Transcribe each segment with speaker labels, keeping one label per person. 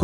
Speaker 1: ค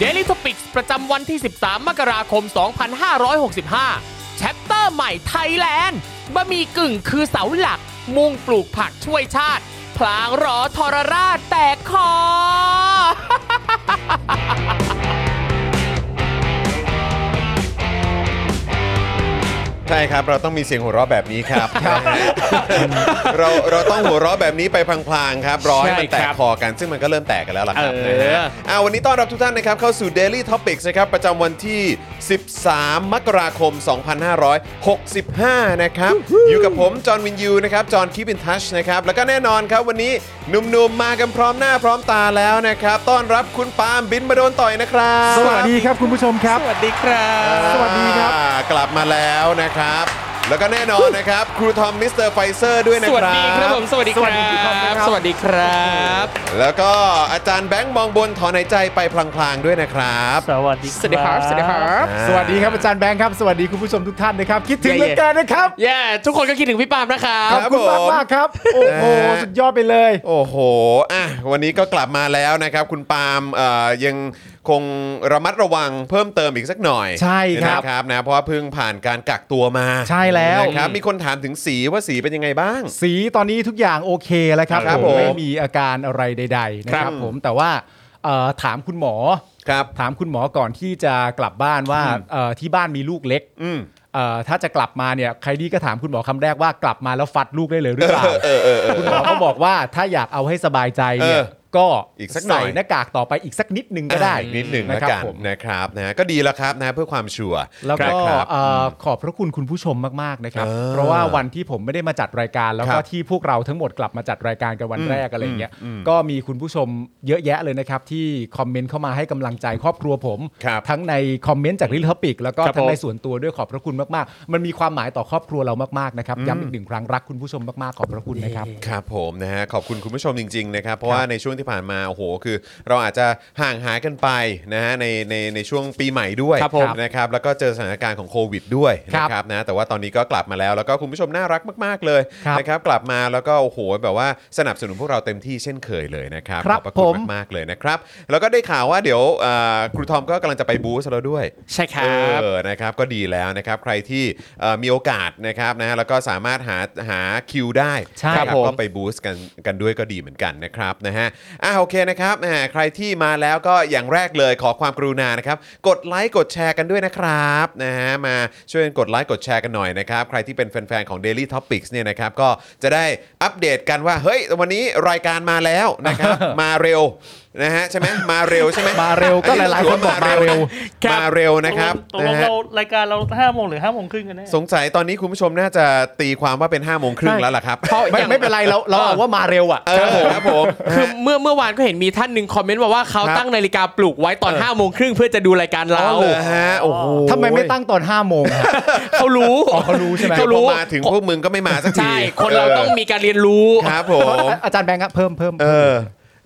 Speaker 2: d a i l y t o p i c s ประจำวันที่ 13 มกราคม 2565 แชปเตอร์ใหม่ไทยแลนด์บะหมี่กึ่งคือเสาหลัก มุ่งปลูกผักช่วยชาติ พลางรอทรราชแตกคอ
Speaker 1: ใช่ครับ เราต้องมีเสียงหัวเราะแบบนี้ครับ เราเราต้องหัวเราะแบบนี้ไปพลางๆครับ รอให้มันแต
Speaker 2: ใช่
Speaker 1: ก
Speaker 2: ครับ
Speaker 1: คอกัน ซึ่งมันก็เริ่มแตกกันแล้วล่ะครับ
Speaker 2: เออ
Speaker 1: นะฮะอ่าวันนี้ต้อนรับทุกท่านนะครับ เข้าสู่ Daily Topics นะครับ ประจำวันที่ 13 มกราคม 2565 นะครับ อยู่กับผม จอห์นวินยูนะครับ จอห์นคีบินทัชนะครับ แล้วก็แน่นอนครับ วันนี้หนุ่มๆมากันพร้อมหน้าพร้อมตาแล้วนะครับ ต้อนรับคุณปาล์มบินมาโดนต่อยนะครับ
Speaker 3: สวัสดีครับคุณผู้ชมครับ
Speaker 2: สวัสดีครับ
Speaker 3: สวัสดีครับ
Speaker 1: อ่ากลับมาแล้วนะครับ แล้วก็แน่นอนนะครับ ครูทอมมิสเตอร์ไฟเซอร์ด้วยนะ
Speaker 2: ส
Speaker 1: ค
Speaker 2: วัส
Speaker 1: รับ
Speaker 2: ดีครับผม สวัสดีคร
Speaker 3: สวัสดีครั
Speaker 2: ั
Speaker 3: บบ ครับ
Speaker 2: สวัสดีครับ
Speaker 1: แล้วก็อาจารย์แบงค์มองบนถอนหายใจไปพลางๆด้วยนะครับ
Speaker 4: สวัสดี
Speaker 2: สวัสดีครับ สวัสดีครับ
Speaker 3: สวัสดีครับอาจารย์แบงค์ครับ สวัสดีคุณผู้ชมทุกท่านนะครับ คิดถึงเหลือเกินนะครับ
Speaker 2: เย่ทุกคนก็คิดถึงพี่ปาล์มนะครับ
Speaker 3: ขอบคุณมากมากๆครับ โอ้โห สุดยอดไปเลย
Speaker 1: โอ้โหอ่ะวันนี้ก็กลับมาแล้วนะครับ คุณปาล์มเอ่อยังคงระมัดระวังเพิ่มเติมอีกสักหน่อย
Speaker 3: ใช่ครับ
Speaker 1: นะครับนะเพราะว่าเพิ่งผ่านการกักตัวมา
Speaker 3: ใช่แล้ว
Speaker 1: นะครับมีคนถามถึงสีว่าสีเป็นยังไงบ้าง
Speaker 3: สีตอนนี้ทุกอย่างโอเคแล้วครับ
Speaker 1: ครับผ
Speaker 3: ผ
Speaker 1: มม
Speaker 3: ไม่มีอาการอะไรใด ๆ นะ
Speaker 2: ค
Speaker 3: ค
Speaker 2: รั
Speaker 3: รับบ ผมแต่ว่าเอ่อถามคุณหมอ
Speaker 1: ครับ
Speaker 3: ถามคุณหมอก่อนที่จะกลับบ้านว่าเอ่อที่บ้านมีลูกเล็ก
Speaker 1: อืม
Speaker 3: เอ่อถ้าจะกลับมาเนี่ยใครดีก็ถามคุณหมอคำแรกว่ากลับมาแล้วฟัดลูกได้เลยหรือเปล่าคุณหมอเขาบอกว่าถ้าอยากเอาให้สบายใจเนี่ย
Speaker 1: เออ
Speaker 3: ก็
Speaker 1: อีกสักหน่
Speaker 3: ใส่
Speaker 1: อย
Speaker 3: หน้ากากต่อไปอีกสักนิดนึงก็ได้
Speaker 1: อ่ะอีกนิดหนึ่ง
Speaker 3: นะ
Speaker 1: ละ
Speaker 3: ครับ
Speaker 1: กัน
Speaker 3: ผม
Speaker 1: นะครับนะก็ดีแล้วครับนะเพื่อความชัวร์
Speaker 3: แล้วก็
Speaker 1: นะครับ
Speaker 3: เอ่อขอบพระคุณคุณผู้ชมมากๆนะครับ
Speaker 1: เออ
Speaker 3: เพราะว่าวันที่ผมไม่ได้มาจัดรายการ แล้ว
Speaker 1: ครั
Speaker 3: ก็
Speaker 1: บ
Speaker 3: ที่พวกเราทั้งหมดกลับมาจัดรายการกันวันแรกอะไรเงี้ยก็มีคุณผู้ชมเยอะแยะเลยนะครับที่คอมเมนต์เข้ามาให้กำลังใจครอบครัวผม
Speaker 1: ครับ
Speaker 3: ทั้งในคอมเมนต์จากลิทเทอปิกแล้วก็
Speaker 2: ครับ
Speaker 3: ทั้งใน
Speaker 2: ผม
Speaker 3: ส่วนตัวด้วยขอบพระคุณมากๆ มันมีความหมายต่อครอบครัวเรามากๆนะครับย้ำอีกหนึ่งครั้งรักคุณผู้ชมมากๆขอบพระคุณนะครับ
Speaker 1: ครับผมนะฮะขอบคุณคุณผู้ชมจริงๆนะครับเพราะว่าในช่วงที่ผ่านมาโอ้โหคือ เราอาจจะห่างหายกันไปนะฮะในในในช่วงปีใหม่ด้วย
Speaker 2: ครับผม
Speaker 1: นะครับแล้วก็เจอสถานการณ์ของโควิดด้วย
Speaker 3: ครับ
Speaker 1: นะครับนะแต่ว่าตอนนี้ก็กลับมาแล้วแล้วก็คุณผู้ชมน่ารักมากๆเลย
Speaker 3: ครับ
Speaker 1: นะครับกลับมาแล้วก็โอ้โหแบบว่าสนับสนุนพวกเราเต็มที่เช่นเคยเลยนะครับ
Speaker 3: ครับ
Speaker 1: ขอบพระคุณ
Speaker 3: ผม
Speaker 1: มากๆเลยนะครับแล้วก็ได้ข่าวว่าเดี๋ยวเอ่อครูทอมก็กำลังจะไปบูสแล้วด้วย
Speaker 2: ใช่ครับ
Speaker 1: เออ นะครับ ก็ดีแล้วนะครับ ใครที่เอ่อมีโอกาสนะครับนะฮะแล้วก็สามารถหาหาคิวได้
Speaker 3: ใช่
Speaker 1: นะครับ
Speaker 2: ผม
Speaker 1: ก็ไปบูสต์กันกันด้วยก็ดีเหมือนกันนะครับนะฮะ อ่ะโอเคนะครับแหมใครที่มาแล้วก็อย่างแรกเลยขอความกรุณานะครับ กดไลค์กดแชร์กันด้วยนะครับนะฮะ มาช่วยกันกดไลค์กดแชร์กันหน่อยนะครับ ใครที่เป็นแฟนๆของ Daily Topics เนี่ยนะครับ ก็จะได้อัปเดตกันว่า เฮ้ย วันนี้รายการมาแล้วนะครับ มาเร็วนะฮะใช่ไหมมาเร็วใช่ไหม
Speaker 3: มาเร็วก็หลายๆคนบอกมาเร็ว
Speaker 1: มาเร็วนะครับ
Speaker 4: ตกลง
Speaker 1: นะฮะ
Speaker 4: เรารายการเราห้าโมงหรือห้าโมงครึ่งกันแน่
Speaker 1: สงสัยตอนนี้คุณผู้ชมน่าจะตีความว่าเป็น5้าโมงครึ่งแล้วล่ะครับ
Speaker 2: เพราะ
Speaker 3: ไม่
Speaker 2: อย่าง
Speaker 3: ไม่เป็นไรเราเราเอาว่ามาเร็วอ่ะ
Speaker 1: เออครับผม
Speaker 2: คือเมื่อเมื่อวานก็เห็นมีท่านหนึ่งคอมเมนต์มาว่าเขาตั้งนาฬิกาปลุกไว้ตอน5้าโมงครึ่งเพื่อจะดูรายการเรา
Speaker 1: เอาเลยฮะโอ้โห
Speaker 3: ทำไมไม่ตั้งตอน5้าโมงอะ
Speaker 2: เขารู้
Speaker 3: อ๋อเขารู้ใช่ไห
Speaker 1: เดี๋ยว
Speaker 2: เขารู้
Speaker 1: พอมาถึงพวกมึงก็ไม่มาสักที
Speaker 2: ใช่ คนเราต้องมีการเรียนรู้
Speaker 1: ครับผม
Speaker 3: อาจารย์แบงค์ครับเพิ่มเพิ่ม
Speaker 1: เออ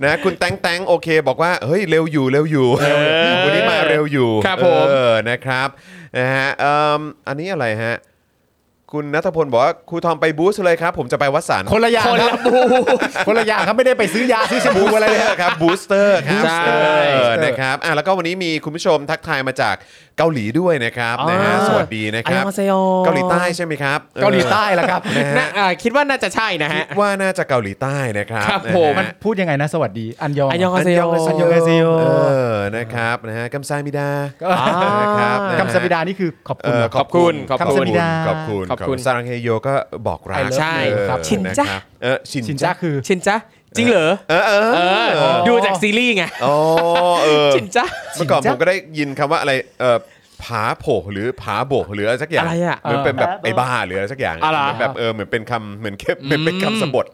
Speaker 1: นะคุณแตงแตงโอเค บอกว่าเฮ้ยเร็วอยู่เร็วอยู่
Speaker 2: อ
Speaker 1: วันนี้มาเร็วอยู่
Speaker 2: ครับผม
Speaker 1: เออนะครับนะฮะเอิ่มอันนี้อะไรฮะ คุณนัทพลบอกว่าครูทอมไปบูสเลยครับ ผมจะไปวัดสัน
Speaker 3: คนละอย่าง
Speaker 2: คน
Speaker 3: ค
Speaker 2: ละ
Speaker 3: รับ
Speaker 2: บู
Speaker 3: คนละอย่างครับไม่ได้ไปซื้อยาซื้อชมพูอะไรเลย
Speaker 1: ครับบูสเตอร์ครับ
Speaker 2: Booster
Speaker 1: Booster นะครับอ่ะแล้วก็วันนี้มีคุณผู้ชมทักทายมาจากเกาหลีด้วยนะครับนะฮะ
Speaker 3: อ่า
Speaker 1: สวัสดีนะครับเกาหลีใต้ใช่ไหมครับ
Speaker 3: เกาหลีใต้ละครับ
Speaker 1: เออนะฮะ
Speaker 2: น่าอ่าคิดว่าน่าจะใช่นะ
Speaker 1: คิ
Speaker 2: ฮะ
Speaker 1: ดว่าน่าจะเกาหลีใต้นะครับ
Speaker 2: ครับ
Speaker 1: นะฮะ
Speaker 2: ผม
Speaker 3: มันพูดยังไงนะ สวัสดีอันยอง
Speaker 5: อันยองอาเซโย
Speaker 1: อันยองอาเซโยเออนะครับนะฮะกัมซามิดา
Speaker 3: อ่า
Speaker 1: นะครับนะฮะ
Speaker 3: คำสบิดานี่คือขอบ
Speaker 1: เอ
Speaker 3: คุณ
Speaker 1: อ
Speaker 3: เหรอ
Speaker 1: ข
Speaker 2: ขอ
Speaker 1: อบคุณ
Speaker 2: บคุณ
Speaker 1: ขอบคุณข
Speaker 3: ข
Speaker 1: อบ
Speaker 3: อ
Speaker 1: บ
Speaker 3: คุ
Speaker 1: คุณ
Speaker 2: ขอคุณ
Speaker 1: ขอบบคุณ
Speaker 3: ณ
Speaker 1: ซารังเฮโยก็บอกรัก
Speaker 3: I love
Speaker 2: ใช่
Speaker 3: you
Speaker 1: เออ
Speaker 3: ครับ
Speaker 5: ชินจ้ะ
Speaker 1: ครับเออชิน
Speaker 3: ชินจ้า
Speaker 1: จ้ะ
Speaker 3: คือ
Speaker 5: ชินจ้ะจริงเหรอ
Speaker 1: เออเออ
Speaker 2: เออ
Speaker 1: เออ
Speaker 5: ดูจากซีรีส์ไง
Speaker 1: อ๋อเออ
Speaker 5: ชินจ้ะ
Speaker 1: เมื่อก่อนผ
Speaker 3: ชินจ้ะ
Speaker 1: มก็ได้ยินคำว่าอะไรเออผาโผหรือผาโบกหรืออะไรสักอย่าง
Speaker 5: อะไรอะ
Speaker 1: เหมือนเป็นแบบไอ้บ้าหรืออะไรสักอย่าง
Speaker 2: อะไร
Speaker 1: เหมือนแบบเออเหมือนเป็นคำเหมือนเป็นเป็นคำสะบท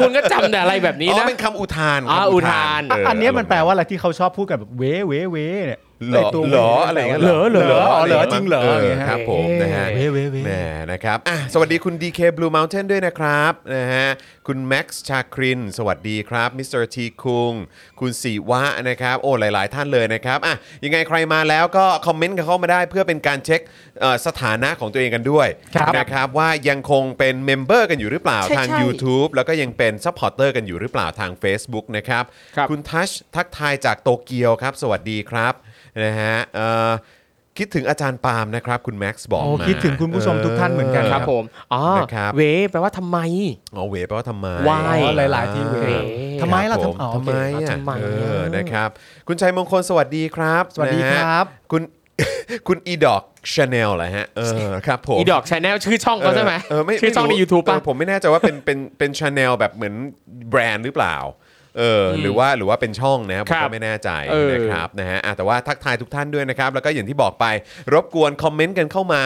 Speaker 2: คุณก็จำแต่อะไรแบบนี้
Speaker 1: อ๋อ
Speaker 2: นะ
Speaker 1: เป็นคำอุทาน
Speaker 2: อ๋อ
Speaker 1: คำ
Speaker 2: อุทาน
Speaker 1: เ
Speaker 3: อันเนี้ยมันแปลว่าอะไรที่เขาชอบพูดกันแบบเว้เว้เว้เนี่ย
Speaker 1: เหรอ
Speaker 3: ไตัว
Speaker 1: เหรออะไรย่างเงี้ย
Speaker 3: เหรอเหรออ๋อเหรอ
Speaker 1: ไย่า
Speaker 3: จริงเหรอ
Speaker 1: มั้
Speaker 3: เนี่ยฮะ
Speaker 1: ครับผมนะฮะ
Speaker 3: เว้เว้เว้
Speaker 1: แหมนะครับอ่ะสวัสดีคุณ DK Blue Mountain ด้วยนะครับนะฮะคุณแม็กซ์ชาคริน สวัสดีครับมิสเตอร์ทีคุงคุณสีวะนะครับโอ้หลาย ๆ ท่านเลยนะครับอ่ะยังไงใครมาแล้วก็คอมเมนต์กันเข้ามาได้เพื่อเป็นการเช็คเอ่อสถานะของตัวเองกันด้วย
Speaker 3: ครับ
Speaker 1: นะครับว่ายังคงเป็นเมมเบอร์กันอยู่หรือเปล่า
Speaker 5: ใช่
Speaker 1: ทาง
Speaker 5: ใช่
Speaker 1: YouTube แล้วก็ยังเป็นซัพพอร์เตอร์กันอยู่หรือเปล่าทาง Facebook นะครับ
Speaker 2: ครับ
Speaker 1: คุณทัชทักทายจากโตเกียวครับ สวัสดีครับนะฮะเอ่อคิดถึงอาจารย์ปาล์มนะครับ คุณแม็กซ์บอก
Speaker 3: โอ้
Speaker 1: มา
Speaker 3: คิดถึงคุณผู้ชมทุกท่านเหมือนกัน
Speaker 2: ครับผมอ๋อ
Speaker 1: นะครับ
Speaker 2: เวแปลว่าทำไม
Speaker 1: อ๋อเวฟแปลว่าทำไม
Speaker 2: Why
Speaker 3: อ๋อหลายๆที่เว้
Speaker 2: เว้
Speaker 3: ทำไมล่ะ
Speaker 1: ครับผ
Speaker 3: ทำอ๋อ
Speaker 1: ทำ
Speaker 3: โอเค
Speaker 1: ไมอ่ะ
Speaker 2: ทำไมอ่ะ
Speaker 1: เออนะครับ คุณชัยมงคลสวัสดีครับ
Speaker 3: สวัสดี
Speaker 1: นะฮะ
Speaker 3: ครับ
Speaker 1: คุณ คุณอีดอกชาแนลเหรอฮะเออครับผม
Speaker 2: อีดอกชาแนลชื่อช่องเขาใช่ไหม
Speaker 1: เออไม่
Speaker 2: ชื่อช่องใน
Speaker 1: ไม่รู้
Speaker 2: YouTube ป่ะ
Speaker 1: เออผมไม่แน่ใจว่าเป็นเป็นเป็นชาแนลแบบเหมือนแบรนด์หรือเปล่าเอออ
Speaker 2: ม
Speaker 1: หรือว่าหรือว่าเป็นช่องนะผม
Speaker 2: ครั
Speaker 1: ก็
Speaker 2: บ
Speaker 1: ไม่แน่ใจ
Speaker 2: เออ
Speaker 1: นะครับนะฮะอ่ะแต่ว่าทักทายทุกท่านด้วยนะครับ แล้วก็อย่างที่บอกไปรบกวนคอมเมนต์กันเข้ามา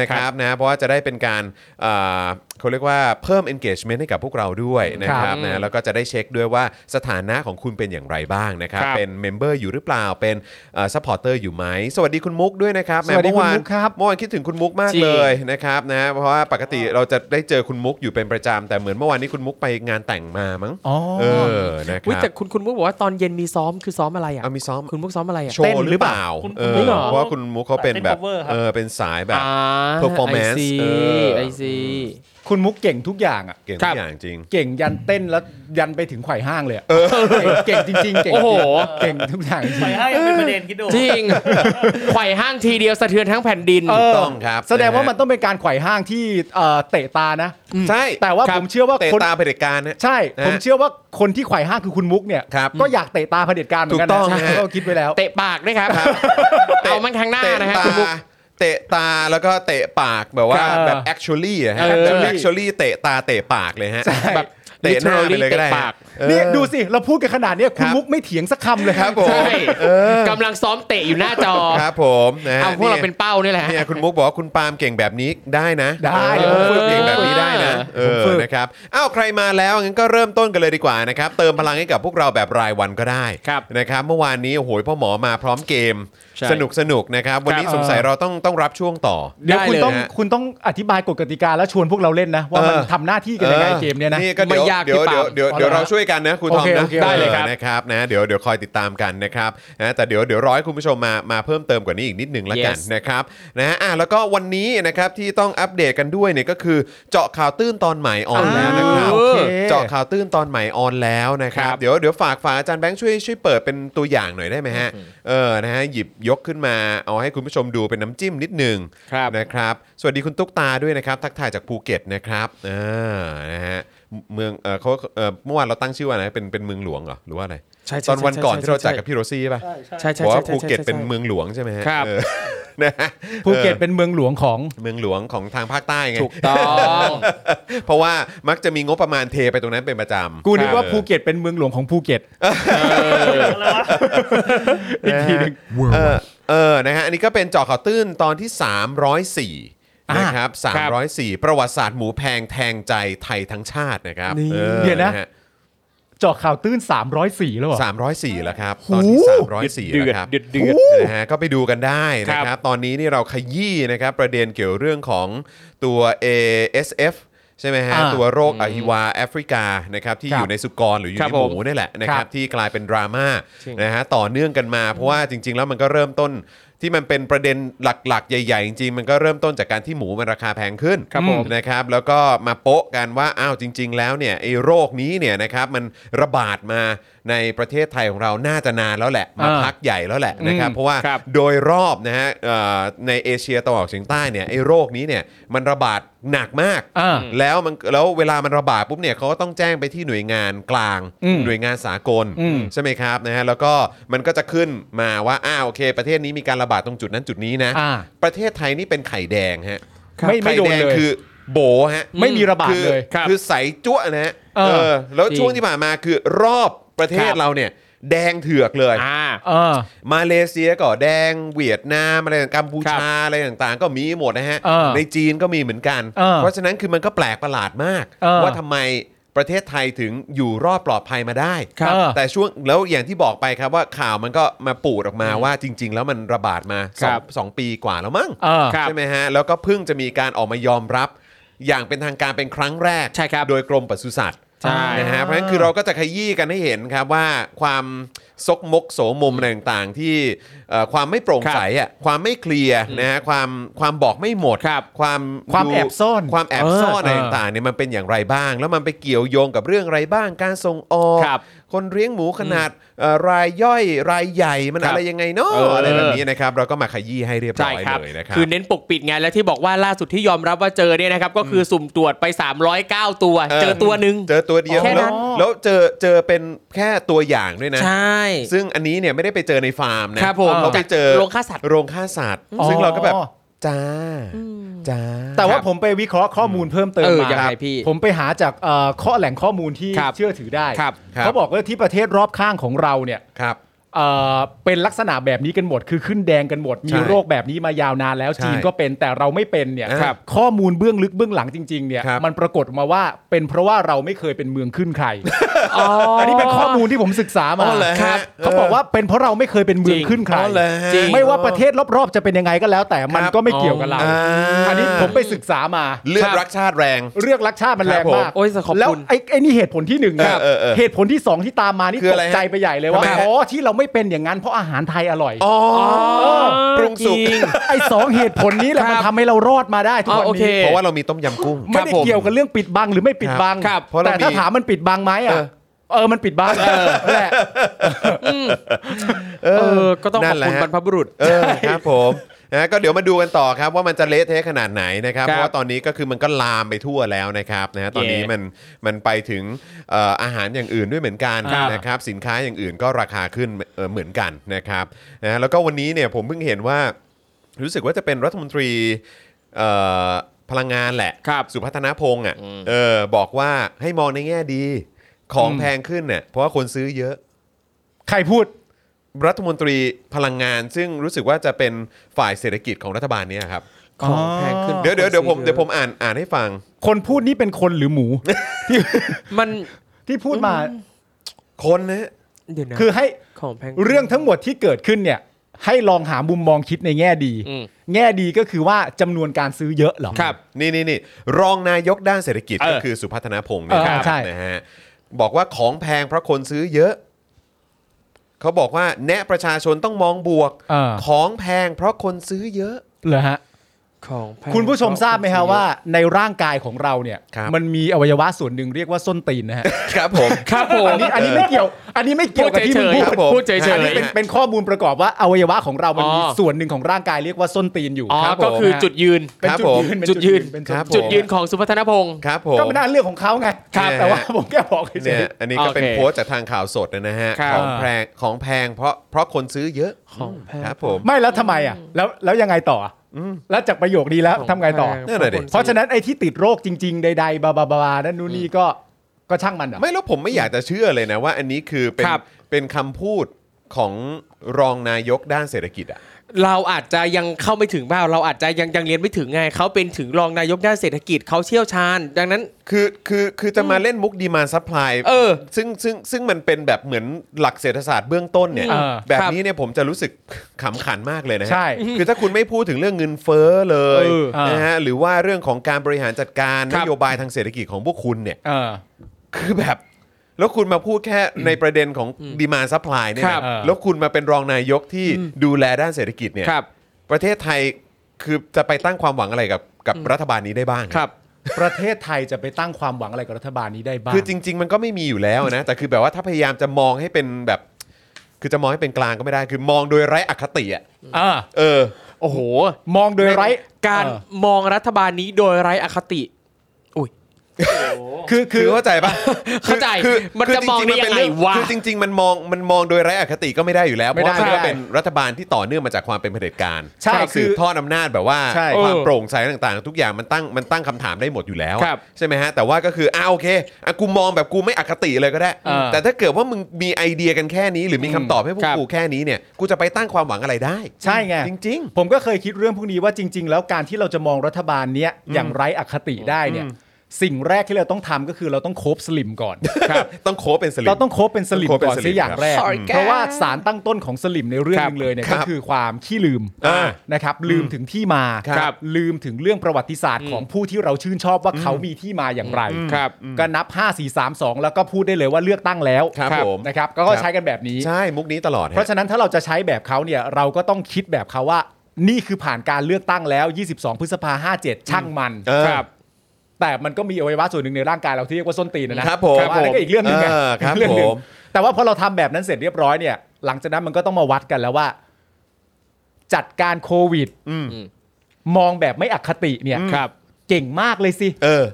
Speaker 1: นะครับนะเพราะว่าจะได้เป็นการเอ่อเขาเรียกว่าเพิ่ม engagement ให้กับพวกเราด้วยนะค
Speaker 3: ครั
Speaker 1: รับบ นะแล้วก็จะได้เช็คด้วยว่าสถานะของคุณเป็นอย่างไรบ้างนะครับ
Speaker 2: ครับ
Speaker 1: เป็นเมมเบอร์อยู่หรือเปล่าเป็นเอ่อ supporter อยู่ไหมสวัสดีคุณมุกด้วยนะครับแห
Speaker 3: สวัสดี
Speaker 1: เมื่อ
Speaker 3: คุณ
Speaker 1: วาน
Speaker 3: มุกครับ
Speaker 1: เมื่อวานคิดถึงคุณมุกมาก
Speaker 2: จริง
Speaker 1: เลยนะครับนะเพราะว่าปกติเราจะได้เจอคุณมุกอยู่เป็นประจำแต่เหมือนเมื่อวานนี้คุณมุกไปงานแต่งมามั้ง
Speaker 3: อ๋อ
Speaker 1: เออนะค
Speaker 5: อุ๊ย
Speaker 1: รับ
Speaker 5: แต่คุณคุณมุกบอกว่าตอนเย็นมีซ้อมคือซ้อมอะไรอ่ะ
Speaker 1: เอามีซ้อม
Speaker 5: คุณมุกซ้อมอะไรอ่ะ
Speaker 1: โชว์หรือเปล่า
Speaker 4: คุณ
Speaker 1: เออ
Speaker 4: คุณมุกเหรอ
Speaker 1: เพราะว่าคุณมุกเขาเป็นแบบ
Speaker 4: เต้น cover ครับ
Speaker 1: เออเป็นสายแบบ
Speaker 2: อ่า
Speaker 1: performance เออ
Speaker 2: ไอซี
Speaker 3: คุณมุกเก่งทุกอย่างอ่ะ
Speaker 1: เก่ง
Speaker 2: ครับ
Speaker 1: ทุกอย่างจริง
Speaker 3: เก่งยันเต้นแล้วยันไปถึงไขว่ห้างเลยอะเก่งเก่งจริง ๆ เก่งจ
Speaker 2: โอ้โห
Speaker 3: ริงๆเก่งทุกอย่างจริง
Speaker 4: ใส่ให้ยังเป็นประเด็นคิดดู
Speaker 2: จ ริง ไขว่ห้างทีเดียวสะเทือนทั้งแผ่นดิน
Speaker 3: เอ
Speaker 1: ถู
Speaker 3: อก
Speaker 1: ต้องครับ
Speaker 3: แสดงว่า
Speaker 1: นะฮะ
Speaker 3: มันต้องเป็นการไขว่ห้างที่เอ่อเตะตานะ
Speaker 1: ใช่
Speaker 3: แต่ว่าผมเชื่อว่า
Speaker 1: เตะ
Speaker 3: คน
Speaker 1: ตาเผด็จการนะ
Speaker 3: ใช่
Speaker 1: นะฮะ
Speaker 3: ผมเชื่อว่าคนที่ไขว่ห้างคือคุณมุกเนี่ย
Speaker 1: ครับ
Speaker 3: ก็อยากเตะตาเผด็จการเหมือนกั
Speaker 1: ถู
Speaker 3: น
Speaker 1: กต้อง
Speaker 3: นะใช่
Speaker 1: ฮะ
Speaker 3: ก็คิดไว้แล้ว
Speaker 2: เตะปากด้วยครับ เอามันทางหน้า
Speaker 1: เตะ
Speaker 2: นะฮะ
Speaker 1: ตา
Speaker 2: คุณบุ๊ค
Speaker 1: เตะตาแล้วก็เตะปากแบบว่า
Speaker 3: ครับ
Speaker 1: แบบ actually อะฮะ
Speaker 2: เออ
Speaker 1: แบบ actually เตะตาเตะปากเลยฮะ
Speaker 3: ใช่
Speaker 1: แบบเตะหน้าไปเลยก็ได้ฮะ
Speaker 2: ปาก
Speaker 1: ออ
Speaker 3: เนี่ยดูสิ เราพูดกันขนาดเนี้ย
Speaker 1: ค
Speaker 3: คุ
Speaker 1: รั
Speaker 3: ณ
Speaker 1: บ
Speaker 3: มุกไม่เถียงสักคำเลย
Speaker 1: ครับผม
Speaker 2: ใช่กำลังซ้อมเตะอยู่หน้าจอ
Speaker 1: ครับผมนะฮะ
Speaker 2: เอาพวกเราเป็นเป้านี่แหละ
Speaker 1: เนี่ยคุณมุกบอกว่าคุณปาล์มเก่งแบบนี้ได้นะ
Speaker 3: ได้
Speaker 1: เออ
Speaker 3: ผมฝึก
Speaker 1: เก่งแบบนี้ได้นะเอ
Speaker 3: ผม
Speaker 1: อ
Speaker 3: ฝึก
Speaker 1: นะครับอ้าวใครมาแล้วงั้นก็เริ่มต้นกันเลยดีกว่านะครับเติมพลังให้กับพวกเราแบบรายวันก็ได้
Speaker 2: ครับ
Speaker 1: นะครับเมื่อวานนี้โอ้โหพ่อหมอมาพร้อมเกม
Speaker 2: ใช่
Speaker 1: สนุกสนุกนะครับ วันนี้
Speaker 2: ครับ
Speaker 1: สงสัยเราต้องต้องรับช่วงต่อ
Speaker 3: เดี๋ยวคุณ
Speaker 2: ได้เลย
Speaker 3: ต้อง
Speaker 1: ฮะ
Speaker 3: คุณต้องอธิบายกฎกติกาแล้วชวนพวกเราเล่นนะ ว่ามัน
Speaker 1: ออ
Speaker 3: ทำหน้าที่กันยังไง
Speaker 1: ออ
Speaker 3: เกมเนี้ยนะ
Speaker 1: นี่ก็เดี๋ยว
Speaker 2: ไม่ยาก
Speaker 1: เดี๋ยว
Speaker 2: พี่ปา
Speaker 1: เดี๋ย
Speaker 2: ล์
Speaker 1: ว
Speaker 2: ม
Speaker 1: เดี๋ยวเดี๋ยว
Speaker 3: อ๋อ
Speaker 1: เรา
Speaker 3: เหรอ
Speaker 1: ช่วยกันนะครูทอม
Speaker 3: โอเค
Speaker 1: นะ
Speaker 3: โอเคโอเค
Speaker 2: ได้เลยครับ
Speaker 1: นะครับนะเดี๋ยวเดี๋ยวคอยติดตามกันนะครับนะแต่เดี๋ยวเดี๋ยวรอให้คุณผู้ชมมามาเพิ่มเติมกว่านี้อีกนิดหนึ่งละกัน
Speaker 2: Yes
Speaker 1: นะครับนะอ่ะแล้วก็วันนี้นะครับที่ต้องอัปเดตกันด้วยเนี่ยก็คือเจาะข่าวตื้นตอนใหม่ออนแล้วนะครับ
Speaker 3: โอเค
Speaker 1: เจาะข่าวตื้นตอนใหม่ออนแล้วนะครับ
Speaker 2: ครับ
Speaker 1: เดี๋ยวเดี๋ยวฝากฝากอาจารย์แบงค์ช่วยช่วยเปิดเป็นตัวอย่างหน่อยได้ไหมฮะเออนะฮะหยิบยกขึ้นมาเอาให้คุณผู้ชมดูเป็นน้ำจิ้มนิดหนึง
Speaker 2: ครับ
Speaker 1: นะครับสวัสดีคุณตุ๊กตาด้วยนะครับ ทักทายจากภูเก็ตนะครับเออนะฮะเมืองเออเขาเออเมื่อวานเราตั้งชื่อว่าอะไรเป็นเป็นเมืองหลวงเหรอหรือว่าอะไร
Speaker 5: ใช่ใช่
Speaker 1: ตอนวันก่อน
Speaker 5: ใช่
Speaker 1: ที่
Speaker 5: ใช่
Speaker 1: เราจัด
Speaker 5: ใช่
Speaker 1: กับพี่โรซี่ป่ะ
Speaker 4: ใช่ใช่
Speaker 5: ใช่ใช่
Speaker 1: บอก
Speaker 5: ใช่
Speaker 1: ว่า
Speaker 5: ใช่
Speaker 1: ภูเก็ต
Speaker 5: ใช่ใช่
Speaker 1: เป็นเมืองหลวงใช่ไหมฮะ
Speaker 2: ครับ
Speaker 1: เออนะฮะ
Speaker 3: ภูเก็ต
Speaker 1: ออ
Speaker 3: เป็นเมืองหลวงของ
Speaker 1: เมืองหลวงของทางภาคใต้ไง
Speaker 2: ถูกต้อง
Speaker 1: เพราะว่ามักจะมีงบประมาณเทไปตรงนั้นเป็นประจำ
Speaker 3: กูนึกว่า
Speaker 1: เออ
Speaker 3: ภูเก็ตเป็นเมืองหลวงของภูเก็ต
Speaker 4: แล้ววะ
Speaker 3: อีกทีหนึ่ง
Speaker 1: เออเออ นะฮะ อันนี้ก็เป็นเจาะข่าวตื้นตอนที่ 304
Speaker 3: อ่ะ
Speaker 1: นะครับ
Speaker 2: ครับ
Speaker 1: 304 ประวัติศาสตร์หมูแพงแทงใจไทยทั้งชาตินะครับ
Speaker 5: นี่
Speaker 1: ออ
Speaker 3: เดี๋ยวนะ
Speaker 1: ฮ
Speaker 3: เจาะข่าวตื้น 304 แล้วเหรอ
Speaker 1: 304 แล้วครับ ตอนที่ 304แล้วครับ
Speaker 2: เดือดเดือด
Speaker 1: นะฮะ ก็ไปดูกันได้นะค
Speaker 2: ครั
Speaker 1: รับ
Speaker 2: บ
Speaker 1: ตอนนี้นี่เราขยี้นะครับ ประเด็นเกี่ยวเรื่องของตัว ASF ใช่ไหมฮะ
Speaker 3: อ่า
Speaker 1: ตัวโรคอหิวาแอฟริกานะครับที่
Speaker 3: ครั
Speaker 1: อบ ยู่ในสุกรหรืออยู่
Speaker 2: ครับ
Speaker 1: ในห
Speaker 2: ผ
Speaker 1: มู
Speaker 2: ม
Speaker 1: นี่แหละนะค
Speaker 3: ครั
Speaker 1: รับบ ที่กลายเป็นดราม่า
Speaker 5: จริง
Speaker 1: นะฮะต่อเนื่องกันมา เพราะว่าจริง ๆ แล้วมันก็เริ่มต้นที่มันเป็นประเด็นหลักๆ ใหญ่ ๆ จริงๆ มันก็เริ่มต้นจากการที่หมูมันราคาแพงขึ้น
Speaker 2: ครับผม
Speaker 1: นะครับแล้วก็มาโปะกันว่าอ้าวจริง ๆ แล้วเนี่ยไอ้โรคนี้เนี่ยนะครับมันระบาดมาในประเทศไทยของเราน่าจะนานแล้วแหละ มา
Speaker 3: อ่า
Speaker 1: พักใหญ่แล้วแหละนะครับ
Speaker 2: อืม
Speaker 1: เพราะว่า
Speaker 2: ครับ
Speaker 1: โดยรอบนะฮะเอ่อในเอเชียตะวันออกเฉียงใต้เนี่ยไอ้โรคนี้เนี่ยมันระบาดหนักมาก
Speaker 3: อ่า
Speaker 1: แล้วมันแล้วเวลามันระบาดปุ๊บเนี่ยเขาก็ต้องแจ้งไปที่หน่วยงานกลาง
Speaker 3: อืม
Speaker 1: หน่วยงานสากล
Speaker 3: อืม
Speaker 1: ใช่ไหมครับนะฮะแล้วก็มันก็จะขึ้นมาว่าอ้าวโอเค ประเทศนี้มีการระบาดตรงจุดนั้นจุดนี้นะ
Speaker 3: อ่า
Speaker 1: ประเทศไทยนี่เป็นไข่แดงฮะ
Speaker 3: ไม่ไม่โดน
Speaker 1: ข่แง
Speaker 3: เลย
Speaker 1: คือโบฮะ
Speaker 3: ไม่มีระบาดเลย
Speaker 1: คือคือใสจั่วนะฮะ
Speaker 3: เออ
Speaker 1: เออ แล้ว
Speaker 5: จริง
Speaker 1: ช่วงที่ผ่านมาคือรอบประเทศ
Speaker 2: ครับ
Speaker 1: เราเนี่ย แดงเถือกเลย
Speaker 2: อ่า
Speaker 3: เออ
Speaker 1: มาเลเซียก็แดงเวียดนามอะไรต่างกัมพู
Speaker 2: ครั
Speaker 1: ชาอะไรต่างๆ ก็มีหมดนะฮะ
Speaker 3: เออ
Speaker 1: ในจีนก็มีเหมือนกัน
Speaker 3: เออ
Speaker 1: เพราะฉะนั้นคือมันก็แปลกประหลาดมาก
Speaker 3: เออ
Speaker 1: ว่าทำไมประเทศไทยถึงอยู่รอดปลอดภัยมาได้
Speaker 3: ครับเออ
Speaker 1: แต่ช่วงแล้วอย่างที่บอกไปครับว่าข่าวมันก็มาปูดออกมาว่าจริง ๆ แล้วมันระบาดมาสอ
Speaker 2: ครั
Speaker 1: ง
Speaker 2: บ
Speaker 1: สองปีกว่าแล้วมั้ง
Speaker 3: เออ
Speaker 2: ครับ
Speaker 1: ใช่ไหมฮะ แล้วก็เพิ่งจะมีการออกมายอมรับ อย่างเป็นทางการเป็นครั้งแรก
Speaker 2: ใช่ครับ
Speaker 1: โดยกรมปศุสัตว์
Speaker 2: ใช่
Speaker 1: นะฮะเพราะฉะนั้นคือเราก็จะขยี้กันให้เห็นครับว่าความซกมกโสมมอะไรต่างๆที่เอ่อความไม่โปร่งใสอ่ะความไม่เคลียร์นะฮะความความบอกไม่หมด
Speaker 2: ครับ
Speaker 1: ความ
Speaker 3: ความ
Speaker 1: ดู
Speaker 3: แอบซ่อน
Speaker 1: ความแอบซ่อน
Speaker 3: เอออ
Speaker 1: อะไรต่างๆเนี่ยมันเป็นอย่างไรบ้าง แล้วมันไปเกี่ยวโยงกับเรื่องอะไรบ้างการส่งออก
Speaker 2: ครับ
Speaker 1: คนเลี้ยงหมูขนาดเอ่อรายย่อยรายใหญ่มัน
Speaker 2: ครับ
Speaker 1: อะไรยังไงเนาะ
Speaker 2: เอออ
Speaker 1: อะไรแบบนี้นะครับเราก็มาขยี้ให้เรียบร้
Speaker 2: ใช่
Speaker 1: อย
Speaker 2: ครับ
Speaker 1: เลยนะครับ
Speaker 5: คือเน้นปกปิดไงและที่บอกว่าล่าสุดที่ยอมรับว่าเจอเนี่ยนะครับ ก็คือสุ่มตรวจไป 309 ตัว
Speaker 1: เออ
Speaker 5: เจอตัวหนึ่ง
Speaker 1: เจอตัวเดียว
Speaker 5: แค่
Speaker 1: แล้
Speaker 5: นั้
Speaker 1: ว
Speaker 5: น
Speaker 1: แล้วเจอเจอเป็นแค่ตัวอย่างด้วยนะ
Speaker 5: ใช่
Speaker 1: ซึ่งอันนี้เนี่ยไม่ได้ไปเจอในฟาร์มนะครับ
Speaker 5: ผม
Speaker 1: เราไปเจอ
Speaker 5: จากโรงฆ่าสัตว์
Speaker 1: โรงฆ่าสัตว์
Speaker 3: อ๋อ
Speaker 1: ซึ่งเราก็แบบจ้าจ้า
Speaker 3: แต่ว่าผมไปวิเคราะห์ข้อมูลเพิ่มเติม
Speaker 5: เออ
Speaker 3: มา
Speaker 5: ยังไงพี่
Speaker 3: ผมไปหาจากเอ่อข้อแหล่งข้อมูลที่
Speaker 5: ครับ
Speaker 3: เชื่อถือได้
Speaker 5: ครับ
Speaker 1: ครับ
Speaker 3: เขาบอกว่าที่ประเทศรอบข้างของเราเนี่ย
Speaker 1: ครับ
Speaker 3: เอ่อเป็นลักษณะแบบนี้กันหมด คือขึ้นแดงกันหมด
Speaker 1: ใช่
Speaker 3: มีโรคแบบนี้มายาวนานแล้ว
Speaker 1: ใช่
Speaker 3: จีนก็เป็นแต่เราไม่เป็นเนี่ย
Speaker 1: ครับ
Speaker 3: ข้อมูลเบื้องลึกเบื้องหลังจริงๆเนี่ย
Speaker 1: ครับ
Speaker 3: มันปรากฏมาว่าเป็นเพราะว่าเราไม่เคยเป็นเมืองขึ้นใคร
Speaker 5: อ๋ออั
Speaker 3: อันนี้เป็นข้อมูลที่ผมศึกษามา
Speaker 1: อ๋อเหรอฮะ
Speaker 3: ครับ
Speaker 1: เออ
Speaker 3: เขาบอกว่าเป็นเพราะเราไม่เคยเป็นเมืองขึ้นใคร
Speaker 1: อ๋อเหรอฮะ
Speaker 3: จริงไม่ว่าประเทศรอบๆจะเป็นยังไงก็แล้ว แต่มัน
Speaker 1: ครับ
Speaker 3: ก็ไม่เกี่ยวกับเรา
Speaker 1: อ๋ออั
Speaker 3: นนี้ผมไปศึกษามา
Speaker 1: เลือด
Speaker 3: ครับ
Speaker 1: รักชาติแรง
Speaker 3: เรื่องรักชาติมันแรง
Speaker 1: ครับผม
Speaker 3: มาก
Speaker 5: โอ้ยขอบคุณ
Speaker 3: แล้วไอ้ไอ้นี่เหตุผลที่หนึ่ง
Speaker 1: ครับเออเออ
Speaker 3: เหตุผลที่สองที่ตามมานี่
Speaker 1: คือ
Speaker 3: ต
Speaker 1: อะไร
Speaker 3: ก
Speaker 1: ฮะ
Speaker 3: ใจไปใหญ่เลยว่า
Speaker 1: ทำไมฮะ
Speaker 3: อ๋อที่เราไม่เป็นอย่างนั้นเพราะอาหารไทยอร่อย
Speaker 1: อ๋อ
Speaker 5: เออ
Speaker 1: ปรุงสุก
Speaker 5: จริง
Speaker 3: ไอ้สองเหตุผลนี้แหละ
Speaker 5: ครับ
Speaker 3: มันทำให้เรารอดมาได้ทุกวัน
Speaker 5: อ๋อโอเค
Speaker 3: นี้
Speaker 1: เพราะว่าเรามีต้มยำกุ้ง
Speaker 3: ไม่ได้เกี่ยวกับเรื่องปิดบังหรือไม่ปิดบัง
Speaker 1: ครับเพราะเรา
Speaker 3: แต่ถ้า
Speaker 1: มี
Speaker 3: ถามมันปิดบังไหมอ่ะ
Speaker 1: เออ
Speaker 3: เออมันปิดบังแหละ
Speaker 5: เออ ก็ต้องขอบ
Speaker 1: นั่นแหละ
Speaker 5: คุณ
Speaker 1: ฮะ
Speaker 5: บรรพบุรุษ
Speaker 1: เออครับผมนะก็เดี๋ยวมาดูกันต่อครับว่ามันจะเละเทะขนาดไหนนะครับ
Speaker 2: ครับ
Speaker 1: เพราะว่าตอนนี้ก็คือมันก็ลามไปทั่วแล้วนะครับนะฮะตอนนี้
Speaker 2: เย่
Speaker 1: มันมันไปถึงเอ่ออาหารอย่างอื่นด้วยเหมือนกัน
Speaker 2: ครับ
Speaker 1: นะครับสินค้าอย่างอื่นก็ราคาขึ้นเอ่อเหมือนกันนะครับนะแล้วก็วันนี้เนี่ยผมเพิ่งเห็นว่า รู้สึกว่าจะเป็นรัฐมนตรีเอ่อพลังงานแหละ
Speaker 2: ครับ
Speaker 1: สุพัฒนพงษ์อ่ะเออบอกว่าให้มองในแง่ดีของแพงขึ้นเนี่ยเพราะว่าคนซื้อเยอะ
Speaker 3: ใครพูด
Speaker 1: รัฐมนตรีพลังงานซึ่งรู้สึกว่าจะเป็นฝ่ายเศรษฐกิจของรัฐบาลเนี้ครับ
Speaker 5: ของแพงขึ้น
Speaker 1: เดี๋ยวเดี๋ยวเดี๋ยวผมเดี๋ยวผมอ่านอ่านให้ฟัง
Speaker 3: คนพูดนี่เป็นคนหรือหมู ที่
Speaker 5: มัน
Speaker 3: ที่พูดมา
Speaker 1: คนนะ
Speaker 5: เดี๋ยวนะ
Speaker 3: คือให้
Speaker 5: ของแพง
Speaker 3: เรื่องทั้งหมดที่เกิดขึ้นเนี่ย ให้ลองหามุมมองคิดในแง่ดี
Speaker 2: อืม
Speaker 3: แง่ดีก็คือว่าจำนวนการซื้อเยอะเหรอ
Speaker 2: ครับ
Speaker 1: นี่นี่นี่รองนายกด้านเศรษฐกิจ
Speaker 2: เออ
Speaker 1: ก็คือสุพัฒนพงศ์นะครับ
Speaker 3: เออใช่
Speaker 1: นะฮะบอกว่าของแพงเพราะคนซื้อเยอะ เขาบอกว่าแนะประชาชนต้องมองบวก
Speaker 3: เออ
Speaker 1: ของแพงเพราะคนซื้อเยอะ
Speaker 3: เหรอฮะ
Speaker 5: ของแพง
Speaker 3: คุณผู้ชมทราบไหมฮะว่าในร่างกายของเราเนี่ย
Speaker 1: ครับ
Speaker 3: มันมีอวัยวะส่วนหนึ่งเรียกว่าส้นตีนนะฮะ
Speaker 1: ครับผม
Speaker 2: ครับผม
Speaker 3: อันนี้อันนี้ไม่เกี่ยว อันนี้ไม่เกี่ยวกับที่มึง
Speaker 2: พู
Speaker 3: พู
Speaker 2: ด
Speaker 1: ค
Speaker 3: ด
Speaker 1: รับ
Speaker 2: เฉยๆพูด
Speaker 1: ผม
Speaker 2: เฉ
Speaker 3: อัน
Speaker 2: ย
Speaker 3: นี้
Speaker 2: ๆ
Speaker 3: เป็นเป็นข้อมูลประกอบว่าอวัยวะของเรามันมี
Speaker 2: อ๋อ
Speaker 3: ส่วนหนึ่งของร่างกายเรียกว่าส้นตีนอยู่
Speaker 2: อ๋อ
Speaker 3: ครับ
Speaker 2: ก็คือ
Speaker 3: ผม
Speaker 2: จุดยืน
Speaker 3: เป็น
Speaker 1: ครับ
Speaker 3: จุด
Speaker 1: ผม
Speaker 3: ยืนเป็น
Speaker 2: จุดยืน
Speaker 3: เป็น
Speaker 1: ครับผม
Speaker 2: จุดยืนของสุพัฒนพงศ์
Speaker 1: ครับผม
Speaker 3: ก็ไม่น่าเรื่องของเขาไง
Speaker 1: ครับ
Speaker 3: แต่ว่าผมแค่บอกเฉ
Speaker 1: เนี่ย
Speaker 3: ย
Speaker 1: อันนี้ก็เป็น
Speaker 2: โอเค
Speaker 1: โพสต์จากทางข่าวสดนะฮะ
Speaker 2: ครับ
Speaker 1: ของแพงของแพงเพราะเพราะคนซื้อเยอะ
Speaker 5: ของแพง
Speaker 1: ครับผม
Speaker 3: ไม่แล้วทำไมอ่ะแล้วแล้วยังไงต่ออ่ะแล้วจากประโยคนี้แล้วทำไงต่อ
Speaker 1: นั่นน่ะดิ
Speaker 3: เพราะฉะนั้นไอ้ที่ติดโรคจริง ๆ ใดๆบาบาบาบานั่นนู่นนี่ก็ก็ช่างมันเหรอ
Speaker 1: ไม่แล้วผมไม่อยากจะเชื่อเลยนะว่าอันนี้คือเป็น
Speaker 2: ครับ
Speaker 1: เป็นคำพูดของรองนายกด้านเศรษฐกิจอะ
Speaker 5: เราอาจจะยังเข้าไม่ถึงบ้างเราอาจจะยังยังเรียนไม่ถึงไงเขาเป็นถึงรองนายกด้านเศรษฐกิจเขาเชี่ยวชาญ ดังนั้น
Speaker 1: คือคือคือจะมาเล่นมุกดีมาซัพพลาย
Speaker 5: เออ
Speaker 1: ซึ่งซึ่งซึ่งมันเป็นแบบเหมือนหลักเศรษฐศาสตร์เบื้องต้นเนี่ย
Speaker 3: เออ
Speaker 1: แบบ
Speaker 5: ครับ
Speaker 1: นี้เนี่ยผมจะรู้สึก ขำขันมากเลยนะฮะ
Speaker 3: ใช่
Speaker 1: คือถ้าคุณไม่พูดถึงเรื่องเงินเฟ้อเลย
Speaker 3: เออเออ
Speaker 1: นะฮะหรือว่าเรื่องของการบริหารจัดการ
Speaker 5: คน รับ
Speaker 1: โยบายทางเศรษฐกิจของพวกคุณเนี่ย
Speaker 3: เออ
Speaker 1: คือแบบ แล้วคุณมาพูดแค่ในประเด็นของดีมาซัพพลายเนี่ย
Speaker 5: ครับ
Speaker 1: นะแล้วคุณมาเป็นรองนายกที่ดูแลด้านเศรษฐกิจเนี่ย
Speaker 5: ครับ
Speaker 1: ประเทศไทยคือจะไปตั้งความหวังอะไรกับกับรัฐบาลนี้ได้บ้าง
Speaker 5: ครับ
Speaker 3: ประเทศไทยจะไปตั้งความหวังอะไรกับรัฐบาลนี้ได้บ้าง
Speaker 1: คือจริง ๆ มันก็ไม่มีอยู่แล้วนะ แต่คือแบบว่าถ้าพยายามจะมองให้เป็นแบบ คือจะมองให้เป็นกลางก็ไม่ได้ คือมองโดยไร้อคติอ่ะ
Speaker 3: เออ
Speaker 1: เออ
Speaker 3: โอ้โห มองโดยไร้
Speaker 5: การ
Speaker 3: เออ
Speaker 5: มองรัฐบาลนี้โดยไร้อคติ
Speaker 1: คือคือเข้าใจปะ
Speaker 5: เข้าใจมันจะมองได้
Speaker 1: คืจริๆนเป็น
Speaker 5: ยังไง
Speaker 1: เรื่
Speaker 5: วะ
Speaker 1: คือจริง ๆ มันมองมันมองโดยไร้อคติก็ไม่ได้อยู่แล้วเพ
Speaker 3: ไม่
Speaker 1: ราะว่ามัน
Speaker 3: ได้
Speaker 1: ก็
Speaker 3: ใช่
Speaker 1: เป็นรัฐบาลที่ต่อเนื่องมาจากความเป็นเผด็จการ
Speaker 3: ใช่คือ
Speaker 1: สืบทอดอำนาจแบบว่า
Speaker 3: ใช่
Speaker 1: ความ
Speaker 5: เออ
Speaker 1: โปร่งใสต่างๆ ทุกอย่างมันตั้งมันตั้งคำถามได้หมดอยู่แล้ว
Speaker 5: ครับ
Speaker 1: ใช่ไหมฮะแต่ว่าก็คืออ่าโอเคอ่ะกูมองแบบกูไม่อคติเลยก็ได้
Speaker 5: เออ
Speaker 1: แต่ถ้าเกิดว่ามึงมีไอเดียกันแค่นี้ หรือมีคำตอบให้พวก
Speaker 5: ครับ
Speaker 1: กูแค่นี้เนี่ยกูจะไปตั้งความหวังอะไรได้
Speaker 3: ใช่ไง
Speaker 1: จริง ๆ
Speaker 3: ผมก็เคยคิดเรื่องพวกนี้ว่าจริง ๆ แล้วการที่เราจะมองรัฐบาลเนี้ยอย่างไร้อคติได้เนี่ย สิ่งแรกที่เราต้องทำก็คือเราต้องโคบสลิมก่อน
Speaker 1: ต้องโคเป็นสลิม
Speaker 3: เราต้องโคบเป็นสลิม
Speaker 1: ต้องโคฟเป็น
Speaker 3: ก่อน
Speaker 1: สลิม
Speaker 3: เสียอย่างแรก
Speaker 5: Sorry
Speaker 3: เพราะว่าสารตั้งต้นของสลิมในเรื่องหนึงเลยเนี่ย
Speaker 1: ครั
Speaker 3: ก็
Speaker 1: บ
Speaker 3: คือความขี้ลืม
Speaker 1: อ่า
Speaker 3: นะครับลืมถึงที่มา
Speaker 1: ครับ
Speaker 3: ครับลืมถึงเรื่องประวัติศาสตร์ของผู้ที่เราชื่นชอบว่าเขามีที่มาอย่างไร
Speaker 5: ครับ
Speaker 3: ก็นับ 5 4 3 2 แล้วก็พูดได้เลยว่าเลือกตั้งแล้ว
Speaker 1: ครับผม
Speaker 3: นะครับก็
Speaker 1: ครับ
Speaker 3: ใช้กันแบบนี้
Speaker 1: ใช่มุกนี้ตลอด
Speaker 3: เพราะฉะนั้นถ้าเราจะใช้แบบเขาเนี่ยเราก็ต้องคิดแบบเขาว่า นี่คือผ่านการเลือกตั้งแล้ว 22 พฤษภา57 ช่างมัน
Speaker 1: เออ
Speaker 5: ครับ
Speaker 3: แต่มันก็มีอวัยวะส่วนหนึ่งในร่างกายเราที่เรียกว่าส้นตีนนะนะครับ
Speaker 1: ผม
Speaker 3: แต่ว่าอันนั่นก็อีกเรื่องหนึงไง
Speaker 1: เออครับ
Speaker 3: เรื่องหนึ่ง
Speaker 1: ผม
Speaker 3: แต่ว่าพอเราทำแบบนั้นเสร็จเรียบร้อยเนี่ย หลังจากนั้นมันก็ต้องมาวัดกันแล้วว่า จัดการโควิดมองแบบไม่อคติเนี่ย
Speaker 5: ครับ
Speaker 3: เก่งมากเลยสิ
Speaker 1: เออ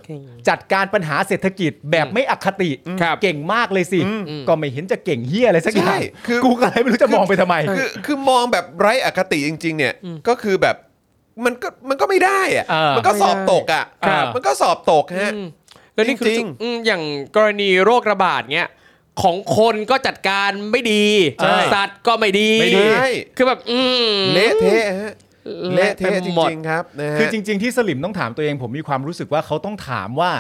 Speaker 3: จัดการปัญหาเศรษฐกิจแบบไม่อคติ
Speaker 5: ครับ
Speaker 3: เก่งมากเลยสิ ก็ไม่เห็นจะเก่งเฮียอะไรสักอย่า
Speaker 1: ใช่
Speaker 3: ง
Speaker 1: คือ
Speaker 3: กูก็เลยไม่รู้จะมองไปทำไม
Speaker 1: คือคือมองแบบไร้อคติจริง ๆ เนี่ยก็คือแบบมันก็มันก็ไม่ได้อะ
Speaker 3: เออ
Speaker 1: มันก็สอบตกอ่ะ
Speaker 3: ครับ
Speaker 1: มันก็สอบตกฮะ
Speaker 5: อืม แล้วนี่คือ
Speaker 1: จริง
Speaker 5: อืมอย่างกรณีโรคระบาดเนี้ยของคนก็จัดการไม่ดี
Speaker 3: ใช่
Speaker 5: สัตว์ก็ไม่ดี
Speaker 3: ไม่ดี
Speaker 1: ใช่
Speaker 5: คือแบบ อืม
Speaker 1: เละเทะฮะเละเทะจ
Speaker 5: เละไปหมด
Speaker 1: ริงๆครับนะฮะ
Speaker 3: คือจริง ๆ ที่สลิมต้องถามตัวเองผมมีความรู้สึกว่าเขาต้องถามว่า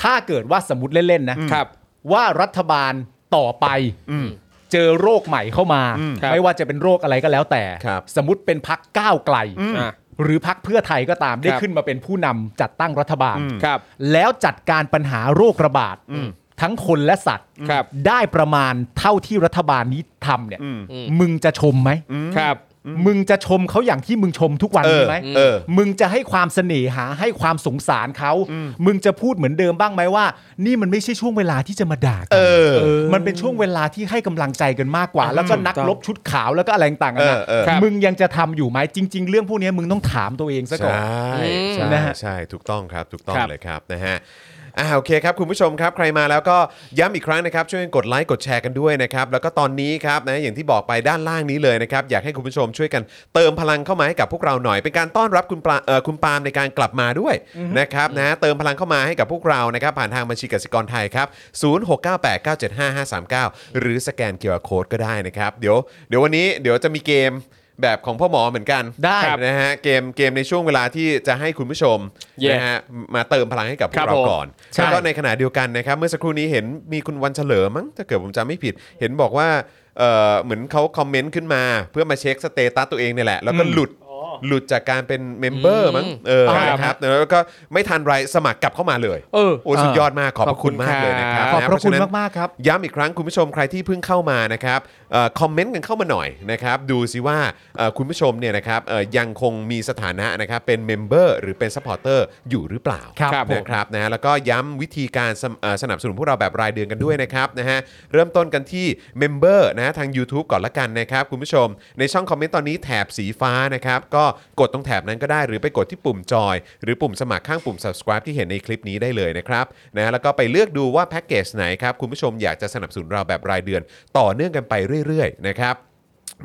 Speaker 3: ถ้าเกิดว่าสมมติเล่น ๆ นะ
Speaker 5: รับ
Speaker 3: ว่ารัฐบาลต่อไปเจอโรคใหม่เข้ามา
Speaker 5: ครับ
Speaker 3: ไม่ว่าจะเป็นโรคอะไรก็แล้วแต่
Speaker 1: ครับ
Speaker 3: สมมติเป็นพักก้าวไกล
Speaker 5: อ่ะ
Speaker 3: หรือพักเพื่อไทยก็ตามได้
Speaker 5: ครับ
Speaker 3: ขึ้นมาเป็นผู้นำจัดตั้งรัฐบาล
Speaker 5: ครับ
Speaker 3: แล้วจัดการปัญหาโรคระบาดทั้งคนและสัตว์
Speaker 5: ครับ
Speaker 3: ได้ประมาณเท่าที่รัฐบาลนี้ทำเนี่ยมึงจะชมไหม
Speaker 5: ครับ
Speaker 3: มึงจะชมเขาอย่างที่มึงชมทุกวัน
Speaker 1: เออ
Speaker 3: นี้ไหม
Speaker 1: เออ
Speaker 3: มึงจะให้ความเสน่หาให้ความสงสารเขา มึงจะพูดเหมือนเดิมบ้างไหมว่า นี่มันไม่ใช่ช่วงเวลาที่จะมาด่ากั
Speaker 1: เออ
Speaker 3: เออมันเป็นช่วงเวลาที่ให้กำลังใจกันมากกว่า แล้วก็นักรบชุดขาวแล้วก็อะไรต่างกั
Speaker 1: เอน อเออ
Speaker 5: ครับ
Speaker 3: มึงยังจะทำอยู่ไหมจริง ๆ เรื่องพวกนี้มึงต้องถามตัวเองซะก่อน
Speaker 1: ใช่ใช่
Speaker 3: นะฮะ
Speaker 1: ใช่ถูกต้องครับถูกต้อง
Speaker 3: ครับ
Speaker 1: เลยครับนะฮะอ่าโอเคครับคุณผู้ชมครับ ใครมาแล้วก็ย้ำอีกครั้งนะครับ ช่วยกดไลค์กดแชร์กันด้วยนะครับ แล้วก็ตอนนี้ครับนะอย่างที่บอกไปด้านล่างนี้เลยนะครับ อยากให้คุณผู้ชมช่วยกันเติมพลังเข้ามาให้กับพวกเราหน่อยเป็นการต้อนรับคุณปลาเอ่อคุณปาล์มในการกลับมาด้วยนะครับนะเติมพลังเข้ามาให้กับพวกเรานะครับ ผ่านทางบัญชีกสิกรไทยครับ 0698975539 หรือสแกนเคอร์โคดก็ได้นะครับเดี๋ยวเดี๋ยววันนี้เดี๋ยวจะมีเกมแบบของพ่อหมอเหมือนกัน
Speaker 3: ได้
Speaker 1: ครับ นะฮะเกมเกมในช่วงเวลาที่จะให้คุณผู้ชม
Speaker 5: Yeah
Speaker 1: นะฮะมาเติมพลังให้กับพว
Speaker 5: ครั
Speaker 1: ก
Speaker 5: บ
Speaker 1: เรา
Speaker 5: ผม
Speaker 1: ก่อน
Speaker 3: ใช่
Speaker 1: แล้วก็ในขณะเดียวกันนะครับ เมื่อสักครู่นี้เห็นมีคุณวันเฉลิมมั้งถ้าเกิดผมจำไม่ผิด เห็นบอกว่าเอ่อเหมือนเขาคอมเมนต์ขึ้นมา เพื่อมาเช็คสเตตัสตัวเองเนี่ยแหละ แล้วก็หลุด
Speaker 4: อ๋อ
Speaker 1: หลุดจากการเป็นเมมเบอร์มั้งเออ
Speaker 5: ครับ
Speaker 1: นะครับแล้วก็ไม่ทันไรสมัครกลับเข้ามาเลย
Speaker 5: เออ
Speaker 1: โอ้สุดยอดมากขอบพระคุณ
Speaker 5: ขอบคุณ
Speaker 1: มากเลยนะครับ
Speaker 5: ครับ
Speaker 3: ขอบพ
Speaker 1: น
Speaker 3: ระคุณ
Speaker 1: เฉนั้น
Speaker 3: มากๆครับ
Speaker 1: ย้ำอีกครั้งคุณผู้ชมใครที่เพิ่งเข้ามานะครับเออคอมเมนต์กันเข้ามาหน่อยนะครับดูสิว่าเอ่อคุณผู้ชมเนี่ยนะครับเอ่อยังคงมีสถานะนะครับเป็นเมมเบอร์หรือเป็นซัพพอร์เตอร์อยู่หรือเปล่า
Speaker 3: ครับผม
Speaker 1: นะครับนะฮะแล้วก็ย้ำวิธีการสนเอ่อสนับสนุนพวกเราแบบรายเดือนกันด้วยนะครับนะฮะเริ่มต้นกันที่เมมเบอร์นะฮะทาง YouTube ก่อนละกันนะครับคุณผู้ชม ในช่องคอมเมนต์ตอนนี้แถบสีฟ้านะครับก็กดตรงแถบนั้นก็ได้หรือไปกดที่ปุ่มจอย หรือปุ่มสมัครข้างปุ่ม subscribe ที่เห็นในคลิปนี้ได้เลยนะครับนะแล้วก็ไปเลือกดูว่าแพ็กเกจไหนครับ คุณผู้ชมอยากจะสนับสนุนเราแบบรายเดือน ต่อเนื่องกันไปเรื่อยๆนะครับ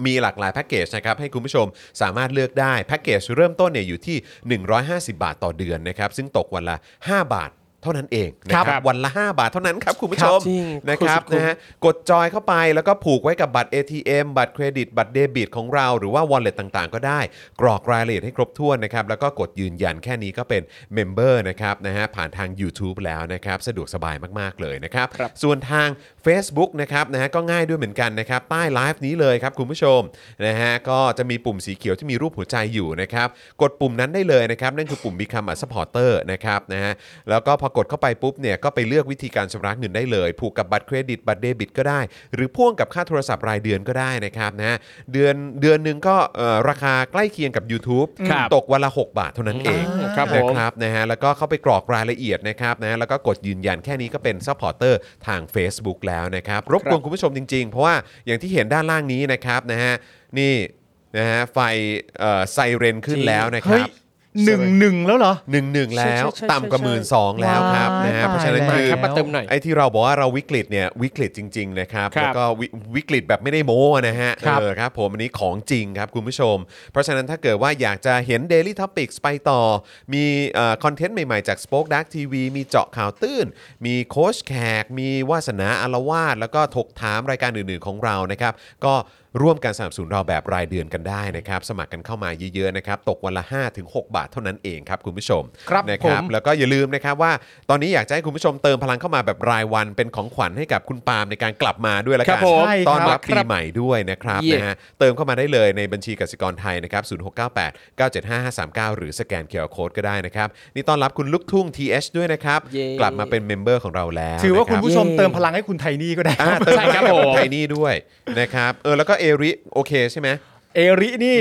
Speaker 1: มีหลากหลายแพ็กเกจนะครับให้คุณผู้ชมสามารถเลือกได้แพ็กเกจเริ่มต้นเนี่ยอยู่ที่ 150 บาทต่อเดือนนะครับซึ่งตกวันละ 5 บาท เท่านั้นเองนะค
Speaker 3: ครั
Speaker 1: รับบ วันละ 5 บาทเท่านั้นครับคุณผู้ชม
Speaker 5: ครับจริง
Speaker 1: นะครับ
Speaker 5: ขอบคุณ
Speaker 1: นะฮะกดจอยเข้าไปแล้วก็ผูกไว้กับบัตร ATM บัตรเครดิต บัตรเดบิตของเราหรือว่า wallet ต่างๆ ก็ได้ กรอกรายละเอียดให้ครบถ้วนนะครับแล้วก็กดยืนยันแค่นี้ก็เป็นเมมเบอร์นะครับนะฮะผ่านทาง YouTube แล้วนะครับสะดวกสบายมากๆเลยนะครับ ส่วนทาง Facebook นะครับนะฮะก็ง่ายด้วยเหมือนกันนะครับใต้ไลฟ์นี้เลยครับคุณผู้ชมนะฮะก็จะมีปุ่มสีเขียวที่มีรูปหัวใจอยู่นะครับกดปุ่มนั้นได้เลยนะครับนั่นคือปุ่ม Become a supporter นะครับนะฮะแล้วก็พอกดเข้าไปปุ๊บเนี่ยก็ไปเลือกวิธีการชำระเงินได้เลย ผูกกับบัตรเครดิตบัตรเดบิตก็ได้ หรือพ่วงกับค่าโทรศัพท์รายเดือนก็ได้นะครับนะฮะเดือนเดือนหนึ่งก็เอ่อราคาใกล้เคียงกับ YouTube
Speaker 5: ครับ
Speaker 1: ตกวันละ 6 บาทเท่านั้นเอง
Speaker 5: ครั
Speaker 1: นะ
Speaker 5: บผม
Speaker 1: ครับนะฮะแล้วก็เข้าไปกรอกรายละเอียดนะครับนะฮะแล้วก็กดยืนยันแค่นี้ก็เป็นซัพพอร์เตอร์ทาง Facebook แล้วนะครับ รบกวนคุณผู้ชมจริงๆ เพราะว่าอย่างที่เห็นด้านล่างนี้นะครับนะฮะนี่นะฮะไฟเอ่อไซเรนขึ้นแล้วนะค
Speaker 3: เฮ้
Speaker 1: รั
Speaker 3: ย
Speaker 1: บ
Speaker 3: หนึ่งหนึ่งแล้วเหรอ
Speaker 1: หนึ่งหนึ่งแล้ว
Speaker 5: ใช่ใช่ใช่
Speaker 1: ต่ำกว่าหมื่นสองแล้วครับนะฮะ
Speaker 3: ว้าย
Speaker 1: เพราะฉะนั้น
Speaker 3: ตาย
Speaker 1: คือ
Speaker 3: แล้ว
Speaker 5: ครับมาเติมหน่อย
Speaker 1: ไอ้ที่เราบอกว่าเราวิกฤตเนี่ยวิกฤตจริงๆนะครับ
Speaker 5: ครับ
Speaker 1: แล้วก็วิวิกฤตแบบไม่ได้โม้นะฮะ
Speaker 3: ครับ
Speaker 1: เออครับผมอันนี้ของจริงครับคุณผู้ชม เพราะฉะนั้นถ้าเกิดว่าอยากจะเห็น Daily Topics ไปต่อ มีคอนเทนต์ใหม่ ๆ จาก Spoke Dark TV มีเจาะข่าวตื้น มีโค้ชแขก มีวาสนาอารวาสแล้วก็ถกถามรายการอื่น ๆ ของเรานะครับ ก็ร่วมการสนับสนุนเราแบบรายเดือนกันได้นะครับ สมัครกันเข้ามาเยอะ ๆ นะครับ ตกวันละ 5-6 บาทเท่านั้นเองครับคุณผู้ชม
Speaker 3: ครับ
Speaker 1: นะ
Speaker 3: ผม
Speaker 1: แล้วก็อย่าลืมนะครับว่าตอนนี้อยากจะให้คุณผู้ชมเติมพลังเข้ามาแบบรายวันเป็นของขวัญให้กับคุณปาล์มในการกลับมาด้วยละ
Speaker 5: ค
Speaker 1: กั
Speaker 5: รั
Speaker 1: น
Speaker 5: บผมใช่ครับ
Speaker 1: ตอนรับปีใหม่ด้วยนะครับ
Speaker 5: เยี่ยม
Speaker 1: นะฮะเติมเข้ามาได้เลยในบัญชีกสิกรไทยนะครับ0698 975539 หรือสแกนเคอร์โคดก็ได้นะครับ นี่ต้อนรับคุณลูกทุ่ง TH ด้วยนะครับ
Speaker 5: เย้
Speaker 1: กลับมาเป็นเมมเบอร์ของเราแล้ว
Speaker 3: ถือว่าคุณ
Speaker 1: นะรับ
Speaker 3: ผู้ชม
Speaker 5: เย้
Speaker 3: เติมพลังให้คุณไทนี่ก็ได้
Speaker 1: อ่าเติม
Speaker 5: ใช่
Speaker 1: ให้
Speaker 5: ครั
Speaker 1: กับบ
Speaker 5: ผม
Speaker 1: ไทยนี่ด้วยนะครับเออแล้วก็เอริโอเคใช่ไหม
Speaker 3: เอรินี่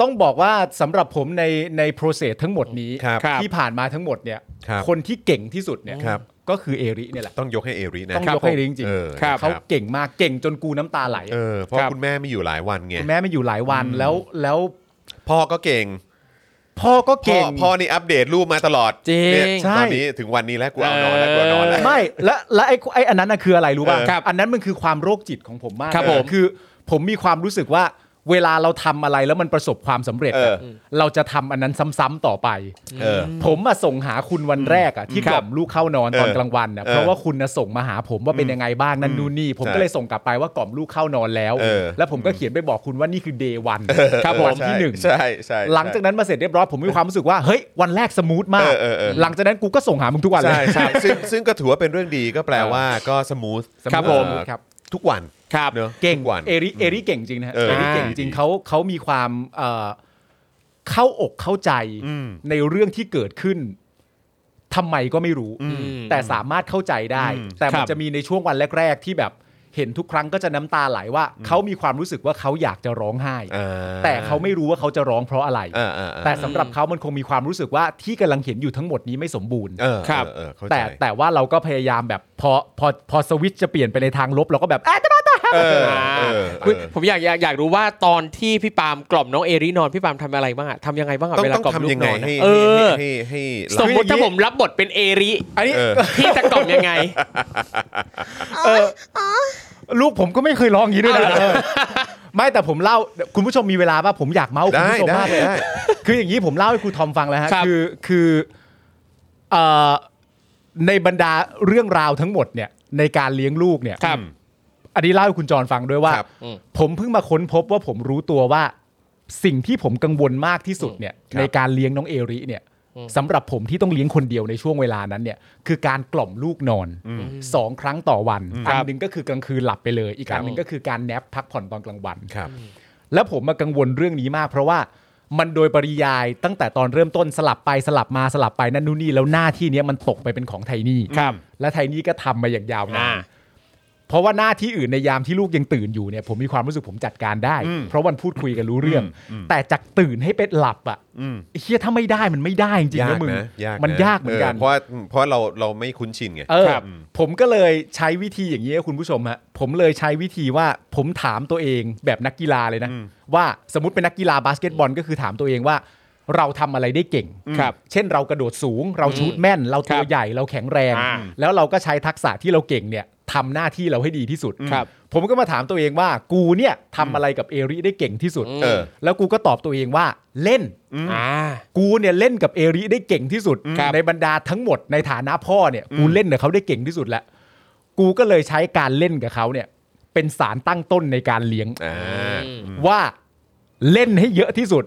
Speaker 3: ต้องบอกว่าสำหรับผมในในโปรเซสทั้งหมดนี้
Speaker 1: ครับ
Speaker 3: ที่ผ่านมาทั้งหมดเนี่ย
Speaker 1: ครับ
Speaker 3: คนที่เก่งที่สุดเนี่ย
Speaker 1: ครับ
Speaker 3: ก็คือเอริเนี่ยแหละ
Speaker 1: ต้องยกให้เอรินะ
Speaker 3: ต้องยกให้เอริจริง
Speaker 1: เออ
Speaker 3: ๆ
Speaker 1: ครับ
Speaker 3: เขาเก่งมากเก่งจนกูน้ำตาไหล
Speaker 1: เออเพราะ
Speaker 5: ครับ
Speaker 1: คุณแม่ไม่อยู่หลายวันไง
Speaker 3: คุณแม่ไม่อยู่หลายวันแล้วแล้ว
Speaker 1: พ่อก็เก่ง
Speaker 3: พ่อก็
Speaker 1: พ่อ
Speaker 3: เก่ง
Speaker 1: พ่อนี่อัปเดตรูปมาตลอด
Speaker 5: จริง
Speaker 1: เนี่ย
Speaker 3: ใช่
Speaker 1: ตอนนี้ถึงวันนี้แล้วกูเอานอนแล้วกูเอานอนแล้ว
Speaker 3: ไม่และและไอ้ไอ้อันนั้นน่ะคืออะไรรู้ป่ะ
Speaker 1: เออ
Speaker 5: ครับ
Speaker 3: อันนั้นมันคือความโรคจิตของผมมาก
Speaker 5: ครับ
Speaker 3: เลย
Speaker 5: ผม
Speaker 3: คือ ผมมีความรู้สึกว่าเวลาเราทำอะไรแล้วมันประสบความสำเร็จอะ
Speaker 1: เออ
Speaker 3: เราจะทำอันนั้นซ้ำๆต่อไป
Speaker 1: เออ
Speaker 3: ผมมาส่งหาคุณวันแรกอะที่
Speaker 5: ครับ
Speaker 3: กล่อมลูกเข้านอนตอน
Speaker 1: เออก
Speaker 3: ลางวันอะ
Speaker 1: เออ
Speaker 3: เพราะว่าคุณนะส่งมาหาผมว่าเป็นยังไงบ้างนั่นนู่นนี่ ผม
Speaker 1: ใช่
Speaker 3: ก็เลยส่งกลับไปว่ากล่อมลูกเข้านอนแล้ว
Speaker 1: เออ
Speaker 3: แล้วผมก็เขียนไปบอกคุณว่านี่คือเดย์วัน
Speaker 5: ครับผม
Speaker 3: วันที่หนึ่ง
Speaker 1: ใช่ใช่ใช่
Speaker 3: หลังจากนั้นมาเสร็จเรียบร้อยผมมีความรู้สึกว่าเฮ้ยวันแรกสมูทมาก
Speaker 1: เออเออเออ
Speaker 3: หลังจากนั้นกูก็ส่งหามึงทุกวันเล
Speaker 1: ใช่
Speaker 3: ย
Speaker 1: ใช่ซึ่งซึ่งก็ถือว่าเป็นเรื่องดีก็แปลว่าก็สมูท
Speaker 5: ครับ
Speaker 1: เอ่อ
Speaker 5: ผม
Speaker 3: ครับ
Speaker 1: ทุกวัน
Speaker 5: ครับ
Speaker 1: เนอะ
Speaker 3: เก่ง
Speaker 1: ทุวัน
Speaker 3: เอริเอริเก่งจริงนะฮะ
Speaker 1: เออ
Speaker 3: เอริเก่งจริงเขาเขามีความเอ่อเข้าอกเข้าใจ
Speaker 1: อืม
Speaker 3: ในเรื่องที่เกิดขึ้นทำไมก็ไม่รู้
Speaker 5: ม
Speaker 3: แต่สามารถเข้าใจได้
Speaker 1: อืม
Speaker 3: แต่
Speaker 5: ค
Speaker 3: มั
Speaker 5: รั
Speaker 3: น
Speaker 5: บ
Speaker 3: จะมีในช่วงวันแรก ๆ ที่แบบเห็นทุกครั้งก็จะน้ำตาไหลว่าเขามีความรู้สึกว่าเขาอยากจะร้องไห้
Speaker 1: อ่
Speaker 3: แต่เขาไม่รู้ว่าเขาจะร้องเพราะอะไร
Speaker 1: อ่าอ่าอ่า
Speaker 3: แต่สำหรับเขามันคงมีความรู้สึกว่าที่กำลังเห็นอยู่ทั้งหมดนี้ไม่สมบูรณ์
Speaker 1: เออ
Speaker 5: ครับ
Speaker 1: เออเออเข้าใจ
Speaker 3: แต่แต่ว่าเราก็พยายามแบบพอพอพอสวิตช์จะเปลี่ยนไปในทางลบเราก็แบบอ่ะจะมาต่อ
Speaker 1: เออเอ
Speaker 5: อ่า
Speaker 1: อ
Speaker 5: คุณ
Speaker 1: เออ
Speaker 5: ผมอยากอยากอยากรู้ว่าตอนที่พี่ปาล์มกล่อมน้องเอรินอนพี่ปาล์มทำอะไรบ้างอะทำยังไงบ้างอะ
Speaker 1: ต้อง
Speaker 5: เวลา
Speaker 1: ต้อง
Speaker 5: กล่อมลู
Speaker 1: ทำยั
Speaker 5: ก
Speaker 1: งไง
Speaker 5: นอนอะ
Speaker 1: ให้
Speaker 5: เออ
Speaker 1: ให้ให้
Speaker 5: ส
Speaker 1: ให้
Speaker 5: มมติถ้าผมรับบทเป็นเอริ
Speaker 3: อันนี้
Speaker 1: เออ
Speaker 5: พี่จะกล่อมยังไง
Speaker 3: เออลูกผมก็ไม่เคยร้องอย่างนี้ด้วยนะเออไม่แต่ผมเล่าคุณผู้ชมมีเวลาป่ะผมอยากเมาส์คุณ
Speaker 1: ได้
Speaker 3: ผู้ชม
Speaker 1: ได้
Speaker 3: มากเลย
Speaker 1: ได้
Speaker 3: คืออย่างนี้ผมเล่าให้ครูทอมฟังแล้วฮะ
Speaker 5: ครับ
Speaker 3: คือคือเอ่อในบรรดาเรื่องราวทั้งหมดเนี่ย ในการเลี้ยงลูกเนี่ย
Speaker 5: ครับ
Speaker 3: อันนี้เล่าให้คุณจรฟังด้วยว่า
Speaker 1: ครับ
Speaker 5: อืม
Speaker 3: ผมเพิ่งมาค้นพบว่าผมรู้ตัวว่า สิ่งที่ผมกังวลมากที่สุดเนี่ย
Speaker 1: ครับ
Speaker 3: ในการเลี้ยงน้องเอริเนี่ยสำหรับผมที่ต้องเลี้ยงคนเดียวในช่วงเวลานั้นเนี่ยคือการกล่อมลูกนอนสองครั้งต่อวันอันหนึ่งก็คือกลางคืนหลับไปเลย อีกอันหนึ่งก็คือการแนปพักผ่อนตอนกลางวัน
Speaker 1: ครับ
Speaker 3: แล้วผมมากังวลเรื่องนี้มาก เพราะว่ามันโดยปริยายตั้งแต่ตอนเริ่มต้นสลับไปสลับมาสลับไปนั่นนู่นนี่แล้วหน้าที่เนี้ยมันตกไปเป็นของไทนี่
Speaker 5: ครับ
Speaker 3: และไทนี่ก็ทำมาอย่างยาวนา
Speaker 5: อ่า
Speaker 3: นเพราะว่าหน้าที่อื่นในยามที่ลูกยังตื่นอยู่เนี่ย ผมมีความรู้สึกผมจัดการได้ เพราะวันพูดคุยกันรู้เรื่อง แต่จากตื่นให้เป็นหลับอ่ะ
Speaker 1: อืม
Speaker 3: ไอ้เฮียถ้าไม่ได้มันไม่ได้จริง
Speaker 1: ยาก
Speaker 3: ๆนะมึง
Speaker 1: นะยากะ
Speaker 3: มันยากเหมือนกัน
Speaker 1: เพราะว่าเพราะเราเราไม่คุ้นชินไง
Speaker 3: เออผมก็เลยใช้วิธีอย่างนี้ครับคุณผู้ชมฮะผมเลยใช้วิธีว่าผมถามตัวเองแบบนักกีฬาเลยนะ ว่าสมมติเป็นนักกีฬาบาสเกตบอลก็คือถามตัวเองว่า เราทำอะไรได้เก่ง
Speaker 5: ครับ
Speaker 3: เช่นเรากระโดดสูง เราชูดแม่น เราตั
Speaker 5: คว รับ
Speaker 3: ใหญ่เราแข็งแรง
Speaker 5: อ่า
Speaker 3: แล้วเราก็ใช้ทักษะที่เราเก่งเนี่ย ทำหน้าที่เราให้ดีที่สุด
Speaker 5: ครับ
Speaker 3: ผมก็มาถามตัวเองว่ากูเนี่ยทำอะไรกับเอริได้เก่งที่สุด
Speaker 1: เออ
Speaker 3: แล้วกูก็ตอบตัวเองว่าเล่น
Speaker 5: อ่า
Speaker 3: กูเนี่ยเล่นกับเอริได้เก่งที่สุด
Speaker 5: ครับ
Speaker 3: ในบรรดาทั้งหมดในฐานะพ่อเนี่ยกูเล่นกับเขาได้เก่งที่สุดแล้วกูก็เลยใช้การเล่นกับเขาเนี่ย เป็นสารตั้งต้นในการเลี้ยง
Speaker 1: อ่า
Speaker 3: ว่าเล่นให้เยอะที่สุด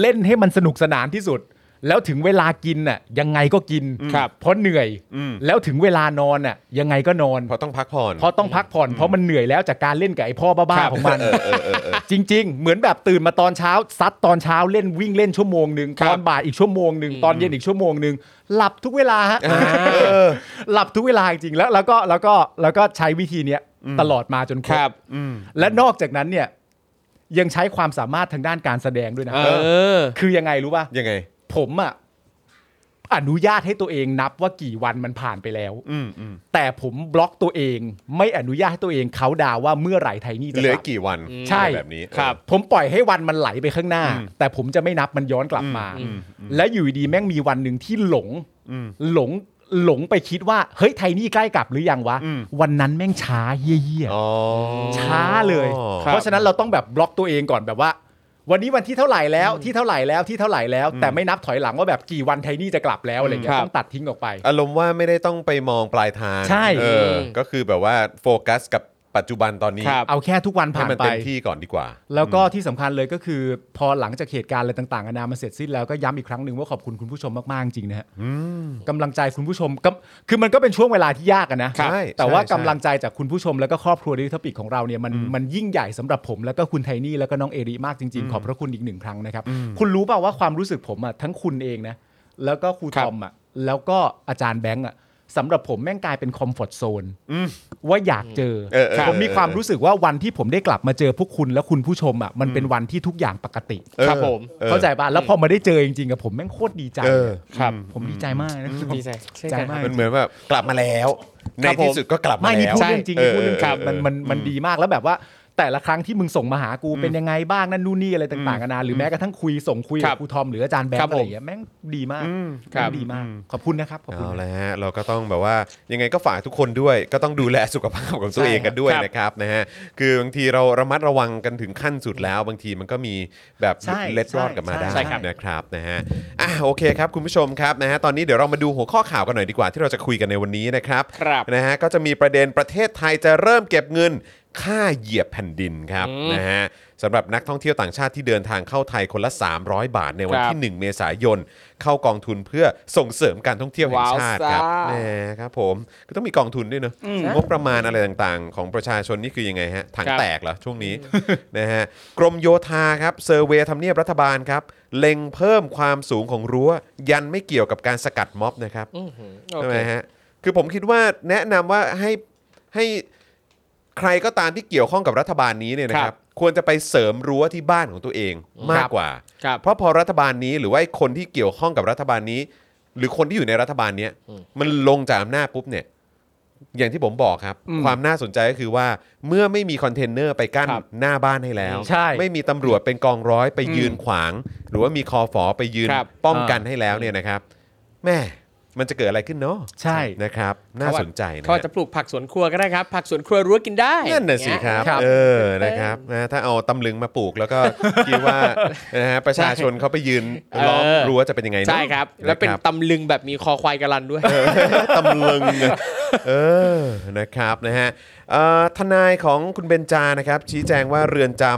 Speaker 3: เล่นให้มันสนุกสนานที่สุด แล้วถึงเวลากินน่ะยังไงก็กิน
Speaker 5: ครับ
Speaker 3: เพราะเหนื่อย
Speaker 1: อืม
Speaker 3: แล้วถึงเวลานอนน่ะยังไงก็นอน
Speaker 1: เพราะต้องพักผ่อน
Speaker 3: เพราะต้องพักผ่อนเพราะมันเหนื่อยแล้วจากการเล่นกับไอ้พ่อบ้าๆของมัน
Speaker 1: เออเออเออเออ
Speaker 3: จริง ๆ เหมือนแบบตื่นมาตอนเช้าซัดตอนเช้าเล่นวิ่งเล่นชั่วโมงหนึ่ง
Speaker 5: ครับ
Speaker 3: ตอนบ่ายอีกชั่วโมงหนึ่งตอนเย็นอีกชั่วโมงหนึ่งหลับทุกเวลาฮะเออหลับทุกเวลาจริงๆแล้วแล้วก็แล้วก็แล้วก็ใช้วิธีเนี้ยตลอดมาจน
Speaker 5: ครับ
Speaker 3: และนอกจากนั้นเนี่ยยังใช้ความสามารถทางด้านการแสดงด้วยนะ
Speaker 5: เออ
Speaker 3: คือยังไงรู้ป่ะ
Speaker 1: ยังไง
Speaker 3: ผมอ่ะอนุญาตให้ตัวเองนับว่ากี่วันมันผ่านไปแล้ว
Speaker 1: อืมอืม
Speaker 3: แต่ผมบล็อกตัวเอง ไม่อนุญาตให้ตัวเองเขาดาวว่าเมื่อไหร่ไทนี่จะ
Speaker 1: เหลื
Speaker 3: ก
Speaker 1: อ
Speaker 3: ลับ
Speaker 1: กี่วัน
Speaker 3: ใช่
Speaker 1: อะไรแบบนี้
Speaker 5: ครับ
Speaker 3: ผมปล่อยให้วันมันไหลไปข้างหน้า แต่ผมจะไม่นับมันย้อนกลับมา และอยู่ดีๆแม่งมีวันหนึ่งที่หลงหลงหลงไปคิดว่าเฮ้ยไทนี่ใกล้กลับหรือยังวะ
Speaker 1: อืม
Speaker 3: วันนั้นแม่งช้าเยี่ย
Speaker 1: อ๋อ
Speaker 3: ๆช้าเลย
Speaker 1: ครับ
Speaker 3: เพราะฉะนั้นเราต้องแบบบล็อกตัวเองก่อนแบบว่า วันนี้วันที่เท่าไหร่แล้วที่เท่าไหร่แล้วที่เท่าไหร่แล้ว แต่ไม่นับถอยหลังว่าแบบกี่วันไทนี่จะกลับแล้วอะไรเงี้
Speaker 5: ค
Speaker 3: ย
Speaker 5: รับ
Speaker 3: ต้องตัดทิ้งออกไป
Speaker 1: อารมณ์ว่าไม่ได้ต้องไปมองปลายทาง
Speaker 3: ใช่
Speaker 1: เออ
Speaker 5: อืม
Speaker 1: ก็คือแบบว่าโฟกัสกับปัจจุบันตอนนี้
Speaker 5: ครับ
Speaker 3: เอาแค่ทุกวัน
Speaker 1: ให้
Speaker 3: ผ่าน
Speaker 1: มัน
Speaker 3: ไป
Speaker 1: เต็มที่ก่อนดีกว่า
Speaker 3: แล้วก็ที่สำคัญเลยก็คือ พอหลังจากเหตุการณ์อะไรต่างๆนานามาเสร็จสิ้นแล้วก็ย้ำอีกครั้งหนึ่งว่าขอบคุณคุณผู้ชมมากๆจริงนะฮะกำลังใจคุณผู้ชมก็คือมันก็เป็นช่วงเวลาที่ยากอะนะ
Speaker 1: ใช่
Speaker 3: แต่ว่า
Speaker 1: ใช่ใช่
Speaker 3: กำลังใจจากคุณผู้ชมแล้วก็ครอบครัวดิทปิกของเราเนี่ยมันมันยิ่งใหญ่สำหรับผมแล้วก็คุณไทนี่แล้วก็น้องเอริมากจริงๆ ขอบพระคุณอีกหนึ่งครั้งนะครับ คุณรู้เปล่าว่าความรู้สึกผมอะทั้งคุณเองนะแล้วก็ครูทอมอะแล้วก็อาจารย์แบงค์อะสำหรับผมแม่งกลายเป็นคอมฟอร์ทโซนว่าอยากเจอ
Speaker 1: เออเออ
Speaker 3: ผมมีความ
Speaker 1: เออ
Speaker 3: รู้ รู้สึกว่าวันที่ผมได้กลับมาเจอพวกคุณและคุณผู้ชมอ่ะมันเป็นวันที่ทุกอย่างปกติ
Speaker 1: เออ
Speaker 5: ครับผม
Speaker 1: ออ
Speaker 3: เข้าใจป่ะแล้วพอมาได้เจอจริงๆกับผมแม่งโคตรดีใจ
Speaker 1: เออ
Speaker 5: ครับ
Speaker 3: ผมดีใจมากนะ
Speaker 5: ดีใจเช่น
Speaker 3: ใจ
Speaker 5: กัน
Speaker 3: มาก
Speaker 1: มันเหมือนแบบกลับมาแล้ว ใน
Speaker 5: ครับผม
Speaker 1: ที่สุดก็กลับมา
Speaker 3: ไม่นี่
Speaker 1: แล้ว
Speaker 3: พูดเรื่องจริง
Speaker 1: ใช่
Speaker 3: นี่พูดเรื่องจริง
Speaker 1: เออ
Speaker 3: มันมันมันดีมากแล้วแบบว่า แต่ละครั้งที่มึงส่งมาหากูเป็นยังไงบ้างนั่นนู่นนี่อะไรต่างๆกันานาหรือแม้กระทั่งคุยส่งคุย
Speaker 5: ครั
Speaker 3: กับบ ครูทอมหรืออาจารย์แบง
Speaker 5: ครับ
Speaker 3: ค์
Speaker 5: ผม
Speaker 3: อะไรอย่างเงี้ยแม่งดีมาก
Speaker 5: ครับ
Speaker 3: ดีมาก ขอบคุณนะครับขอบคุณ
Speaker 1: เอา
Speaker 3: นะ
Speaker 1: ละฮะเราก็ต้องแบบว่ายังไงก็ฝากทุกคนด้วย ก็ต้องดูแลสุขภาพของตัวเองกันด้วย
Speaker 5: ครับ
Speaker 1: นะครับนะฮะคือบางทีเราระมัดระวังกันถึงขั้นสุดแล้ว บางทีมันก็มีแบบ
Speaker 3: ใช่
Speaker 1: เล็ดรอด
Speaker 3: ใช่
Speaker 1: กลับมาได้
Speaker 3: ใช่ครับ
Speaker 1: นะครับนะฮะอ่ะโอเคครับคุณผู้ชมครับนะฮะตอนนี้เดี๋ยวเรามาดูหัวข้อข่าวกันหน่อยดีกว่าที่เราจะคุยกันในวันนี้นะครับ
Speaker 5: ครับ
Speaker 1: นะฮะก็จะมีประเด็นประเทศไทยจะเริ่มเก็บเงินค่าเหยียบแผ่นดินครับนะฮะสำหรับนักท่องเที่ยวต่างชาติที่เดินทางเข้าไทยคนละ 300 บาทในวัน
Speaker 5: ครับ
Speaker 1: ที่ 1 เมษายน เข้ากองทุนเพื่อส่งเสริมการท่องเที่ยวแห่ง
Speaker 5: ว้าว
Speaker 1: ชาติครับ
Speaker 5: ซ่า
Speaker 1: แหมครับผมก็ต้องมีกองทุนด้วยเนอะงบประมาณอะไรต่างๆ ของประชาชนนี่คือยังไงฮะถังแตกเหรอช่วงนี้ นะฮะกรมโยธาครับเซอร์เวย์ทำเนียบรัฐบาลครับเล็งเพิ่มความสูงของรั้ว ยันไม่เกี่ยวกับการสกัดม็อบนะครับ
Speaker 5: อื้อหือโอ
Speaker 1: ใช่
Speaker 5: เค
Speaker 1: ไหมฮะ คือผมคิดว่าแนะนำว่าให้ให้ใครก็ตามที่เกี่ยวข้องกับรัฐบาลนี้เนี่ยนะค
Speaker 5: ครั
Speaker 1: รับ
Speaker 5: บ
Speaker 1: ควรจะไปเสริมรั้วที่บ้านของตัวเองมากกว่า
Speaker 5: ครับ
Speaker 1: เพราะพอรัฐบาลนี้หรือว่าคนที่เกี่ยวข้องกับรัฐบาลนี้ หรือคนที่อยู่ในรัฐบาลเนี้ยมันลงจากอำนาจปุ๊บเนี่ย อย่างที่ผมบอกครับ ความน่าสนใจก็คือว่าเมื่อไม่มีคอนเทนเนอร์ไปกั้น
Speaker 5: ครับ
Speaker 1: หน้าบ้านให้แล้ว
Speaker 3: ใช่
Speaker 1: ไม่มีตำรวจเป็นกองร้อยไปยืนขวาง หรือว่ามีคอฝอไปยืน
Speaker 5: ครับ
Speaker 1: ป้องกันให้แล้วเนี่ยนะครับ แม่ มันจะเกิดอะไรขึ้นเนาะ
Speaker 3: ใช่
Speaker 1: นะครับ น่าสนใจนะ
Speaker 5: เขาอาจจะปลูกผักสวนครัวก็ได้ครับ ผักสวนครัวรั้วกินได้
Speaker 1: นั่นน่ะสิ
Speaker 5: เย
Speaker 1: ครับ
Speaker 3: ครับ
Speaker 1: เออนะครับนะถ้าเอาตำลึงมาปลูกแล้วก็ คิดว่า นะฮะประชาชนเขาไปยืนล้อม
Speaker 5: เออ
Speaker 1: รั้วจะเป็นยังไงเนอะ
Speaker 5: ใช่ครับ แล้วเป็นะ
Speaker 1: ครั
Speaker 5: ตำลึงแบบมีคอควายกระลันด้วย
Speaker 1: บ ตำลึงอะเออนะครับนะฮะเอ่อทนายของคุณเบนจานะครับ ชี้แจงว่าเรือนจำ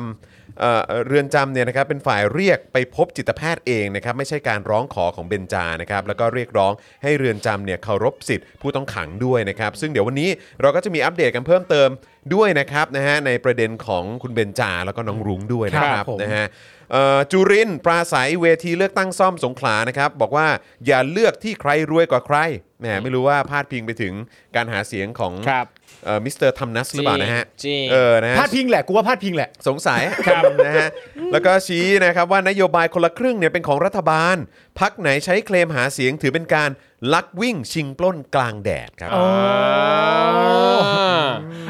Speaker 1: เอ่อเรือนจำเนี่ยนะครับเป็นฝ่ายเรียกไปพบจิตแพทย์เองนะครับไม่ใช่การร้องขอของเบนจานะครับแล้วก็เรียกร้องให้เรือนจำเนี่ยเคารพสิทธิ์ผู้ต้องขังด้วยนะครับ ซึ่งเดี๋ยววันนี้เราก็จะมีอัปเดตกันเพิ่มเติมด้วยนะครับนะฮะในประเด็นของคุณเบนจาแล้วก็น้องรุ้งด้วยนะค
Speaker 3: ค
Speaker 1: รั
Speaker 3: รั
Speaker 1: บบ
Speaker 3: ผม
Speaker 1: นะฮะเอ่อจุรินทร์ปราศัยเวทีเลือกตั้งซ่อมสงขลานะครับบอกว่าอย่าเลือกที่ใครรวยกว่าใครแหมไม่รู้ว่าพาดพิงไปถึงการหาเสียงของ
Speaker 5: ครับ
Speaker 1: เอ่อมิสเตอร์ทัมนัสหรือเปล่านะฮะ
Speaker 5: จริง
Speaker 1: เออนะฮะ
Speaker 3: พลาดพิงแหละกูว่าพลาดพิงแหละ
Speaker 1: สงสัยครับ นะฮะแล้วก็ชี้นะครับว่านโยบายคนละครึ่งเนี่ยเป็นของรัฐบาล พักไหนใช้เคลมหาเสียงถือเป็นการลักวิ่งชิงปล้นกลางแดดครับ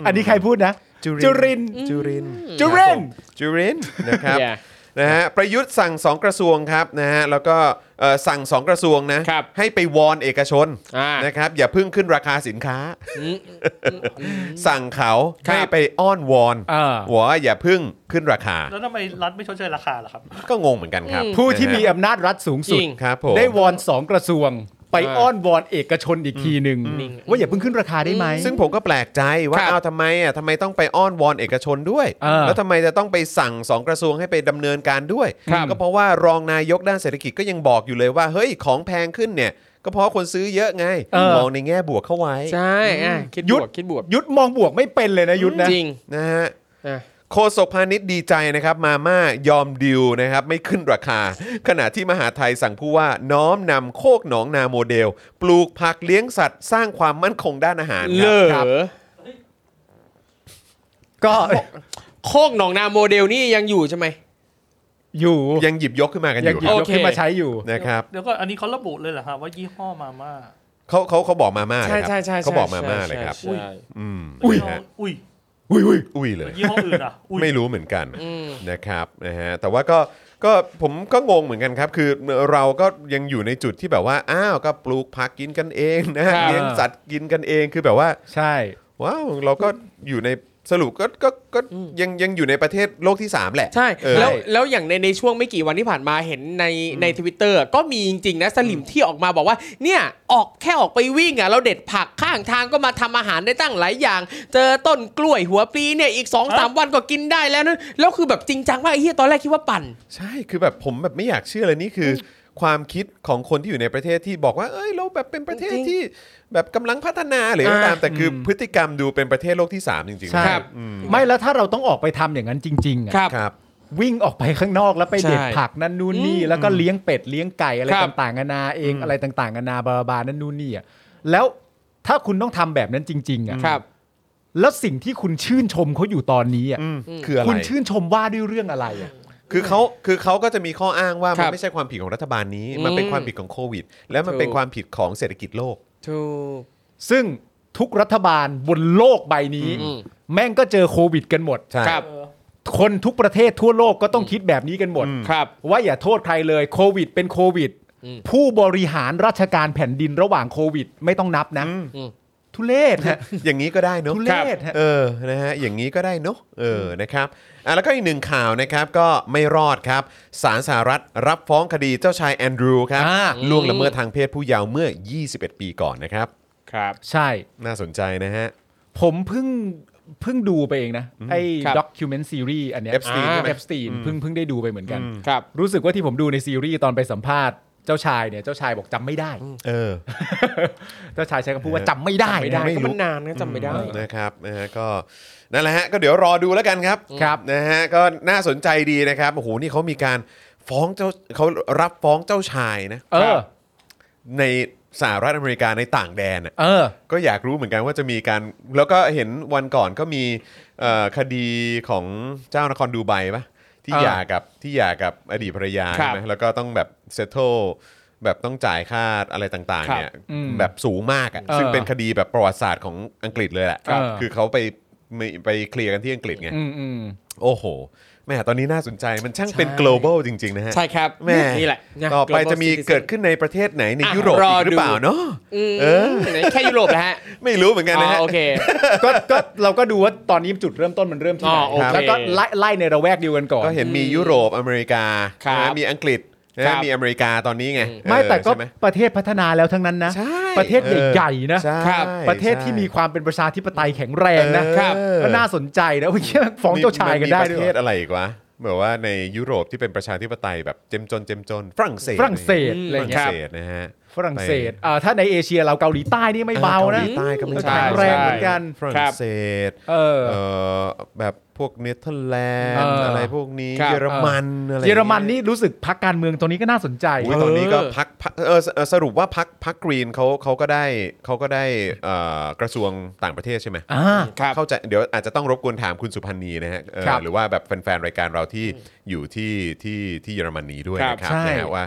Speaker 3: อันนี้ใครพูดนะ จุรินทร์
Speaker 1: จุรินทร์
Speaker 3: จุรินทร์
Speaker 1: จุรินทร์นะครับ
Speaker 5: Yeah
Speaker 1: นะฮะประยุทธ์สั่งสองกระทรวงครับนะฮะแล้วก็เอ่อสั่งสองกระทรวงนะครับ ให้ไปวอนเอกชน
Speaker 5: อ่าน
Speaker 1: นะครับอย่าเพิ่งขึ้นราคาสินค้า สั่งเขา
Speaker 5: ครับ
Speaker 1: ให้ไปอ้อนวอน
Speaker 3: เออ
Speaker 1: ว่าอย่าเพิ่งขึ้นราคา
Speaker 4: แล้วทำไมรัฐไม่ชดเชยราคาล่ะครับ
Speaker 1: ก็งงเหมือนกันครับ
Speaker 3: ผู้ที่มี
Speaker 1: นะฮะ
Speaker 3: อำนาจรัฐสูงสุ
Speaker 5: จ
Speaker 3: ด
Speaker 5: ริง
Speaker 1: ครับผม
Speaker 3: ได้วอนสองกระทรวง ไป
Speaker 5: เออ
Speaker 3: อ้อนวอนเอกชนอีกทีหนึ่ง
Speaker 5: อืม
Speaker 3: ว่าอย่าเพิ่งขึ้นราคาได้ไหม
Speaker 1: ซึ่งผมก็แปลกใจว่า
Speaker 5: ครับ
Speaker 1: เอาทำไมอ่ะทำไมต้องไปอ้อนวอนเอกชนด้วย
Speaker 3: เออ
Speaker 1: แล้วทำไมจะต้องไปสั่งสองกระทรวงให้ไปดำเนินการด้วย ก็เพราะว่ารองนายกด้านเศรษฐกิจก็ยังบอกอยู่เลยว่า เฮ้ยของแพงขึ้นเนี่ย ก็เพราะคนซื้อเยอะไง
Speaker 3: เออ
Speaker 1: มองในแง่บวกเข้าไว้
Speaker 5: ใช่อ่ะคิดบ
Speaker 3: ยุ
Speaker 5: ว
Speaker 3: ด
Speaker 5: กคิดบวก
Speaker 3: ยุทธมองบวกไม่เป็นเลยนะยุทธนะ
Speaker 5: จริง
Speaker 1: นะฮะ
Speaker 5: อ่ะ
Speaker 1: โฆษกพาณิชย์ดีใจนะครับ มาม่ายอมดิวนะครับ ไม่ขึ้นราคา ขณะที่มหาไทยสั่งผู้ว่าน้อมนำโคกหนองนาโมเดล ปลูกผักเลี้ยงสัตว์ สร้างความมั่นคงด้านอาหาร
Speaker 5: เล
Speaker 1: ครับ
Speaker 5: อ
Speaker 3: ครับ ก็
Speaker 5: โคกหนองนาโมเดลนี่ยังอยู่ใช่ไหม
Speaker 3: อยู่
Speaker 1: ยังหยิบยกขึ้นมากันอ
Speaker 3: ยัง
Speaker 1: ยู่
Speaker 3: หยิบ
Speaker 1: ครับ
Speaker 5: โอ
Speaker 3: ย
Speaker 5: ก เค
Speaker 3: ขึ้นมาใช้อยู่
Speaker 1: นะครับ
Speaker 4: เดี๋ยวก็อันนี้เขาระบุเลยเหรอฮะว่ายี่ห้อมาม่า
Speaker 1: เขาเขาเขาบอกมาม่าเลย
Speaker 5: ใช่
Speaker 1: ครั
Speaker 5: ใช่ใช่ใช่
Speaker 1: เขาบอกมาม่าเลยครับ
Speaker 5: ใช่ใช่
Speaker 1: อืม
Speaker 4: อุ้ย
Speaker 1: นะฮะ
Speaker 4: อุ้ย
Speaker 3: อุ้ยอุ้ย
Speaker 1: อุ้ยเลย
Speaker 4: ยี่ห้ออื่น อ่ะอุ้ย
Speaker 1: ไม่รู้เหมือนกัน
Speaker 5: อืม
Speaker 1: นะครับนะฮะแต่ว่าก็ก็ผมก็งงเหมือนกันครับ คือเราก็ยังอยู่ในจุดที่แบบว่าอ้าวก็ปลูกผักกินกันเองนะครับ เลี้ยงสัตว์กินกันเองคือแบบว่า
Speaker 3: ใช่
Speaker 1: ว้าวเราก็อยู่ในสรุปก็ก็ก็ยังยังอยู่ในประเทศโลกที่ 3 แหละ
Speaker 5: ใช่
Speaker 1: เออ
Speaker 5: แล้วแล้วอย่างในในช่วงไม่กี่วันที่ผ่านมาเห็นในในทวิตเตอร์ก็มีจริง ๆ นะสลิมที่ออกมาบอกว่า เนี่ยออกแค่ออกไปวิ่งอ่ะเราเด็ดผักข้างทางก็มาทำอาหารได้ตั้งหลายอย่าง เจอต้นกล้วยหัวปลีเนี่ยอีก2อสามวันก็กินได้แล้วนะแล้วคือแบบจริงจังมากไอ้เหี้ยตอนแรกคิดว่าปั่น
Speaker 1: ใช่คือแบบผมแบบไม่อยากเชื่อเลยนี่คือ ความคิดของคนที่อยู่ในประเทศที่บอกว่า เอ้ยเราแบบเป็นประเทศ
Speaker 5: จริงๆ
Speaker 1: ที่แบบกำลังพัฒนาหรืออะไรก็ตาม
Speaker 5: อ่า
Speaker 1: แต่คืออ
Speaker 3: ม
Speaker 1: พฤติกรรมดูเป็นประเทศโลกที่ 3 จริงๆ
Speaker 3: ใช่
Speaker 1: นะครับ อืม
Speaker 3: ไม่แล้วถ้าเราต้องออกไปทำอย่างนั้นจริงๆอะ
Speaker 5: ครับ
Speaker 1: ครับ
Speaker 3: วิ่งออกไปข้างนอกแล้วไป
Speaker 5: ใช่
Speaker 3: เด็ดผักนั่นนู่นนี่ แล้วก็เลี้ยงเป็ดเลี้ยงไก่อะไร
Speaker 5: ครับ
Speaker 3: ต่างๆนานาเองอะไรต่างๆนานาบาบาๆนั่นนู่นนี่อะแล้วถ้าคุณต้องทำแบบนั้นจริง ๆอะ
Speaker 5: ครับ
Speaker 3: แล้วสิ่งที่คุณชื่นชมเขาอยู่ตอนนี้อะ
Speaker 1: อืมคืออะไร
Speaker 3: คุณชื่นชมว่าด้วยเรื่องอะไรอะ
Speaker 1: คือเขาคือเขาก็จะมีข้ออ้างว่า
Speaker 5: ค
Speaker 1: มั
Speaker 5: รั
Speaker 1: น
Speaker 5: บ
Speaker 1: ไม่ใช่ความผิดของรัฐบาลนี้
Speaker 5: อืม
Speaker 1: มันเป็นความผิดของโควิด และมัน
Speaker 5: ถูก
Speaker 1: เป็นความผิดของเศรษฐกิจโลก
Speaker 5: ถูก
Speaker 3: ซึ่งทุกรัฐบาลบนโลกใบนี้
Speaker 5: อืม
Speaker 3: แม่งก็เจอโควิดกันหมด
Speaker 1: ใช่
Speaker 5: ครับ
Speaker 4: เออ
Speaker 3: คนทุกประเทศทั่วโลกก็ต้องคิดแบบนี้กันหมด
Speaker 5: ครับ
Speaker 3: ว่าอย่าโทษใครเลยโควิดเป็นโควิด
Speaker 5: อืม
Speaker 3: ผู้บริหารราชการแผ่นดินระหว่างโควิด ไม่ต้องนับนะ ทุเลศฮะ
Speaker 1: อย่างนี้ก็ได้เนอะ
Speaker 3: ทุเรศ
Speaker 1: ครับ
Speaker 3: ฮะ
Speaker 1: เออนะฮะอย่างนี้ก็ได้เนอะเออนะครับอ่ะแล้วก็อีกหนึ่งข่าวนะครับก็ไม่รอดครับสารสหรัฐรับฟ้องคดีเจ้าชายแอนดรูว์ครับ
Speaker 3: อ่า
Speaker 1: ล่วงละเมิดทางเพศผู้เยาว์เมื่อ 21 ปีก่อนนะครับ
Speaker 5: ครับ
Speaker 3: ใช่
Speaker 1: น่าสนใจนะฮะ
Speaker 3: ผมเพิ่งเพิ่งดูไปเองนะ ไอ้
Speaker 5: ครับ
Speaker 3: ด็อกิวเมนต์ซีรีส์อันเนี้ย
Speaker 1: Epstein
Speaker 5: อ่า
Speaker 1: ใช่ไหม
Speaker 3: เอฟสตีนเพิ่งเพิ่งได้ดูไปเหมือนกัน
Speaker 5: ครับ
Speaker 3: รู้สึกว่าที่ผมดูในซีรีส์ตอนไปสัมภาษณ์เจ้าชายเนี่ยเจ้าชายบอกจำไม่ได้
Speaker 1: เออ
Speaker 3: เจ้าชายใช้คำพูดว่าจำไม่ได้
Speaker 5: ไม่ได้
Speaker 3: นะ
Speaker 5: ก็มันนานนะจำไม่ได้
Speaker 1: นะครับนะฮะก็นั่นแหละฮะก็เดี๋ยวรอดูแล้วกันครับ
Speaker 3: ครับ
Speaker 1: นะฮะก็น่าสนใจดีนะครับโอ้โหนี่เขามีการฟ้องเจ้าเขารับฟ้องเจ้าชายนะ
Speaker 3: เออ
Speaker 1: ในสหรัฐอเมริกาในต่างแดนน่ะ
Speaker 3: เออ
Speaker 1: ก็อยากรู้เหมือนกันว่าจะมีการแล้วก็เห็นวันก่อนก็มีเอ่อคดีของเจ้านครดูไบปะที่
Speaker 3: เออ
Speaker 1: หย่ากับที่หย่ากับอดีตภรรยา
Speaker 5: ครับ
Speaker 1: ใช่ไหมแล้วก็ต้องแบบเซตโตแบบต้องจ่ายค่าอะไรต่างๆเนี่ย
Speaker 3: อืม
Speaker 1: แบบสูงมากอะ
Speaker 3: เออ
Speaker 1: ซึ่งเป็นคดีแบบประวัติศาสตร์ของอังกฤษเลยแหละ
Speaker 3: ครับ
Speaker 1: คือเขาไปไม่ไปเคลียร์กันที่อังกฤษไง
Speaker 3: อืมอืม
Speaker 1: โอ้โหแม่ตอนนี้น่าสนใจมันช่างเป็น
Speaker 5: ใช่
Speaker 1: global จริง ๆ นะฮะ
Speaker 5: ใช่ครับ
Speaker 1: แม่
Speaker 5: นี่แหละนะ
Speaker 1: ต่อไป
Speaker 5: Global
Speaker 1: จะมี
Speaker 5: Citizen
Speaker 1: เกิดขึ้นในประเทศไหนใน
Speaker 5: อ่ะ
Speaker 1: ยุโรป
Speaker 5: รอ
Speaker 1: อีกห
Speaker 5: ดู
Speaker 1: รือเปล่าเนาะ
Speaker 5: อืม
Speaker 1: เออ
Speaker 5: แค่ยุโรปแล้วฮะ
Speaker 1: ไม่รู้เหมือนกัน
Speaker 5: อ๋
Speaker 1: นะ
Speaker 5: อ
Speaker 1: ฮะ
Speaker 5: โอเค
Speaker 3: ก็ก็เราก็ดูว่าตอนนี้จุดเริ่มต้นมันเริ่มที่ไหน
Speaker 5: อ๋อโอเค
Speaker 3: แล้วก็ไล่ไล่ในระแวกเดียวกันก่อน
Speaker 1: ก็เห็นมียุโรปอเมริกา
Speaker 5: ครับ
Speaker 1: นะมีอังกฤษนะครับ มีอเมริกาตอนนี้ไง
Speaker 3: ไม่
Speaker 1: เออ
Speaker 3: แต่ก็
Speaker 1: ใช่หม
Speaker 3: ประเทศพัฒนาแล้วทั้งนั้นนะ
Speaker 1: ใช่
Speaker 3: ประเทศใหญ่ๆนะ
Speaker 1: ใช่
Speaker 5: ครับ
Speaker 3: ประเทศที่มีความเป็นประชาธิปไตยแข็งแรงนะ
Speaker 1: เออ
Speaker 5: ครับ
Speaker 3: ก็น่าสนใจนะเมื่อกี้ฟ้องเจ้าชายกันได้
Speaker 1: มัมีป
Speaker 3: ด้ว
Speaker 1: ระเท
Speaker 3: ย
Speaker 1: ศอะไรอีกวะแบบว่าในยุโรปที่เป็นประชาธิปไตยแบบเจมจนเจมจนฝรั่งเศส
Speaker 3: ฝรั่งเศส
Speaker 5: อืม
Speaker 3: อะ
Speaker 1: ฝ
Speaker 3: ไร
Speaker 1: รั่ง
Speaker 3: เงี้ย
Speaker 1: เศสนะฮะ
Speaker 3: ฝรั่งเศสอ่าถ้าในเอเชียเราเกาหลีใต้นี่ไม่เบานะ
Speaker 1: กหลีใต้ก็ไม่
Speaker 5: เออ
Speaker 1: ใช่
Speaker 5: แข็งแรงเหมือนกัน
Speaker 1: ฝรั่
Speaker 5: ครั
Speaker 1: ง
Speaker 5: บ
Speaker 1: เศส
Speaker 3: เออ
Speaker 1: เอ่อแบบพวกเนเธอร์แลน
Speaker 3: เอ
Speaker 1: ด์
Speaker 3: ออ
Speaker 1: อะไรพวกนี้
Speaker 5: ครับ
Speaker 1: เยอรมันอะไร
Speaker 3: เยอรมันนี่รู้สึกพักการเมืองตัวนี้ก็น่าสนใจ
Speaker 1: อุ๊ยตอนนี้ก็พักพักเออเออสรุปว่าพักพักกรีนเขาเขาก็ได้เขาก็ได้เอ่อกระทรวงต่างประเทศใช่ไหม
Speaker 3: อ่า
Speaker 5: ครับ
Speaker 1: เข้าใจเดี๋ยวอาจจะต้องรบกวนถามคุณสุพันธ์นีนะฮะเออ
Speaker 3: ครับ
Speaker 1: หรือว่าแบบแฟนๆ รายการเราที่ อยู่ที่ที่ที่เยอรมนีด้วย
Speaker 5: ครับ
Speaker 1: นะครับ
Speaker 3: ใช่
Speaker 1: นะฮะว่า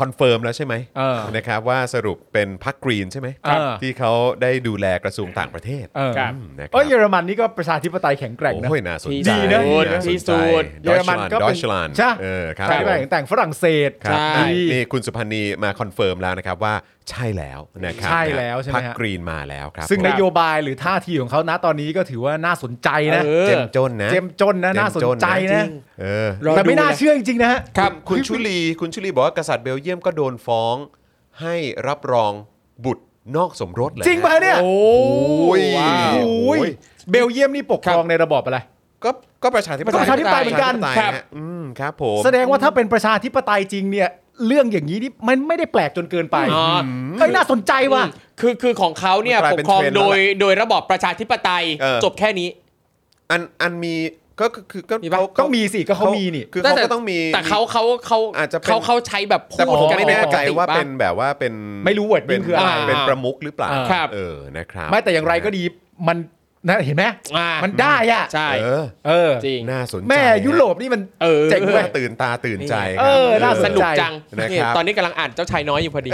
Speaker 1: คอนเฟิร์มแล้วใช่ไหม
Speaker 3: เออ
Speaker 1: นะครับว่าสรุปเป็นพรรคกรีนใช่ไหม
Speaker 3: ครับ
Speaker 1: ที่เขาได้ดูแลกระทรวงต่างประเทศ
Speaker 3: เออ
Speaker 5: ครับ
Speaker 1: มนะครั
Speaker 3: เอ้ยเยอรมันนี่ก็ประชาธิปไตยแข็งแกร่งนะ
Speaker 1: โอ้ยน่าสนใจ
Speaker 5: ดีนะ
Speaker 1: าส
Speaker 5: ดี
Speaker 1: น
Speaker 5: สุ
Speaker 1: ใจ
Speaker 5: ด
Speaker 3: เยอรมันก็
Speaker 1: ดอ
Speaker 3: เป็
Speaker 1: ช
Speaker 3: น
Speaker 1: ลัน
Speaker 3: ใช่
Speaker 1: เออครับ
Speaker 3: ใช่ไหม
Speaker 1: ผม
Speaker 3: แต่งฝรั่งเศส
Speaker 1: ครับ
Speaker 5: ใช่
Speaker 1: นี่นี่คุณสุพันธ์นีมาคอนเฟิร์มแล้วนะครับว่าใช่แล้วนะครับ
Speaker 3: ใช่แล้วใช่ไหม
Speaker 1: พัก
Speaker 3: ฮะ
Speaker 1: กรีนมาแล้วครับ
Speaker 3: ซึ่ง
Speaker 1: ผ
Speaker 3: น
Speaker 1: ม
Speaker 3: โยบายหรือท่าทีของเขานะตอนนี้ก็ถือว่าน่าสนใจนะ
Speaker 5: เออ
Speaker 1: เจมจนนะ
Speaker 3: เจ้มจนนะ
Speaker 1: เจ้ม
Speaker 3: น่าสนใจ
Speaker 1: จ
Speaker 3: นะ
Speaker 1: ริงเออ
Speaker 5: รอดู
Speaker 3: แต่ไม่น่า
Speaker 5: นะ
Speaker 3: เชื่อจริงๆนะฮะ
Speaker 1: ครับคุณชุลีคุณชุลีบอกว่ากษัตริย์เบลเยียมก็โดนฟ้องให้รับรองบุตรนอกสมรสเลย
Speaker 3: จริงป่ะเนี่ย
Speaker 5: โอ้
Speaker 1: ย
Speaker 5: ว้าว
Speaker 3: โอ้ยเบลเยียมนี่ปกครองในระบอบอะไร
Speaker 1: ก็ก็ประชาธิปไตย
Speaker 3: ก็ประชาธิปไตยเหมือนกัน
Speaker 1: ประชาธิปไตย
Speaker 5: ครับ
Speaker 1: ฮะอืมครับผม
Speaker 3: แสดงว่าถ้าเป็นประชาธิปไตยจริงเนี่ยเรื่องอย่างนี้นี่มันไม่ได้แปลกจนเกินไป
Speaker 5: อ๋อ
Speaker 3: เอ้ยน่าสนใจว่ะ
Speaker 5: คือคือของเขาเนี่ย
Speaker 1: มันกลาย
Speaker 5: ปก
Speaker 1: เป็น
Speaker 5: ครอง
Speaker 1: เทรนด์
Speaker 5: โดย
Speaker 1: แล้วล่ะ
Speaker 5: โดยระบอบประชาธิปไตย
Speaker 1: เออ
Speaker 5: จบแค่นี้
Speaker 1: อันอันมีก็คือคือก็
Speaker 5: มีปะ
Speaker 1: เขา
Speaker 3: ต้องมีสิก็เขามีนี่
Speaker 1: คือเขาก็ต้องมี
Speaker 5: แต่เขาเขาเขา
Speaker 1: อาจจะเป็น
Speaker 5: เขาเขาใช้แบบ
Speaker 1: แต่ผม
Speaker 5: คู่กั
Speaker 1: ไม่แน่ใจ
Speaker 5: ปกติ
Speaker 1: ว่าเป็น
Speaker 5: ปะ
Speaker 1: แบบว่าเป็น
Speaker 3: ไม่รู้ wording
Speaker 1: เป็น
Speaker 3: คืออะไร
Speaker 1: เป็นประมุขหรือเปล่า
Speaker 3: อ่า
Speaker 5: ครับ
Speaker 1: เออนะครับ
Speaker 3: ไม่แต่อย่างไรก็ดีมันนะเห็นไหม
Speaker 5: อ่ามั
Speaker 3: มันได้อ่ะ
Speaker 5: ใช่
Speaker 1: เออ
Speaker 3: เออ
Speaker 5: จริง
Speaker 1: น่าสนใจ
Speaker 3: แม่ยุโรปนี่มัน
Speaker 5: เออ
Speaker 3: เจ๋งเว้
Speaker 1: น่าย ตื่นตาตื่นใจ
Speaker 3: เออ
Speaker 1: ครับ
Speaker 3: น่า
Speaker 5: สนุกจัง
Speaker 1: นะครับ
Speaker 5: เนี่ยตอนนี้กำลังอ่านเจ้าชายน้อยอยู่พอดี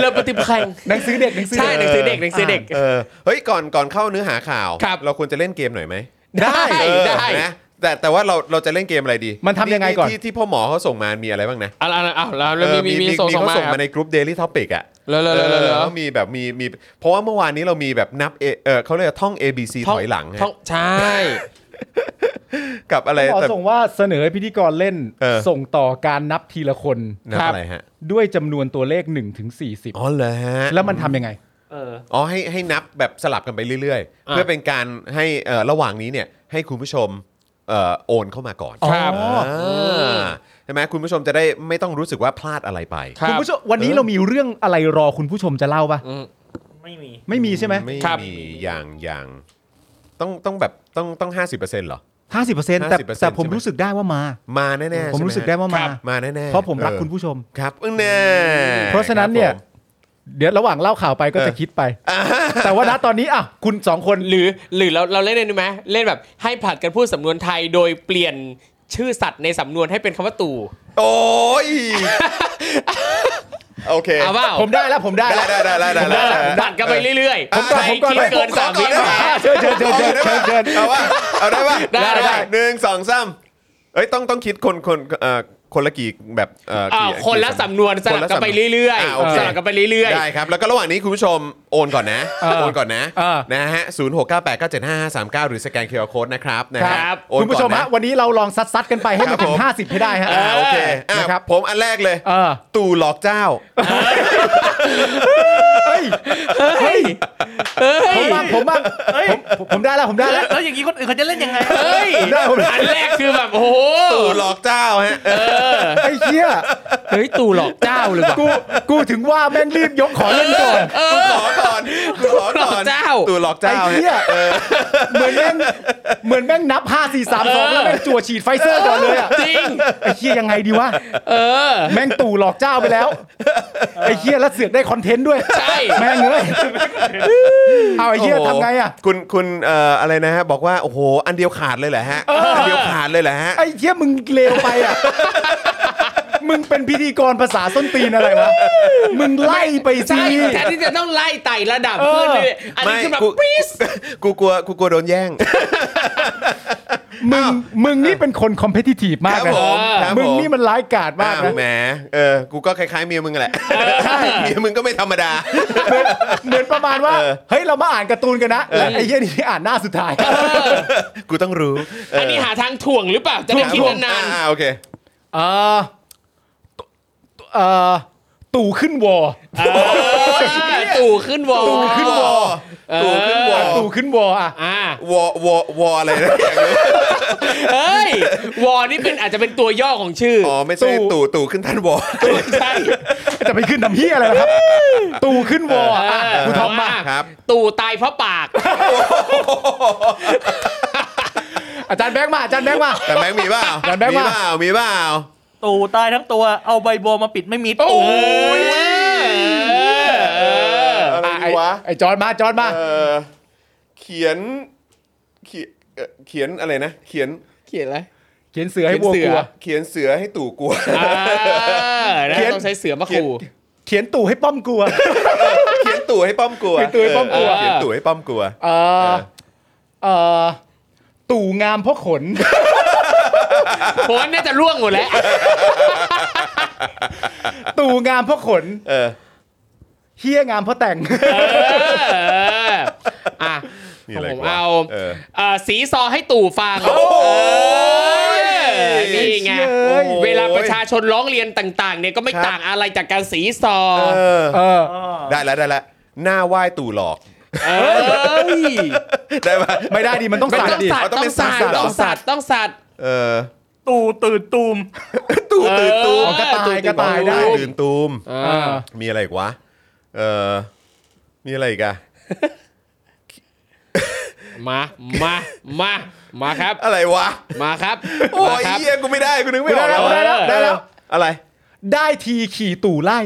Speaker 5: เริ่มปฏิบัติแข่ง
Speaker 3: หนังสือเด็กหนังสือ
Speaker 5: ใช่ห
Speaker 3: เด็ก
Speaker 5: นังสือเด็กหนังสือเด็ก
Speaker 1: เออเฮ้ยก่อนก่อนเข้าเนื้อหาข่าว
Speaker 5: ครับ
Speaker 1: เราควรจะเล่นเกมหน่อยไหม
Speaker 5: ได้
Speaker 1: เออ
Speaker 5: ได้
Speaker 1: นะแต่แต่ว่าเราเราจะเล่นเกมอะไรดี
Speaker 3: มันทำยังไงก่อน
Speaker 1: ที่ที่พ่อหมอเขาส่งมามีอะไรบ้างนะ
Speaker 5: เอาละเอาละแล้วมีมีมีส่ง
Speaker 1: มี
Speaker 5: ส่ง
Speaker 1: เขา
Speaker 5: มา
Speaker 1: ส่ง
Speaker 5: ครับ
Speaker 1: มาในกลุ่ม Daily Topic อ่ะ
Speaker 5: แล้วแล้วแล้วแล้วแล้ว
Speaker 1: มีแบบมีมีเพราะว่าเมื่อวานนี้เรามีแบบนับเอเออเขาเรียกว่าท่อง A B C ถอยหลังฮะ
Speaker 5: ท่องใช่
Speaker 1: กับอะไร
Speaker 3: ขอ
Speaker 1: แต่
Speaker 3: ส่งว่าเสนอให้พิธีกรเล่น
Speaker 1: เออ
Speaker 3: ส่งต่อการนับทีละคน
Speaker 1: นับ
Speaker 5: ครับ
Speaker 1: อะไรฮะ
Speaker 3: ด้วยจำนวนตัวเลข1นถึงสี
Speaker 1: อ๋อเหรอฮะ
Speaker 3: แล้วมันทำยังไง
Speaker 4: เออ
Speaker 1: อ๋อให้ให้นับแบบสลับกันไปเรื่อยๆ
Speaker 5: อ่ะ
Speaker 1: เพื่อเป็นการให้เอ่อระหว่างนี้เนี่ยให้คุณผู้ชมเอ่อโอนเข้ามาก่อน
Speaker 3: อ๋อครับ
Speaker 1: าใช่ไหมคุณผู้ชมจะได้ไม่ต้องรู้สึกว่าพลาดอะไรไป
Speaker 5: ครับ
Speaker 3: คุณผู้ชมวันนี้เรามีเรื่องอะไรรอคุณผู้ชมจะเล่าปะ
Speaker 5: อืม
Speaker 4: ไม่มี
Speaker 3: ไม่มีใช่ไหม
Speaker 1: ไม่
Speaker 5: ครับ
Speaker 1: มีอย่างอย่างต้องต้องแบบต้องต้องห้าสิบเปอร์เซ็นต์เหรอ
Speaker 3: ห้าสิบเปอร์เซ็นต์แต่
Speaker 1: 50%
Speaker 3: แต่ผม
Speaker 1: ใช่ไหม
Speaker 3: รู้สึกได้ว่ามา
Speaker 1: มาแน่ๆ
Speaker 3: ผม
Speaker 1: ใช่ห
Speaker 3: รู้สึกได้ว่ามา
Speaker 1: มาแน่ๆ
Speaker 3: เพราะผมรักคุณ
Speaker 1: ชม
Speaker 3: ผู้ชม
Speaker 1: ครับอื้อแน่
Speaker 3: เพราะฉะนั้นเนี่ย
Speaker 1: คบผม
Speaker 3: เดี๋ยวระหว่างเล่าข่าวไปก็
Speaker 1: เออ
Speaker 3: จะคิดไป แต่ว่าณตอนนี้อ่ะคุณสองคน
Speaker 5: หรือหรือเราเราเล่นได้ไหมเล่นแบบให้ผลัดกันพูดสำนวนไทยโดยเปลี่ยนชื่อสัตว์ในสำนวนให้เป็นคำว่าตู่
Speaker 1: โอ้ย โอเค
Speaker 5: เอาเปล่า
Speaker 3: ผมได้แล้วผมได้แล้ว
Speaker 1: ได้ได้ได้ได้ได้
Speaker 5: ผลัดกันไปเรื่อย
Speaker 3: ผมก่อน
Speaker 5: ใคร
Speaker 3: ผมก่อน
Speaker 5: คิดเกิน
Speaker 3: ผมขอ
Speaker 5: สาม
Speaker 3: ก่อ
Speaker 5: วิ
Speaker 3: นได้ไหมเชิญเชิญเชิญเชิญเชิญเชิญ
Speaker 1: เอาว่าเอาได้ป่ะ
Speaker 5: ได้ได้
Speaker 1: หนึ่งสองสามเอ้ยต้องต้องคิดคนคนเอ่อคนละกี่แบบเอ่อ
Speaker 5: อ่า
Speaker 1: กี่
Speaker 5: คนละสำนวนส
Speaker 1: ค
Speaker 5: ลับ
Speaker 1: ละ
Speaker 5: กันไปเรื่อย
Speaker 1: าโอ
Speaker 5: ๆ
Speaker 1: เค
Speaker 5: สลับกันไปเรื่อย
Speaker 1: ได้ครับ แล้วก็ระหว่างนี้คุณผู้ชมโอนก่อนนะ
Speaker 3: เออ
Speaker 1: โอนก่อนนะ
Speaker 3: เออ
Speaker 1: นะฮะศูนย์หกเก้าแปดเก้าเจ็ดห้าสามเก้าหรือสแกนเคอร์โค้ดนะครับนะฮะ
Speaker 5: ครับ
Speaker 1: โอนก่อนนะ
Speaker 3: คุณผู้ชมฮะวันนี้เราลองซัดซัดๆกันไปให้มันถึ
Speaker 1: ครับผม
Speaker 3: งห้าสิบให้ได้ฮะ
Speaker 1: อ่าโอเคอ่ะ
Speaker 3: นะครับ
Speaker 1: ผมอันแรกเลย
Speaker 3: เออ
Speaker 1: ตู่หลอกเจ้า
Speaker 5: ๆเฮ้ยเฮ้
Speaker 3: ผม
Speaker 5: ย
Speaker 3: บ้างผมบ้าง
Speaker 4: เฮ้ย
Speaker 3: ผมผมได้แล้วผมได้
Speaker 4: แล้
Speaker 3: แล้ว ว
Speaker 4: แล้วอย่างนี้คนอื่นเขาจะเล่นยังไง
Speaker 5: เฮ้ย
Speaker 3: ผมได้ผมได้
Speaker 5: อันแรกคือแบบโอ้โห
Speaker 1: ตู่หลอกเจ้าฮะเออ
Speaker 3: ไอ้เหี้ย
Speaker 5: เฮ้ยตู่หลอกเจ้าเลยว่ะ
Speaker 3: กูกูถึงว่าแม่งรีบยกขอเล่นก่อน
Speaker 5: เอ
Speaker 1: กู
Speaker 5: อ
Speaker 1: ขอก่อนกูขอก่อน
Speaker 5: ตู่หลอกเจ้า
Speaker 1: ตู่หลอกเจ้า
Speaker 3: ไอ้เหี้ย
Speaker 1: ฮะเออ
Speaker 3: เหมือนแม่งเหมือนแม่งนับ 5 4 3 2 แล้วแม่งจั่วฉีดไฟเซอร์ก่อนเลยอ่ะ
Speaker 5: จริง
Speaker 3: ไอ้เฮียยังไงดีวะ
Speaker 5: เออ
Speaker 3: แม่งตู่หลอกเจ้าไปแล้ว ไอ้เฮียแล้วเสือกได้คอนเทนต์ด้วย
Speaker 5: ใช่
Speaker 3: แม่งเลยเอาไอ้เฮีย
Speaker 1: โโห
Speaker 3: ทำไงอ่ะ
Speaker 1: คุณคุณเอ่ออะไรนะฮะบอกว่าโอ้โหอันเดียวขาดเลยเหรอฮะอันเดียวขาดเลยเหรอฮะ
Speaker 3: ไอ้เฮียมึงเลวไปอ่ะ มึงเป็นพิธีกรภาษาส้นตีนอะไรวะ มึงไล่ไปสิ
Speaker 5: ใช่แทนที่จะต้องไล่ไต่ระดับ
Speaker 3: เออ
Speaker 5: ขึ้นเลยอันนี้คือแบบ
Speaker 1: กู
Speaker 5: ปี๊ส
Speaker 1: กูกลัวกูกลัวโดนแย่ง
Speaker 3: มึงมึงนี่เป็นคนคอมเพติทีฟมาก
Speaker 1: ครับ
Speaker 3: นะ
Speaker 1: ผมครับผม
Speaker 3: มึงนี่มันร้ายกาจมาก
Speaker 1: อ้
Speaker 3: นะ
Speaker 1: วแหมเออกูก็คล้ายๆเมียมึงแหละเมียมึงก็ไม่ธรรมดา
Speaker 3: เหมือนเหมือนประมาณว่าเฮ้ยเรามาอ่านการ์ตูนกันนะและไอ้เฮียนี่อ่านหน้าสุดท้าย
Speaker 1: กูต้องรู้เ
Speaker 5: อันนี้หาทางถ่วงหรือเปล่า จะได้คิดนาน
Speaker 1: อ่าโอเค
Speaker 3: เออตุเออตู่ขึ้นวอ
Speaker 5: ๆเออตู่ขึ้นวอล
Speaker 1: ตู่ขึ้นวอ
Speaker 3: อ่ะตู่ขึ้นวออ่ะ
Speaker 5: อ่า
Speaker 1: วอวอวออะไรนะอย่างนี้
Speaker 5: เฮ้ย วอลนี่เป็นอาจจะเป็นตัวย่อของชื่อ
Speaker 1: อ๋อไม่ใช่ตู่ตู่ขึ้นท่านวอ
Speaker 5: ใช่
Speaker 3: จะไปขึ้นทำเฮียอะไรล่ะครับ ตู่ขึ้นวอ
Speaker 5: เอ
Speaker 3: อ่ะอ่ะ
Speaker 5: อ
Speaker 3: กูทอมมา
Speaker 5: ว่
Speaker 1: ครับ
Speaker 5: ตู่ตายเพราะปาก
Speaker 3: อาจารย์แบงค์มาอาจารย์แบงค์มา
Speaker 1: แต่แบงค์มีเปล่า
Speaker 3: แต่แบงค์
Speaker 1: มี
Speaker 3: ว่ามี
Speaker 1: เปล่ามีเปล่า
Speaker 4: ตูตายทั้งตัวเอาใบบัวมาปิดไม่มีตู
Speaker 5: ยเออ
Speaker 1: อะไร
Speaker 3: อ่ะไอ้
Speaker 1: วะ
Speaker 3: ไอ้จอนมาจอนมา
Speaker 1: เออเขียนเขียนเอ่อเขียนอะไรนะ เขียน
Speaker 5: เขียนอะไร
Speaker 3: เขียนเสือให้วัวกลัว
Speaker 1: เขียนเสือให้ตู่กลัว
Speaker 5: เออนะ
Speaker 3: เขียน
Speaker 5: ต้องใช้เสือมาขู่
Speaker 3: เขียนตู่ให้ป้อมกลัว
Speaker 1: เขียนตู่ให้ป้อมกลัว
Speaker 3: เขียนตู่ให้ป้อมกลัว
Speaker 1: เเเขียนตู่ให้ป้อมกลัว
Speaker 3: เออเออตู่งามเพราะขน
Speaker 5: ผมว่าน่าจะล่วงหมดแล้ว
Speaker 3: ตู่งามเพราะขน
Speaker 1: เออ
Speaker 3: เฮี้ยงามเพราะแต่ง
Speaker 5: เอออ่ะ
Speaker 1: มีอะไร
Speaker 5: ผม
Speaker 1: กลัว
Speaker 5: เอา
Speaker 1: เออ
Speaker 5: เอ่อสีซอให้ตู่ฟัง
Speaker 1: ย
Speaker 5: เออนี่ไง
Speaker 3: เอ้ย
Speaker 5: เวลาประชาชนร้องเรียนต่าง ๆ เนี่ยก็ไม่ต่างอะไรจากการสีซอ
Speaker 1: เออ
Speaker 3: เออ
Speaker 1: ได้แล้วได้แล้วหน้าไหว้ตู่หลอก
Speaker 5: เอ้ย
Speaker 1: ได้ปะ
Speaker 3: ไม่ได้ดิมันต้อง
Speaker 5: มัน
Speaker 3: สาด
Speaker 5: ต้อง
Speaker 3: ดิ
Speaker 5: สัตว์
Speaker 1: เอาต้อ
Speaker 5: ต้อง
Speaker 1: เป็น
Speaker 5: งสัตว์
Speaker 1: สัตว์เหรอ
Speaker 5: ต้องสัตว์ต้องสัตว์
Speaker 1: เออ
Speaker 4: ตูตื่นตูม
Speaker 1: ตู่ตื่นตูม
Speaker 5: เอ
Speaker 3: อ๋อ
Speaker 5: อ
Speaker 3: ก็ตายก็ตายได้
Speaker 1: ตื่นตูม
Speaker 5: เอ
Speaker 3: เอ
Speaker 5: อ
Speaker 3: อ
Speaker 1: มีอะไรอีกวะ เออ มีอะไรอีกอะ
Speaker 5: มามามามาครับ
Speaker 1: อะไรวะ
Speaker 5: มาครับ
Speaker 1: โอ้
Speaker 5: มาย ครับ
Speaker 1: เยี่ยกูไม่ได้กูนึกไม่ออก
Speaker 3: กูได้แล้ว
Speaker 1: เออ
Speaker 3: ได้แล้ว
Speaker 1: อะไร
Speaker 3: ได้ทีขี่ตู่ไล่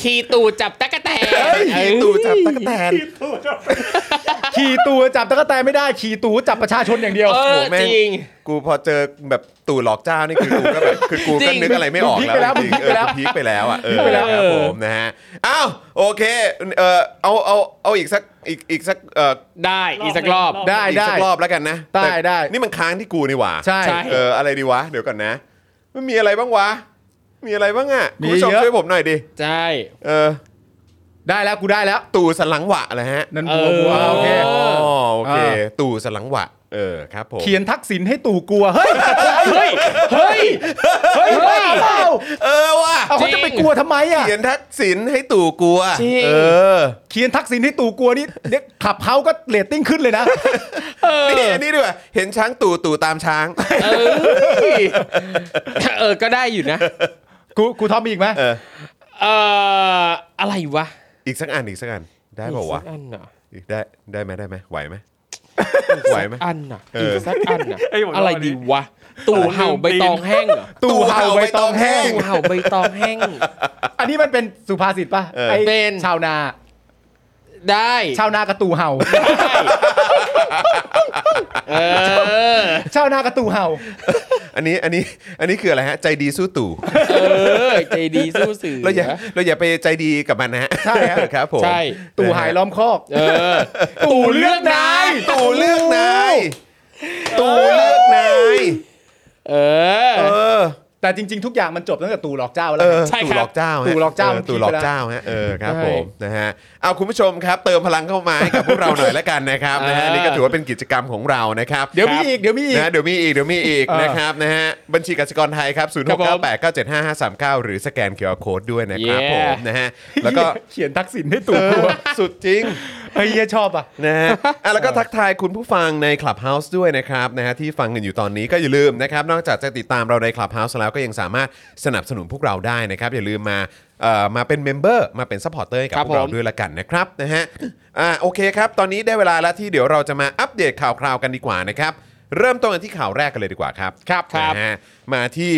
Speaker 5: ขี่ตู่จับตะกะแตน
Speaker 1: เฮ้ยขี่ตู่จับตะกแตน
Speaker 3: ขี่ตู่จับตะกั่วแตนไม่ได้ขี่ตู่จับประชาชนอย่างเดียว
Speaker 5: เออ
Speaker 1: โอ้โหแม่ง
Speaker 5: จริง
Speaker 1: กูพอเจอแบบตู่หลอกเจ้านี่คือกูก็แบบคือกู
Speaker 5: จริ
Speaker 1: ก็
Speaker 5: ง
Speaker 1: นึกอะไรไม่ออกแล้วจริงๆเออพีคไปแล้วอ่ะเออครับผมนะฮะอ้าวโอเคเออเอาเอาเอาอีกสักอีกอีกสักเออ
Speaker 5: ได้อีกสักรอบ
Speaker 3: ได้
Speaker 1: อีก
Speaker 3: ได้
Speaker 1: สักรอบแล้วกันนะ
Speaker 3: ได้
Speaker 1: แต่
Speaker 3: ได้
Speaker 1: นี่มันค้างที่กูนี่หว่า
Speaker 3: ใช่
Speaker 5: ใช่
Speaker 1: เอออะไรดีวะเดี๋ยวก่อนนะ มันมีอะไรบ้างวะ มีอะไรบ้างอ่ะ
Speaker 3: มี
Speaker 1: คุณผู้ชม
Speaker 3: เยอะ
Speaker 1: ช่วยผมหน่อยดิ
Speaker 5: ใช่
Speaker 1: เออ
Speaker 3: ได้แล้วกูได้แล้ว
Speaker 1: ตู่สนหลังหวะอะไรฮะ
Speaker 3: นั่นกลัวกลัว
Speaker 5: เออ
Speaker 3: โอเค
Speaker 1: อ๋อโอเค
Speaker 3: เออ
Speaker 1: ตู่สนหลังหวะ เออครับผม
Speaker 3: เขียนทักษิณให้ตู่กลัวเฮ้ยเฮ้ยเฮ้ยเฮ้ยบ้าเปล่า
Speaker 1: เออว่ะ
Speaker 3: เอาเขาจะไปกลัวทำไมอ่ะ
Speaker 1: เขียนทักษิณให้ตู่กลัว
Speaker 5: จริง
Speaker 1: เออ
Speaker 3: เขียนทักษิณให้ตู่กลัวนี่เด็กขับเขาก็เรตติ้งขึ้นเลยนะ
Speaker 1: นี่นี่ด้วยเห็นช้างตู่ตู่ตามช้าง
Speaker 5: เออเออก็ได้อยู่นะ
Speaker 3: กูกูทอมมีอีกไหม
Speaker 1: เออ
Speaker 5: เอออะไรวะ
Speaker 1: อีกสักอันอีกสักอันได้เปล่าวะ
Speaker 5: อีกสักอันน่ะ
Speaker 1: อีกได้ได้ไหมได้ไหมไหวไหมไหวไหม
Speaker 5: อันน่ะ
Speaker 1: เอ
Speaker 5: อี
Speaker 1: ออี
Speaker 5: กสักอันน่ะ
Speaker 4: ไอ้ผมรออันนี้
Speaker 5: อะไรดีวะ ตู่เห่าใบตองแห้งเหรอ
Speaker 3: ตู่เห่าใบตองแห้ง
Speaker 5: ตู่เห่าใบตองแห้ง
Speaker 3: อันนี้มันเป็นสุภาษิตป่ะ
Speaker 1: เออ
Speaker 3: ไอ้
Speaker 5: เป็น
Speaker 3: ชาวนา
Speaker 5: ได้
Speaker 3: ชาวนากับตู่เห่า
Speaker 5: เออ
Speaker 3: ชาวนากับตู่เห่า
Speaker 1: อันนี้อันนี้อันนี้คืออะไรฮะ ใจดีสู้ตู่
Speaker 5: เออใจดีสู้สื่อ
Speaker 1: เราอย่าเราอย่าไปใจดีกับมันนะฮะ
Speaker 3: ใช่ฮะ
Speaker 1: ครับผม
Speaker 5: ใช่
Speaker 3: ตู่หายล้อมคอก
Speaker 5: เออ
Speaker 3: ตู่เลือกนาย
Speaker 1: ตู่เลือกนายตู่เลือกนาย
Speaker 5: เออ
Speaker 1: เออ
Speaker 3: แต่จริง ๆ ทุกอย่างมันจบตั้งแต่ตู่หลอกเจ้าแล้
Speaker 1: เอ
Speaker 3: ว
Speaker 1: อ
Speaker 5: ใช่
Speaker 1: ตู่
Speaker 5: ครับ
Speaker 1: หลอกเจ้าฮะ
Speaker 3: ตู่หลอกเจ้า
Speaker 1: เตู่หลอกเจ้าฮะเออครับผมนะฮะเอาคุณผู้ชมครับ เติมพลังเข้ามาให้กับพวกเราหน่อยละกันนะครับนะฮะนี่ก็ถือว่าเป็นกิจกรรมของเรานะครับ
Speaker 3: เดี๋ยวมีอีกเดี๋ยวมีอีก
Speaker 1: นะเดี๋ยวมีอีกเดี๋ยวมีอีก
Speaker 3: เออ
Speaker 1: นะครับนะฮะบัญชีกสิกรไทยครับ
Speaker 5: ครับผม
Speaker 1: 0698975539 หรือสแกนเคอร์โคดด้วยนะครับ
Speaker 5: Yeah
Speaker 1: ผมนะฮะแล้วก็
Speaker 3: เขียนทักษิณให้ตู่
Speaker 1: เอก
Speaker 3: ลัว
Speaker 1: อสุดจริง
Speaker 3: เฮ้ยเหี้ยชอบอ่ะ
Speaker 1: นะฮะอ่ะแล้วก็ทักทายคุณผู้ฟังใน Clubhouse ด้วยนะครับนะฮะที่ฟังกันอยู่ตอนนี้ก็อย่าลืมนะครับ นอกจากจะติดตามเราใน Clubhouse แล้วก็ยังสามารถสนับสนุนพวกเราได้นะครับ อย่าลืมมาเอ่อมาเป็นเมมเบอร์มาเป็นซัพพอร์เตอร์ให้กับ
Speaker 5: ครับ
Speaker 1: พวกเรา
Speaker 5: ผม
Speaker 1: ด้วยละกันนะครับนะฮะอ่าโอเคครับ ตอนนี้ได้เวลาแล้วที่เดี๋ยวเราจะมาอัปเดตข่าวคราวกันดีกว่านะครับเริ่มต้นกันที่ข่าวแรกกันเลยดีกว่าครับ
Speaker 5: ครับครับ
Speaker 1: นะฮะมาที่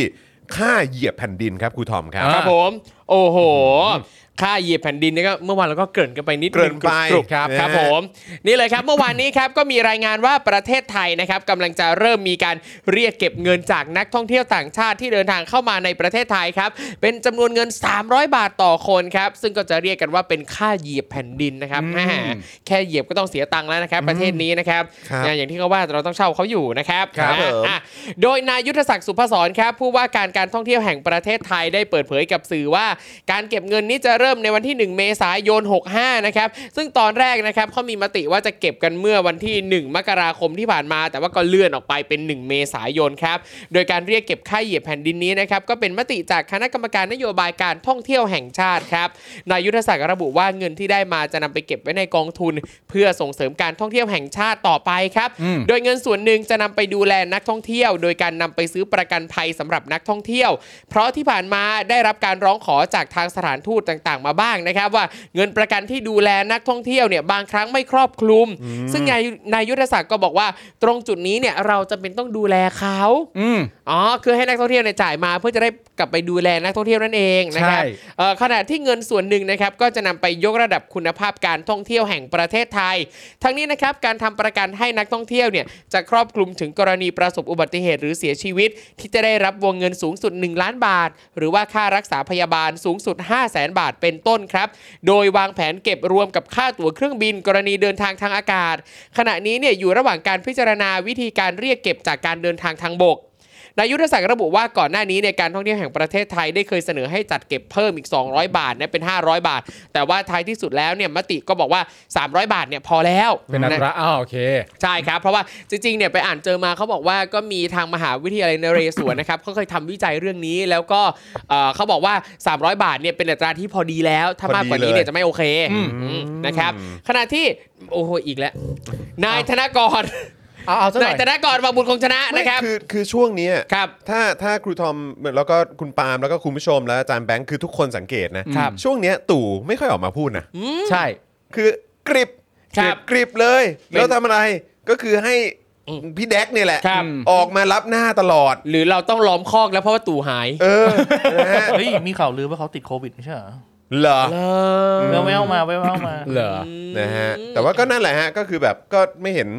Speaker 1: ค่าเหยียบแผ่นดินครับครูทอมครับ
Speaker 5: ครับผม โอ้โห ค่าเหยียบแผ่นดินนี่ก็เมื่อวานเราก็เกริ่นกันไปนิด
Speaker 1: เกริ่น
Speaker 5: ง
Speaker 1: ไป
Speaker 5: กรุบๆครับ
Speaker 1: นะฮะ
Speaker 5: ครับผม นี่เลยครับ เมื่อวานนี้ครับก็มีรายงานว่าประเทศไทยนะครับกำลังจะเริ่มมีการเรียกเก็บเงินจากนักท่องเที่ยวต่างชาติที่เดินทางเข้ามาในประเทศไทยครับ เป็นจำนวนเงิน 300 บาทต่อคนครับ ซึ่งก็จะเรียกกันว่าเป็นค่าเหยียบแผ่นดินนะครับแหม่แค่เหยียบก็ต้องเสียตังค์แล้วนะครับ ประเทศนี้นะครับ
Speaker 1: ครับ
Speaker 5: นะอย่างที่เขาว่าเราต้องเช่าเขาอยู่นะครับ
Speaker 1: ครับ
Speaker 5: นะ
Speaker 1: ผม
Speaker 5: อ่ะโดยนายุทธศักดิ์สุพศรครับผู้ว่าการการท่องเที่ยวแห่งประเทศไทยได้เปิดเผยกับสื่อว่า การเก็บเงินนี้จะเริ่มในวันที่ 1 เมษายน 65 นะครับ ซึ่งตอนแรกนะครับเขามีมติว่าจะเก็บกันเมื่อวันที่ 1 มกราคมที่ผ่านมา แต่ว่าก็เลื่อนออกไปเป็น 1 เมษายนครับ โดยการเรียกเก็บค่าเหยียบแผ่นดินนี้นะครับก็เป็นมติจากคณะกรรมการนโยบายการท่องเที่ยวแห่งชาติครับนายยุทธศักดิ์ระบุว่าเงินที่ได้มาจะนำไปเก็บไว้ในกองทุน เพื่อส่งเสริมการท่องเที่ยวแห่งชาติต่อไปครับ โดยเงินส่วนหนึ่งจะนำไปดูแลนักท่องเที่ยว โดยการนำไปซื้อประกันภัยสำหรับนักท่องเที่ยว เพราะที่ผ่านมาได้รับการร้องขอ จากทางสถานทูตต่างๆ มาบ้างนะครับ ว่าเงินประกันที่ดูแลนักท่องเที่ยวเนี่ยบางครั้งไม่ครอบคลุม ซึ่งนายนายยุทธศักดิ์ก็บอกว่าตรงจุดนี้เนี่ยเราจะเป็นต้องดูแลเขา
Speaker 3: อืม
Speaker 5: อ๋อคือให้นักท่องเที่ยวเนี่ยจ่ายมาเพื่อจะได้กลับไปดูแลนักท่องเที่ยวนั่นเองนะครับ
Speaker 3: ใช่
Speaker 5: เอ่อขณะที่เงินส่วนหนึ่งนะครับก็จะนำไปยกระดับคุณภาพการท่องเที่ยวแห่งประเทศไทย ทั้งนี้นะครับการทำประกันให้นักท่องเที่ยวเนี่ยจะครอบคลุมถึงกรณีประสบอุบัติเหตุหรือเสียชีวิต ที่จะได้รับวงเงินสูงสุด 1 ล้านบาท หรือว่าค่ารักษาพยาบาลสูงสุด 5 0 0 0 0นบาทเป็นต้นครับ โดยวางแผนเก็บรวมกับค่าตั๋วเครื่องบิน กรณีเดินทางทางอากาศ ขณะนี้เนี่ยอยู่ระหว่างการพิจารณาวิธีการเรียกเก็บจากการเดินทางทางบก นายยุทธศักดิ์ระบุว่าก่อนหน้านี้ในยการท่องเที่ยวแห่งประเทศไทยได้เคยเสนอให้จัดเก็บเพิ่มอีก 200 บาทนะเป็น 500 บาท แต่ว่าท้ายที่สุดแล้วเนี่ยมติก็บอกว่า 300 บาทเนี่ยพอแล้ว
Speaker 3: เป็นอัตราอ้าวโอเค
Speaker 5: ใช่ครับ เพราะว่าจริงๆเนี่ยไปอ่านเจอมาเขาบอกว่าก็มีทางมหาวิทยาลัยนเรศวรนะครับ เขาเคยทำวิจัยเรื่องนี้แล้วก็เอ่อเขาบอกว่า 300 บาทเนี่ยเป็นอัตราที่พอดีแล้ว ถ้ามากกว่านี้เนี่ยจะไม่โอเคอืมนะครับขณะที่โอ้โหอีกแล้วนายธนกร
Speaker 3: เอาเอาซะหน่
Speaker 5: นา
Speaker 3: อย ย
Speaker 5: ธนกรมาบุญคงชนะ
Speaker 1: ไม่
Speaker 5: นะครับ
Speaker 1: คือคือช่วงเนี้ย
Speaker 5: ครับ
Speaker 1: ถ้าถ้าครูทอมแล้วก็คุณปาล์มแล้วก็คุณผู้ชมแล้วอาจารย์แบงค์คือทุกคนสังเกตนะครับ ช่วงเนี้ยตู่ไม่ค่อยออกมาพูดนะ
Speaker 3: ใช่
Speaker 1: คือกริบ
Speaker 5: ครับ
Speaker 1: กริบเลย
Speaker 5: เป็น
Speaker 1: แล้วทำอะไรก็คือให้
Speaker 5: อืม
Speaker 1: พี่แดกเนี่ยแหละ
Speaker 5: ครับ
Speaker 1: ออกมารับหน้าตลอด
Speaker 5: หรือเราต้องล้อมคอกแล้วเพราะว่าตู่หาย
Speaker 1: เออนะฮะ
Speaker 4: เฮ้ยมีข่าวลือว่าเขาติดโควิดไม่ใช่เหรอ
Speaker 1: เหรอ
Speaker 4: แววๆมาแววๆมา
Speaker 3: เหรอ
Speaker 1: นะฮะ แต่ว่าก็นั่นแหละฮะ ก็คือแบบก็ไม่เห็น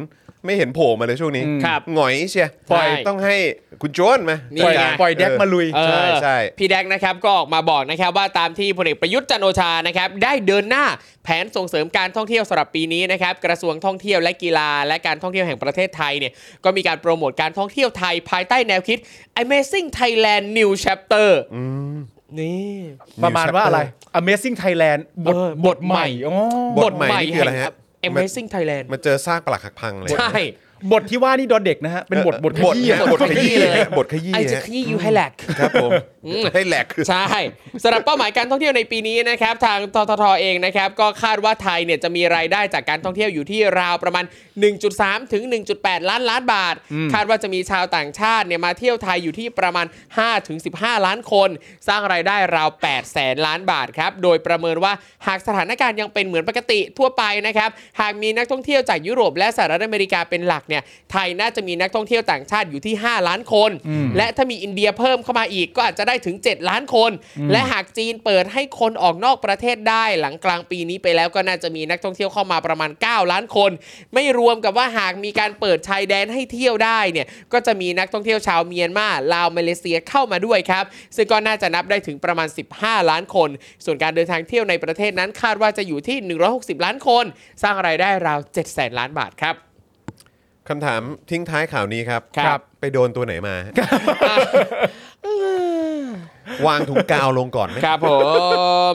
Speaker 1: ไม่เห็นโผล่มาเลยช่วงนี้
Speaker 3: อืม
Speaker 5: ครับ
Speaker 1: หงอยเชีย
Speaker 5: ปล่อย
Speaker 1: ต้องให้คุณโจนมา
Speaker 5: นี่
Speaker 1: จั
Speaker 3: ปล่
Speaker 1: การ
Speaker 5: ไง
Speaker 3: อยปล่อยแดกมาลุย
Speaker 5: เออ
Speaker 1: ใช่ใช่
Speaker 5: พี่แดกนะครับก็ออกมาบอกนะครับว่าตามที่พลเอกประยุทธ์จันทร์โอชานะครับได้เดินหน้าแผนส่งเสริมการท่องเที่ยวสำหรับปีนี้นะครับกระทรวงท่องเที่ยวและกีฬา และการท่องเที่ยวแห่งประเทศไทยเนี่ยก็มีการโปรโมทการท่องเที่ยวไทยภายใต้แนวคิด Amazing Thailand New Chapter นี่
Speaker 1: New
Speaker 3: ประมาณว่า
Speaker 1: chapter
Speaker 3: อะไร Amazing Thailand บท
Speaker 5: เออบ บท
Speaker 3: ท
Speaker 5: ให
Speaker 3: ให
Speaker 5: ม่
Speaker 3: ม่อ๋อบ
Speaker 1: ทใหม่นี่คืออะไรฮะ
Speaker 5: แห่ง Amazing Thailand
Speaker 1: มาเจอซากปลักหักพังเลย
Speaker 5: ใช่
Speaker 3: บทที่ว่านี่ดอเด็กนะฮะ เป็นบทบทข
Speaker 1: บท
Speaker 3: ยี้
Speaker 1: เนี่ย
Speaker 3: อะ
Speaker 1: บทขยี้เลยฮะบทขยี้
Speaker 5: I จะ
Speaker 1: ฮะ
Speaker 5: ขยี้ you ให้แหลก
Speaker 1: ครับผม
Speaker 5: อืม
Speaker 1: ให้แหลก
Speaker 5: ใช่สำหรับเป้าหมายการท่องเที่ยวในปีนี้นะครับ ทางทททเองนะครับ ก็คาดว่าไทยเนี่ยจะมีรายได้จากการท่องเที่ยวอยู่ที่ราวประมาณ 1.3 ถึง 1.8 ล้านล้านบาท คาดว่าจะมีชาวต่างชาติเนี่ยมาเที่ยวไทยอยู่ที่ประมาณ 5 ถึง 15 ล้านคน สร้างรายได้ราว8แสนล้านบาทครับ โดยประเมินว่าหากสถานการณ์ยังเป็นเหมือนปกติทั่วไปนะครับหากมีนักท่องเที่ยวจากยุโรปและสหรัฐอเมริกาเป็นหลักเนี่ยไทยน่าจะมีนักท่องเที่ยวต่างชาติอยู่ที่ 5 ล้านคน และถ้ามีอินเดียเพิ่มเข้ามาอีกก็อาจจะได้ถึง 7 ล้านคน และหากจีนเปิดให้คนออกนอกประเทศได้หลังกลางปีนี้ไปแล้วก็น่าจะมีนักท่องเที่ยวเข้ามาประมาณ 9 ล้านคน ไม่รวมกับว่าหากมีการเปิดชายแดนให้เที่ยวได้เนี่ยก็จะมีนักท่องเที่ยวชาวเมียนมาลาวมาเลเซียเข้ามาด้วยครับ ซึ่งก็น่าจะนับได้ถึงประมาณ 15 ล้านคน ส่วนการเดินทางเที่ยวในประเทศนั้นคาดว่าจะอยู่ที่ 160 ล้านคน สร้างรายได้ราว7แสนล้านบาทครับ
Speaker 1: คำถามทิ้งท้ายข่าวนี้ครับ
Speaker 5: ครับ
Speaker 1: ไปโดนตัวไหนมาฮะวางถุงกาวลงก่อนไหม
Speaker 5: ครับผม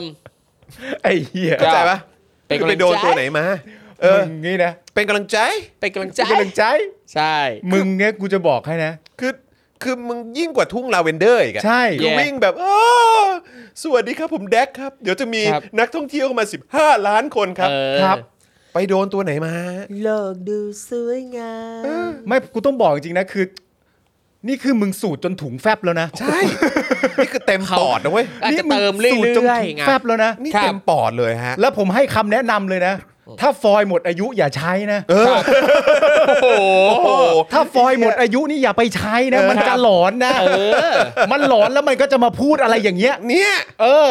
Speaker 3: ไอ้เหี้
Speaker 5: ค
Speaker 3: ย
Speaker 5: รั
Speaker 1: เข้า
Speaker 5: บ
Speaker 1: ใจปะ
Speaker 5: เป็นกำลัง
Speaker 1: ไป
Speaker 5: ใจ
Speaker 1: โดนตัวไหนมา เออ
Speaker 3: มึงงี้นะ
Speaker 1: เป็นกำลังใจ
Speaker 5: เป็นกำลังใจ
Speaker 3: เป็นกำลังใจ
Speaker 5: ใช่
Speaker 3: มึงเนี่ยกูจะบอกให้นะ
Speaker 1: คือ คือมึงยิ่งกว่าทุ่งลาเวนเดอร์อีกอะ
Speaker 3: ใช่
Speaker 1: คือวิ่งแบบเออสวัสดีครับผมแดกครับ เดี๋ยวจะมี
Speaker 5: ครับ
Speaker 1: นักท่องเที่ยวเข้ามา 15 ล้านคนครับ
Speaker 5: เออ
Speaker 3: ครับ
Speaker 1: ไปโดนตัวไหนมา
Speaker 5: โลกดูสวยงาม
Speaker 3: ไม่กูต้องบอกจริงๆนะคือ นี่คือมึงสูดจนถุงแฟบแล้วนะ
Speaker 1: ใช่ นี่คือเต็มปอดนะเว้ย
Speaker 5: อาจจะ
Speaker 3: นี่
Speaker 5: เติมเรื่
Speaker 3: สูดจน
Speaker 5: อย
Speaker 3: ถุ
Speaker 5: ๆ
Speaker 3: ง
Speaker 5: ไง
Speaker 3: แฟบแล้วนะ
Speaker 1: นี่
Speaker 5: ครับ
Speaker 1: เต็มปอดเลยฮะ
Speaker 3: แล้วผมให้คำแนะนำเลยนะ ถ้าฟอยล์หมดอายุอย่าใช้นะ
Speaker 1: เออ
Speaker 5: โอ้โห
Speaker 1: โอ้โห
Speaker 3: ถ้าฟอยล์หมดอายุนี่อย่าไปใช้นะ
Speaker 1: เออ
Speaker 3: มันจะหลอนนะ
Speaker 5: เออ
Speaker 3: มันหลอนแล้วมันก็จะมาพูดอะไรอย่างเงี้ย
Speaker 1: เนี่ย
Speaker 3: เออ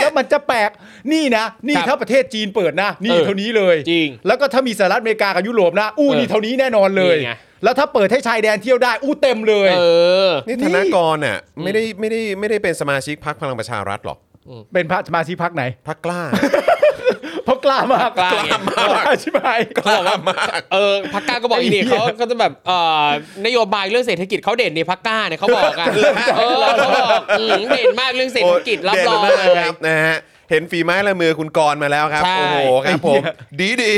Speaker 3: แล้วมันจะแปลก นี่นะ นี่
Speaker 5: ครับ
Speaker 3: ถ้าประเทศจีนเปิดนะ นี่
Speaker 5: เออ
Speaker 3: เท่านี้เลย
Speaker 5: จริง
Speaker 3: แล้วก็ถ้ามีสหรัฐอเมริกากับยุโรปนะ อู้
Speaker 5: เออ
Speaker 3: นี่เท่านี้แน่นอนเลย
Speaker 5: นี่ไง
Speaker 3: แล้วถ้าเปิดให้ชายแดนเที่ยวได้ อู้เต็มเลย
Speaker 5: เออ
Speaker 1: นี่ธนากรน่ะไม่ได้ไม่ได้ไม่ได้เป็นสมาชิกพรรคพลังประชารัฐหรอก
Speaker 3: เป็นพระสมาชิกพักไหน
Speaker 1: พรรคกล้า
Speaker 3: เพราะกล้ามาก
Speaker 5: กล้ามาก
Speaker 3: ใช่ไหม
Speaker 5: เขาบอกว่าเออพักก้าก็บอกอีกนี่
Speaker 3: ไอ้เหี้ย
Speaker 5: เขาก็จะแบบเอ่อนโยบายเรื่องเศรษฐกิจเขาเด่นในพักก้าเนี่ยเขาบอกอ่ะเออเขาบอกอืมเด่นมากเรื่องเศรษฐกิจรับรอง
Speaker 1: โเด่นมากค
Speaker 5: เลย
Speaker 1: รับนะฮะเห็นฝีไม้ลายมือคุณกรณ์มาแล้วครับ
Speaker 5: ใช่
Speaker 1: โอ้โหครับผม ดีดี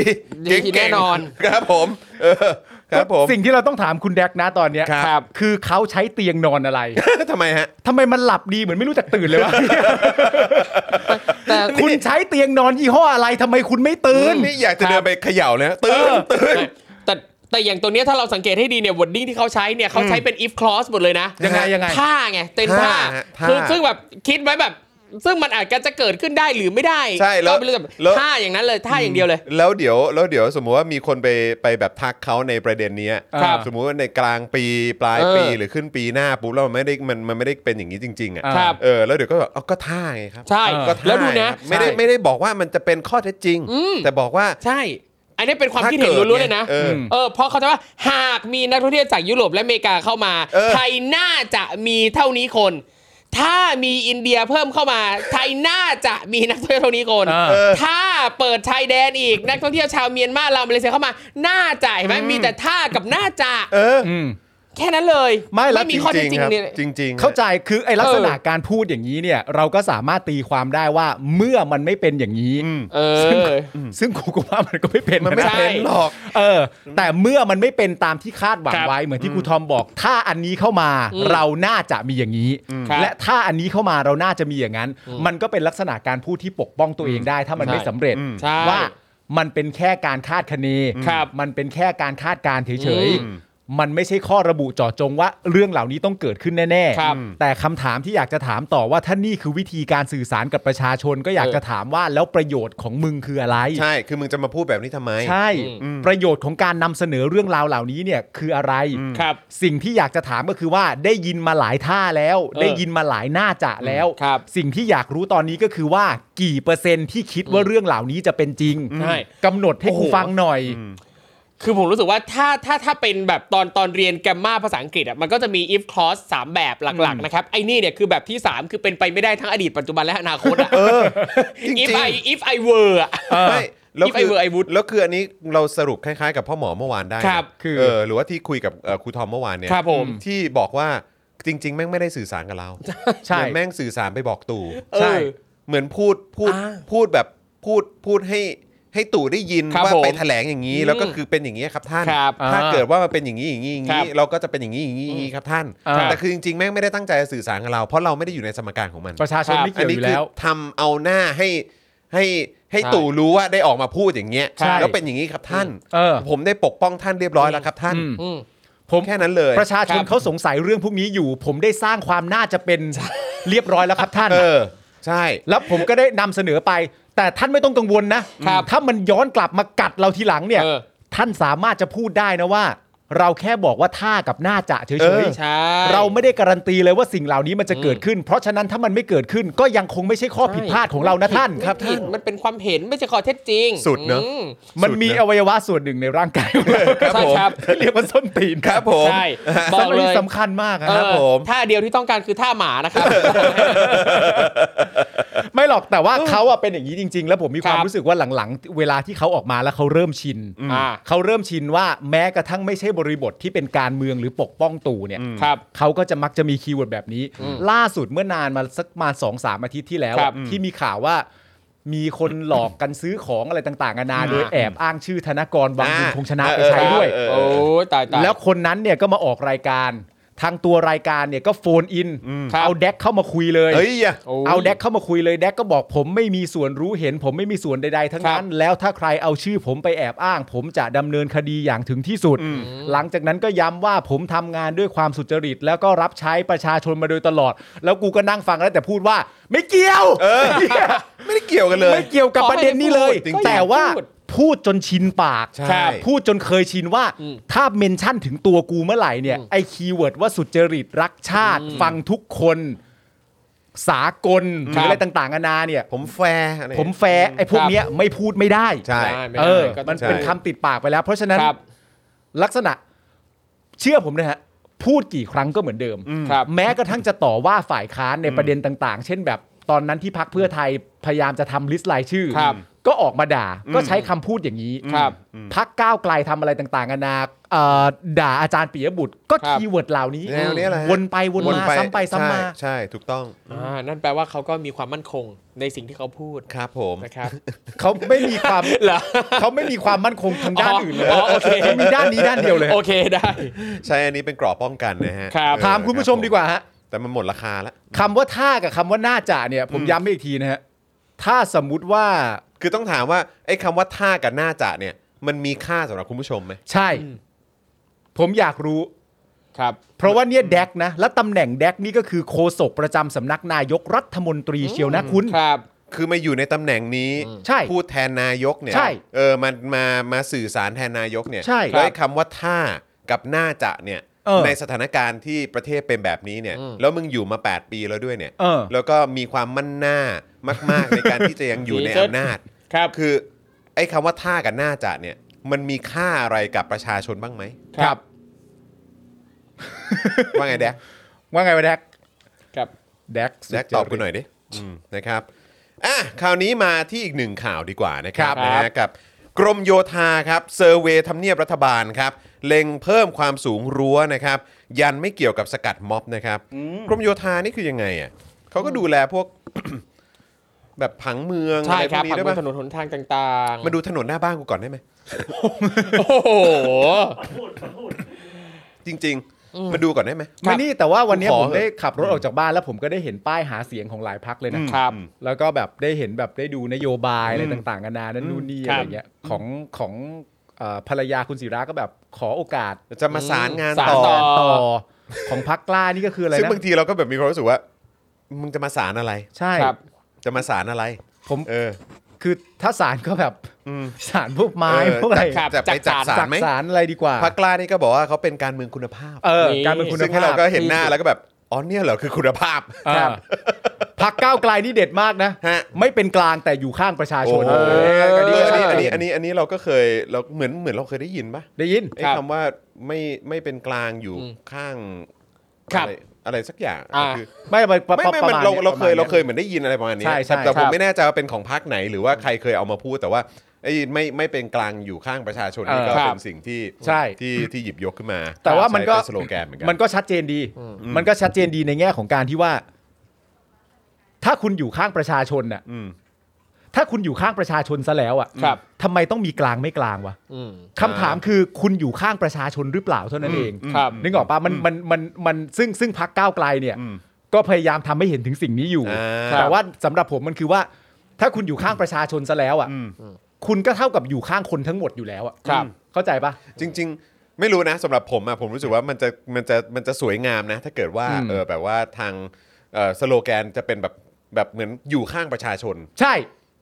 Speaker 5: ดีแน่นอน
Speaker 1: ครับผมเออครับผม
Speaker 3: สิ่งที่เราต้องถามคุณแดกนะตอนเนี้ย
Speaker 1: ครับ
Speaker 3: คือเขาใช้เตียงนอนอะไร
Speaker 1: ทำไมฮะ
Speaker 3: ทำไมมันหลับดีเหมือนไม่รู้จักตื่นเลยวะ
Speaker 5: แต่
Speaker 3: คุณใช้เตียงนอนยี่ห้ออะไรทำไมคุณไม่ตื่น
Speaker 1: นี่อยากจะเดินไปเขย่าเลยนะตื่นตื่น
Speaker 5: แต่แต่อย่างตัวเนี้ยถ้าเราสังเกตให้ดีเนี่ยวอดดิ้งที่เขาใช้เนี่ยเขาใช้เป็น if clause หมดเลยนะ
Speaker 3: ยังไงยังไง
Speaker 5: ท่าไงเต้น
Speaker 1: ท่า
Speaker 5: ท่า
Speaker 1: ฮะท่า
Speaker 5: คือซึ่งแบบคิดไว้แบบ ซึ่งมันอาจจะเกิดขึ้นได้หรือไม่ได้
Speaker 1: ใช่แล้ว
Speaker 5: ก็ไม่รู้แต่
Speaker 1: แล้ว
Speaker 5: ท่าอย่างนั้นเลยท่าอย่างเดียวเลย
Speaker 1: แล้วเดี๋ยวแล้วเดี๋ยวสมมุติว่ามีคนไปไปแบบทักเขาในประเด็นเนี้ย
Speaker 3: ครับ
Speaker 1: สมมุติว่าในกลางปีปลายปี
Speaker 5: เออ
Speaker 1: หรือขึ้นปีหน้าปุ๊บแล้วมันไม่ได้มันมันไม่ได้เป็นอย่างนี้จริง ๆอ่ะ
Speaker 3: ครับ
Speaker 1: เออแล้วเดี๋ยวก็แบบเอาก็ท่าไงครับ
Speaker 5: ใช่
Speaker 3: เออ
Speaker 1: ก็ท่า
Speaker 5: แล้วดูนะ
Speaker 1: ไงครับไม่ได้ไม่ได้บอกว่ามันจะเป็นข้อเท็จจริง แต่บอกว่า
Speaker 5: ใช่ อันนี้เป็นความคิดเห็น
Speaker 1: ถ้กิ
Speaker 5: ล้วนๆเลยนะ
Speaker 1: ออ
Speaker 5: เออเพราะเขาจะว่าหากมีนักท่องเที่ยวจากยุโรปและอเมริกาเข้ามา
Speaker 1: เออ
Speaker 5: ไทยน่าจะมีเท่านี้คน ถ้ามีอินเดียเพิ่มเข้ามา ไทยน่าจะมีนักท่องเที่ยวเท่านี้คน
Speaker 3: อ่า
Speaker 1: เออ
Speaker 5: ถ้าเปิดชายแดนอีกนักท่องเที่ยวชาวเมียนมาลาวมาเลเซียเข้ามา น่าจะเห็นไหมมีแต่ท่ากับน่าจะ
Speaker 1: เออ
Speaker 3: อืม
Speaker 5: แค่นั้นเลย
Speaker 3: ไม่แล้ว
Speaker 5: มีข้อเท็จจริง
Speaker 1: ครับ
Speaker 5: เนี่ย
Speaker 1: จริงๆ
Speaker 3: เข้าใจคือไอ้ลักษณะการพูดอย่างนี้เนี่ย เราก็สามารถตีความได้ว่าเมื่อมันไม่เป็นอย่างนี้
Speaker 1: อืม
Speaker 5: เออ
Speaker 3: ซึ่งกูก็ว่ามันก็ไม่เป็น
Speaker 1: มันไม่
Speaker 3: ะ
Speaker 1: เป็นหรอก
Speaker 3: เออ แต่เมื่อมันไม่เป็นตามที่คาดหวัง
Speaker 5: ครับ
Speaker 3: ไว้เหมือนที่ครูทอมบอก ถ้าอันนี้เข้ามา
Speaker 5: อืม
Speaker 3: เราน่าจะมีอย่างนี้
Speaker 5: ครับ
Speaker 3: และถ้าอันนี้เข้ามาเราน่าจะมีอย่างนั้น มันก็เป็นลักษณะการพูดที่ปกป้องตัวเองได้ ถ้ามัน
Speaker 5: ใช่
Speaker 3: ไม่สำเร็จ
Speaker 5: ใช่
Speaker 3: ว่ามันเป็นแค่การคาดคะเน
Speaker 5: ครับ
Speaker 3: มันเป็นแค่การคาดการณ์เฉย
Speaker 5: อืม
Speaker 3: ๆ มันไม่ใช่ข้อระบุเจาะจงว่าเรื่องเหล่านี้ต้องเกิดขึ้นแน่
Speaker 5: ครับ
Speaker 3: ๆ แต่คำถามที่อยากจะถามต่อว่าถ้านี่คือวิธีการสื่อสารกับประชาชนก็อยาก
Speaker 5: เออ
Speaker 3: จะถามว่าแล้วประโยชน์ของมึงคืออะไร
Speaker 1: ใช่คือมึงจะมาพูดแบบนี้ทำไม
Speaker 3: ใช่
Speaker 1: อืม
Speaker 3: ประโยชน์ของการนำเสนอเรื่องราวเหล่านี้เนี่ยคืออะไร
Speaker 5: ครับ
Speaker 3: สิ่งที่อยากจะถามก็คือว่าได้ยินมาหลายท่าแล้ว ได้ยินมาหลายหน้าจะแล้ว
Speaker 5: อืมครับ
Speaker 3: สิ่งที่อยากรู้ตอนนี้ก็คือว่ากี่เปอร์เซ็นต์ที่คิดว่าเรื่องเหล่านี้จะเป็นจริง
Speaker 5: ใช่
Speaker 3: กำหนดให้กู
Speaker 5: โอ้โห
Speaker 3: ฟังหน่อย
Speaker 5: คือผมรู้สึกว่าถ้าถ้าถ้าเป็นแบบตอนตอนเรียนแกรมมาภาษาอังกฤษอ่ะมันก็จะมี if clause สามแบบหลัก ๆ นะครับ ไอ้นี่เนี่ยคือแบบที่ 3 คือเป็นไปไม่ได้ทั้งอดีตปัจจุบันและอนาคตอ่ะ
Speaker 1: เออ จริง
Speaker 5: if
Speaker 1: ๆ
Speaker 5: I if I were อะ
Speaker 1: ไม่แล้ว
Speaker 5: If
Speaker 1: คื
Speaker 5: I
Speaker 1: อ
Speaker 5: were I would
Speaker 1: แล้วคืออันนี้เราสรุปคล้ายๆ กับพ่อหมอเมื่อวานได้นะครับ
Speaker 3: คือ
Speaker 1: เออหรือว่าที่คุยกับเอ่อครูทอมเมื่อวานเนี่ย
Speaker 5: ครับผม
Speaker 1: ที่บอกว่าจริง ๆ แม่งไม่ได้สื่อสารกับเรา
Speaker 3: ใช่
Speaker 1: เหมือนแม่งสื่อสารไปบอกตู่
Speaker 5: ใช่
Speaker 1: เหมือนพูดพูด
Speaker 5: อ่า
Speaker 1: พูดแบบพูดพูดให้ให้ตู่ได้ยิน
Speaker 5: ครับ
Speaker 1: ว่า
Speaker 5: ผม
Speaker 1: ไปแถลงอย่างนี้
Speaker 5: อืม
Speaker 1: แล้วก็คือเป็นอย่างนี้ครับท่าน
Speaker 5: ครับ
Speaker 1: ถ้า
Speaker 3: อ่า
Speaker 1: เกิดว่ามันเป็นอย่างนี้อย่างนี้อย่าง
Speaker 5: ครั
Speaker 1: นี้
Speaker 5: บ
Speaker 1: เราก็จะเป็นอย่างนี้อย่างนี้อย่างนี้ครับท่าน
Speaker 3: อ่า
Speaker 1: แต่คือจริงๆแม่งไม่ได้ตั้งใจจะสื่อสารกับเรา เพราะเราไม่ได้อยู่ในสมการของมัน
Speaker 3: ประชาชน
Speaker 5: ครับ
Speaker 3: ไม่เกี่ยวอยู่แล้
Speaker 1: น
Speaker 3: ว
Speaker 1: นี้คือทำเอาหน้าให้ให้ให้
Speaker 5: ใช่
Speaker 1: ตู่รู้ว่าได้ออกมาพูดอย่างเงี้ย
Speaker 3: ใช่
Speaker 1: แล้วเป็นอย่างนี้ครับท่าน
Speaker 3: เออ
Speaker 1: ผมได้ปกป้องท่านเรียบร้อยแล้วครับท่าน
Speaker 3: อืม
Speaker 5: อืม
Speaker 3: ผม
Speaker 1: แค่นั้นเลย
Speaker 3: ประชาชน
Speaker 5: ครับ
Speaker 3: เขาสงสัยเรื่องพวกนี้อยู่ ผมได้สร้างความน่าจะเป็นเรียบร้อยแล้วครับท่าน
Speaker 1: เออ ใช่
Speaker 3: แล้วผมก็ได้นำเสนอไป แต่ท่านไม่ต้องกังวลนะครับ ถ้ามันย้อนกลับมากัดเราทีหลังเนี่ย
Speaker 5: เออ
Speaker 3: ท่านสามารถจะพูดได้นะว่า เราแค่บอกว่าท่ากับหน้าจะเฉ
Speaker 1: เออ
Speaker 3: ย
Speaker 5: ใช่
Speaker 3: ๆเราไม่ได้การันตีเลยว่าสิ่งเหล่านี้มันจะเกิดขึ้น เพราะฉะนั้นถ้ามันไม่เกิดขึ้น ก็ยังคงไม่ใช่ข้อผิดพลาดของเรานะท่าน
Speaker 5: ไม่ผิดมันเป็นความเห็นไม่ใช่ข้อเท็จจริง
Speaker 1: สุดเนอะ
Speaker 5: อืม
Speaker 3: มันมีอวัยวะส่วนหนึ่งในร่างกายของเรา
Speaker 1: ครับ
Speaker 5: ใช่
Speaker 1: ผม
Speaker 5: ครับ
Speaker 3: ที่เรียกว่าส้นตีน
Speaker 1: ครับผม
Speaker 5: ใช่ บอ
Speaker 3: ซึ่
Speaker 5: ง ก
Speaker 3: มัน
Speaker 5: เล
Speaker 3: มี
Speaker 5: ย
Speaker 3: สำคัญมากอะ
Speaker 5: เอ
Speaker 1: ค
Speaker 5: อ
Speaker 1: รับผม
Speaker 5: ท่าเดียวที่ต้องการคือท่าหมานะครับ
Speaker 3: ไม่หรอกแต่ว่าเขาอะเป็นอย่างนี้จริง ๆ แล้วผมมีความ
Speaker 5: ครับ
Speaker 3: รู้สึกว่าหลังๆ เวลาที่เขาออกมาแล้วเขาเริ่มชิน
Speaker 5: อ่า
Speaker 3: เขาเริ่มชินว่าแม้กระทั่งไม่ใช่บริบทที่เป็นการเมืองหรือปกป้องตู่เนี่ย
Speaker 5: ครับ
Speaker 3: เขาก็จะมักจะมีคีย์เวิร์ดแบบนี้ ล่าสุดเมื่อนานมาสักมาสองสามอาทิตย์ที่แล้วอะ
Speaker 5: ครับ
Speaker 3: ที่มีข่าวว่า มีคนหลอกกันซื้อของอะไรต่างๆนานา
Speaker 5: อ่า
Speaker 3: โดยแอบอ้างชื่อธนกรวังบุญคงชนะไป
Speaker 1: เออ
Speaker 3: ใช้ด้วย
Speaker 1: เออ
Speaker 5: โอ้ยตายตาย
Speaker 3: แล้วคนนั้นเนี่ยก็มาออกรายการ ทางตัวรายการเนี่ยก็โฟนอิน
Speaker 5: ครับ
Speaker 3: เอาแดกเข้ามาคุยเลย
Speaker 1: เฮ้ยอะ
Speaker 5: โย
Speaker 3: เอาแดกเข้ามาคุยเลยแดกก็บอกผมไม่มีส่วนรู้เห็น ผมไม่มีส่วนใดๆทั้งนั้น แล้วถ้าใครเอาชื่อผมไปแอบอ้าง ผมจะดำเนินคดีอย่างถึงที่สุด หลังจากนั้นก็ย้ำว่าผมทำงานด้วยความสุจริต แล้วก็รับใช้ประชาชนมาโดยตลอด แล้วกูก็นั่งฟังแล้วแต่พูดว่า ไม่เกี่ยว
Speaker 1: เออ ไม่ได้เกี่ยวกันเลย
Speaker 3: ไม่เกี่ยวกับประเด็นนี้เลย
Speaker 1: จริงๆ
Speaker 3: แต่ว่า
Speaker 5: พูด
Speaker 3: พูดจนชินปาก
Speaker 1: ใช่ครับ
Speaker 3: พูดจนเคยชินว่า
Speaker 5: อืม
Speaker 3: ถ้าเมนชั่นถึงตัวกูเมื่อไหร่เนี่ย ไอ้คีย์เวิร์ดว่าสุจริตรักชาติ ฟังทุกคน สากลห
Speaker 5: ครั
Speaker 3: รือบ อะไรต่างๆนานาเนี่ย
Speaker 1: ผมแฟร์อะไร
Speaker 3: ผมแฟร์ไอ้พวกเนี้ยไม่พูดไม่ได้
Speaker 1: ใช่
Speaker 5: ได้ไม่
Speaker 3: เอ
Speaker 5: ได้
Speaker 3: อ
Speaker 5: ก็ต้
Speaker 3: มั
Speaker 5: อน ง
Speaker 3: เป็นคำติดปากไปแล้ว เพราะฉะนั้น
Speaker 5: ครับ
Speaker 3: ลักษณะเชื่อผมนะฮะ พูดกี่ครั้งก็เหมือนเดิม
Speaker 5: ครับ
Speaker 3: แม้กระทั่งจะต่อว่าฝ่ายค้านในประเด็นต่างๆ เช่นแบบตอนนั้นที่พักเพื่อไทยพยายามจะทำลิสต์รายชื่อ
Speaker 5: ครับ
Speaker 3: ก็ออกมาด่าก็ใช้คำพูดอย่างนี้
Speaker 5: ครับ
Speaker 3: พักก้าวไกลทำอะไรต่างๆนานาเอ่อด่าอาจารย์ปิยบุตร ก็
Speaker 5: ครับ
Speaker 3: คีย์เวิร์ดเหล่านี้
Speaker 1: แนวเนี้ยแหละฮะ
Speaker 3: วนไปวนมาซ้ำไปซ้ำมา
Speaker 1: ใช่ใช่ถูกต้อง
Speaker 5: อ่านั่นแปลว่าเขาก็มีความมั่นคงในสิ่งที่เขาพูด
Speaker 1: ครับผม
Speaker 5: นะครับ
Speaker 3: เขาไม่มีความ
Speaker 5: เหรอ
Speaker 3: เขาไม่มีความมั่นคงทางด้านอื่นเลย
Speaker 5: อ๋อโอเค
Speaker 3: เขามีด้านนี้ด้านเดียวเลย
Speaker 5: โอเคได้
Speaker 1: ใช่อันนี้เป็นกรอบป้องกันนะฮะ
Speaker 5: ครับ
Speaker 1: เออ
Speaker 3: ถามคุณผู้ชมดีกว่าฮะ
Speaker 1: แต่มันหมดราคาละ
Speaker 3: คำว่าท่ากับคำว่าน่าจะเนี่ย ผมย้ำให้อีกทีนะฮะถ้าสมมุติว่า
Speaker 1: คือต้องถามว่าไอ้คำว่าท่ากับหน้าจะเนี่ย มันมีค่าสำหรับคุณผู้ชมไหม
Speaker 3: ใช่ ผมอยากรู้
Speaker 1: ครับ
Speaker 3: เพราะว่าเนี่ยแดกนะ และตำแหน่งแดกนี่ก็คือโฆษกประจำสำนักนายกรัฐมนตรีเชียวนะคุณ
Speaker 1: ครับ คือมาอยู่ในตำแหน่งนี้
Speaker 3: ใช่
Speaker 1: พูดแทนนายกเนี่ย
Speaker 3: ใช่
Speaker 1: เออมามามาสื่อสารแทนนายกเนี่ย
Speaker 3: ใช่
Speaker 1: แล้วไอ้คำว่าถ้ากับน่าจะเนี่ย
Speaker 3: เออ
Speaker 1: ในสถานการณ์ที่ประเทศเป็นแบบนี้เนี่ยแล้วมึงอยู่มา 8 ปีแล้วด้วยเนี่ย
Speaker 3: เออ
Speaker 1: แล้วก็มีความมั่นหน้ามาก ๆ ในการที่จะยังอยู่ในอำนาจ
Speaker 5: ครับ
Speaker 1: คือไอ้คำว่าถ้ากับน่าจะเนี่ยมันมีค่าอะไรกับประชาชนบ้างไหม
Speaker 5: ครับ
Speaker 1: ว่าไงแดก
Speaker 3: ว่าไงวะแดก
Speaker 5: ครับ
Speaker 3: แดกสุจ
Speaker 1: แจ็
Speaker 3: ริ
Speaker 1: ค
Speaker 3: ต
Speaker 1: ตอบกูหน่อยดินะครับอ่ะคราวนี้มาที่อีกหนึ่งข่าวดีกว่านะครับ
Speaker 5: ครับ
Speaker 1: นะฮะกับกรมโยธาครับเซอร์เวยทำเนียบรัฐบาลครับ เล็งเพิ่มความสูงรั้วนะครับ ยันไม่เกี่ยวกับสกัดม็อบนะครับ กรมโยธานี่คือยังไงอ่ะเขาก็ดูแลพวก แบบผังเมือง
Speaker 5: ใช่
Speaker 1: อะไรพ
Speaker 5: คว รั
Speaker 1: ก
Speaker 5: บ
Speaker 1: นี้
Speaker 5: ผัง
Speaker 1: ได้
Speaker 5: เมื
Speaker 1: ปะ
Speaker 5: องถนนหนทางต่างๆ
Speaker 1: มาดูถนนหน้าบ้านกูก่อนได้ไหม
Speaker 5: โอ้โห
Speaker 1: จริง ๆ มาดูก่อนได้ไหม
Speaker 3: ไม่นี่แต่ว่าวันเนี้ย
Speaker 1: ขอ
Speaker 3: ผ
Speaker 1: เถ
Speaker 3: ม
Speaker 1: อะ
Speaker 3: ได้ขับรถออกจากบ้านแล้วผมก็ได้เห็นป้ายหาเสียงของหลายพักเลยนะ
Speaker 1: อืม
Speaker 5: ครับ
Speaker 3: แล้วก็แบบได้เห็นแบบได้ดูนโยบายอะไรต่างๆกันานานั่นนู่นนี่
Speaker 5: ค
Speaker 3: อะ
Speaker 5: รับ
Speaker 3: ไรเงี้ยของของเอ่อภรรยาคุณศิระก็แบบขอโอกาส
Speaker 1: จะมาสารงาน
Speaker 5: สาร
Speaker 1: ต่อ
Speaker 5: ต่อ
Speaker 3: ต่อของพักกล้านี่ก็คืออะไร
Speaker 1: ซึ่ง
Speaker 3: นะ
Speaker 1: บางทีเราก็แบบมีความรู้สึกว่ามึงจะมาสารอะไร
Speaker 3: ใช่
Speaker 5: ครับ
Speaker 1: จะมาสารอะไร
Speaker 3: ผม
Speaker 1: เออ
Speaker 3: คือถ้าสารก็แบบ
Speaker 1: อืม
Speaker 3: สารพวกไม้
Speaker 1: เออ
Speaker 3: พวกอะไร
Speaker 1: จับจับไปจับสาร
Speaker 3: จัก
Speaker 1: ไหม
Speaker 3: สารอะไรดีกว่า
Speaker 1: พักกล้านี่ก็บอกว่าเขาเป็นการเมืองคุณภาพ
Speaker 3: เออ
Speaker 5: นี่
Speaker 3: การเป็นคุณ
Speaker 1: ซึ่ง
Speaker 3: ภา
Speaker 1: เรา
Speaker 3: พ
Speaker 1: ก็เห็นหน้าแล้วก็ แบบอ๋อเนี่ยเหรอคือคุณภาพ
Speaker 3: ครับพักก้าวไกลนี่เด็ดมากนะ
Speaker 1: ฮะ
Speaker 3: ไม่เป็นกลางแต่อยู่ข้างประชาช
Speaker 1: โอ้
Speaker 3: น
Speaker 1: โห
Speaker 3: เออ
Speaker 1: อันนี้
Speaker 3: ก็
Speaker 1: อัน
Speaker 3: ชั
Speaker 1: นี้
Speaker 3: ด
Speaker 1: อัน
Speaker 3: เจ
Speaker 1: นี้
Speaker 3: น
Speaker 1: อันนี้อันนี้เราก็เคยเราเหมือนเหมือนเราเคยได้ยินปะ
Speaker 3: ได้ยิน
Speaker 1: ไอ้
Speaker 5: ครับ
Speaker 1: คำว่าไม่ไม่เป็นกลางอยู่
Speaker 5: อืม
Speaker 1: ข้าง
Speaker 5: ครับ
Speaker 1: อะไรอะไรสักอย่าง
Speaker 5: อ่า
Speaker 1: คือ
Speaker 3: ไม่ไม่ประ
Speaker 1: ไม่
Speaker 3: ประ
Speaker 1: ไม่
Speaker 3: ป
Speaker 1: มั
Speaker 3: ระ
Speaker 1: น
Speaker 3: มาณ
Speaker 1: เรา
Speaker 3: นี้ย
Speaker 1: เราเคย
Speaker 3: ปะมณนี้
Speaker 1: เราเคยเหมือนได้ยินอะไรประมาณนี้
Speaker 3: ใช่ใช่
Speaker 1: แต่แต่
Speaker 3: ค
Speaker 1: ผ
Speaker 3: รั
Speaker 1: ม
Speaker 3: บ
Speaker 1: ไม่แน่ใจว่าเป็นของพรรคไหนหรือว่าใครเคยเอามาพูดแต่ว่าไอ้ไม่ไม่เป็นกลางอยู่ข้างประชาชนนี่ก็
Speaker 3: เออครับ
Speaker 1: เป็นสิ่งที่
Speaker 3: ใช่
Speaker 1: ที่ที่หยิบยกขึ้นมา
Speaker 3: แต่ว่ามันก็
Speaker 1: ใช้เป็สโลแกนเหมือนกัน
Speaker 3: มันก็ชัดเจนดี มันก็ชัดเจนดีในแง่ของการที่ว่า ถ้าคุณอยู่ข้างประชาชนน่ะ
Speaker 1: อืม
Speaker 3: ถ้าคุณอยู่ข้างประชาชนซะแล้วอ่ะ
Speaker 5: ครับ
Speaker 3: ทำไมต้องมีกลางไม่กลางวะ
Speaker 5: อืม
Speaker 3: คำถามคือคุณอยู่ข้างประชาชนหรือเปล่าเท่านั้นเอง
Speaker 5: ครับ
Speaker 3: นึกออกปะมันมันมันมันซึ่งซึ่งพักก้าวไกลเนี่ย ก็พยายามทำให้เห็นถึงสิ่งนี้อยู่
Speaker 1: อ่า
Speaker 3: แต่ว่าสำหรับผมมันคือว่า ถ้าคุณอยู่ข้างประชาชนซะแล้วอ่ะคุณก็เท่ากับอยู่ข้างคนทั้งหมดอยู่แล้วอ่ะ
Speaker 5: ครับ
Speaker 3: เข้าใจปะ
Speaker 1: จริง ๆ ไม่รู้นะสำหรับผมอะผมรู้สึกว่ามันจะมันจะมันจะสวยงามนะ ถ้าเกิดว่า
Speaker 3: อืม
Speaker 1: เออแบบว่าทางเออสโลแกนจะเป็นแบบแบบเหมือนอยู่ข้างประชาชน
Speaker 3: ใช่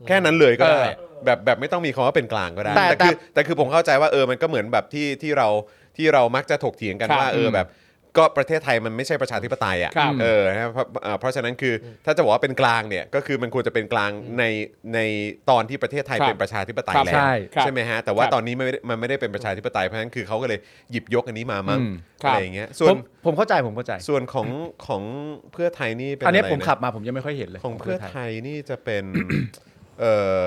Speaker 1: แค่นั้นเลยก็ได้
Speaker 3: เออ
Speaker 1: แบบแบบไม่ต้องมีคำว่าเป็นกลางก็ได้
Speaker 3: แต่แต่
Speaker 1: คือแต่คือผมเข้าใจว่าเออมันก็เหมือนแบบที่ที่เราที่เรามักจะถกเถียงกัน
Speaker 5: ครับ
Speaker 1: ว่าเออแบบ ก็ประเทศไทยมันไม่ใช่ประชาธิปไตยอ่ะ
Speaker 5: ครับ
Speaker 1: เออนะครับเพราะเอ่อเพราะฉะนั้นคือถ้าจะบอกว่าเป็นกลางเนี่ยก็คือมันควรจะเป็นกลางในในตอนที่ประเทศไทยเป็นประชาธิปไตย
Speaker 5: ครับ
Speaker 1: แล้ว
Speaker 3: ใช่
Speaker 5: ครับ
Speaker 1: ใช่ไหมฮะแต่ว่า
Speaker 5: ครับ
Speaker 1: ตอนนี้มันไม่ได้มันไม่ได้เป็นประชาธิปไตยเพราะฉะนั้นคือเขาก็เลยหยิบยกอันนี้มามั้ง
Speaker 3: อืม
Speaker 5: ครั
Speaker 1: อะ
Speaker 5: บ
Speaker 1: ไรอย่างเงี้ยส่ว
Speaker 3: ผ
Speaker 1: น
Speaker 3: มผมเข้าใจผมเข้าใจ
Speaker 1: ส่วนของของเพื่อไทยนี่เป็
Speaker 3: อันเนี้ย
Speaker 1: นะไร
Speaker 3: ผม
Speaker 1: นะ
Speaker 3: ขับมาผมยังไม่ค่อยเห็นเลย
Speaker 1: ของเพื่อไทยนี่จะเป็น เอ่อ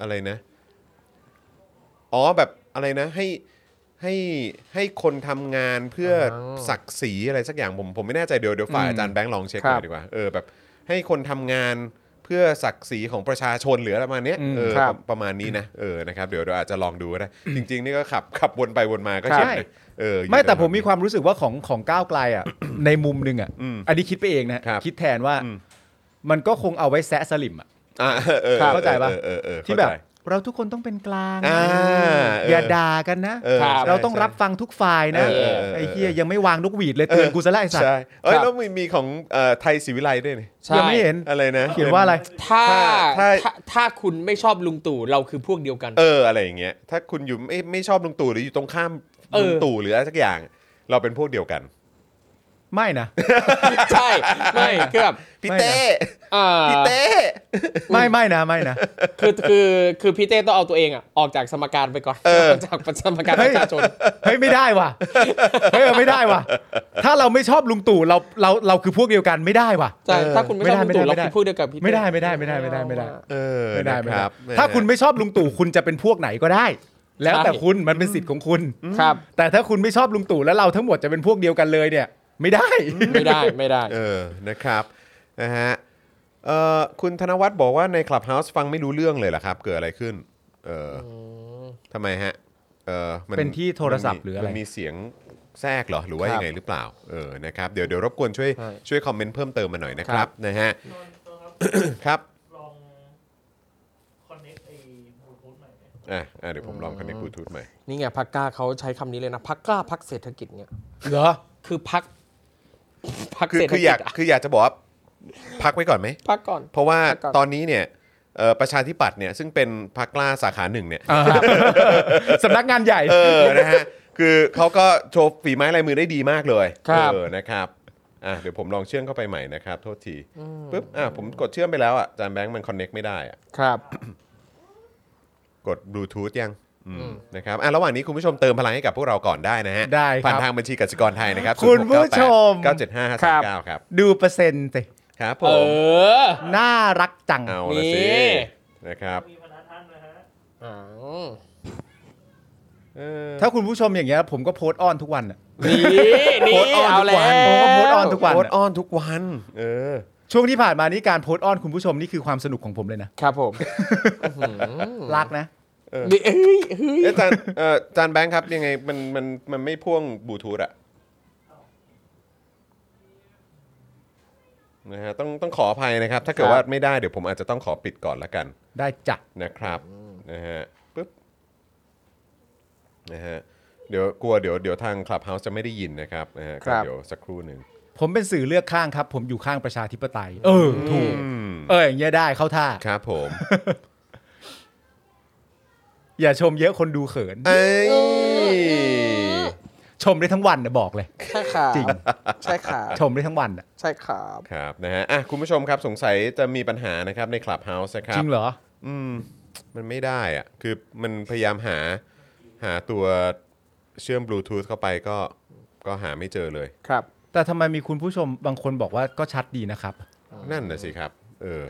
Speaker 1: อะไรนะ อ๋อแบบอะไรนะ ให้ให้ให้คนทำงานเพื่ออศักดิ์ศรีอะไรสักอย่างผมผมไม่แน่ใจเดี๋ยวเดี๋ยวฝ่ายอาจารย์แบงค์ลองเช็คห
Speaker 5: ครับ
Speaker 1: น่อยดีกว่าเออแบบ ให้คนทำงานเพื่อศักดิ์ศรีของประชาชนหรืออะไรประมาณเนี้ยเออ
Speaker 5: ครั
Speaker 1: ป
Speaker 5: บ
Speaker 1: ระประมาณนี้นะเออนะครับเดี๋ยวเดี๋ยวอาจจะลองดูก็ได้ จริง ๆ นี่ก็ขับขับวนไปวนมาก็เห็นนะเอออยู่
Speaker 3: ไม่แต่
Speaker 1: น
Speaker 3: ผมมีความรู้สึกว่าของของก้าวไกลอ่ะ ในมุมหนึงอ่ะ
Speaker 1: อืม
Speaker 3: อันนี้คิดไปเองนะครับ คิดแทนว่า
Speaker 1: อืม
Speaker 3: มันก็คงเอาไว้แซะสลิมอ่ะ
Speaker 1: อ่าเออเออ
Speaker 3: เข้าใจปะ
Speaker 1: เออเออเออ
Speaker 3: ที่แบบ
Speaker 1: เข้าใจ
Speaker 3: เราทุกคนต้องเป็นกลาง
Speaker 1: อ่าเอออ
Speaker 3: อย่าด่ากันนะ
Speaker 1: เออครับ
Speaker 3: เราต้องรับฟังทุกฝ่ายนะ
Speaker 1: เออเออเออ
Speaker 3: ไอ้เฮียยังไม่วางนกหวีดเลยเตือนกูซะแล้วไอ้สัตว์
Speaker 1: ใช่เอ้ย
Speaker 5: ครับ
Speaker 1: แล้วมีมีของเอ่อไทยศิวิไลด้วยนี่
Speaker 5: ใช่
Speaker 3: ยังไม่เห็น
Speaker 1: อะไรนะ
Speaker 3: เขียนว่าอะไร
Speaker 5: ถ้า
Speaker 1: ถ้า
Speaker 5: ถ้าถ้าคุณไม่ชอบลุงตู่เราคือพวกเดียวกัน
Speaker 1: เอออะไรอย่างเงี้ยถ้าคุณอยู่ไม่ไม่ชอบลุงตู่หรืออยู่ตรงข้าม
Speaker 5: เออ
Speaker 1: ลุงตู่หรืออะไรสักอย่าง เราเป็นพวกเดียวกัน
Speaker 3: ไม่นะ
Speaker 5: ใช่ ไม่คือแบบ
Speaker 1: พี่
Speaker 3: ไม่นะ
Speaker 1: เต้
Speaker 5: อ่า
Speaker 1: พี่เต้
Speaker 3: ไม่ไม่นะไม่นะ
Speaker 5: คือคือคือพี่เต้ต้องเอาตัวเองอ่ะออกจากสมการไปก่อน
Speaker 1: เออ
Speaker 5: ออกจากสมการ
Speaker 3: เฮ้
Speaker 5: ป
Speaker 3: ย
Speaker 5: ระชาชน
Speaker 3: เฮ้ยไม่ได้ว่ะเฮ้ยไม่ได้ว่ะ ถ้าเราไม่ชอบลุงตู่เราเราเราคือพวกเดียวกันไม่ได้ว่ะ
Speaker 5: ใช่ถ้าคุณไม่ชอบลุงตู่
Speaker 3: ไม่
Speaker 5: เรา
Speaker 3: ได้
Speaker 5: คือพูดเดียวกับพี่เต้
Speaker 3: ไม่ได้ไม่ได้ไม่ได้ไม่ได้ไม่ได้
Speaker 1: เออ
Speaker 3: ไม่ได้ไม่
Speaker 1: นะค
Speaker 3: ได้
Speaker 1: รับ
Speaker 3: ถ้าคุณไม่ชอบลุงตู่คุณจะเป็นพวกไหนก็ได้ แล้วแต่คุณมันเป็นสิทธิ์ของคุณ
Speaker 5: ครับ
Speaker 3: แต่ถ้าคุณไม่ชอบลุงตู่แล้วเราทั้งหมดจะเป็นพวกเดียวกันเลยเนี่ย ไม่ได้
Speaker 5: ไม่ ได้ไม่ได้
Speaker 1: เออนะครับนะฮะเอ่อคุณธนวัฒน์บอกว่าในคลับเฮาส์ฟังไม่รู้เรื่องเลยเหรอครับ เกิดอะไรขึ้น เอออทำไมฮะเออมั
Speaker 3: เป็นที่โทรศัพท์
Speaker 1: มันมี
Speaker 3: หรืออะไร
Speaker 1: มันมีเสียงแทรกเหรอหรือว่า
Speaker 5: ครับ
Speaker 1: ยังไงหรือเปล่าเออนะครับเดี๋ยวเดี๋ยวรบกวนช่วย
Speaker 5: ใช่
Speaker 1: ช่วยคอมเมนต์เพิ่มเติมมาหน่อยนะค
Speaker 5: ครั
Speaker 1: รับบ นะฮะครับ
Speaker 6: ลองคอนเน็กไอ้บลูทูธใหม่ไหม
Speaker 1: อ่ะอ่ะเดี๋ยวผมลองคอนเนคบลูทูธใหม่
Speaker 5: นี่ไงพักกล้าเขาใช้คำนี้เลยนะพักกล้าพักเศรษฐกิจเนี่ย
Speaker 3: เหรอ
Speaker 5: คือพักพัก
Speaker 1: คือ
Speaker 5: เศรษฐ
Speaker 1: คืออ
Speaker 5: กิ
Speaker 1: ยาก
Speaker 5: จอะ
Speaker 1: คืออยากจะบอกว่าพักไว้ก่อนไหม
Speaker 5: พักก่อน
Speaker 1: เพราะว่า
Speaker 5: พักก่อน
Speaker 1: ตอนนี้เนี่ยเอ่อประชาธิปัตย์เนี่ยซึ่งเป็นพรรคกล้าสาขาหนึ่งเนี่ย
Speaker 3: สำนักงานใหญ่
Speaker 1: เออ นะฮะ คือเขาก็โชว์ฝีไม้ลายมือได้ดีมากเลย
Speaker 5: ครับ
Speaker 1: เออ นะครับ อ่ะ เดี๋ยวผมลองเชื่อมเข้าไปใหม่นะครับ โทษทีปุ๊บ อ่ะ ผมกดเชื่อมไปแล้วอ่ะ จานแบงค์มันคอนเน็กไม่ได้อ่ะ
Speaker 5: ครับ
Speaker 1: กดบลูทูธยังอืมนะครับ อ่ะ ระหว่างนี้คุณผู้ชมเติมพลังให้กับพวกเราก่อนได้นะฮะ
Speaker 3: ได้ค
Speaker 1: ผ่าน
Speaker 3: รับ
Speaker 1: ทางบัญชีกสิกรไทยนะครับ
Speaker 3: คุณผู้ชม
Speaker 1: 9 7 5 5 3 9ครับ
Speaker 3: ดูเปอร์เซ็นต์สิ
Speaker 1: ครับผ
Speaker 5: เอ
Speaker 1: ม
Speaker 5: อ
Speaker 3: น่ารักจัง
Speaker 1: เอาละสิ
Speaker 5: นี่
Speaker 1: นะครับ
Speaker 6: มีพนักท่านนะฮะ
Speaker 5: อ๋อ
Speaker 1: เออ
Speaker 3: ถ้าคุณผู้ชมอย่างเงี้ยผมก็โพสต์อ้อนทุกวันอะ
Speaker 5: นี่นี่
Speaker 1: โพสต์ออน
Speaker 5: เอา
Speaker 1: ทุก
Speaker 5: แล้ว
Speaker 1: ั
Speaker 5: วน
Speaker 3: ผมก็โพสต์อ้อนทุกวัน
Speaker 1: โพสต์
Speaker 3: อะ
Speaker 1: อ้อนทุกวัน เออ
Speaker 3: ช่วงที่ผ่านมานี่การโพสต์อ้อนคุณผู้ชมนี่คือความสนุกของผมเลยนะครับ
Speaker 5: ผม
Speaker 3: รักนะ
Speaker 5: นี่เฮ้ยเฮ้ย
Speaker 1: เอ๊ะจานเอ่อจานแบงค์ครับยังไงมันมันมันไม่พ่วงบลูทูธอะนะฮะต้องต้องขออภัยนะครับ ถ้าเกิดว่าไม่ได้เดี๋ยวผมอาจจะต้องขอปิดก่อนละกัน
Speaker 3: ได้จ้ะ
Speaker 1: นะครับนะฮะปึ๊บนะฮะเดี๋ยวกลัวเดี๋ยวเดี๋ยวทางคลับเฮาส์จะไม่ได้ยินนะครับนะฮะก็เดี๋ยวสักครู่หนึ่ง
Speaker 3: ผมเป็นสื่อเลือกข้างครับ ผมอยู่ข้างประชาธิปไตย เออถูก
Speaker 1: อืม
Speaker 3: เอออย่างเงี้ยได้เข้าท่า
Speaker 1: ครับผม
Speaker 3: อย่าชมเยอะคนดูเขิน
Speaker 1: เอ้ย
Speaker 3: ชมได้ทั้งวันนะบอกเลย
Speaker 5: ใช่ค่ะ
Speaker 3: จริง
Speaker 5: ใช่ค่ะ
Speaker 3: ชมได้ทั้งวันอะ
Speaker 5: ใช่ครับ
Speaker 1: ครับนะฮะอ่ะคุณผู้ชมครับสงสัยจะมีปัญหานะครับในคลับเฮาส์นะครั
Speaker 3: จ
Speaker 1: บ
Speaker 3: ริงเหรอ
Speaker 1: อืมมันไม่ได้อะคือมันพยายามหาหาตัวเชื่อมบลูทูธเข้าไปก็ก็หาไม่เจอเลย
Speaker 5: ครับ
Speaker 3: แต่ทำไมมีคุณผู้ชมบางคนบอกว่าก็ชัดดีนะครับ
Speaker 1: นั่นน่ะสิครับ เออ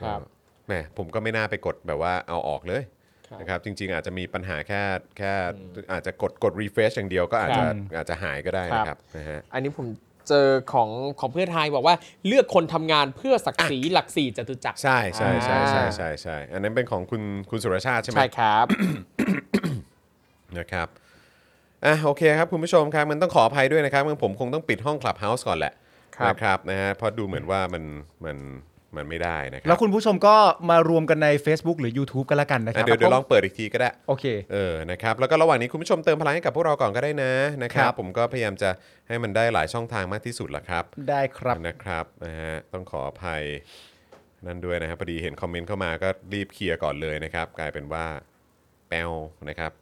Speaker 5: ครับ
Speaker 1: แหมผมก็ไม่น่าไปกดแบบว่าเอาออกเลยนะครับ จริง ๆ อาจจะมีปัญหาแค่แค่อาจจะกดกดรีเฟรชอย่างเดียวก็อาจจะ
Speaker 3: ครับ
Speaker 1: อาจจะหายก็ได้นะครับนะฮะ
Speaker 5: อันนี้ผมเจอของของเพื่อไทยบอกว่าเลือกคนทำงานเพื่อศักดิ์ศรีหลักสี่จตุจักร
Speaker 1: ใช่ใช่ใช่ใช่
Speaker 5: อ่า
Speaker 1: ใช่ใช่อันนั้นเป็นของคุณคุณสุรชาติใช่ไหม
Speaker 5: ใช่ครับ
Speaker 1: นะครับ อ่ะโอเคครับคุณผู้ชมครับมันต้องขออภัยด้วยนะครับมันผมคงต้องปิดห้องคลับเฮาส์ก่อนแหละ
Speaker 5: ครับ
Speaker 1: นะครับนะฮะเพราะดูเหมือนว่ามันมันมันไม่ได้นะครั
Speaker 3: แล้วคุณผู้ชมก็มารวมกันใน Facebook หรือ YouTube กันละกันนะค
Speaker 1: อ่ะ
Speaker 3: รับ
Speaker 1: เดี๋ยวเดี๋ยวลองเปิดอีกทีก็ได้
Speaker 3: โอเค
Speaker 1: เออ นะครับ แล้วก็ระหว่างนี้คุณผู้ชมเติมพลังให้กับพวกเราก่อนก็ได้นะนะครับ
Speaker 3: ครับ
Speaker 1: ผมก็พยายามจะให้มันได้หลายช่องทางมากที่สุดละครับ
Speaker 3: ได้ครับ
Speaker 1: นะครับนะฮะต้องขออภัยนั่นด้วยนะครับพอดีเห็นคอมเมนต์เข้ามาก็รีบเคลียร์ก่อนเลยนะครับ กลายเป็นว่าแปวนะครับ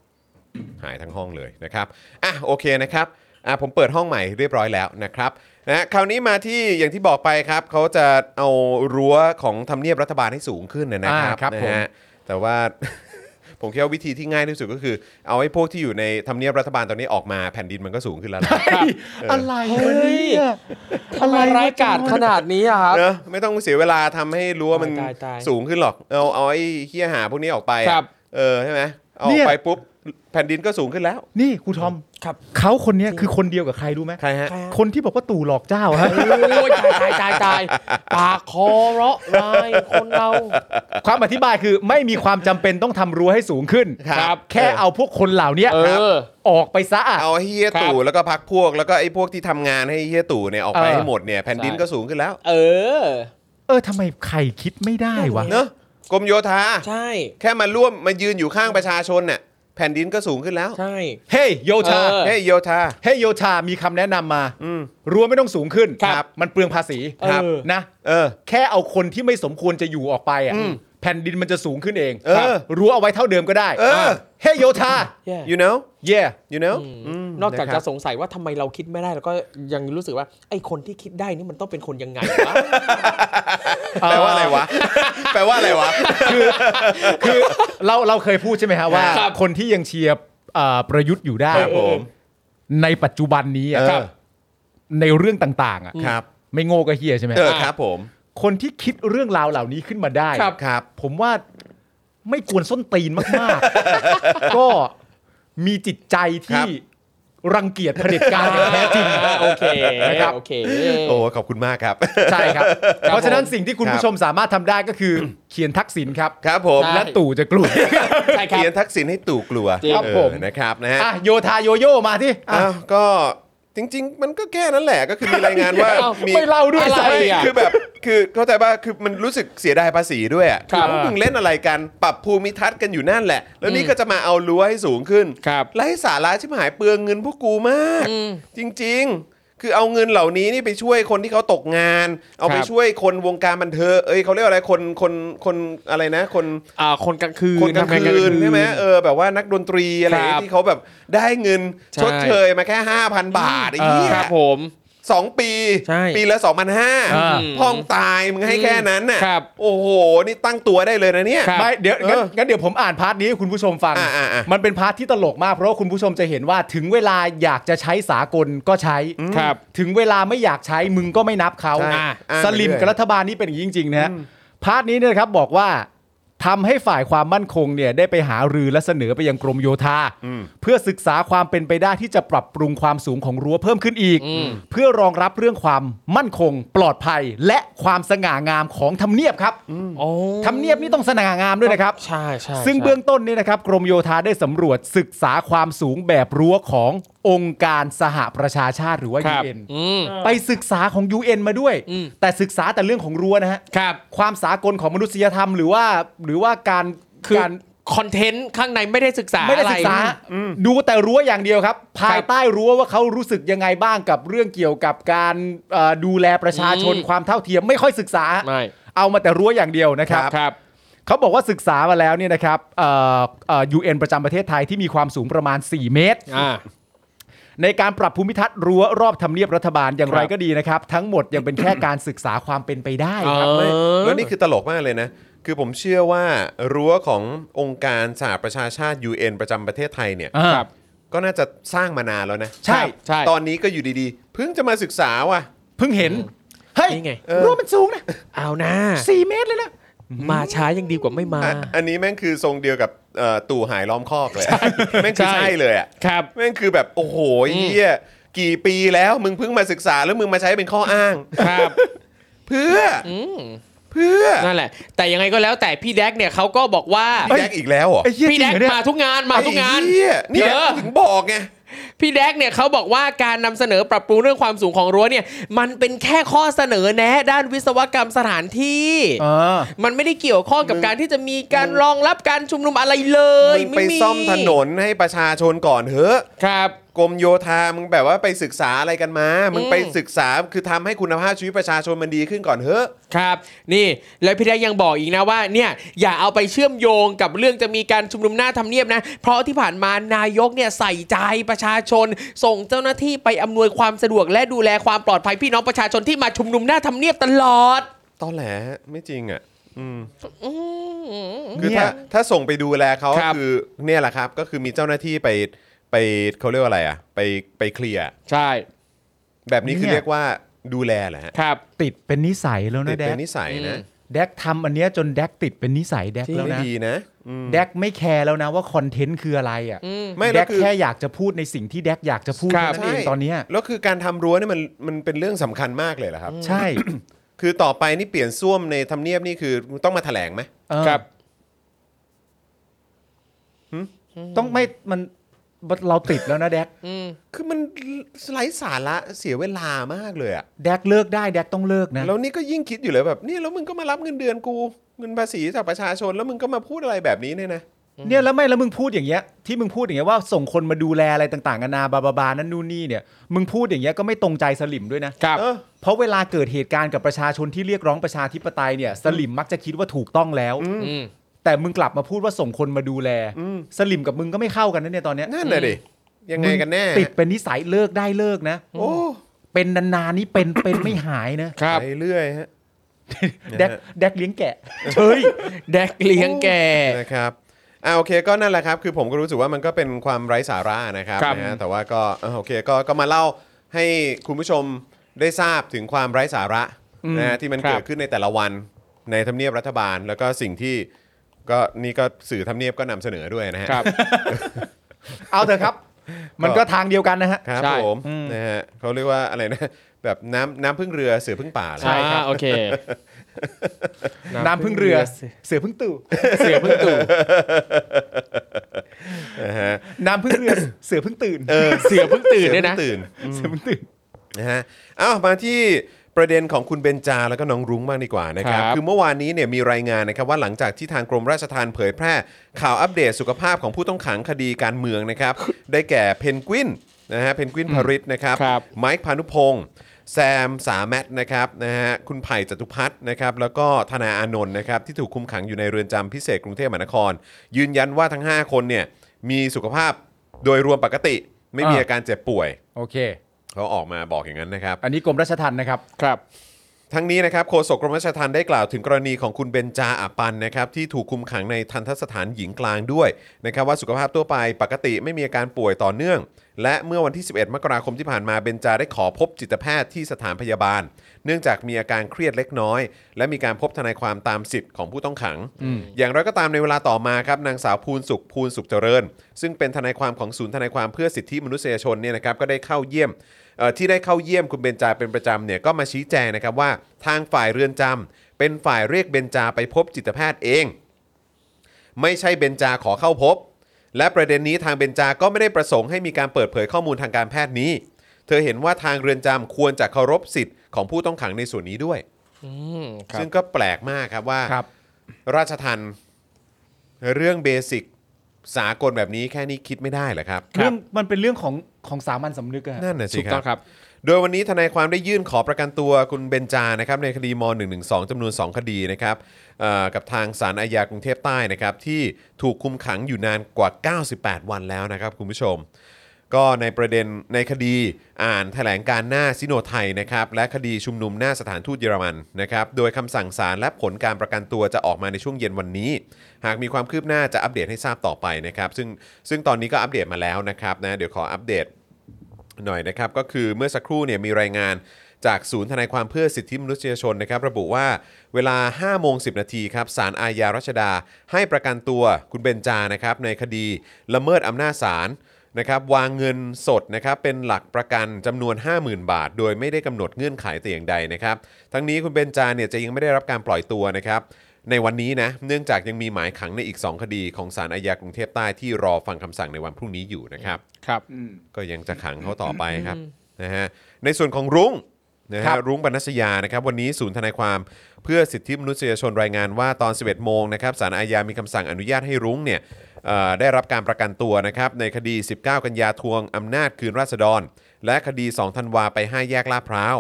Speaker 1: หายทั้งห้องเลยนะครับอ่ะโอเคนะครับอ่ะผมเปิดห้องใหม่เรียบร้อยแล้วนะครับนะคราวนี้มาที่อย่างที่บอกไปครับเขาจะเอารั้วของทำเนียบรัฐบาลให้สูงขึ้นนะนะครับ
Speaker 3: อ่าครับผม
Speaker 1: นะฮะแต่ว่า ผมคิดว่าวิธีที่ง่ายที่สุดก็คือ เอาให้พวกที่อยู่ในทำเนียบรัฐบาลตอนนี้ออกมาแผ่นดินมันก็สูงขึ้นแล้วนะ
Speaker 3: อะไรวะเนี่ย
Speaker 5: ทำไมร้ายกาจขนาดนี้อะครับ
Speaker 1: เนอะไม่ต้องเสียเวลาทำให้รั้วมัน
Speaker 5: ตายตาย
Speaker 1: สูงขึ้นหรอก เอาเอาไอ้เฮี้ยหาพวกนี้ออกไปอะ
Speaker 5: ครับ
Speaker 1: เออใช่ไหมเอาออกไปปุ๊บแผ่นดินก็สูงขึ้นแล้ว
Speaker 3: นี่ครูทอม
Speaker 5: ครับ
Speaker 3: เขาคนเนี้ยคือคนเดียวกับใครรู้ไหม
Speaker 1: ใครฮะ
Speaker 3: คนที่บอกว่าตู่หลอกเจ้าฮะ
Speaker 5: โอ้ยตายตายตายตายปากคอเราะลายคนเรา
Speaker 3: ความอธิบายคือไม่มีความจำเป็นต้องทำรั้วให้สูงขึ้น
Speaker 5: ครับ
Speaker 3: แค่เอาพวกคนเหล่าเนี้ย
Speaker 5: เออ
Speaker 3: ออกไปซะอะ
Speaker 1: เอาไอ้เฮี้ย
Speaker 5: ครับ
Speaker 1: ตู่แล้วก็พักพวกแล้วก็ไอ้พวกที่ทำงานให้เฮี้ยตู่เนี่ยออกไป
Speaker 5: เออ
Speaker 1: ให้หมดเนี่ยแผ่นดินก็สูงขึ้นแล้ว
Speaker 5: เออ
Speaker 3: เออทำไมใครคิดไม่ได้วะ
Speaker 1: เนอะกรมโยธา
Speaker 5: ใช่
Speaker 1: แค่มาร่วมมายืนอยู่ข้างประชาชนเนี่ยแผ่นดินก็สูงขึ้นแล้ว
Speaker 5: ใช่
Speaker 3: เฮ้ยโยธา
Speaker 5: เออ
Speaker 1: เฮ้ยโยธา
Speaker 3: เฮ้ยโยธามีคำแนะนำมา
Speaker 1: อืม
Speaker 3: รั้วไม่ต้องสูงขึ้น
Speaker 1: ครับ
Speaker 3: มันเปลืองภาษี
Speaker 1: ครับ
Speaker 5: เออ
Speaker 3: นะ
Speaker 1: เออ
Speaker 3: แค่เอาคนที่ไม่สมควรจะอยู่ออกไปอ่ะแผ่นดินมันจะสูงขึ้นเอง
Speaker 1: เออ
Speaker 3: ครับรั้วเอาไว้เท่าเดิมก็ได้
Speaker 1: เออ
Speaker 3: เออเฮ้ยโยธา
Speaker 5: แย่
Speaker 1: you know
Speaker 3: yeah
Speaker 1: you know ม
Speaker 5: นอกจาก
Speaker 1: ค
Speaker 5: จะ
Speaker 1: รับ
Speaker 5: สงสัยว่าทำไมเราคิดไม่ได้ แล้วก็ยังรู้สึกว่า ไอ้คนที่คิดได้นี่มันต้องเป็นคนยังไงวะ
Speaker 1: แปลว่าอะไร วะ แปลว่าอะไรวะ
Speaker 3: คือเราเราเคยพูดใช่ไหมฮะว่า
Speaker 5: ครับ
Speaker 3: คนที่ยังเชียร์เอ่อประยุทธ์อยู่ได้
Speaker 1: ครับผม
Speaker 3: ในปัจจุบันนี้อะ
Speaker 1: เออ
Speaker 3: ครับในเรื่องต่างๆอ่ะ
Speaker 1: ครับ
Speaker 3: ไม่โง่ก็เฮียใช่ไหม
Speaker 1: เออครับผม
Speaker 3: คนที่คิดเรื่องราวเหล่านี้ขึ้นมาได้
Speaker 5: ครับ
Speaker 1: ครับ
Speaker 3: ผมว่าไม่กวนส้นตีนมากๆ ก็มีจิตใจ
Speaker 1: ครั
Speaker 3: ที่
Speaker 1: บ
Speaker 3: รังเกียจเผด็จการอย่างแท้จริง
Speaker 5: อ่าโอเค
Speaker 3: นะครับ
Speaker 5: โอเค
Speaker 1: โอ้ขอบคุณมากครับ
Speaker 3: ใช่ครับ เพราะฉะนั้นสิ่งที่คุณ
Speaker 1: ครับ
Speaker 3: ผู้ชมสามารถทำได้ก็คือ เขียนทักษิณครับ
Speaker 1: ครับผม
Speaker 5: ใช่
Speaker 3: และตู่จะกลัว
Speaker 5: ใช่ครับ
Speaker 1: เขียนทักษิณให้ตู่กลัว
Speaker 5: จริง
Speaker 1: เออ
Speaker 3: ครับผม
Speaker 1: นะครับนะฮะ
Speaker 3: อ่ะโยธาโยโย่มาที่
Speaker 1: อ้าวก็จริง ๆ มันก็แค่นั้นแหละก็คือมีรายงานว่า
Speaker 5: เอ้ามี
Speaker 1: มี
Speaker 3: ไม่เล่าด้วย
Speaker 5: อะไร
Speaker 3: สิ
Speaker 5: อ่ะ
Speaker 1: คือแบบ คือเข้าใจป่ะคือมันรู้สึกเสียดายภาษีด้วยอ่ะ
Speaker 5: ครับ
Speaker 1: พวกมึงเล่นอะไรกันปรับภูมิทัศน์กันอยู่นั่นแหละ แล้วนี่ก็จะมาเอารั้วให้สูงขึ้น
Speaker 5: ครับ
Speaker 1: ไร้สาระชิบหายเปลืองเงินพวกกูมาก
Speaker 5: อืม
Speaker 1: จริง ๆ คือเอาเงินเหล่านี้นี่ไปช่วยคนที่เขาตกงาน เอาไป
Speaker 5: ครับ
Speaker 1: ช่วยคนวงการบันเทิงเอ้ยเขาเรียกอะไรคนคนคนอะไรนะคน
Speaker 5: อ่าคนกลางคืน
Speaker 1: คนกลาง
Speaker 5: ทำง
Speaker 1: คืนใช่ไหมเออแบบว่านักดนตรีอะไร
Speaker 5: ครับ
Speaker 1: ที่เขาแบบได้เงิน
Speaker 5: ใช่
Speaker 1: ชดเชยมาแค่ 5,000 บาทไอ้เหี้ย
Speaker 5: ครับผม
Speaker 1: สองปี
Speaker 5: ใช่
Speaker 1: ปีละ
Speaker 5: อ่า
Speaker 1: 2,500พ้องตายมึงให้แค่นั้นน่ะ
Speaker 5: ครับ
Speaker 1: โอ้โห นี่ตั้งตัวได้เลยนะเนี่ย
Speaker 5: ครับ
Speaker 3: ไม่เดี๋ยวงั้น
Speaker 1: เออ
Speaker 3: งั้นเดี๋ยวผมอ่านพาร์ทนี้ให้คุณผู้ชมฟัง
Speaker 1: อ่าๆๆ
Speaker 3: มันเป็นพาร์ทที่ตลกมาก เพราะว่าคุณผู้ชมจะเห็นว่าถึงเวลาอยากจะใช้สากลก็ใช้
Speaker 5: ครับ
Speaker 3: ถึงเวลาไม่อยากใช้มึงก็ไม่นับเขา
Speaker 1: ใช่
Speaker 3: อ่ะ
Speaker 1: อ่าน
Speaker 3: สลิม
Speaker 1: ไปเรื่อย
Speaker 3: กับรัฐบาลนี่เป็นอย่างนี้จริงๆนะฮะพาร์ทนี้เนี่ยนะครับบอกว่าทำให้ฝ่ายความมั่นคงเนี่ยได้ไปหารือและเสนอไปยังกรมโยธา
Speaker 1: อืม
Speaker 3: เพื่อศึกษาความเป็นไปได้ที่จะปรับปรุงความสูงของรั้วเพิ่มขึ้นอีก เพื่อรองรับเรื่องความมั่นคง ปลอดภัย และความสง่างามของทำเนียบครับ
Speaker 5: โอ้
Speaker 3: ทำเนียบนี่ต้องสง่างามด้วยนะครับ
Speaker 5: ใช่ใช่
Speaker 3: ซึ่ง
Speaker 5: ใช่
Speaker 3: เบื้องต้นนี่นะครับกรมโยธาได้สำรวจศึกษาความสูงแบบรั้วขององค์การสหประชาชาติหรือว่า
Speaker 5: ครับ
Speaker 3: UN
Speaker 5: อืม
Speaker 3: ไปศึกษาของ UN มาด้วย
Speaker 5: อืม
Speaker 3: แต่ศึกษาแต่เรื่องของรั้วนะฮะ
Speaker 5: ครับ
Speaker 3: ความสากลของมนุษยธรรมหรือว่าหรือว่าการ
Speaker 5: คือ
Speaker 3: การ
Speaker 5: คอนเทนต์ข้างในไม่ได้ศึกษา
Speaker 3: ไม่ได้
Speaker 5: อะร
Speaker 3: ศึกษา ดูแต่รั้วอย่างเดียวครับ ภายใต้รั้วว่าเขารู้สึกยังไงบ้างกับเรื่องเกี่ยวกับการเอ่อดูแลประชาชน
Speaker 5: อืม
Speaker 3: ความเท่าเทียมไม่ค่อยศึกษา
Speaker 5: ไม่
Speaker 3: เอามาแต่รั้วอย่างเดียวนะครับ
Speaker 5: ครับ
Speaker 3: เขาบอกว่าศึกษามาแล้วเนี่ยนะครับเอ่อเอ่อ UN ประจำประเทศไทยที่มีความสูงประมาณ 4 เมตร
Speaker 5: อ่า
Speaker 3: ในการปรับภูมิทัศน์รั้วรอบทำเนียบรัฐบาลอย่างไร
Speaker 5: ครับ
Speaker 3: ก็ดีนะครับ ทั้งหมดยังเป็นแค่การศึกษาความเป็นไปได้
Speaker 5: เออ
Speaker 1: ไม่แล้วนี่คือตลกมากเลยนะ คือผมเชื่อว่ารั้วขององค์การสหประชาชาติ UN ประจำประเทศไทยเนี่ย
Speaker 5: ครับ
Speaker 1: ก็น่าจะสร้างมานานแล้วนะ
Speaker 3: ใช่
Speaker 5: ใช่
Speaker 1: ตอนนี้ก็อยู่ดีๆ เพิ่งจะมาศึกษาว่ะ
Speaker 3: เพิ่งเห็น เฮ้ย
Speaker 5: นี่ไง
Speaker 3: รั้วมันสูงนะ
Speaker 5: เอานะ
Speaker 3: 4 เมตรเลยนะ
Speaker 5: มาช้ายังดีกว่าไม่มา
Speaker 1: อ่ะอันนี้แม่งคือทรงเดียวกับเอ่อตู่หายล้อมคอกเลยอะแม่งคือ
Speaker 5: ใช่
Speaker 1: ใช่เลยอ่ะ
Speaker 5: ครับ
Speaker 1: แม่งคือแบบโอ้โหเฮียกี่ปีแล้วมึงเพิ่งมาศึกษาแล้วมึงมาใช้เป็นข้ออ้าง
Speaker 5: ครับ
Speaker 1: เพื่ออเพื่อ
Speaker 5: นั่นแหละ แต่ยังไงก็แล้วแต่พี่แดกเนี่ยเขาก็บอกว่า
Speaker 1: พี่แดกอีกแล้วเหรอ
Speaker 3: ไอ้เหี้ยจ
Speaker 5: พี่
Speaker 3: ริ
Speaker 5: แด
Speaker 3: ง
Speaker 5: ก
Speaker 3: เหรอเนี่ย
Speaker 5: มาทุกงานมาทุกงาน
Speaker 1: ไอ้เหี้ยนี่
Speaker 5: เยอะ
Speaker 1: ถึงบอกไง
Speaker 5: พี่แดกเนี่ยเขาบอกว่าการนำเสนอปรับปรุงเรื่องความสูงของรั้วเนี่ย มันเป็นแค่ข้อเสนอแนะด้านวิศวกรรมสถานที่
Speaker 3: เออ
Speaker 5: มันไม่ได้เกี่ยวข้องกับ
Speaker 1: มึง
Speaker 5: การที่จะมีการรองรับการชุมนุมอะไรเลย
Speaker 1: มึงไปซ่อมถนนให้ประชาชนก่อนเถอะ
Speaker 5: ครับ
Speaker 1: กรมโยธามึงแบบว่าไปศึกษาอะไรกันมา มึงไปศึกษาคือทำให้คุณภาพชีวิตประชาชนมันดีขึ้นก่อนเถอะ
Speaker 5: ครับ นี่แล้วพี่แดกยังบอกอีกนะว่าเนี่ยอย่าเอาไปเชื่อมโยงกับเรื่องจะมีการชุมนุมหน้าทำเนียบนะ เพราะที่ผ่านมานายกเนี่ยใส่ใจประชาชน ส่งเจ้าหน้าที่ไปอำนวยความสะดวกและดูแลความปลอดภัยพี่น้องประชาชนที่มาชุมนุมหน้าทำเนียบตลอด
Speaker 1: ตอนแหลไม่จริงอ่ะ อืม
Speaker 5: อืม
Speaker 1: คือ
Speaker 3: เนี่
Speaker 1: ถ้าย ถ้าส่งไปดูแลเขา
Speaker 5: ครับ
Speaker 1: คือเนี่ยแหละครับก็คือมีเจ้าหน้าที่ไปไปเขาเรียกว่าอะไรอ่ะ ไปไปเคลียร์
Speaker 5: ใช่
Speaker 1: แบบนี้คือ
Speaker 3: เนี่ย
Speaker 1: เรียกว่าดูแลแหละฮะ
Speaker 5: ครับ
Speaker 3: ติดเป็นนิสัยแล้ว
Speaker 1: ติด
Speaker 3: นะแด
Speaker 1: เป็น
Speaker 3: ก
Speaker 1: นิสัยนะ
Speaker 5: อืม
Speaker 3: แดกทำอันเนี้ยจนแดกติดเป็นนิสัยแดกแล้ว
Speaker 1: ไม่
Speaker 3: นะ
Speaker 1: ดีนะอืม
Speaker 3: แดกไม่แคร์แล้วนะว่าคอนเทนต์คืออะไรอ่ะ
Speaker 5: อืม
Speaker 1: ไม่
Speaker 3: แด
Speaker 1: แล้ว
Speaker 3: ก
Speaker 1: คือ
Speaker 3: แค่อยากจะพูดในสิ่งที่แดกอยากจะพูด
Speaker 5: ครับ
Speaker 3: เท่านั่นเองตอนเนี้ย
Speaker 1: แล้วคือการทำรั้วเนี่ยมันมันเป็นเรื่องสำคัญมากเลยเหรอครับ
Speaker 3: ใช่
Speaker 1: คือต่อไปนี่เปลี่ยนส้วมในทำเนียบนี่คือต้องมาแถลงไหม
Speaker 3: เออ
Speaker 5: ครับ
Speaker 3: ต้องไม่มันเราติดแล้วนะแด ก
Speaker 5: อืม
Speaker 1: คือมันไร้สาระเสียเวลามากเลยอ่ะ
Speaker 3: แดกเลิกได้แดกต้องเลิกนะ
Speaker 1: แล้วนี่ก็ยิ่งคิดอยู่เลยแบบเนี่ยแล้วมึงก็มารับเงินเดือนกูเงินภาษีจากประชาชนแล้วมึงก็มาพูดอะไรแบบนี้เนี่ยนะ
Speaker 3: เนี่ยแล้วไม่แล้วมึงพูดอย่างเงี้ยที่มึงพูดอย่างเงี้ยว่าส่งคนมาดูแลอะไรต่างๆกันานาบาบาบานั่นนู่นนี่เนี่ยมึงพูดอย่างเงี้ยก็ไม่ตรงใจสลิมด้วยนะครับ
Speaker 1: เออ
Speaker 3: เพราะเวลาเกิดเหตุการณ์กับประชาชนที่เรียกร้องประชาธิปไตยเนี่ยสลิมมักจะคิดว่าถูกต้องแล้ว
Speaker 5: อืม
Speaker 3: แต่มึงกลับมาพูดว่าส่งคนมาดูแล สลิมกับมึงก็ไม่เข้ากันนะเนี่ยตอนเนี้ย
Speaker 1: นั่นน่ะดิยังไงกันแน่
Speaker 3: ติดเป็นนิสัยเลิกได้เลิกนะ
Speaker 1: โอ้
Speaker 3: เป็นนานๆนี่เป็นเป็นไม่หายนะครับ
Speaker 1: ไปเรื่อยฮะ
Speaker 3: แดกแดกเลี้ยงแกะ
Speaker 5: เฮ้ยแดกเลี้ยงแก
Speaker 1: นะครับอ่าโอเคก็นั่นแหละครับ คือผมก็รู้สึกว่ามันก็เป็นความไร้สาระนะครับ
Speaker 5: ครับ
Speaker 1: นะฮะแต่ว่าก็เออโอเคก็ก็มาเล่าให้คุณผู้ชมได้ทราบถึงความไร้สาระนะฮะที่มัน
Speaker 5: ครับ
Speaker 1: เกิดขึ้นในแต่ละวันในทำเนียบรัฐบาล แล้วก็สิ่งที่ก็นี่ก็สื่อทำเนียบก็นำเสนอด้วยนะฮะ
Speaker 5: ครับ
Speaker 3: เอาเถอะครับ มันก็ทางเดียวกันนะฮะ
Speaker 1: ครับ
Speaker 5: ใช่
Speaker 1: ผมนะฮะเขาเรียกว่าอะไรนะ แบบน้ำน้ำพึ่งเรือเสือพึ่งป่าเหรอ
Speaker 5: ใช่ครับโอเค
Speaker 3: น้ำพึ่งเรือ เสือพึ่งตู่
Speaker 5: เสือพึ่งตู่
Speaker 3: น้ำพึ่งเรือ เสือพึ่งตื่น
Speaker 5: เสือพึ่งตื่นด้วยนะ
Speaker 1: เสือเพิ่งตื่น
Speaker 3: เสือพึ่งตื่น
Speaker 1: นะฮะเอ้ามาที่ ประเด็นของคุณเบนจาแล้วก็น้องรุ้งมากดีกว่านะครับ
Speaker 5: ครับ
Speaker 1: คือเมื่อวานนี้เนี่ยมีรายงานนะครับว่าหลังจากที่ทางกรมราชทานเผยแพร่ ข่าวอัปเดตสุขภาพของผู้ต้องขังคดีการเมืองนะครับ ได้แก่เพนกวินนะฮะเพนกวินพาริสนะครับ
Speaker 5: ครับ
Speaker 1: ไมค์พานุพงศ์แซมสาแมทนะครับนะฮะคุณไผ่จตุพัฒน์นะครับแล้วก็ธนาอานนท์นะครับที่ถูกคุมขังอยู่ในเรือนจำพิเศษกรุงเทพมหานคร ยืนยันว่าทั้ง 5 คนเนี่ยมีสุขภาพโดยรวมปกติ ไม่มี
Speaker 3: อ่า
Speaker 1: อาการเจ็บป่วย
Speaker 3: โอเค
Speaker 1: เขาออกมาบอกอย่างนั้นนะครับ
Speaker 3: อันนี้กรมราชทัณฑ์นะครับ
Speaker 5: ครับ
Speaker 1: ทั้งนี้นะครับโฆษกกรมราชทัณฑ์ได้กล่าวถึงกรณีของคุณเบนจาอาปันนะครับที่ถูกคุมขังในทันทสถานหญิงกลางด้วยนะครับว่าสุขภาพทั่วไปปกติไม่มีอาการป่วยต่อเนื่อง และเมื่อวันที่ 11 มกราคมที่ผ่านมาเบนจาได้ขอพบจิตแพทย์ที่สถานพยาบาล เนื่องจากมีอาการเครียดเล็กน้อย และมีการพบทนายความตามสิทธิ์ของผู้ต้องขัง อย่างไรก็ตามในเวลาต่อมาครับนางสาวภูนสุขภูนสุขเจริญ ซึ่งเป็นทนายความของศูนย์ทนายความเพื่อสิทธิมนุษยชนเนี่ยนะครับก็ได้เข้าเยี่ยม เอ่อที่ได้เข้าเยี่ยมคุณเบนจาเป็นประจำเนี่ยก็มาชี้แจงนะครับว่าทางฝ่ายเรือนจำเป็นฝ่ายเรียกเบนจาไปพบจิตแพทย์เอง ไม่ใช่เบนจาขอเข้าพบ และประเด็นนี้ทางเบนจาก็ไม่ได้ประสงค์ให้มีการเปิดเผยข้อมูลทางการแพทย์นี้ เธอเห็นว่าทางเรือนจำควรจะเคารพสิทธิ์ของผู้ต้องขังในส่วนนี้ด้วย ซึ่งก็แปลกมากครับว่า
Speaker 3: ครับ
Speaker 1: ราชทันเรื่องเบสิกสากลแบบนี้แค่นี้คิดไม่ได้เหรอครับ
Speaker 3: เรื่องมันเป็นเรื่องของของสามัญสำนึกอะฮะ
Speaker 1: นั่นน่ะสิ
Speaker 5: ถูก
Speaker 1: ครั
Speaker 5: ต้อบ งครับ
Speaker 1: โดยวันนี้ทนายความได้ยื่นขอประกันตัวคุณเบนจานะครับในคดีม .112 จำนวน 2 คดีนะครับเอ่อกับทางสารอาญากรุงเทพใต้นะครับที่ถูกคุมขังอยู่นานกว่า 98 วันแล้วนะครับคุณผู้ชม ก็ในประเด็นในคดีอ่านแถลงการหน้าซิโนไทยนะครับและคดีชุมนุมหน้าสถานทูตเยอรมันนะครับโดยคำสั่งศาลและผลการประกันตัวจะออกมาในช่วงเย็นวันนี้ หากมีความคืบหน้าจะอัปเดตให้ทราบต่อไปนะครับซึ่งซึ่งตอนนี้ก็อัปเดตมาแล้วนะครับนะเดี๋ยวขออัปเดต หน่อยนะครับก็คือเมื่อสักครู่เนี่ยมีรายงานจากศูนย์ทนายความเพื่อสิทธิมนุษยชนนะครับระบุว่าเวลา 5 โมง 10 นาทีครับสารอาญารัชดา ให้ประกันตัวคุณเบนจานะครับในคดีละเมิดอำนาจศาลนะครับวางเงินสดนะครับเป็นหลักประกันจำนวน 50,000 บาท โดยไม่ได้กำหนดเงื่อนไขแต่อย่างใดนะครับทั้งนี้คุณเบนจาเนี่ยจะยังไม่ได้รับการปล่อยตัวนะครับ ในวันนี้นะเนื่องจากยังมีหมายขังในอีก 2 คดีของศาลอาญากรุงเทพใต้ที่รอฟังคำสั่งในวันพรุ่งนี้อยู่นะครับ
Speaker 5: ครับ
Speaker 1: ก็ยังจะขังเขาต่อไปครับนะฮะในส่วนของรุ้งนะ
Speaker 3: ครั
Speaker 1: ฮะ
Speaker 3: บ
Speaker 1: รุ้งปนัสยานะครับวันนี้ศูนย์ทนายความเพื่อสิทธิมนุษยชนรายงานว่าตอน 11 โมงนะครับสารอาญามีคำสั่งอนุญาตให้รุ้งเนี่ยเอ่อได้รับการประกันตัวนะครับในคดี 19 กันยาทวงอำนาจคืนราษฎร และคดี 2 ธันวาไป 5 แยกลาดพร้าว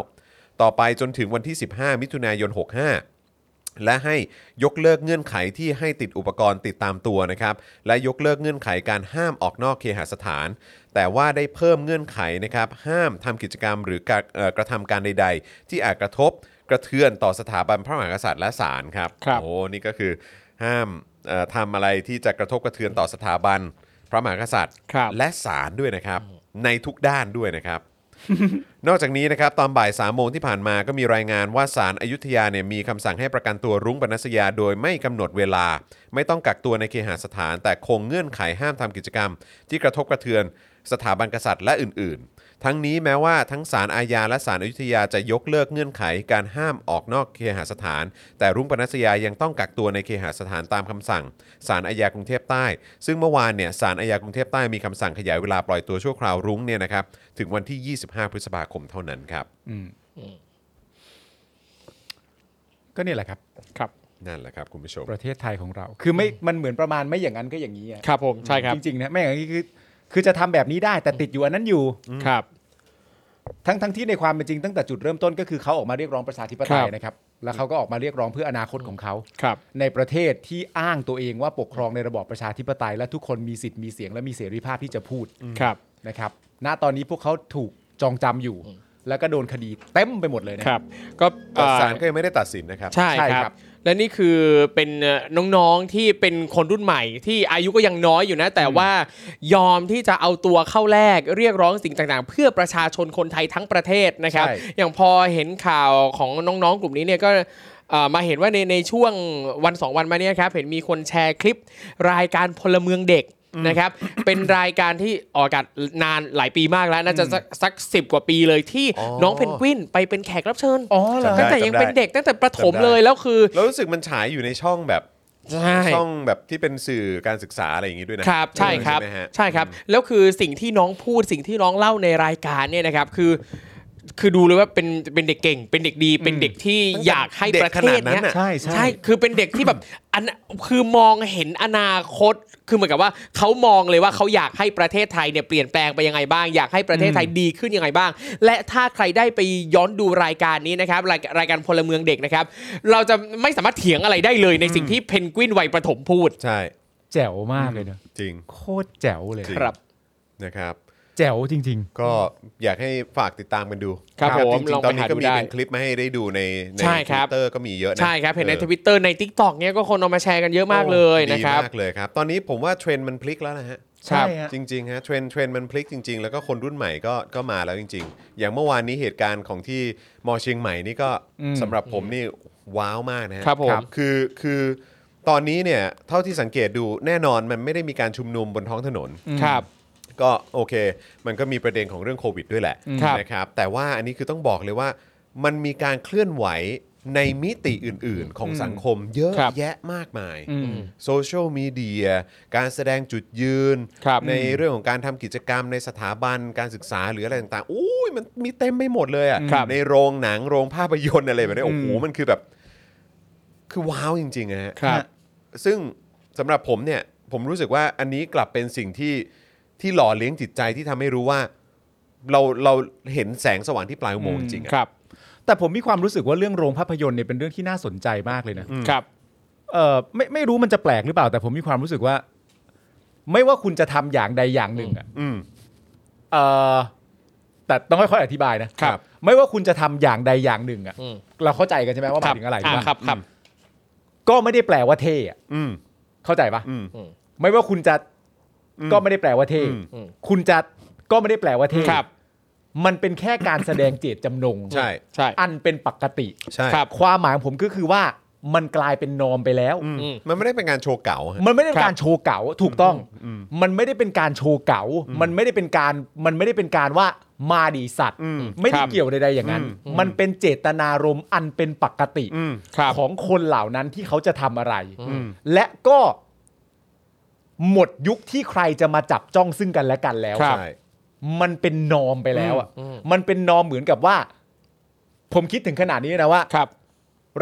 Speaker 1: ต่อไปจนถึงวันที่ 15 มิถุนายน 65 และให้ยกเลิกเงื่อนไขที่ให้ติดอุปกรณ์ติดตามตัวนะครับ และยกเลิกเงื่อนไขการห้ามออกนอกเคหสถาน แต่ว่าได้เพิ่มเงื่อนไขนะครับห้ามทำกิจกรรมหรือการเอ่อกระทำการใด ๆ ที่อาจกระทบกระเทือนต่อสถาบันพระมหากษัตริย์และศาลครับ
Speaker 5: ครับ
Speaker 1: โอ้นี่ก็คือห้ามเอ่อทำอะไรที่จะกระทบกระเทือนต่อสถาบันพระมหากษัตริย์
Speaker 5: ครับ
Speaker 1: และสารด้วยนะครับ ในทุกด้านด้วยนะครับ นอกจากนี้นะครับตอนบ่าย3ามโมงที่ผ่านมาก็มีรายงานว่าศาลอายุทยาเนี่ยมีคำสั่งให้ประกันตัวรุ้งปนัสยาโดยไม่กำหนดเวลา ไม่ต้องกักตัวในเคหสถาน แต่คงเงื่อนไขห้ามทำกิจกรรม ที่กระทบกระเทือนสถาบันกษัตริย์และอื่น ๆ ทั้งนี้แม้ว่าทั้งศาลอาญาและศาลอายุทยาจะยกเลิกเงื่อนไขการห้ามออกนอกเคหสถาน แต่รุ้งปนัสยายังต้องกักตัวในเคหสถานตามคำสั่งศาลอาญากรุงเทพใต้ ซึ่งเมื่อวานเนี่ยศาลอาญากรุงเทพใต้มีคำสั่งขยายเวลาปล่อยตัวชั่วคราวรุ้งเนี่ยนะครับถึงวันที่ 25 พฤษภาคมเท่านั้นครับ
Speaker 3: ก็เนี่ยแหละครับ
Speaker 5: ครับ
Speaker 1: นั่นแหละครับคุณผู้ชม
Speaker 3: ประเทศไทยของเรา คือไม่มันเหมือนประมาณไม่อย่างนั้นก็อย่างนี้อะ
Speaker 5: ครับผม ใช่ครับ
Speaker 3: จริงๆนะไม่อย่างนี้คือ คือจะทำแบบนี้ได้แต่ติดอยู่อันนั้นอยู่
Speaker 5: ครับ
Speaker 3: ทั้งทั้งที่ในความเป็นจริงตั้งแต่จุดเริ่มต้นก็คือเขาออกมาเรียกร้องประชาธิปไตย
Speaker 5: ครับ
Speaker 3: นะครับ แล้วเขาก็ออกมาเรียกร้องเพื่ออนาคตของเขา
Speaker 5: ครับ
Speaker 3: ในประเทศที่อ้างตัวเองว่าปกครองในระบอบประชาธิปไตย และทุกคนมีสิทธิ์มีเสียงและมีเสรีภาพที่จะพูด
Speaker 5: ครับ
Speaker 3: นะครับ ณตอนนี้พวกเขาถูกจองจำอยู่ แล้วก็โดนคดีเต็มไปหมดเลยนะ
Speaker 5: ครับ ก็
Speaker 1: แต่
Speaker 5: เอ่อ
Speaker 1: ศาลก็ยังไม่ได้ตัดสินนะครับ
Speaker 5: ใช่
Speaker 3: ใช่
Speaker 5: ค
Speaker 3: ครั
Speaker 5: รับ บ และนี่คือเป็นเอ่อน้องๆที่เป็นคนรุ่นใหม่ ที่อายุก็ยังน้อยอยู่นะ แต่ว่ายอมที่จะเอาตัวเข้าแลกเรียกร้องสิ่งต่างๆ เพื่อประชาชนคนไทยทั้งประเทศนะครับ
Speaker 3: ใช่
Speaker 5: อย่างพอเห็นข่าวของน้องๆกลุ่มนี้เนี่ยก็เอ่อมาเห็นว่าในในช่วงวันสองวันมาเนี้ครับเห็นมีคนแชร์คลิปรายการพลเมืองเด็กนะครับ เป็นรายการที่ออกอากาศนานหลายปีมากแล้วน่าจะสักสักสิบกว่าปีเลยที่
Speaker 1: อ๋อ
Speaker 5: น้องเพนกวินไปเป็นแขกรับเชิญ
Speaker 3: อ๋อเหรอ
Speaker 1: จำได้
Speaker 5: ตั้งแต่ยังเป็นเด็กตั้งแต่ประถม
Speaker 1: จำได้
Speaker 5: เลยแล้วคือ
Speaker 1: แล้วรู้สึกมันฉายอยู่ในช่องแบบ
Speaker 5: ใช่
Speaker 1: ช่องแบบที่เป็นสื่อการศึกษาอะไรอย่างนี้ด้วยนะครับ
Speaker 5: ใช่ครับ
Speaker 1: ไหมฮะ
Speaker 5: ใช่ครับ แล้วคือสิ่งที่น้องพูดสิ่งที่น้องเล่าในรายการเนี่ยนะครับ คือ คือดูเลยว่าเป็นเป็นเด็กเก่ง เป็นเด็กดีเป็นเด็กที่อยากให้ประเท
Speaker 1: เด็
Speaker 5: ศ
Speaker 1: กขนาดนั้
Speaker 5: เนี้
Speaker 1: น
Speaker 5: ย
Speaker 1: น่ะ
Speaker 3: ใช่ใช่
Speaker 5: ใช่คือเป็นเด็กที่แบบอันคือมองเห็นอนาคต คือเหมือนกับว่าเขามองเลยว่าเขาอยากให้ประเทศไทยเนี่ยเปลี่ยนแปลงไปยังไงบ้าง อยากให้ประเทศไทยดีขึ้นยังไงบ้าง และถ้าใครได้ไปย้อนดูรายการนี้นะครับรายรายการพลเมืองเด็กนะครับ เราจะไม่สามารถเถียงอะไรได้เลยในสิ่งที่เพนกวินวัยประถมพูด
Speaker 1: ใช่
Speaker 3: แจ๋วมากเลยเนอะ
Speaker 1: จริง
Speaker 3: โคตรแจ๋วเลย
Speaker 1: จริง
Speaker 5: ครับ
Speaker 1: นะครับ
Speaker 3: แจ๋วจริง
Speaker 1: ก็อยากให้ฝากติดตามกันดู
Speaker 5: ครับผม
Speaker 1: จริง
Speaker 5: ลอง
Speaker 1: ๆตอนนี้
Speaker 5: ไป
Speaker 1: ก็
Speaker 5: หาดู
Speaker 1: มี
Speaker 5: ได้
Speaker 1: เป็นคลิปมาให้ได้ดูในใน
Speaker 5: ใช่
Speaker 1: ท
Speaker 5: ครั
Speaker 1: วิ
Speaker 5: บ
Speaker 1: ตเตอร์ก็มีเยอะนะ
Speaker 5: ใช่ครับเห็นใน
Speaker 1: ออ
Speaker 5: ทวิตเตอร์ใน t ิ k t o k เนี่ยก็คนเอามาแชร์กันเยอะมากเลยนะครับ
Speaker 1: ดีมากเลยครับ ตอนนี้ผมว่าเทรนด์มันพลิกแล้วนะฮะ
Speaker 3: ใช่ฮะ
Speaker 1: จริงๆฮะเทรนด์เทรนด์มันพลิกจริง ๆ แล้วก็คนรุ่นใหม่ก็ก็มาแล้วจริง ๆ อย่างเมื่อวานนี้เหตุการณ์ของที่มอเชียงใหม่นี่ก็
Speaker 3: อืม
Speaker 1: สำหรับผมนี่ว้าวมากนะฮะ
Speaker 5: ครับผมครับ
Speaker 1: คือคือตอนนี้เนี่ยเท่าที่สังเกตดูแน่นอนมันไม่ได้มีการชุมนุมบนท้องถนน
Speaker 5: ครับ
Speaker 1: ก็โอเค มันก็มีประเด็นของเรื่องโควิดด้วยแหละ
Speaker 5: ครับ
Speaker 1: นะครับ แต่ว่าอันนี้คือต้องบอกเลยว่า มันมีการเคลื่อนไหวในมิติอื่น ๆ ของสังคมเยอะ
Speaker 5: ครับ
Speaker 1: แยะมากมาย
Speaker 3: อืม
Speaker 1: โซเชียลมีเดีย การแสดงจุดยืน
Speaker 5: ครับ
Speaker 1: ในเรื่องของการทำกิจกรรมในสถาบันการศึกษาหรืออะไรต่างๆอุ้ยมันมีเต็มไปหมดเลย
Speaker 5: ครั
Speaker 1: อะ่ะ
Speaker 5: บ
Speaker 1: ในโรงหนังโรงภาพยนตร์อะไรแบบนี้ โอ้โห มันคือแบบ คือว้าวจริงๆนะฮะ
Speaker 5: ครับ
Speaker 1: ซึ่งสำหรับผมเนี่ยผมรู้สึกว่าอันนี้กลับเป็นสิ่งที่ที่หล่อเลี้ยงจิตใจที่ทำให้รู้ว่า เราเราเห็นแสงสว่างที่ปลายอุโมงค์จริงๆ
Speaker 5: ค
Speaker 1: อะ
Speaker 5: รับ
Speaker 3: แต่ผมมีความรู้สึกว่าเรื่องโรงภาพยนตร์เนี่ยเป็นเรื่องที่น่าสนใจมากเลยนะ
Speaker 5: ครับ
Speaker 3: เออไม่ไม่รู้มันจะแปลกหรือเปล่า แต่ผมมีความรู้สึกว่า ไม่ว่าคุณจะทำอย่างใดอย่างหนึ่งอะ
Speaker 1: อืม
Speaker 3: เออแต่ต้องค่อยๆอธิบายนะครับ ไม่ว่าคุณจะทำอย่างใดอย่างหนึ่งอะ
Speaker 5: อืม
Speaker 3: เราเข้าใจกันใช่ไหมว่าห
Speaker 5: ค
Speaker 3: มา
Speaker 5: รับ
Speaker 3: ยถึงอะไร
Speaker 5: อ่า
Speaker 3: ว่า
Speaker 5: ครับครับ
Speaker 3: ก็ไม่ได้แปลว่าเท่อะ
Speaker 1: อืม
Speaker 3: เข้าใจปะ
Speaker 1: อืม
Speaker 3: ไม่ว่าคุณจะ
Speaker 1: อืม
Speaker 3: ก็ไม่ได้แปลว่าเท่
Speaker 1: อืม
Speaker 5: อืม
Speaker 3: คุณจะก็ไม่ได้แปลว่าเท่
Speaker 5: ครับ
Speaker 3: มันเป็นแค่การแสดงเจตจำนง
Speaker 1: ใช่
Speaker 5: ใช่
Speaker 3: อันเป็นปกติ
Speaker 1: ใช่
Speaker 5: ครับ
Speaker 3: ความหมายของผมก็คือว่ามันกลายเป็นนอมไปแล้ว
Speaker 1: อืม
Speaker 5: อืม
Speaker 1: มันไม่ได้เป็นการโชว์เก่าฮะ
Speaker 3: มันไม่ได้เป็
Speaker 5: ครับ
Speaker 3: นการโชว์เก๋าถูกต้อง มันไม่ได้เป็นการโชว์เก๋า มันไม่ได้เป็นการ มันไม่ได้เป็นการว่ามาดีสัตว์
Speaker 1: อืม
Speaker 3: ไม่ได้
Speaker 5: ครับ
Speaker 3: เกี่ยวใดๆอย่างนั้น
Speaker 1: อืม
Speaker 3: มันเป็นเจตนารมณ์อันเป็นปกติ
Speaker 1: อืม
Speaker 5: ครับ
Speaker 3: ของคนเหล่านั้นที่เขาจะทำอะไร
Speaker 1: อืม
Speaker 3: และก็หมดยุคที่ใครจะมาจับจ้องซึ่งกันและกันแล้ว
Speaker 5: ครับ
Speaker 1: ใช่
Speaker 3: มันเป็นนอมไปแล้วอ่ะ
Speaker 5: อืมอืม
Speaker 3: มันเป็นนอมเหมือนกับว่า ผมคิดถึงขนาดนี้นะว่า
Speaker 5: ครับ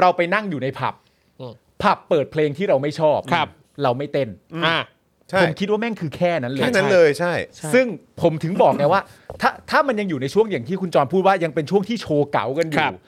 Speaker 3: เราไปนั่งอยู่ในผับ
Speaker 5: อืม
Speaker 3: ผับเปิดเพลงที่เราไม่ชอบ
Speaker 5: ครับ
Speaker 3: เราไม่เต้น
Speaker 5: อ่า
Speaker 1: ใช่
Speaker 3: ผมคิดว่าแม่งคือแค่นั้นเลย
Speaker 1: แค่นั้นเลยใช่
Speaker 3: ซึ่งผมถึงบอกไงว่า ถ้าถ้ามันยังอยู่ในช่วงอย่างที่คุณจรพูดว่ายังเป็นช่วงที่โชว์เก๋ากันอ
Speaker 5: ครั
Speaker 3: ยู่
Speaker 5: บ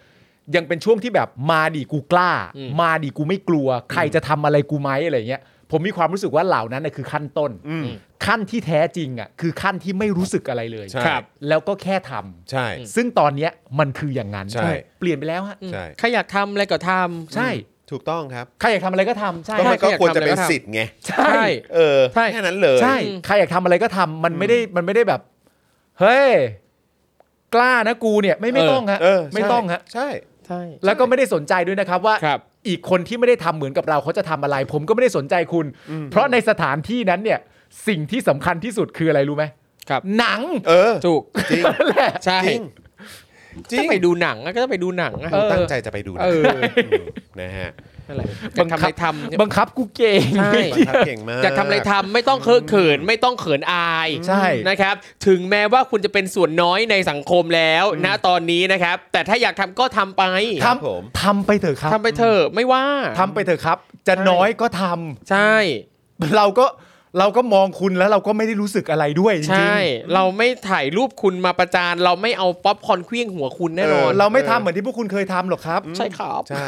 Speaker 3: ยังเป็นช่วงที่แบบมาดิกูกล้า
Speaker 5: อืม
Speaker 3: มาดิกูไม่กลัว ใครจะทำอะไรกูไหมอะไรเงี้ยผมมีความรู้สึกว่าเหล่านั้นน่ะคือขั้นต้น
Speaker 1: อืม
Speaker 3: ขั้นที่แท้จริงอ่ะคือขั้นที่ไม่รู้สึกอะไรเลย
Speaker 1: ใช่
Speaker 5: ครับ
Speaker 3: แล้วก็แค่ทำ
Speaker 1: ใช่
Speaker 3: ซึ่งตอนเนี้ยมันคืออย่างนั้น
Speaker 1: ใช่
Speaker 3: เปลี่ยนไปแล้วฮะ
Speaker 1: ใช่
Speaker 5: ใครอยากทำอะไรก็ทำ
Speaker 3: ใช่
Speaker 1: ถูกต้องครับ
Speaker 3: ใครอยากทำอะไรก็ทำใช่
Speaker 1: ก็มันก็
Speaker 5: ใช่
Speaker 1: ควรจะเป็น
Speaker 5: ใช่
Speaker 1: สิทธิ์ไง
Speaker 3: ใช่
Speaker 5: ใช่
Speaker 1: เออ
Speaker 5: ใช่
Speaker 1: แค่นั้นเลย
Speaker 3: ใช่ใครอยากทำอะไรก็ทำมันไม่ได้มันไม่ได้แบบ เฮ้ยกล้านะกูเนี่ยไม่ไม่ต้องฮะ
Speaker 1: เออใช่
Speaker 3: ไม่ต้องฮะ
Speaker 1: ใช่
Speaker 5: ใช่
Speaker 3: แล้วก็ไม่ได้สนใจด้วยนะครับว่า
Speaker 5: ครับ
Speaker 3: อีกคนที่ไม่ได้ทำเหมือนกับเราเขาจะทำอะไร ผมก็ไม่ได้สนใจคุณ เพราะในสถานที่นั้นเนี่ย สิ่งที่สำคัญที่สุดคืออะไรรู้ไหม
Speaker 5: ครับ
Speaker 3: หนัง
Speaker 1: เออ
Speaker 5: ถูก
Speaker 1: จริง
Speaker 3: นั่นแหละ
Speaker 5: ใช่
Speaker 1: จริงจริ
Speaker 5: ก็
Speaker 1: ง
Speaker 5: ไปดูหนังอะก็จะไปดูหนังอะ
Speaker 3: เออ
Speaker 1: ตั้งใจจะไปดูนะ
Speaker 5: เออ
Speaker 1: มนะฮะ
Speaker 5: นั่นแหละจะทำอะไรทำ
Speaker 3: บังคับกูเก่ง
Speaker 5: ใช่
Speaker 1: บังคับเก่งมาก
Speaker 5: จะทำอะไรทำไม่ต้องเคอะเขินไม่ต้องเขินอาย
Speaker 3: ใช่
Speaker 5: นะครับ ถึงแม้ว่าคุณจะเป็นส่วนน้อยในสังคมแล้วนะตอนนี้นะครับ แต่ถ้าอยากทำก็ทำไป
Speaker 3: ท
Speaker 1: ครับผม
Speaker 3: ำทำไปเถอะครับ
Speaker 5: ทำไปเถอะไม่ว่า
Speaker 3: ทำไปเถอะครับ จะน้อยก็ทำ
Speaker 5: ใช่
Speaker 3: เราก็เราก็มองคุณแล้วเราก็ไม่ได้รู้สึกอะไรด้วยจริงๆ
Speaker 5: ใช่ เราไม่ถ่ายรูปคุณมาประจาน เราไม่เอาป๊อปคอร์นเคลี้ยงหัวคุณแน่นอ
Speaker 1: เ
Speaker 5: น
Speaker 3: เราไม่ทำเหมือนที่พวกคุณเคยทำหรอกครับ
Speaker 5: ใช่ครับ
Speaker 1: ใช่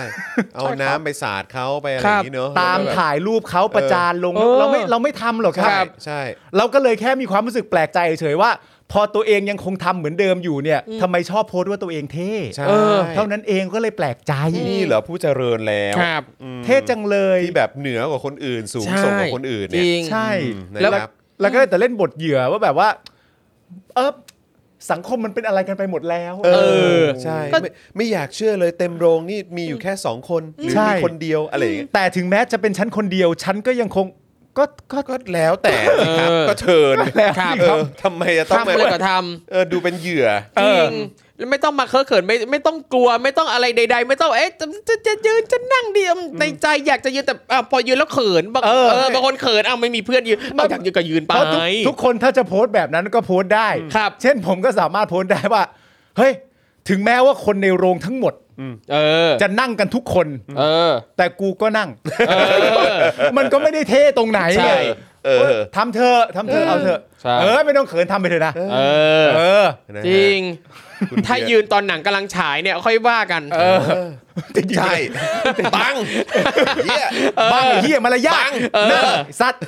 Speaker 1: เอาน้ำไปสาดเขาไปอะไรอ
Speaker 5: ครั
Speaker 1: ย่า
Speaker 5: บ
Speaker 1: งนี้เนอะ
Speaker 3: ตาม
Speaker 1: แล้วก็แบบ
Speaker 3: ถ่ายรูปเขาประจานลง
Speaker 5: เออ
Speaker 3: เราไม่เราไม่ทำหรอกค
Speaker 1: ใช่
Speaker 3: รับ
Speaker 1: ใช่
Speaker 3: เราก็เลยแค่มีความรู้สึกแปลกใจเฉยๆว่า พอตัวเองยังคงทำเหมือนเดิมอยู่เนี่ยทำไมชอบโพสต์ว่าตัวเองเท่
Speaker 1: ใช่
Speaker 5: เออ
Speaker 3: เท่านั้นเองก็เลยแปลกใจ
Speaker 1: นี่เหรอผู้เจริญแล้ว
Speaker 5: ครับ
Speaker 1: อืม
Speaker 3: เท่จังเลย
Speaker 1: ที่แบบเหนือกว่าคนอื่นสูง
Speaker 5: ใช่
Speaker 1: ส่งกว่าคนอื่น
Speaker 5: จ
Speaker 1: เนี่ย
Speaker 5: ริง
Speaker 3: ใช่
Speaker 1: อืมนะ
Speaker 5: แล้ว
Speaker 1: ครับ
Speaker 3: แล้วก็ได้แต่เล่นบทเหยื่อว่าแบบว่า เออสังคมมันเป็นอะไรกันไปหมดแล้ว
Speaker 1: เอ
Speaker 5: อ
Speaker 1: ใช่ไม่ไม่อยากเชื่อเลยเต็มโรงนี่มีอยู่แค่สองคนหรือ
Speaker 3: ใช่
Speaker 1: มีคนเดียวอะไรอย่างเงี้ย
Speaker 3: แต่ถึงแม้จะเป็นฉันคนเดียวฉันก็ยังคงก็ก็
Speaker 1: ก็แล้วแต่สิครับ
Speaker 5: เออ
Speaker 1: ก็เชิญ
Speaker 3: แล้ว
Speaker 5: ครับ
Speaker 3: สิ
Speaker 1: เอ
Speaker 3: ครับ
Speaker 1: อทำไมจะต้อง
Speaker 5: ทำ
Speaker 1: มา
Speaker 5: เลยก็ท
Speaker 1: เออดูเป็นเหยื่อ
Speaker 5: ำจริงแล้วไม่ต้องมาเคอะเขินไม่ไม่ต้องกลัวไม่ต้องอะไรใด ๆ ไม่ต้องเอ๊ะจะจะจะยืนจะนั่งดีในใจอยากจะยืนแต่อ่ะพอยืนแล้วเขินบาง
Speaker 3: เออ
Speaker 5: เออบางคนเขินอ้าวไม่มีเพื่อนยืนเอาอยากยืนก็ยืนไป
Speaker 3: เพราะทุกทุกคนถ้าจะโพสต์แบบนั้นก็โพสต์ได้
Speaker 5: ครับ
Speaker 3: เช่นผมก็สามารถโพสต์ได้ว่า เฮ้ย ถึงแม้ว่าคนในโรงทั้งหมด
Speaker 5: เออ
Speaker 3: จะนั่งกันทุกคน
Speaker 5: เออ
Speaker 3: แต่กูก็นั่ง
Speaker 5: เออ
Speaker 3: มันก็ไม่ได้เท่ตรงไหน
Speaker 5: ใช่
Speaker 3: ไง
Speaker 1: เออ
Speaker 3: ทำเธอะทำเธอะเอาเธอะ
Speaker 5: ใช่
Speaker 3: เออไม่ต้องเขินทำไปเถอะนะ
Speaker 5: เออ
Speaker 3: เออ
Speaker 1: นะฮะ
Speaker 5: จริง
Speaker 1: คุณ
Speaker 5: ถ้ายืนตอนหนังกำลังฉายเนี่ยค่อยว่ากัน เออ
Speaker 1: ใช่บังเยี่ย
Speaker 3: บ้างไอ้เหี้ยมารยาทนะสัตว์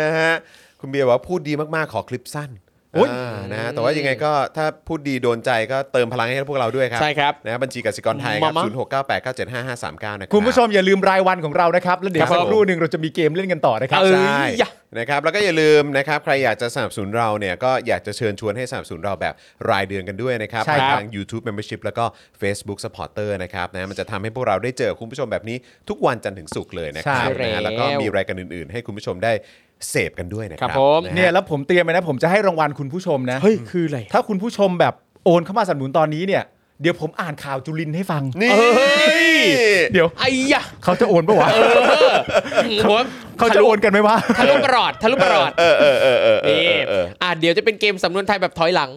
Speaker 1: นะฮะคุณเบียร์บอกว่าพูดดีมากๆ ขอคลิปสั้น
Speaker 3: โอ๊ย
Speaker 1: านะฮะแต่ว่ายังไงก็ถ้าพูดดีโดนใจก็เติมพลังให้พวกเราด้วยครับ
Speaker 5: ใช่ครับ
Speaker 1: นะฮะบัญชีกสิกรไทยครับ
Speaker 5: มามา
Speaker 1: ศูนย์หกเก้าแปดเก้าเจ็ดห้าห้าสามเก้านะครับ
Speaker 3: คุณผู้ชมอย่าลืมรายวันของเรานะครับ แล้วเดี๋ย
Speaker 1: ครั
Speaker 3: ว
Speaker 1: บผม
Speaker 3: สักครู่หนึ่งเราจะมีเกมเล่นกันต่อนะครับ
Speaker 5: เออ
Speaker 1: ใช่
Speaker 5: ยะ
Speaker 1: นะครับแล้วก็อย่าลืมนะครับใครอยากจะสนับสนุนเราเนี่ยก็อยากจะเชิญชวนให้สนับสนุนเราแบบรายเดือนกันด้วยนะครับ
Speaker 3: ใช่ครับ
Speaker 1: ทาง YouTube Membership แล้วก็ Facebook Supporter นะครับนะมันจะทำให้พวกเราได้เจอคุณผู้ชมแบบนี้ทุกวันจันทร์ถึงศุกร์เลยนะครั
Speaker 5: ใช่
Speaker 1: บนะฮะแล้วก็
Speaker 5: แล้ว
Speaker 1: มีรายการอื่นๆ ให้คุณผู้ชมได้เสพกันด้วยนะค
Speaker 5: ครั
Speaker 1: รั
Speaker 5: บบ ผม
Speaker 1: ะฮะ
Speaker 3: เนี่ยแล้วผมเตรียมไปนะผมจะให้รางวัลคุณผู้ชมนะ
Speaker 5: เฮ้ย คืออะไร
Speaker 3: ถ้าคุณผู้ชมแบบโอนเข้ามาสนับสนุนตอนนี้เนี่ยเดี๋ยวผมอ่านข่าวจุลินทร์ให้ฟัง
Speaker 1: นี่
Speaker 3: เดี๋ยว
Speaker 5: ไอ้ยะ
Speaker 3: เขาจะโอนปะวะ
Speaker 5: หัว
Speaker 3: เขาจะโอนกันไหมวะ
Speaker 5: ทะลุประหลอดทะลุประหลอด
Speaker 1: เออเออเออเออเอ
Speaker 5: นี่
Speaker 1: อเออ
Speaker 5: อ่ะเดี๋ยวจะเป็นเกมสำนวนไทยแบบถอยหลัง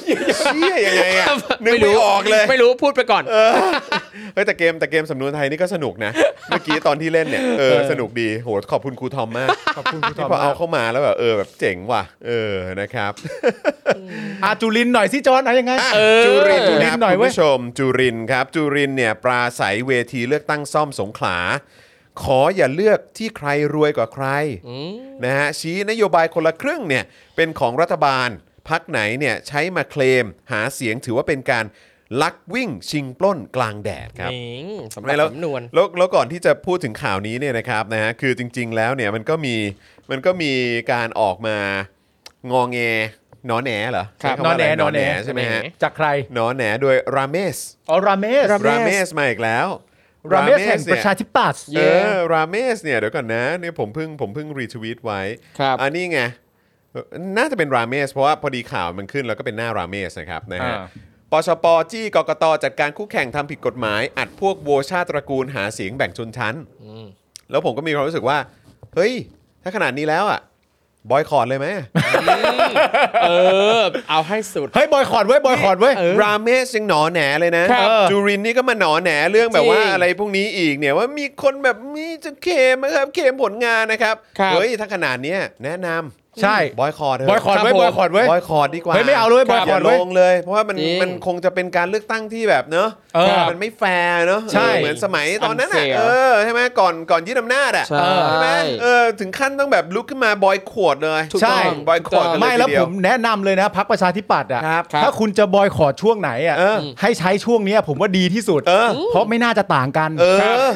Speaker 1: เชี่ยยังไงอ่ะนึกไม่ออกเลย
Speaker 5: ไม่รู้พูดไปก่อน
Speaker 1: เฮ้ยแต่เกมแต่เกมสำนวนไทยนี่ก็สนุกนะ เมื่อกี้ตอนที่เล่นเนี่ยเออสนุกดีโหขอบคุณครูทอมมาก
Speaker 3: ขอบคุณครูทอม
Speaker 1: ที่พอเอาเข้ามาแล้วแบบเออแบบเจ๋งว่ะ เออนะครับ
Speaker 3: อาจุลินทร์หน่อยสิจอนเอายังไง
Speaker 1: อ่ะจุรินทร์
Speaker 3: จุริ
Speaker 1: คนรั
Speaker 3: ทร์
Speaker 1: บ
Speaker 3: หน่อย
Speaker 1: คุณ
Speaker 3: เว้ย
Speaker 1: ผู้ชมจุรินทร์ครับ จุรินทร์เนี่ยปราศัยเวทีเลือกตั้งซ่อมสงขลา ขออย่าเลือกที่ใครรวยกว่าใคร นะฮะชี้นโยบายคนละครึ่งเนี่ยเป็นของรัฐบาลพักไหนเนี่ยใช้มาเคลม หาเสียงถือว่าเป็นการลักวิ่งชิงปล้นกลางแดดครับ
Speaker 5: นี่สำห
Speaker 1: ไม่
Speaker 5: รั
Speaker 1: แล้
Speaker 5: บ
Speaker 1: ว
Speaker 5: สำนวน
Speaker 1: แล้วแล้วก่อนที่จะพูดถึงข่าวนี้เนี่ยนะครับนะฮะคือจริง ๆ แล้วเนี่ยมันก็มีมันก็มีการออกมางองแงนอแหนเหรอ
Speaker 5: ครับ
Speaker 1: ใช้ำว่าะไร
Speaker 3: นอแหน่นอแหน่
Speaker 1: ใช่ไหมฮะ
Speaker 5: นอแหน่
Speaker 3: จากใคร
Speaker 1: หนอแหนโดยราเมส
Speaker 3: อ๋อราเมส
Speaker 1: ราเมสมาอีกแล้ว
Speaker 3: ราเมสแห่
Speaker 1: Rames
Speaker 3: งป
Speaker 1: เนี่ย
Speaker 3: ระชาธิปัตย์
Speaker 1: เอ
Speaker 5: เย้
Speaker 1: อราเมสเนี่ยเดี๋ยวก่อนนะเนี่ยผมเพิ่งผมเพิ่งรีทวีตไว้
Speaker 5: ครับ
Speaker 1: อันนี้ไงเอ่อน่าจะเป็นราเมสเพราะว่าพอดีข่าวมันขึ้นแล้วก็เป็นหน้าราเมสนะครับนะฮะ
Speaker 3: อ่า
Speaker 1: ปชปจี้กกตจัดการคู่แข่งทำผิดกฎหมาย อัดพวกโวชาตระกูลหาเสียงแบ่งชนชั้น แล้วผมก็มีความรู้สึกว่า เฮ้ย ถ้าขนาดนี้แล้วอ่ะบอยคอรดเลยไหม
Speaker 5: เออ เอาให้สุด
Speaker 3: เฮ้ยบอยคอร์ดเว้ยบอยคอร์ดเว้ย
Speaker 1: ราเมสยังหนอแหนเลยนะครับ จูรินนี่ก็มาหนอแหนเรื่องแบบ
Speaker 5: จริง
Speaker 1: ว่าอะไรพวกนี้อีกเนี่ยว่ามีคนแบบมีจะเคมนะครับเคมผลงานนะครับ
Speaker 5: ครับ
Speaker 1: เฮ้ยถ้าขนาดเนี้ยแนะนำ
Speaker 3: ใช่
Speaker 1: บอยคอร์ดเถะ
Speaker 3: บอยคอร์ดเว้ย
Speaker 5: ครับผม
Speaker 3: บอยคอร์ดเว้ย
Speaker 1: บอยคอร์ดดีกว่า
Speaker 3: เฮ้ยไม่เอาเลยบอยคอร์ด
Speaker 1: ย่า
Speaker 3: เว้ย
Speaker 1: ลงเลย เพราะว่ามัน
Speaker 5: จริง
Speaker 1: มันคงจะเป็นการเลือกตั้งที่แบบเนอะ
Speaker 3: เออ
Speaker 1: มันไม่แฟร์เนอะ
Speaker 3: ใช่
Speaker 1: เออเหมือนสมัยตอนนั้นอ่ะ
Speaker 5: Unfair
Speaker 1: เออใช่ไหมก่อนก่อนยึดอำนาจอ่ะ
Speaker 5: ใช่
Speaker 1: ไหมเออถึงขั้นต้องแบบลุกขึ้นมาบอยขวดเลย
Speaker 3: ใช่
Speaker 1: บอยขวดกันเย
Speaker 3: ไม่แล้ว
Speaker 1: ทีเดี
Speaker 3: ผ
Speaker 1: ย
Speaker 3: มแนะนำเลยนะพักประชาธิปัตย์อ่ะ
Speaker 1: ครับ
Speaker 3: ถ้าคุณจะบอยคอร์ดช่วงไหนอ่ะ
Speaker 1: เออ
Speaker 3: ให้ใช้ช่วงเนี้ยผมว่าดีที่สุด
Speaker 1: เออ
Speaker 3: เพราะไม่น่าจะต่างกัน
Speaker 1: เออ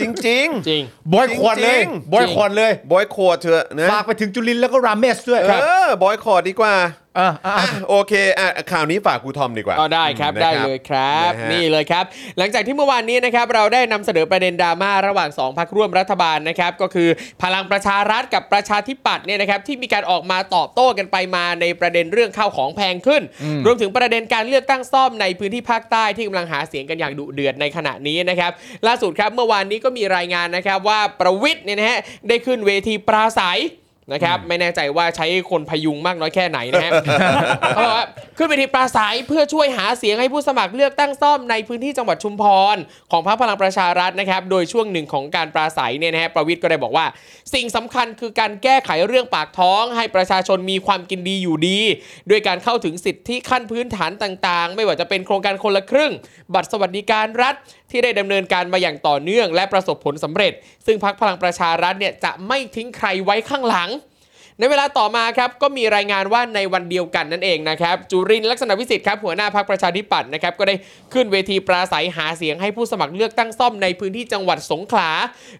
Speaker 1: จริงจริงๆ
Speaker 5: จริง
Speaker 3: บอยคอร์ดเลย
Speaker 1: จริงๆ
Speaker 3: บอยคอร์ดเลย
Speaker 1: บอยคอรดเถอะนะ
Speaker 3: ฝากไปถึงจุลินทร์แล้วก็ราเมสด้วย
Speaker 1: เออบอยคอรดดีกว่า
Speaker 3: เอออ่ะ
Speaker 1: อ่ะโอเคอ่ะข่าวนี้ฝากครูทอมดีกว่า
Speaker 5: ก็ได้ครับ
Speaker 1: นะ
Speaker 5: ได้เลยครับ
Speaker 1: นะฮะ
Speaker 5: นี่เลยครับ หลังจากที่เมื่อวานนี้นะครับเราได้นำเสนอประเด็นดราม่าระหว่าง 2พักร่วมรัฐบาลนะครับ ก็คือพลังประชารัฐกับประชาธิปัตย์เนี่ยนะครับที่มีการออกมาตอบโต้กันไปมาในประเด็นเรื่องข้าวของแพงขึ้น รวมถึงประเด็นการเลือกตั้งซ่อมในพื้นที่ภาคใต้ที่กำลังหาเสียงกันอย่างดุเดือดในขณะนี้นะครับล่าสุดครับเมื่อวานนี้ก็มีรายงานนะครับว่าประวิทย์เนี่ยนะฮะได้ขึ้นเวทีปราศัยนะครับไม่แน่ใจว่าใช้คนพยุงมากน้อยแค่ไหนนะฮะ เขาบอกว่าขึ้นเวทีปราศัยเพื่อช่วยหาเสียงให้ผู้สมัครเลือกตั้งซ่อมในพื้นที่จังหวัดชุมพร ของพรรคพลังประชารัฐนะครับ โดยช่วงหนึ่งของการปราศัยเนี่ยนะฮะประวิทย์ก็ได้บอกว่า สิ่งสำคัญคือการแก้ไขเรื่องปากท้อง ให้ประชาชนมีความกินดีอยู่ดี ด้วยการเข้าถึงสิทธิขั้นพื้นฐานต่างๆ ไม่ว่าจะเป็นโครงการคนละครึ่ง บัตรสวัสดิการรัฐที่ได้ดำเนินการมาอย่างต่อเนื่อง และประสบผลสำเร็จ ซึ่งพรรคพลังประชารัฐเนี่ยจะไม่ทิ้งใครไว้ข้างหลัง ในเวลาต่อมาครับก็มีรายงานว่าในวันเดียวกันนั่นเองนะครับจุรินทร์ลักษณะวิสิทธิ์ครับหัวหน้าพรรคประชาธิปัตย์นะครับก็ได้ขึ้นเวทีปราศัยหาเสียงให้ผู้สมัครเลือกตั้งซ่อมในพื้นที่จังหวัดสงขลา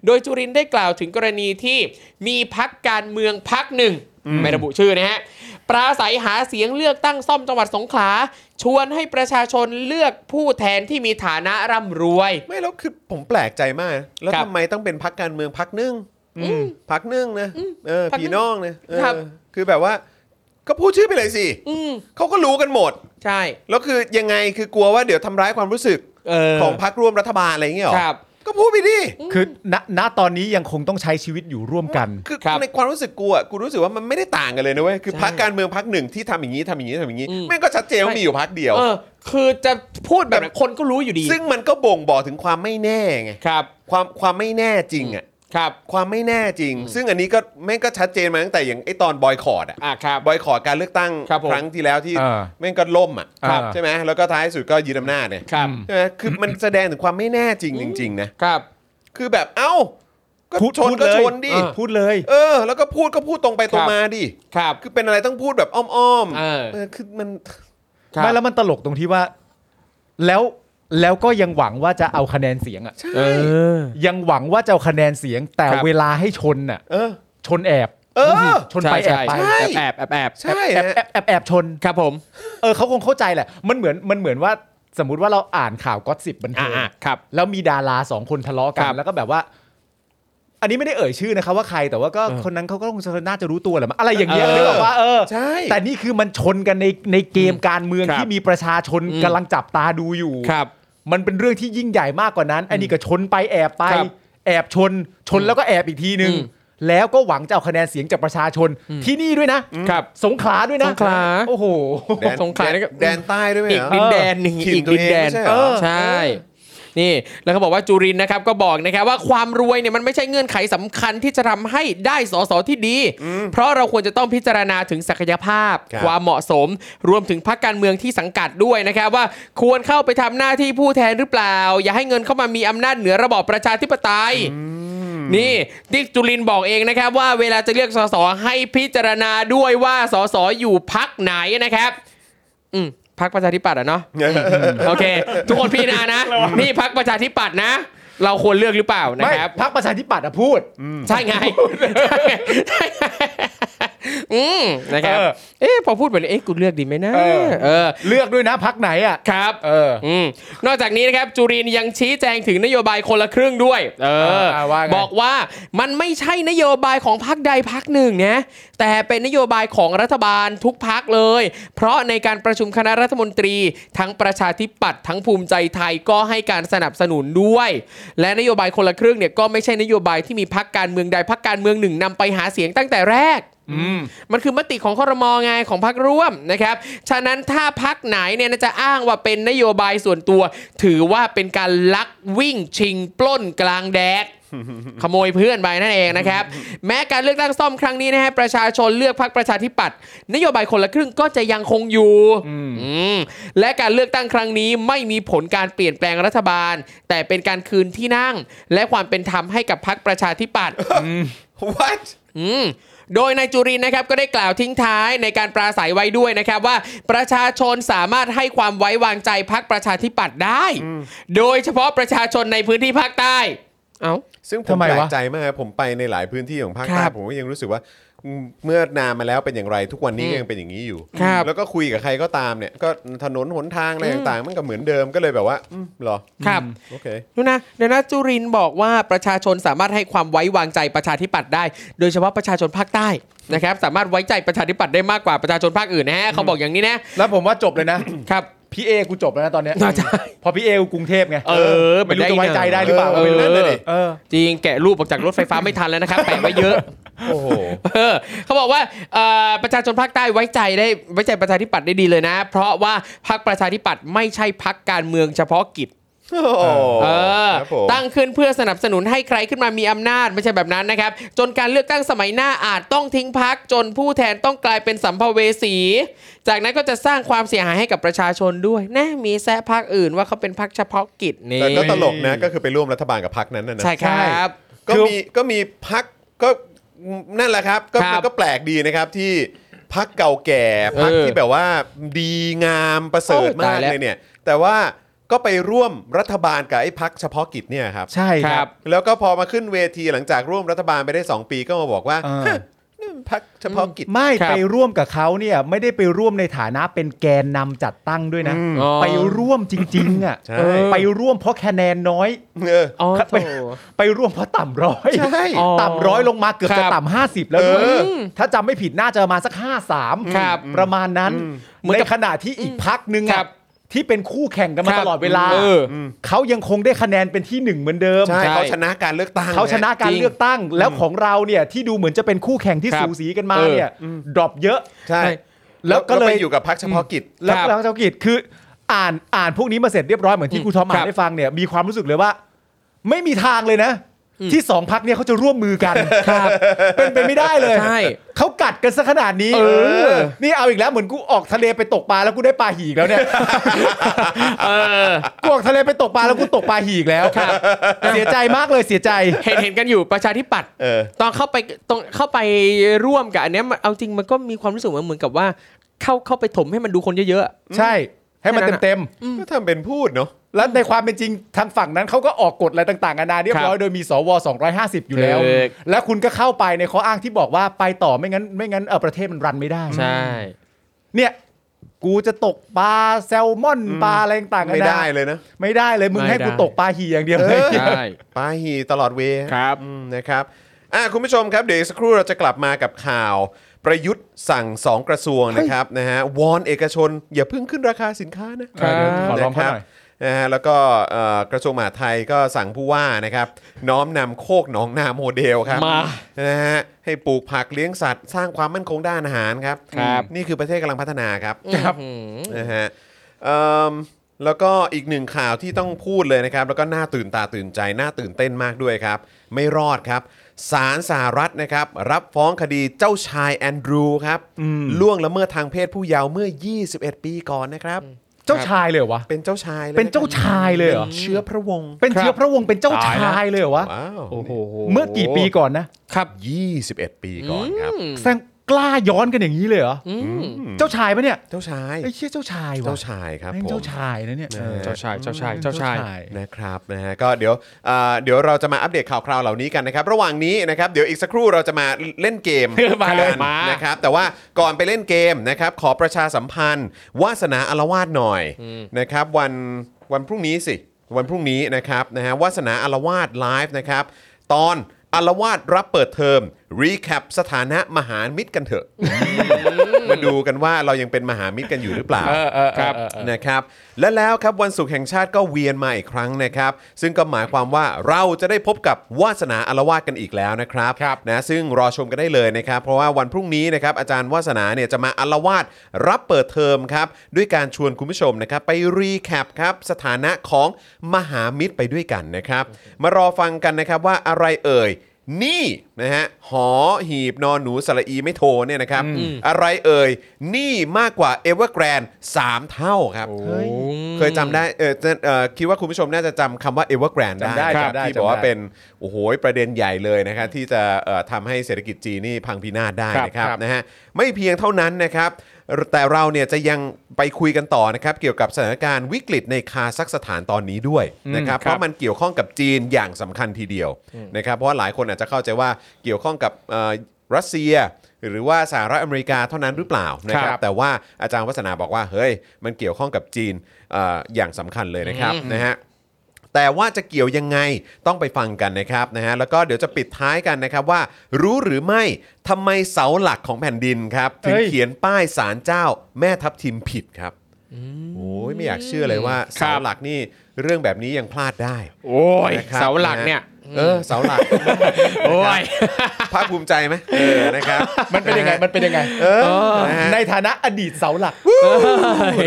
Speaker 5: โดยจุรินทร์ได้กล่าวถึงกรณีที่มีพักการเมืองพักหนึ่ง ไม่ระบุชื่อนะฮะปราศัยหาเสียงเลือกตั้งซ่อมจังหวัดสงขลาชวนให้ประชาชนเลือกผู้แทนที่มีฐานะร่ำรวย
Speaker 1: ไม่แล้วคือผมแปลกใจมากนะแล้ว
Speaker 5: ครับ
Speaker 1: ทำไมต้องเป็นพักการเมืองพักนึ่ง พักนึ่งนะเออ
Speaker 5: พรรคนึ่ง
Speaker 1: พี่น้องนะเออ
Speaker 5: ครับ
Speaker 1: คือแบบว่า ก็พูดชื่อไปเลยสิ
Speaker 5: อืม
Speaker 1: เขาก็รู้กันหมด
Speaker 5: ใช่
Speaker 1: แล้วคือยังไงคือกลัวว่าเดี๋ยวทำร้ายความรู้สึก
Speaker 5: เออ
Speaker 1: ของพักร่วมรัฐบาลอะไรอย่างเงี้ยหรอ
Speaker 5: ครับ
Speaker 1: ก็พูดไปดิ
Speaker 3: คือณณตอนนี้ยังคงต้องใช้ชีวิตอยู่ร่วมกัน
Speaker 1: คือ
Speaker 5: ครับ
Speaker 1: ในความรู้สึกกูอ่ะกูรู้สึกว่ามันไม่ได้ต่างกันเลยนะเว้ยคือ
Speaker 5: ใช่
Speaker 1: พักการเมืองพักหนึ่งที่ทำอย่างนี้ทำอย่างนี้ทำอย่างนี้
Speaker 5: อืม
Speaker 1: แม่งก็ชัดเจนว่า
Speaker 5: ใช่
Speaker 1: มีอยู่พักเดียว
Speaker 5: เออ คือจะพูดแบบนั้นคนก็รู้อยู่ดี
Speaker 1: ซึ่งมันก็บ่งบอกถึงความไม่แน่ไง
Speaker 5: ครับ
Speaker 1: ความความไม่แน่จริงอ่ะ
Speaker 5: ครับ
Speaker 1: ความไม่แน่จริง ซึ่งอันนี้ก็แม่งก็ชัดเจนมาตั้งแต่อย่างไอตอนบอยคอรดอ่ะ
Speaker 5: อ่ะครับ
Speaker 1: บอยคอรดการเลือกตั้ง
Speaker 5: ครับผม
Speaker 1: ครั้งที่แล้วที่
Speaker 3: เออ
Speaker 1: แม่งก็ล่มอ่ะ
Speaker 3: ครับ
Speaker 1: ใช่ไหมแล้วก็ท้ายสุดก็ยึดอำนาจเนี่ย
Speaker 5: ครับ
Speaker 1: ใช่ไหมคือมันแสดงถึงความไม่แน่จริงจริงๆนะครับ คือแบบเอ้าก็
Speaker 3: พูด
Speaker 1: ชน
Speaker 3: พูด
Speaker 1: ก็
Speaker 3: เลย
Speaker 1: ชนดิ
Speaker 3: เออพูดเลย
Speaker 1: เออ แล้วก็พูดก็พูดตรงไปตรงมาดิ
Speaker 5: ครับ
Speaker 1: คือเป็นอะไรต้องพูดแบบอ้อมๆ
Speaker 5: เออ
Speaker 1: เออคือมัน
Speaker 5: ครับ
Speaker 3: ไม่แล้วมันตลกตรงที่ว่า แล้วแล้วก็ยังหวังว่าจะเอาคะแนนเสียงอ่ะ
Speaker 5: เออ
Speaker 3: ยังหวังว่าจะเอาคะแนนเสียง แต่
Speaker 5: ครับ
Speaker 3: เวลาให้ชนอ่ะ
Speaker 1: เออ
Speaker 3: ชนแอบ
Speaker 1: เออ
Speaker 3: ชนไปแอบไป
Speaker 5: ใช่ใช่แอบแอบแอบ
Speaker 1: ใช่
Speaker 3: แอบ
Speaker 1: ฮะ
Speaker 3: แอบแอบแอบชน
Speaker 5: ครับผม
Speaker 3: เออเขาคงเข้าใจแหละ มันเหมือนมันเหมือนว่าสมมุติว่าเราอ่านข่าวก็สิบบันเทิง
Speaker 5: อ่าครับ
Speaker 3: แล้วมีดาราสองคนทะเลาะ
Speaker 5: ค
Speaker 3: กั
Speaker 5: รั
Speaker 3: น
Speaker 5: บ
Speaker 3: แล้วก็แบบว่า อันนี้ไม่ได้เอ่ยชื่อนะครับว่าใครแต่ว่าก็
Speaker 5: เออ
Speaker 3: คนนั้นเขาก็คงจะน่าจะรู้ตัวแหละมั้งอะไรอย่างเงี้ย
Speaker 5: เออ
Speaker 3: นึกออกว่าเออ
Speaker 1: ใช่
Speaker 3: แต่นี่คือมันชนกันในในเกมการเมือง
Speaker 5: ครับ
Speaker 3: ที่มีประชาชน
Speaker 5: อืม
Speaker 3: กำลังจับตาดูอยู่
Speaker 5: ครับ
Speaker 3: มันเป็นเรื่องที่ยิ่งใหญ่มากกว่านั้น อันนี้ก็ชนไปแอบไป
Speaker 5: ครับ
Speaker 3: แอบชน ชนแล้วก็แอบอีกทีหนึ่ง
Speaker 5: อืม
Speaker 3: แล้วก็หวังจะเอาคะแนนเสียงจากประชาชนที่นี่ด้วยนะครับสงขลาด้วยนะ
Speaker 5: สงขลา
Speaker 3: โอ้โห
Speaker 1: แดน
Speaker 5: สงขลานี่ก็
Speaker 1: แดนใต้ด้วยไหม
Speaker 5: อีก
Speaker 1: เหรอ
Speaker 5: ดินแดนหนึ่ง
Speaker 1: ถิ่น
Speaker 5: อีก
Speaker 1: ตัว
Speaker 5: ดิ
Speaker 1: เอน งไม่
Speaker 5: แดน
Speaker 1: ใช่เหรอ
Speaker 5: เออใช่ นี่แล้วเขาบอกว่าจุรินทร์นะครับก็บอกนะครับว่าความรวยเนี่ยมันไม่ใช่เงื่อนไขสำคัญที่จะทำให้ได้สสที่ดี เพราะเราควรจะต้องพิจารณาถึงศักยภาพ
Speaker 1: ครับ
Speaker 5: ความเหมาะสม รวมถึงพรรคการเมืองที่สังกัดด้วยนะครับ ว่าควรเข้าไปทำหน้าที่ผู้แทนหรือเปล่า อย่าให้เงินเข้ามามีอำนาจเหนือระบอบประชาธิปไตย นี่ดิกจุลินบอกเองนะครับ ว่าเวลาจะเลือกสสให้พิจารณาด้วยว่าสสอยู่พักไหนนะครับ อืมพักประชาธิปัตย์ อะเนาะ โอเค ทุกคนพี่นานะ นี่พักประชาธิปัตย์นะ เราควรเลือกหรือเปล่านะ
Speaker 3: ไม่
Speaker 5: ครับ
Speaker 3: พักประชาธิปัตย์อะพูด
Speaker 5: ใช่ไง ใช่ไงอืมนะครับ
Speaker 3: เออ
Speaker 5: เอ๊ะพอพูดแบบนี้เอ๊ะกูเลือกดีไหมนะ
Speaker 3: เออ
Speaker 5: เออ
Speaker 3: เลือกด้วยนะพักไหนอ่ะ
Speaker 5: ครับ
Speaker 3: เออ
Speaker 5: อืมนอกจากนี้นะครับจุรินทร์ยังชี้แจงถึงนโยบายคนละครึ่งด้วย เอ
Speaker 3: เอ
Speaker 5: อ
Speaker 3: ออ่าว่าไง
Speaker 5: บอกว่ามันไม่ใช่นโยบายของพรรคใดพรรคหนึ่งนะแต่เป็นนโยบายของรัฐบาลทุกพรรคเลย เพราะในการประชุมคณะรัฐมนตรี ทั้งประชาธิปัตย์ทั้งภูมิใจไทยก็ให้การสนับสนุนด้วย และนโยบายคนละครึ่งเนี่ยก็ไม่ใช่นโยบายที่มีพรรคการเมืองใดพรรคการเมืองหนึ่งนำไปหาเสียงตั้งแต่แรก มันคือมติของคอรมอไงของพักร่วมนะครับ ฉะนั้นถ้าพักไหนเนี่ยจะอ้างว่าเป็นนโยบายส่วนตัว ถือว่าเป็นการลักวิ่งชิงปล้นกลางแดด ขโมยเพื่อนไปนั่นเองนะครับ แม้การเลือกตั้งซ่อมครั้งนี้นะฮะประชาชนเลือกพรรคประชาธิปัตย์นโยบายคนละครึ่งก็จะยังคงอยู่อืมและการเลือกตั้งครั้งนี้ไม่มีผลการเปลี่ยนแปลงรัฐบาล แต่เป็นการคืนที่นั่ง และความเป็นธรรมให้กับพรรคประชาธิปัตย์
Speaker 1: what
Speaker 5: อืมโดยนายจุรินทร์นะครับก็ได้กล่าวทิ้งท้ายในการปราศัยไว้ด้วยนะครับว่าประชาชนสามารถให้ความไว้วางใจพักประชาธิปัตย์ได้ โดยเฉพาะประชาชนในพื้นที่ภาคใต้ เอา
Speaker 1: ซึ่งผม
Speaker 3: ทำไม
Speaker 1: แปล
Speaker 3: วะ
Speaker 1: กใจมากครับผมไปในหลายพื้นที่ของภาค
Speaker 5: ค
Speaker 1: ใต้
Speaker 5: รับ
Speaker 1: ผมก็ยังรู้สึกว่าอืมเมื่อนานมาแล้วเป็นอย่างไรทุกวันนี้
Speaker 5: อืม
Speaker 1: ก็ยังเป็นอย่างนี้อยู่
Speaker 5: ครับ
Speaker 1: แล้วก็คุยกับใครก็ตามเนี่ย ก็ถนนหนทางอะไร
Speaker 5: อืม
Speaker 1: ต่างๆ มันก็เหมือนเดิมก็เลยแบบว่าอืมเหรอ
Speaker 5: ครับ
Speaker 1: โอเค
Speaker 5: ดูนะเดยวนะจุรินทร์บอกว่าประชาชนสามารถให้ความไว้วางใจประชาธิปัตย์ได้ โดยเฉพาะประชาชนภาคใต้นะครับ สามารถไว้ใจประชาธิปัตย์ได้มากกว่าประชาชนภาคอื่นนะฮะเขาบอกอย่างนี้นะ
Speaker 3: แล้วผมว่าจบเลยนะ
Speaker 5: ครับ
Speaker 3: พี่เอกูจบแล้วนะตอนเนี้ย
Speaker 5: น่าจะ
Speaker 3: พอพี่เอกูกรุงเทพไง
Speaker 5: เออ
Speaker 3: ไม่รู้จะไว้ใจได้ห
Speaker 5: เออ
Speaker 3: รือเปล่า
Speaker 5: เออ
Speaker 3: ไม่รู้นั่นเลยเออ
Speaker 5: จริงแกะรูปออกจากรถไฟฟ้าไม่ทันแล้วนะครับแปะไว้เยอะ
Speaker 1: โอ้โห
Speaker 5: เออเขาบอกว่าเอ่อประชาชนภาคใต้ไว้ใจได้ไว้ใจประชาธิปัตย์ได้ดีเลยนะ เพราะว่าพรรคประชาธิปัตย์ไม่ใช่พรรคการเมืองเฉพาะกิจเออ
Speaker 1: ครับผม
Speaker 5: ตั้งขึ้นเพื่อสนับสนุนให้ใครขึ้นมามีอำนาจไม่ใช่แบบนั้นนะครับ จนการเลือกตั้งสมัยหน้าอาจต้องทิ้งพรรคจนผู้แทนต้องกลายเป็นสัมภเวสี จากนั้นก็จะสร้างความเสียหายให้กับประชาชนด้วยนะมีแซะพรรคอื่นว่าเขาเป็นพรรคเฉพาะกิจนี่
Speaker 1: แต่ก็ตลกนะก็คือไปร่วมรัฐบาลกับพรรคนั้นนะนะ
Speaker 5: ใช่ครับ
Speaker 1: ก็
Speaker 3: คือ
Speaker 1: มีก็มีพักก็นั่นแหละครับก็
Speaker 5: ครับ
Speaker 1: มันก็แปลกดีนะครับที่พักเก่าแก่พัก
Speaker 5: เออ
Speaker 1: ที่แบบว่าดีงามประเสริฐ
Speaker 5: โอ้ยตาม
Speaker 1: าย ก
Speaker 5: แล้ว
Speaker 1: เลยเนี่ย แต่ว่าก็ไปร่วมรัฐบาลกับไอ้พักเฉพาะกิจเนี่ยครับ
Speaker 3: ใช่ครับ
Speaker 1: แล้วก็พอมาขึ้นเวทีหลังจากร่วมรัฐบาลไปได้ 2 ปีก็มาบอกว่า
Speaker 3: เออ
Speaker 1: ฮะนี่มันพักเฉพาะกิจ
Speaker 3: ไม่
Speaker 5: ครับ
Speaker 3: ไปร่วมกับเขาเนี่ย ไม่ได้ไปร่วมในฐานะเป็นแกนนำจัดตั้งด้วยนะ
Speaker 5: อ๋อ
Speaker 3: ไปร่วมจริง ๆ อ่ะ
Speaker 1: ใช่
Speaker 3: ไปร่วมเพราะคะแนนน้อย
Speaker 1: เออ
Speaker 5: อ๋อ
Speaker 3: ครับ
Speaker 5: โถ่
Speaker 3: ไปร่วมเพราะต่ำร้อย
Speaker 1: ใช่
Speaker 5: อ๋อ
Speaker 3: ต่ำร้อยลงมาเกือบ
Speaker 5: ครั
Speaker 3: จะ
Speaker 5: บ
Speaker 3: ต่ำห้าสิบแล้วด้วย
Speaker 1: เออ
Speaker 3: ถ้าจำไม่ผิดน่าจะประมาณสักห้าสาม
Speaker 5: ครับ
Speaker 3: ประมาณนั้น
Speaker 5: เหมือน
Speaker 3: ใน
Speaker 5: กับ
Speaker 3: ขณะที่อีกพักหนึ่ง
Speaker 5: ครั
Speaker 3: อะ
Speaker 5: บ
Speaker 3: ที่เป็นคู่แข่งกันมา
Speaker 5: ครับ
Speaker 3: ตลอดเวลา
Speaker 5: เออ
Speaker 3: เขายังคงได้คะแนนเป็นที่หนึ่งเหมือนเดิม
Speaker 1: ใช่เขาชนะการเลือกตั้ง
Speaker 3: เขาชนะการเลือกตั้งแล้วของเราเนี่ยที่ดูเหมือนจะเป็นคู่แข่งที่
Speaker 5: ครับ
Speaker 3: สูสีกันมา
Speaker 5: เออ
Speaker 3: เนี่ยดรอปเยอะ
Speaker 1: ใช่
Speaker 5: ใช่
Speaker 1: แล้ว
Speaker 3: แล้
Speaker 1: ก็
Speaker 3: วก็
Speaker 1: เล
Speaker 3: เลย ย
Speaker 1: อยู่กับพรรคเฉพาะกิจ
Speaker 3: แล้ว
Speaker 5: ครับ
Speaker 3: แล้วเจ้ากิจคืออ่านอ่านพวกนี้มาเสร็จเรียบร้อยเหมือนที่ครูทอม
Speaker 5: ครั
Speaker 3: อ่าน
Speaker 5: บ
Speaker 3: ได้ฟังเนี่ยมีความรู้สึกเลยว่า ไม่มีทางเลยนะ ที่สองพักเนี่ยเขาจะร่วมมือกันเป็นไปไม่ได้เลย
Speaker 5: ใช่
Speaker 3: เขากัดกันซะขนาดนี้
Speaker 5: เออ
Speaker 3: เออนี่เอาอีกแล้วเหมือนกูออกทะเลไปตกปลาแล้วกูได้ปลาหีอีกแล้ วเนี่ย
Speaker 2: เออ
Speaker 3: กูออกทะเลไปตกปลาแล้วกูตกปลาหีอีกแล้วเสียใจมากเลยเสียใจ
Speaker 5: เห็นเห็นกันอยู่ประชาธิปัตย์
Speaker 1: เออ
Speaker 5: ตอนเข้าไปตรงเข้าไปร่วมกับอันเนี้ยมันเอาจริงมันก็มีความรู้สึกเหมือนกับว่า เข้าเข้าไปถมให้มันดูคนเยอะ
Speaker 3: ใช่ ให้มัน
Speaker 5: แค่นั้นอะ
Speaker 3: เต็มๆ
Speaker 1: ก็ทำเป็นพูดเนาะ
Speaker 3: แล้วในความเป็นจริงทางฝั่งนั้นเขาก็ออกกฎอะไรต่างๆนานาเรียบร้อยโดยมีสว 250 อยู่แล้ว
Speaker 5: เออ
Speaker 3: แล้วคุณก็เข้าไปในข้ออ้างที่บอกว่าไปต่อไม่งั้น ไม่งั้นเออประเทศมันรันไม่ได้
Speaker 5: ๆ ใช่
Speaker 3: เนี่ย กูจะตกปลาแซลมอนปลาอะไรต่างๆนา
Speaker 1: ไม่
Speaker 3: นา
Speaker 1: ได้เลยนะ
Speaker 3: ไม่ได้เลยมึง
Speaker 5: ไม่
Speaker 3: ให้กู
Speaker 5: ได้
Speaker 3: ตกปลาหีอย่างเดียว
Speaker 1: เอ
Speaker 3: เลย
Speaker 1: อ
Speaker 5: ใช่
Speaker 1: ปาหีตลอดเว
Speaker 5: ครับ
Speaker 1: อืมนะครับอ่ะคุณผู้ชมครับ เดี๋ยวอีกสักครู่เราจะกลับมากับข่าว ประยุทธ์สั่งสองกระทรวงนะครับนะฮะวอนเอกชน อย่าเพิ่งขึ้นราคาสินค้านะ
Speaker 5: เออเดี๋ยว
Speaker 3: ขอลองเขาหน่อ
Speaker 1: ะ
Speaker 3: ย
Speaker 1: ครับนะฮะแล้วก็เอ่อกระทรวงมหาดไทยก็สั่งผู้ว่านะครับ น้อมนำโคกหนองนาโมเดลครับ
Speaker 5: มา
Speaker 1: นะฮะให้ปลูกผักเลี้ยงสัตว์ สร้างความมั่นคงด้านอาหารครับ
Speaker 5: ครับ
Speaker 1: นี่คือประเทศกำลังพัฒนาครับ
Speaker 5: ครับ
Speaker 1: นะฮะเอิ่มแล้วก็อีกหนึ่งข่าวที่ต้องพูดเลยนะครับ แล้วก็น่าตื่นตาตื่นใจ น่าตื่นเต้นมากด้วยครับ ไม่รอดครับศาลสหรัฐนะครับ รับฟ้องคดีเจ้าชายแอนดรูว์ครับล่วงละเมิดทางเพศผู้เยาว์เมื่อ 21 ปีก่อนนะครับ
Speaker 3: เจ้าชายเลยเหรอวะ
Speaker 1: เป็นเจ้าชายลย
Speaker 3: เป็นเจ้าชายเลยเหรอ
Speaker 1: ป็นเชื้อพระวงศ์
Speaker 3: เป็นเชื้อพระวงศ์เป็นเจ้า
Speaker 1: ตแล้
Speaker 3: ชายเลยเหรอวะ
Speaker 1: ว้าว
Speaker 5: โอ้โห
Speaker 3: เมื่อกี่ปีก่อนนะ
Speaker 5: ครับ
Speaker 1: 21 ปีก่อนครับ
Speaker 3: แซงกล้าย้อนกันอย่างนี้เลยเหรอ
Speaker 5: อืม
Speaker 3: เจ้าชายปะเนี่ย
Speaker 1: เจ้าชาย
Speaker 3: ไอ้เชี่ยเจ้าชายวะ
Speaker 1: เจ้าชายครับ
Speaker 3: แม่ง
Speaker 1: ผม
Speaker 3: เจ้าชายนะเนี่ย
Speaker 1: นะฮะ
Speaker 5: เจ้าชาย เจ้าชาย เจ้าชาย
Speaker 1: นะครับนะฮะก็เดี๋ยวเอ่อเดี๋ยวเราจะมาอัปเดตข่าวคราวเหล่านี้กันนะครับ ระหว่างนี้นะครับเดี๋ยวอีกสักครู่เราจะมาเล่นเกม
Speaker 5: มาเลย
Speaker 1: กัน
Speaker 5: มา
Speaker 1: นะครับแต่ว่าก่อนไปเล่นเกมนะครับขอประชาสัมพันธ์ วาสนาอารวาสหน่อยนะครับวันวันพรุ่งนี้สิ วันพรุ่งนี้นะครับนะฮะวาสนาอารวาสไลฟ์นะครับตอนอารวาสรับเปิดเทอมรีแคปสถานะมหามิตรกันเถอะ มาดูกันว่าเรายังเป็นมหามิตรกันอยู่หรือเปล่า
Speaker 5: เออเออครับ
Speaker 1: นะครับและแล้วครับวันศุกร์แห่งชาติก็เวียนมาอีกครั้งนะครับ ซึ่งก็หมายความว่าเราจะได้พบกับวาสนาอารวาสกันอีกแล้วนะครับ
Speaker 5: ครับ
Speaker 1: นะซึ่งรอชมกันได้เลยนะครับ เพราะว่าวันพรุ่งนี้นะครับอาจารย์วาสนาเนี่ยจะมาอารวาสรับเปิดเทอมครับด้วยการชวนคุณผู้ชมนะครับไปรีแคปครับสถานะของมหามิตรไปด้วยกันนะครับ มารอฟังกันนะครับว่าอะไรเอ่ย นี่นะฮะหอหีบนอนหนูสระอีไม่โทเนี่ยนะครับ อะไรเอ่ยนี่มากกว่าเอเวอร์แกรนสามเท่าครับ เคยจำได้เออจะเอ่อคิดว่าคุณผู้ชมน่าจะจำคำว่าเอเวอร์แกรนได้
Speaker 3: จำได้
Speaker 1: ครับ
Speaker 3: จำได้
Speaker 1: ที่บอกว่า
Speaker 3: จำได้
Speaker 1: เป็นโอ้โหประเด็นใหญ่เลยนะครับที่จะเอ่อทำให้เศรษฐกิจจีนนี่พังพินาศได้นะครับนะฮะไม่เพียงเท่านั้นนะครับ แต่เราเนี่ยจะยังไปคุยกันต่อนะครับ เกี่ยวกับสถานการณ์วิกฤตในคาซัคสถานตอนนี้ด้วยนะครับเพราะมันเกี่ยวข้องกับจีนอย่างสำคัญทีเดียวนะครับเพราะว่าหลายคนอาจจะเข้าใจว่าเกี่ยวข้องกับเอ่อรัสเซีย หรือว่าสหรัฐอเมริกาเท่านั้นหรือเปล่านะครับ
Speaker 5: ครับ
Speaker 1: แต่ว่าอาจารย์วัฒนาบอกว่าเฮ้ยมันเกี่ยวข้องกับจีนเอออย่างสำคัญเลยนะครับนะฮะแต่ว่าจะเกี่ยวยังไงต้องไปฟังกันนะครับนะฮะแล้วก็เดี๋ยวจะปิดท้ายกันนะครับว่า รู้หรือไม่ทำไมเสาหลักของแผ่นดินครับถึง
Speaker 3: เอ้ย
Speaker 1: เขียนป้ายสารเจ้าแม่ทับทิมผิดครับโอ้ยไม่อยากเชื่อเลยว่าเสาหลักนี่เรื่องแบบนี้ยังพลาดได้
Speaker 5: โอ้ย
Speaker 1: นะครับ
Speaker 5: เสาหลักเนี่ย
Speaker 1: ะฮะเออเสาหลัก
Speaker 5: โอ้ย
Speaker 1: ภาคภูมิใจไหมเออนะครับ
Speaker 3: มันเป็นยังไงมันเป็นยังไง
Speaker 1: เออนะฮะ
Speaker 3: ในฐานะอดีตเสาหลัก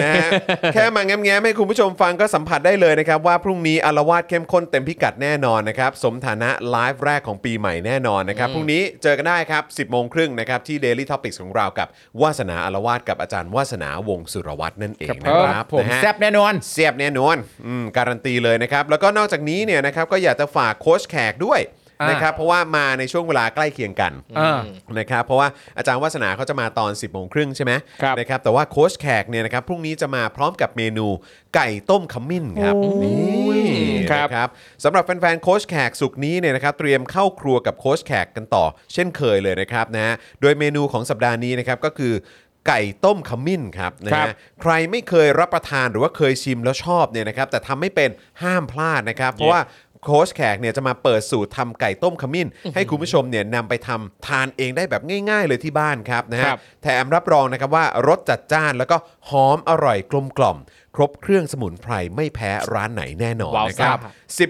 Speaker 1: นะฮะแค่มาแง้มๆให้คุณผู้ชมฟังก็สัมผัสได้เลยนะครับ ว่าพรุ่งนี้อารวาสเข้มข้นเต็มพิกัดแน่นอนนะครับ สมฐานะไลฟ์แรกของปีใหม่แน่นอนนะครับ พรุ่งนี้เจอกันได้ครับ 10โมงครึ่งนะครับที่ Daily Topics ของเรากับวาสนาอารวาสกับอาจารย์วาสนาวงศ์สุรวัตรนั่นเองนะครับ
Speaker 3: ผม
Speaker 1: นะฮะ
Speaker 3: แซบแน่นอน
Speaker 1: เสียบแน่นอนอืมการันตีเลยนะครับ แล้วก็นอกจากนี้เนี่ยนะครับก็อยากจะฝากโค้ชแขกด้วย
Speaker 3: อ่าน
Speaker 1: นะครับเพราะว่ามาในช่วงเวลาใกล้เคียงกัน
Speaker 3: อ่า
Speaker 1: นะครับเพราะว่าอาจารย์วัฒนาเขาจะมาตอน 10บโมงครึ่งใช่ไหม
Speaker 5: ครับ
Speaker 1: นะครับแต่ว่าโค้ชแขกเนี่ยนะครับพรุ่งนี้จะมาพร้อมกับเมนูไก่ต้มขมิ้นครับนี่
Speaker 5: ครับ
Speaker 1: นะครับสำหรับแฟนๆโค้ชแขกสุกร์นี้เนี่ยนะครับเตรียมเข้าครัวกับโค้ชแขกกันต่อ เช่นเคยเลยนะครับนะฮะโดยเมนูของสัปดาห์นี้นะครับก็คือไก่ต้มขมิ้นครับนะ
Speaker 5: ครั
Speaker 1: ฮะ
Speaker 5: บ
Speaker 1: ใครไม่เคยรับประทานหรือว่าเคยชิมแล้วชอบเนี่ยนะครับแต่ทำไม่เป็นห้ามพลาดนะครับ เพราะว่า โค้ชแขกเนี่ยจะมาเปิดสูตรทำไก่ต้มขมิ้น ให้คุณผู้ชมเนี่ยนำไปทำทานเองได้แบบง่าย ๆ เลยที่บ้านครับนะฮะ
Speaker 5: ครับ
Speaker 1: แถมรับรองนะครับว่ารสจัดจ้านแล้วก็หอมอร่อยกลมกล่อม ครบเครื่องสมุนไพรไม่แพ้ร้านไหนแน่นอนนะครับ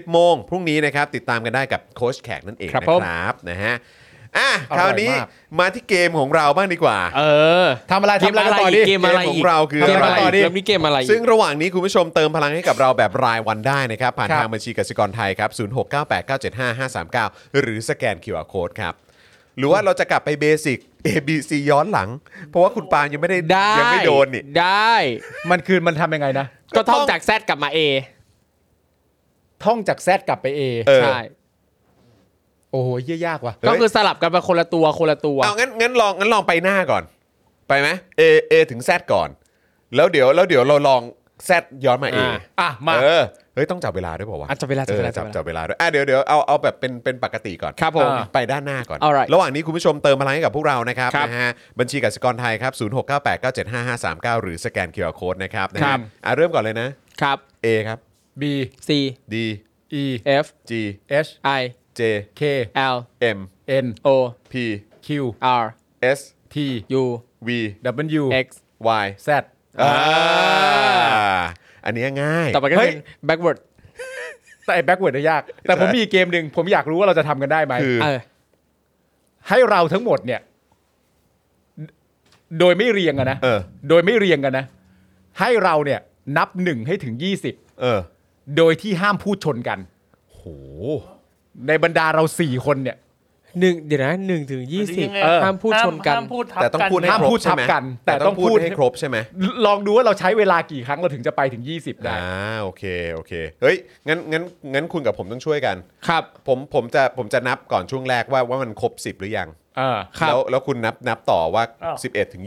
Speaker 1: 10 โมงพรุ่งนี้นะครับติดตามกันได้กับโค้ชแขกนั่นเอง
Speaker 5: ครับ
Speaker 1: นะ
Speaker 5: ผม
Speaker 1: ครับนะฮะอ่ะ
Speaker 3: อ
Speaker 1: ค
Speaker 3: ร่อย
Speaker 1: รา
Speaker 3: มาก
Speaker 1: วนี้มาที่เกมของเราบ้างดีกว่า
Speaker 5: เออ
Speaker 3: ทำอะไรทำอะไรกันต่อดิ
Speaker 5: เกมอะไร
Speaker 1: เกมขอ
Speaker 5: อี
Speaker 1: ก งเราคือ
Speaker 5: เกม
Speaker 1: อะไร
Speaker 5: อะไรอีกเกมนี้เกมอะไรอีก
Speaker 1: ซึ่งระหว่างนี้คุณผู้ชมเติมพลังให้กับเราแบบรายวันได้นะครับ ผ่าน
Speaker 5: ครับ
Speaker 1: ทางบัญชีกสิกรไทยครับ 0698975539 หรือสแกน QR Code ครับ หรือว่าเราจะกลับไปเบสิก ABC ย้อนหลัง เพราะว่าคุณปาล์มยังไม่ได้
Speaker 5: ได้
Speaker 1: ยังไม่โดนนี่
Speaker 5: ได้
Speaker 3: มันคือมันทำยังไงนะ
Speaker 5: ก็ท่องจากแซดกลับมาเอ
Speaker 3: ท่องจากแซดกลับไป A
Speaker 1: เออ
Speaker 5: ใช่
Speaker 3: โอ้โหเหี้ยยากว่ะ
Speaker 5: ก็คือสลับกันไปคนละตัวคนละตัว
Speaker 1: เอางั้นงั้นลองงั้นลองไปหน้าก่อน ไปไหม A A ถึง Z ก่อน แล้วเดี๋ยวแล้วเดี๋ยวเราลอง Z ย้อนมา A
Speaker 5: อ่า
Speaker 3: อ่ะ มา
Speaker 1: เออเฮ้ยต้องจับเวลาด้วยเปล่าวะ
Speaker 5: อ่ะจับเวลาจับเวลา
Speaker 1: ออจับ
Speaker 5: จับเวลา
Speaker 1: จับเวลาด้วยอ่ะเดี๋ยวเดี๋ยวเอาเอาแบบเป็นเป็นปกติก่อน
Speaker 5: ครับผม
Speaker 1: อ่าไปด้านหน้าก่อน
Speaker 5: Alright
Speaker 1: ระหว่างนี้คุณผู้ชมเติมพลังให้กับพวกเรานะครับ
Speaker 5: ครับ
Speaker 1: นะฮะบัญชีกสิกรไทยครับ 0698975539 หรือสแกน QR Code นะครับนะฮะ
Speaker 5: ครับ
Speaker 1: อ่ะเริ่มก่อนเลยนะ
Speaker 5: ครับ
Speaker 1: A ครับ
Speaker 3: B
Speaker 5: C
Speaker 1: D
Speaker 3: E
Speaker 5: F
Speaker 1: G
Speaker 3: H
Speaker 5: I
Speaker 1: J
Speaker 3: K
Speaker 5: L
Speaker 1: M
Speaker 3: N
Speaker 5: O
Speaker 1: P
Speaker 3: Q
Speaker 5: R
Speaker 1: S
Speaker 3: T
Speaker 5: U
Speaker 1: V
Speaker 3: W
Speaker 5: X
Speaker 1: Y
Speaker 3: Z
Speaker 1: อ่าอันเนี้ยง่าย
Speaker 5: ต่อไปก็
Speaker 3: เฮ้
Speaker 5: เป็
Speaker 3: ย
Speaker 5: น backward
Speaker 3: แต่ไอ้แบ็กเวิร์ดยาก แต่ผมมีอีกเกมหนึ่งผมอยากรู้ว่าเราจะทำกันได้ไหม
Speaker 1: คือ
Speaker 5: เออ
Speaker 3: ให้เราทั้งหมดเนี่ย โดยไม่เรียงอะนะ
Speaker 1: เออ
Speaker 3: โดยไม่เรียงกันนะ ให้เราเนี่ยนับหนึ่งให้ถึง
Speaker 1: เออ
Speaker 3: 20 โดยที่ห้ามพูดชนกัน
Speaker 1: โห
Speaker 3: ในบรรดาเราสี่คนเนี่ย
Speaker 5: หนึ่งเดี๋ยวนะหนึ่งถึงยี่สิบ
Speaker 6: เออ
Speaker 5: ห้ามพูดชนกัน
Speaker 6: ห้ามพูดทับ
Speaker 1: แต่ต้องพูดให้
Speaker 6: กัน
Speaker 1: ครบใช่ไหม
Speaker 3: ห้ามพูดทับกันแต่
Speaker 1: แต่
Speaker 3: ต้
Speaker 1: ต้อ
Speaker 3: อง ง
Speaker 1: พู
Speaker 3: พู
Speaker 1: ด
Speaker 3: ด
Speaker 1: ให้ครบใช่ไหม
Speaker 3: ลองดูว่าเราใช้เวลากี่ครั้งเราถึงจะไปถึง 20 ได้
Speaker 1: อ่าโอเคโอเคเฮ้ยงั้นงั้นงั้นคุณกับผมต้องช่วยกัน
Speaker 5: ครับ
Speaker 1: ผมผมจะผมจะนับก่อนช่วงแรกว่าว่ามันครบ 10 หรือยัง
Speaker 3: เออ
Speaker 5: ครับ
Speaker 1: แล้วแล้วคุณนับนับต่อว่า
Speaker 6: อ้าว
Speaker 1: 11 ถึง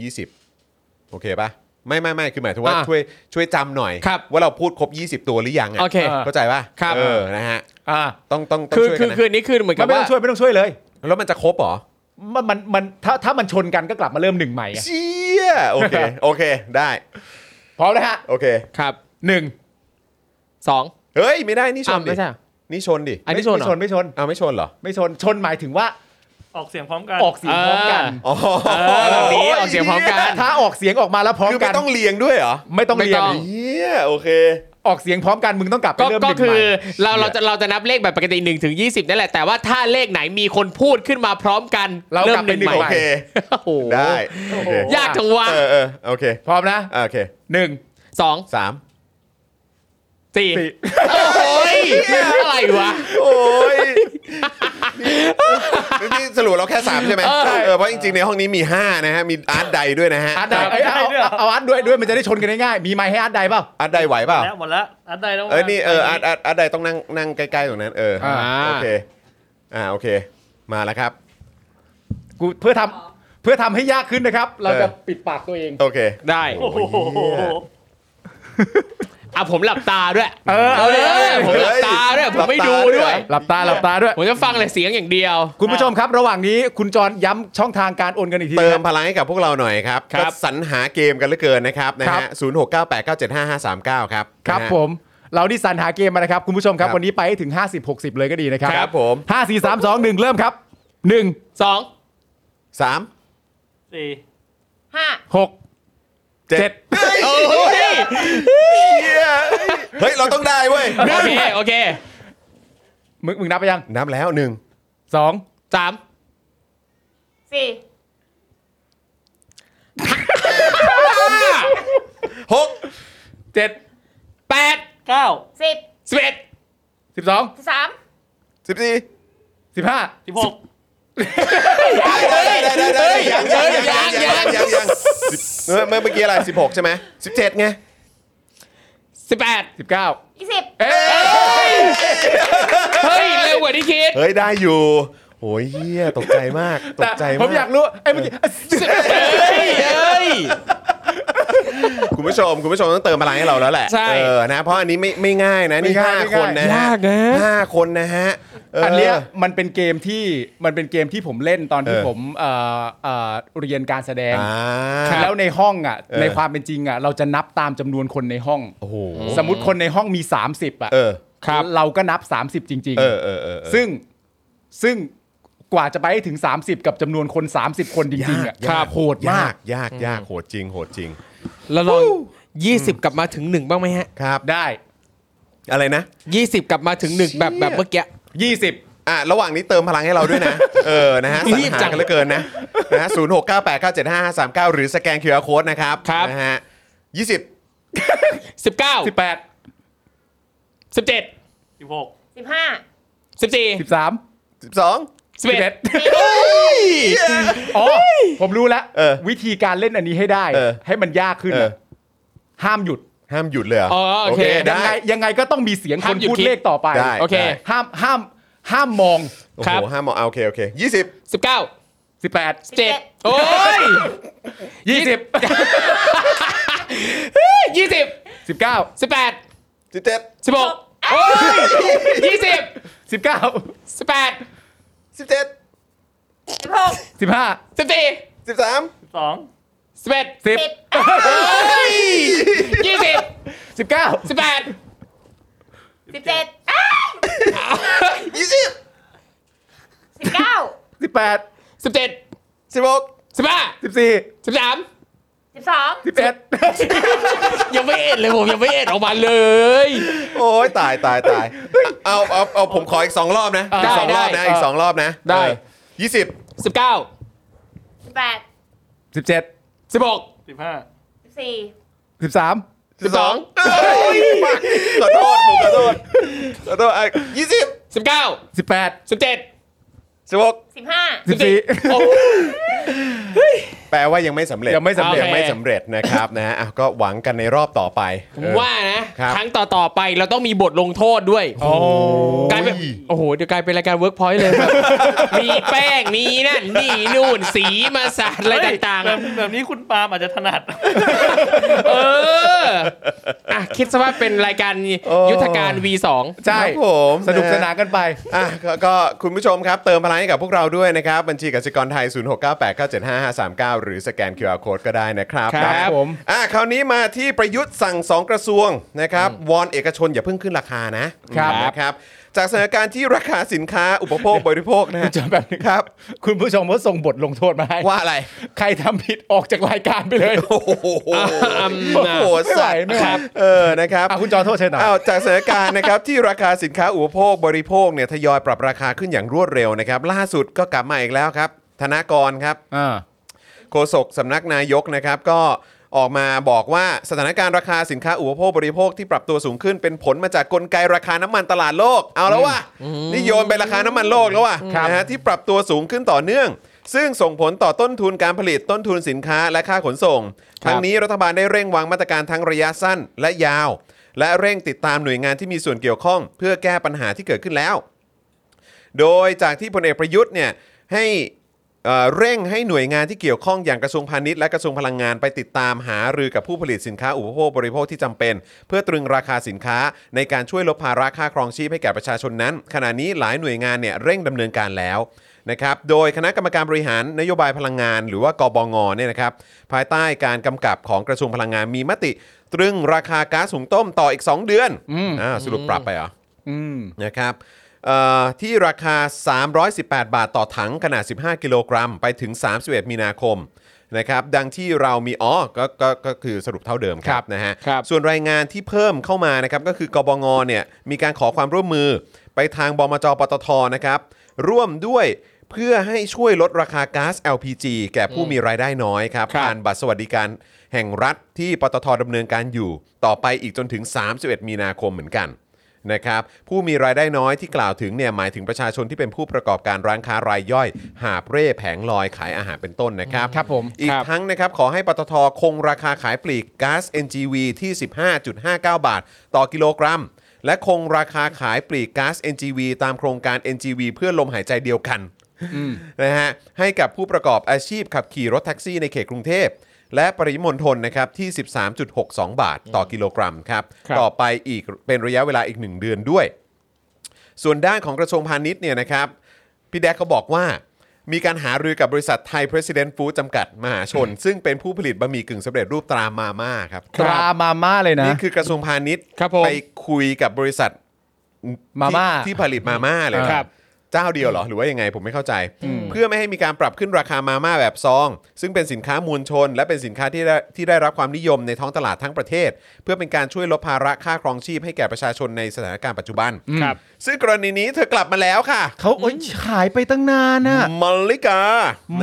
Speaker 1: 20 โอเคปะไม่ไม่ไม่คือหมายถึงว่า
Speaker 5: อ่ะ
Speaker 1: ช่วยช่วยจำหน่อย
Speaker 5: ครับ
Speaker 1: ว่าเราพูดครบ 20 ตัวหรือยังะ
Speaker 5: โอเค
Speaker 1: เข้าใจปะ
Speaker 5: ครับ
Speaker 1: เออนะฮะ
Speaker 3: อ่า
Speaker 1: ต้องต้องต้อง
Speaker 5: คือ
Speaker 1: ช่วย
Speaker 5: คื
Speaker 1: กันนะ
Speaker 5: อคืนนี้คือเหมือนกับ
Speaker 3: ไม่
Speaker 5: ว่า
Speaker 3: ต้องช่วยไม่ต้องช่วยเลย
Speaker 1: แล้วมันจะครบเหรอ
Speaker 3: มันมันมันถ้าถ้ามันชนกันก็กลับมาเริ่มหนึ่งใหม่อะ
Speaker 1: เชี่ยโอ เคโอเคได้
Speaker 3: พร้อมแล้วฮะ
Speaker 1: โอเค
Speaker 5: ครับ
Speaker 3: หนึ่ง
Speaker 5: สอง
Speaker 1: เฮ้ยไม่ได้นี่ช
Speaker 5: อ้าวน
Speaker 1: ดิ
Speaker 5: ไม่ใช่เหรอ
Speaker 1: นี่ชนดิ
Speaker 5: อันนี้ ช
Speaker 3: ไม่
Speaker 5: เหร
Speaker 3: ชนไม่ชน
Speaker 1: อ้าวไม่ชนเหรอ
Speaker 3: ไม่ชนชนหมายถึงว่า
Speaker 6: ออกเสียงพร้อมกัน
Speaker 3: ออกเสียงพร้อมกัน
Speaker 1: อ๋อ
Speaker 5: เออแบบ นี้ออกเสียงพร้อมกัน
Speaker 3: ถ้าออกเสียงออกมาแล้วพร้อม
Speaker 1: คือ
Speaker 3: กั
Speaker 1: ไม่
Speaker 3: น
Speaker 1: ต้องเรียงด้วยเหรอ
Speaker 3: ไม่ต้องเรียง
Speaker 5: ไม่ต้อง
Speaker 1: เฮียโอเค
Speaker 3: ออกเสียงพร้อมกันมึงต้องกลับไป
Speaker 5: ก็
Speaker 3: เริ่มห
Speaker 5: ก็
Speaker 3: นึ่ง
Speaker 5: คื
Speaker 3: ให
Speaker 5: อ
Speaker 3: ม่
Speaker 5: เราเราจะเราจะนับเลขแบบปกติ1ถึง20 นั่นแหละ แต่ว่าถ้าเลขไหนมีคนพูดขึ้นมาพร้อมกัน
Speaker 3: เรากลับ
Speaker 5: มหนึ่ง
Speaker 3: ไปหนึ่ง
Speaker 5: ใหม่
Speaker 1: โอ
Speaker 3: ใหม่
Speaker 1: เค
Speaker 5: โอ้
Speaker 1: ได้โอ
Speaker 5: โห
Speaker 1: เค
Speaker 5: ยากจังวะ
Speaker 1: เออเออโอเค
Speaker 3: พร้อมนะ
Speaker 1: อ่ะโอเค
Speaker 3: หนึ่ง
Speaker 5: สอง
Speaker 1: สาม
Speaker 5: สี่
Speaker 3: สี่
Speaker 5: โอ้ยอะไรวะ
Speaker 1: โอ้ย นี่นี่สรุปเราแค่สามใช่ไหม
Speaker 5: เออ
Speaker 1: เออเพราะจริงๆ ในห้องนี้มีห้านะฮะ มีอาร์ตใดด้วยนะฮะ
Speaker 3: อาร์ตได้เอ้ยเอา
Speaker 6: ได้ด้วยเหรอ
Speaker 3: เอาเอาอาร์ตด้วยด้วยมันจะได้ชนกันง่ายๆมีไม้ให้อาร์ตได้เปล่า
Speaker 1: อาร์ตใดไหวเปล่า
Speaker 6: แล้วหมดแล้วอันใดแล้ว
Speaker 1: เออนี่เอออาร์ตอาร์ตอาร์ตใดต้องนั่งนั่งใกล้ๆตรงนั้นเออ
Speaker 3: อ่า
Speaker 1: โอเคอ่าโอเค มาแล้วครับ
Speaker 3: กูเพื่อทำเพื่อทำให้ยากขึ้นนะครับ เราจะ
Speaker 1: เออ
Speaker 3: ปิดปากตัวเอง
Speaker 1: โอเค
Speaker 5: ได้
Speaker 6: โอ้โห
Speaker 5: อ่ะผมหลับตาด้วย
Speaker 3: เออ
Speaker 5: เอาเลยเอาเลยผมหลับตาด้วยผมไม่ดูด้วย
Speaker 3: หลับตาหลับตาด้วย
Speaker 5: ผมจะฟังแต่เสียงอย่างเดียว
Speaker 3: คุณผู้ชมครับ ระหว่างนี้คุณจรย้ำช่องทางการโอนกันอีกที
Speaker 1: เติม
Speaker 3: นะ
Speaker 1: พลังให้กับพวกเราหน่อยครับ
Speaker 5: ครับ
Speaker 1: ก็สรรหาเกมกันเหลือเกินนะครับนะ
Speaker 3: ครั
Speaker 1: ฮะ
Speaker 3: บ
Speaker 1: ศูนย์หกเก้าแปดเก้าเจ็ดห้าห้าสามเก้าครับ
Speaker 3: ครับ
Speaker 1: นะฮะ
Speaker 3: ผมเรานี่สรรหาเกมมานะครับ คุณผู้ชมครับ
Speaker 1: ครับ
Speaker 3: วันนี้ไปให้ถึง 50 60 เลยก็ดีนะครับ
Speaker 1: ครับผม
Speaker 3: 5 4 3 2 1 เริ่มครับ 1 6
Speaker 5: สอง
Speaker 1: สาม
Speaker 6: สี่
Speaker 5: ห้า
Speaker 1: เจ็ด
Speaker 3: 7
Speaker 5: โอ้ย
Speaker 1: เฮ้ย เราต้องได้เว้ย
Speaker 5: โอเคโอเค
Speaker 3: มึงมึงนับไปยัง
Speaker 1: นับแล้วหนึ่ง
Speaker 3: 2
Speaker 5: สาม
Speaker 7: สี่
Speaker 1: หก
Speaker 3: 7
Speaker 5: แปด
Speaker 6: เก้า
Speaker 7: สิบ
Speaker 5: สิบเอ็ด
Speaker 3: 12
Speaker 7: สิบสาม
Speaker 1: สิบสี่
Speaker 3: 15
Speaker 6: สิบหก
Speaker 1: ได้ได้ได้ได้ยังยังยังยังยังยังเมื่อเมื่อกี้อะไรสิบหกใช่ไหมสิบเจ็ดไง
Speaker 5: สิบแปด
Speaker 3: 19
Speaker 7: ยี่สิบ
Speaker 3: เอ๊ะ
Speaker 5: เฮ้ยเร็วกว่าที่คิด
Speaker 1: เฮ้ย ได้อยู่โอ้ยเฮียตกใจมาก ตกใจมาก
Speaker 3: ผมอยากรู้ไอ้เมื่อกี้
Speaker 5: เฮ้ยเฮ้ย
Speaker 1: คุณผู้ชม คุณผู้ชมต้องเติมพลังให้เราแล้วแหละ
Speaker 5: ใช่
Speaker 1: เออนะ เพราะอันนี้ไม่ไม่ง่ายนะ นี่ห้าคนนะฮะห้าคนนะฮะเ
Speaker 3: อันเนี้ยมันเป็นเกมที่มันเป็นเกมที่ผมเล่นตอนที่
Speaker 1: เออ
Speaker 3: ผมเอ่อเอ่อเรียนการแสดง
Speaker 1: อ่า
Speaker 3: แล้วในห้องอ่ะ
Speaker 1: เออ
Speaker 3: ในความเป็นจริงอ่ะเราจะนับตามจำนวนคนในห้อง
Speaker 1: โอ้โห
Speaker 3: สมมติคนในห้องมี 30 อ่ะ
Speaker 1: เออ ครับ
Speaker 3: เราก็นับ 30 จริง
Speaker 1: เออเออเออเออ
Speaker 3: ๆ ซึ่งซึ่งกว่าจะไปให้ถึง 30 กับจำนวนคน 30 คนจริงๆอ่ะ
Speaker 1: ยาก
Speaker 3: โหดมาก
Speaker 1: ยากยากโหดจริงโหดจริง
Speaker 5: แล้วลองยี่สิบกลับมาถึงหนึ่งบ้างไหมฮะ
Speaker 1: ครับ
Speaker 3: ได้
Speaker 1: อะไรนะ
Speaker 5: ยี่สิบกลับมาถึงหนึ่งแบบแบบเมื่อกี้
Speaker 3: 20
Speaker 1: อ่ะระหว่างนี้เติมพลังให้เราด้วย นะ เออนะฮะสั
Speaker 5: รี
Speaker 1: ง
Speaker 5: บ
Speaker 1: หา
Speaker 5: จั
Speaker 1: รง กันเหลือเกินนะนะฮะศูนย์หกเก้าแปดเก้าเจ็ดห้าสามเก้าหรือสแกน QR Code นะครับ
Speaker 5: ครับ
Speaker 1: นะฮะยี่สิบ
Speaker 5: สิบเก้า
Speaker 3: 18
Speaker 5: สิบเจ็ด
Speaker 4: สิบหก
Speaker 7: สิบห้า
Speaker 5: สิบสี่
Speaker 3: 13
Speaker 1: สิบสอง
Speaker 5: สิบเอ็ด
Speaker 3: 11อ๋อ ผมรู้แล้ว
Speaker 1: เออ
Speaker 3: วิธีการเล่นอันนี้ให้ได้
Speaker 1: เออ
Speaker 3: ให้มันยากขึ้น
Speaker 1: เออ
Speaker 3: อะห้ามหยุด
Speaker 1: ห้ามหยุดเลยเหรอ
Speaker 5: อ๋อโอเค
Speaker 1: ได้
Speaker 3: ยังไงยังไงก็ต้องมีเสียงค
Speaker 5: ห้าม
Speaker 3: น
Speaker 5: หยุด
Speaker 3: พูด
Speaker 5: คิด
Speaker 3: เลขต่อไป
Speaker 1: ได้
Speaker 5: โอเค
Speaker 3: ห้ามห้ามห้ามมอง
Speaker 1: โอ้
Speaker 5: ค
Speaker 1: โห
Speaker 5: รับ
Speaker 1: ห้ามมองเอาโอเคโอเคยี่สิบ
Speaker 5: สิบเก้า
Speaker 3: 18
Speaker 5: สิบเจ็ดโอ้ยยี่สิบยี่สิบ
Speaker 3: 19
Speaker 5: สิบแปด
Speaker 1: สิบเจ็ด
Speaker 5: สิบหกโอ้ยยี่สิบ
Speaker 3: 19
Speaker 5: สิบแปด
Speaker 1: สิบเจ็ด
Speaker 7: สิบหก
Speaker 3: 15
Speaker 5: สิบสี่
Speaker 1: สิบสาม
Speaker 4: สิบสอง
Speaker 5: สิบเอ็ด
Speaker 7: สิบ
Speaker 3: 10
Speaker 5: ยี่สิบ
Speaker 3: 19
Speaker 5: สิบแปด
Speaker 7: สิบเจ็ด
Speaker 1: ยี่สิบ
Speaker 7: สิบเก้า
Speaker 3: 18
Speaker 5: สิบเจ็ด
Speaker 1: สิบหก
Speaker 5: สิบห้า
Speaker 3: 14
Speaker 5: สิบสาม
Speaker 7: สิบสอง
Speaker 3: 11
Speaker 5: ยังไม่เอ็ดเลยผมยังไม่เอ็ดออกมาเลย
Speaker 1: โอ้ยตายตายตายเอาเอาเอาผมขออีกสองรอบนะอีกสองรอบนะ
Speaker 5: ได้ได้
Speaker 1: อีกสองรอบนะ
Speaker 5: ได้
Speaker 1: ยี่สิบ
Speaker 5: สิบเก้า
Speaker 7: สิบแปด
Speaker 3: 17
Speaker 5: สิบหก
Speaker 4: สิบห้า
Speaker 7: สิบสี่
Speaker 3: 13
Speaker 1: สิบสองขอโทษผมขอโทษขอโทษไอ้ยี่สิบ
Speaker 5: สิบเก้า
Speaker 3: 18
Speaker 5: สิบเจ็ด
Speaker 1: สิบหก
Speaker 7: สิบห้า
Speaker 3: 14
Speaker 5: โอ้
Speaker 1: แปลว่ายังไม่สำเร็จ
Speaker 3: ยังไม่สำเร็จ
Speaker 1: ยังไม่สำเร็จนะครับนะฮะอ่ะก็หวังกันในรอบต่อไป
Speaker 5: ผ
Speaker 1: เอ
Speaker 5: ม
Speaker 1: อ
Speaker 5: ว่านะครับ ครั้งต่อ ๆ ไปเราต้องมีบทลงโทษด้วย
Speaker 3: โอ้
Speaker 5: กลายเป็นโอ้โห เดี๋ยวกลายเป็นรายการเวิร์กพอยต์เลยแบบ มีแป้ง มีนั่น นี่นู่นสีมาสาดอะไรต่างๆ
Speaker 4: แบ
Speaker 5: อะ
Speaker 4: บแบบนี้คุณปาล์มอาจจะถนัด
Speaker 5: เอออ่ะคิดซะว่าเป็นรายการยุทธการ V2
Speaker 3: ใช่
Speaker 1: ครับผม
Speaker 3: สนุก
Speaker 1: นะฮะ
Speaker 3: สนานกันไป
Speaker 1: อ่ะก็ก็คุณผู้ชมครับ เติมพลังให้กับพวกเราด้วยนะครับ บัญชีกสิกรไทย 0698975539 หรือสแกน QR Code ก็ได้นะครับ
Speaker 5: ครับ
Speaker 1: นะ
Speaker 3: ผม
Speaker 1: อ่ะคราวนี้มาที่ประยุทธ์สั่ง 2 กระทรวงนะครับ วอนเอกชนอย่าเพิ่งขึ้นราคานะครับ นะครับ จากสถานการณ์ที่ราคาสินค้าอุปโภคบริโภคนะฮะ
Speaker 3: จะแบบนึง
Speaker 1: ครับ
Speaker 3: คุณผู้ชมก็ส่งบทลงโทษมาให้
Speaker 1: ว่าอะไร
Speaker 3: ใครทำผิดออกจากรายการไปเลย
Speaker 1: โอ้โหโอ้โห
Speaker 3: ไม่ไหว
Speaker 1: สัตว์
Speaker 3: ไม่ไหว
Speaker 1: ครับเออนะครับ
Speaker 3: อ่ะคุณจอโทษเชิญหน่อย
Speaker 1: อ้าวจากสถานการณ์นะครับ ที่ราคาสินค้าอุปโภคบริโภคเนี่ยทยอยปรับราคาขึ้นอย่างรวดเร็วนะครับ ล่าสุดก็กลับมาอีกแล้วครับ ธนากรครับ
Speaker 3: อ่า
Speaker 1: โฆษกสำนักนายกนะครับ ก็ออกมาบอกว่าสถานการณ์ราคาสินค้าอุปโภคบริโภคที่ปรับตัวสูงขึ้นเป็นผลมาจากกลไกราคาน้ำมันตลาดโลก เอาแล้วว่ะนี่โยนไปราคาน้ำมันโลกแล้วว่ะ
Speaker 3: ครับ
Speaker 1: นะฮะที่ปรับตัวสูงขึ้นต่อเนื่อง ซึ่งส่งผลต่อต้นทุนการผลิตต้นทุนสินค้าและค่าขนส่ง
Speaker 5: ครับ
Speaker 1: ทั้งนี้รัฐบาลได้เร่งวางมาตรการทั้งระยะสั้นและยาว และเร่งติดตามหน่วยงานที่มีส่วนเกี่ยวข้อง เพื่อแก้ปัญหาที่เกิดขึ้นแล้ว โดยจากที่พลเอกประยุทธ์เนี่ยให้เอ่อเร่งให้หน่วยงานที่เกี่ยวข้องอย่างกระทรวงพาณิชย์และกระทรวงพลังงานไปติดตามหารือกับผู้ผลิตสินค้าอุปโภคบริโภคที่จำเป็น เพื่อตรึงราคาสินค้าในการช่วยลดภาระค่าครองชีพให้แก่ประชาชนนั้น ขณะนี้หลายหน่วยงานเนี่ยเร่งดำเนินการแล้วนะครับโดยคณะกรรมการบริหารนโยบายพลังงาน หรือว่ากบงเนี่ยนะครับภายใต้การกำกับของกระทรวงพลังงานมีมติ ตรึงราคาก๊าซหุงต้มต่ออีก 2 เดือน
Speaker 3: อืม
Speaker 1: อ่าสรุปปรับไปเหรอ
Speaker 3: อืม
Speaker 1: นะครับเอ่อที่ราคา 318 บาทต่อถังขนาด 15 กิโลกรัม ไปถึง 31 มีนาคมนะครับ ดังที่เรามีอ๋อก็ก็ก็คือสรุปเท่าเดิมครับนะฮะ
Speaker 5: ครับ
Speaker 1: ส่วนรายงานที่เพิ่มเข้ามานะครับก็คือกบงเนี่ยมีการขอความร่วมมือไปทางบมจปตทนะครับ ร่วมด้วยเพื่อให้ช่วยลดราคาก๊าซ LPG แก่ผู้มีรายได้น้อยครับ
Speaker 5: ครับ
Speaker 1: ผ่านบัตรสวัสดิการแห่งรัฐที่ปตทดำเนินการอยู่ ต่อไปอีกจนถึง 31 มีนาคมเหมือนกันนะครับผู้มีรายได้น้อยที่กล่าวถึงเนี่ยหมายถึงประชาชนที่เป็นผู้ประกอบการร้านค้ารายย่อย หาบเร่แผงลอยขายอาหารเป็นต้นนะครับ
Speaker 3: ครับผม
Speaker 1: อีก
Speaker 5: ครับ
Speaker 1: ทั้งนะครับขอให้ปตทคงราคาขายปลีกก๊าซ NGV ที่ 15.59 บาท ต่อกิโลกรัม และคงราคาขายปลีกก๊าซ NGV ตามโครงการ NGV เพื่อลมหายใจเดียวกันนะฮะให้กับผู้ประกอบอาชีพขับขี่รถแท็กซี่ในเขตกรุงเทพ และปริมณฑลนะครับที่ 13.62 บาท ต่อกิโลกรัมครับ
Speaker 5: ครับ
Speaker 1: ต่อไปอีกเป็นระยะเวลาอีก 1 เดือนด้วย ส่วนด้านของกระทรวงพาณิชย์เนี่ยนะครับ พี่แดกเขาบอกว่า มีการหารือกับบริษัทไทย President Food จำกัดมหาชน ซึ่งเป็นผู้ผลิตบะหมี่กึ่งสำเร็จรูปตรามาม่าครับ
Speaker 3: ตรามาม่าเลยนะ
Speaker 1: นี่คือกระทรวงพาณิชย์
Speaker 5: ครับผม
Speaker 1: ไปคุยกับบริษัท
Speaker 3: มาม่า
Speaker 1: ที่ที่ผลิตมาม่าเลย
Speaker 5: ครับ
Speaker 1: เจ้าเดียวเหรอ หรือว่ายังไงผมไม่เข้าใจ เพื่อไม่ให้มีการปรับขึ้นราคามาม่าแบบซอง ซึ่งเป็นสินค้ามวลชน และเป็นสินค้าที่ได้ที่ได้รับความนิยมในท้องตลาดทั้งประเทศ เพื่อเป็นการช่วยลดภาระค่าครองชีพให้แก่ประชาชนในสถานการณ์ปัจจุบัน
Speaker 5: ครับ
Speaker 1: ซึ่งกรณีนี้เธอกลับมาแล้วค่ะ
Speaker 3: เขาโอ๊ยหายไปตั้งนานน่ะ
Speaker 1: มลลิกา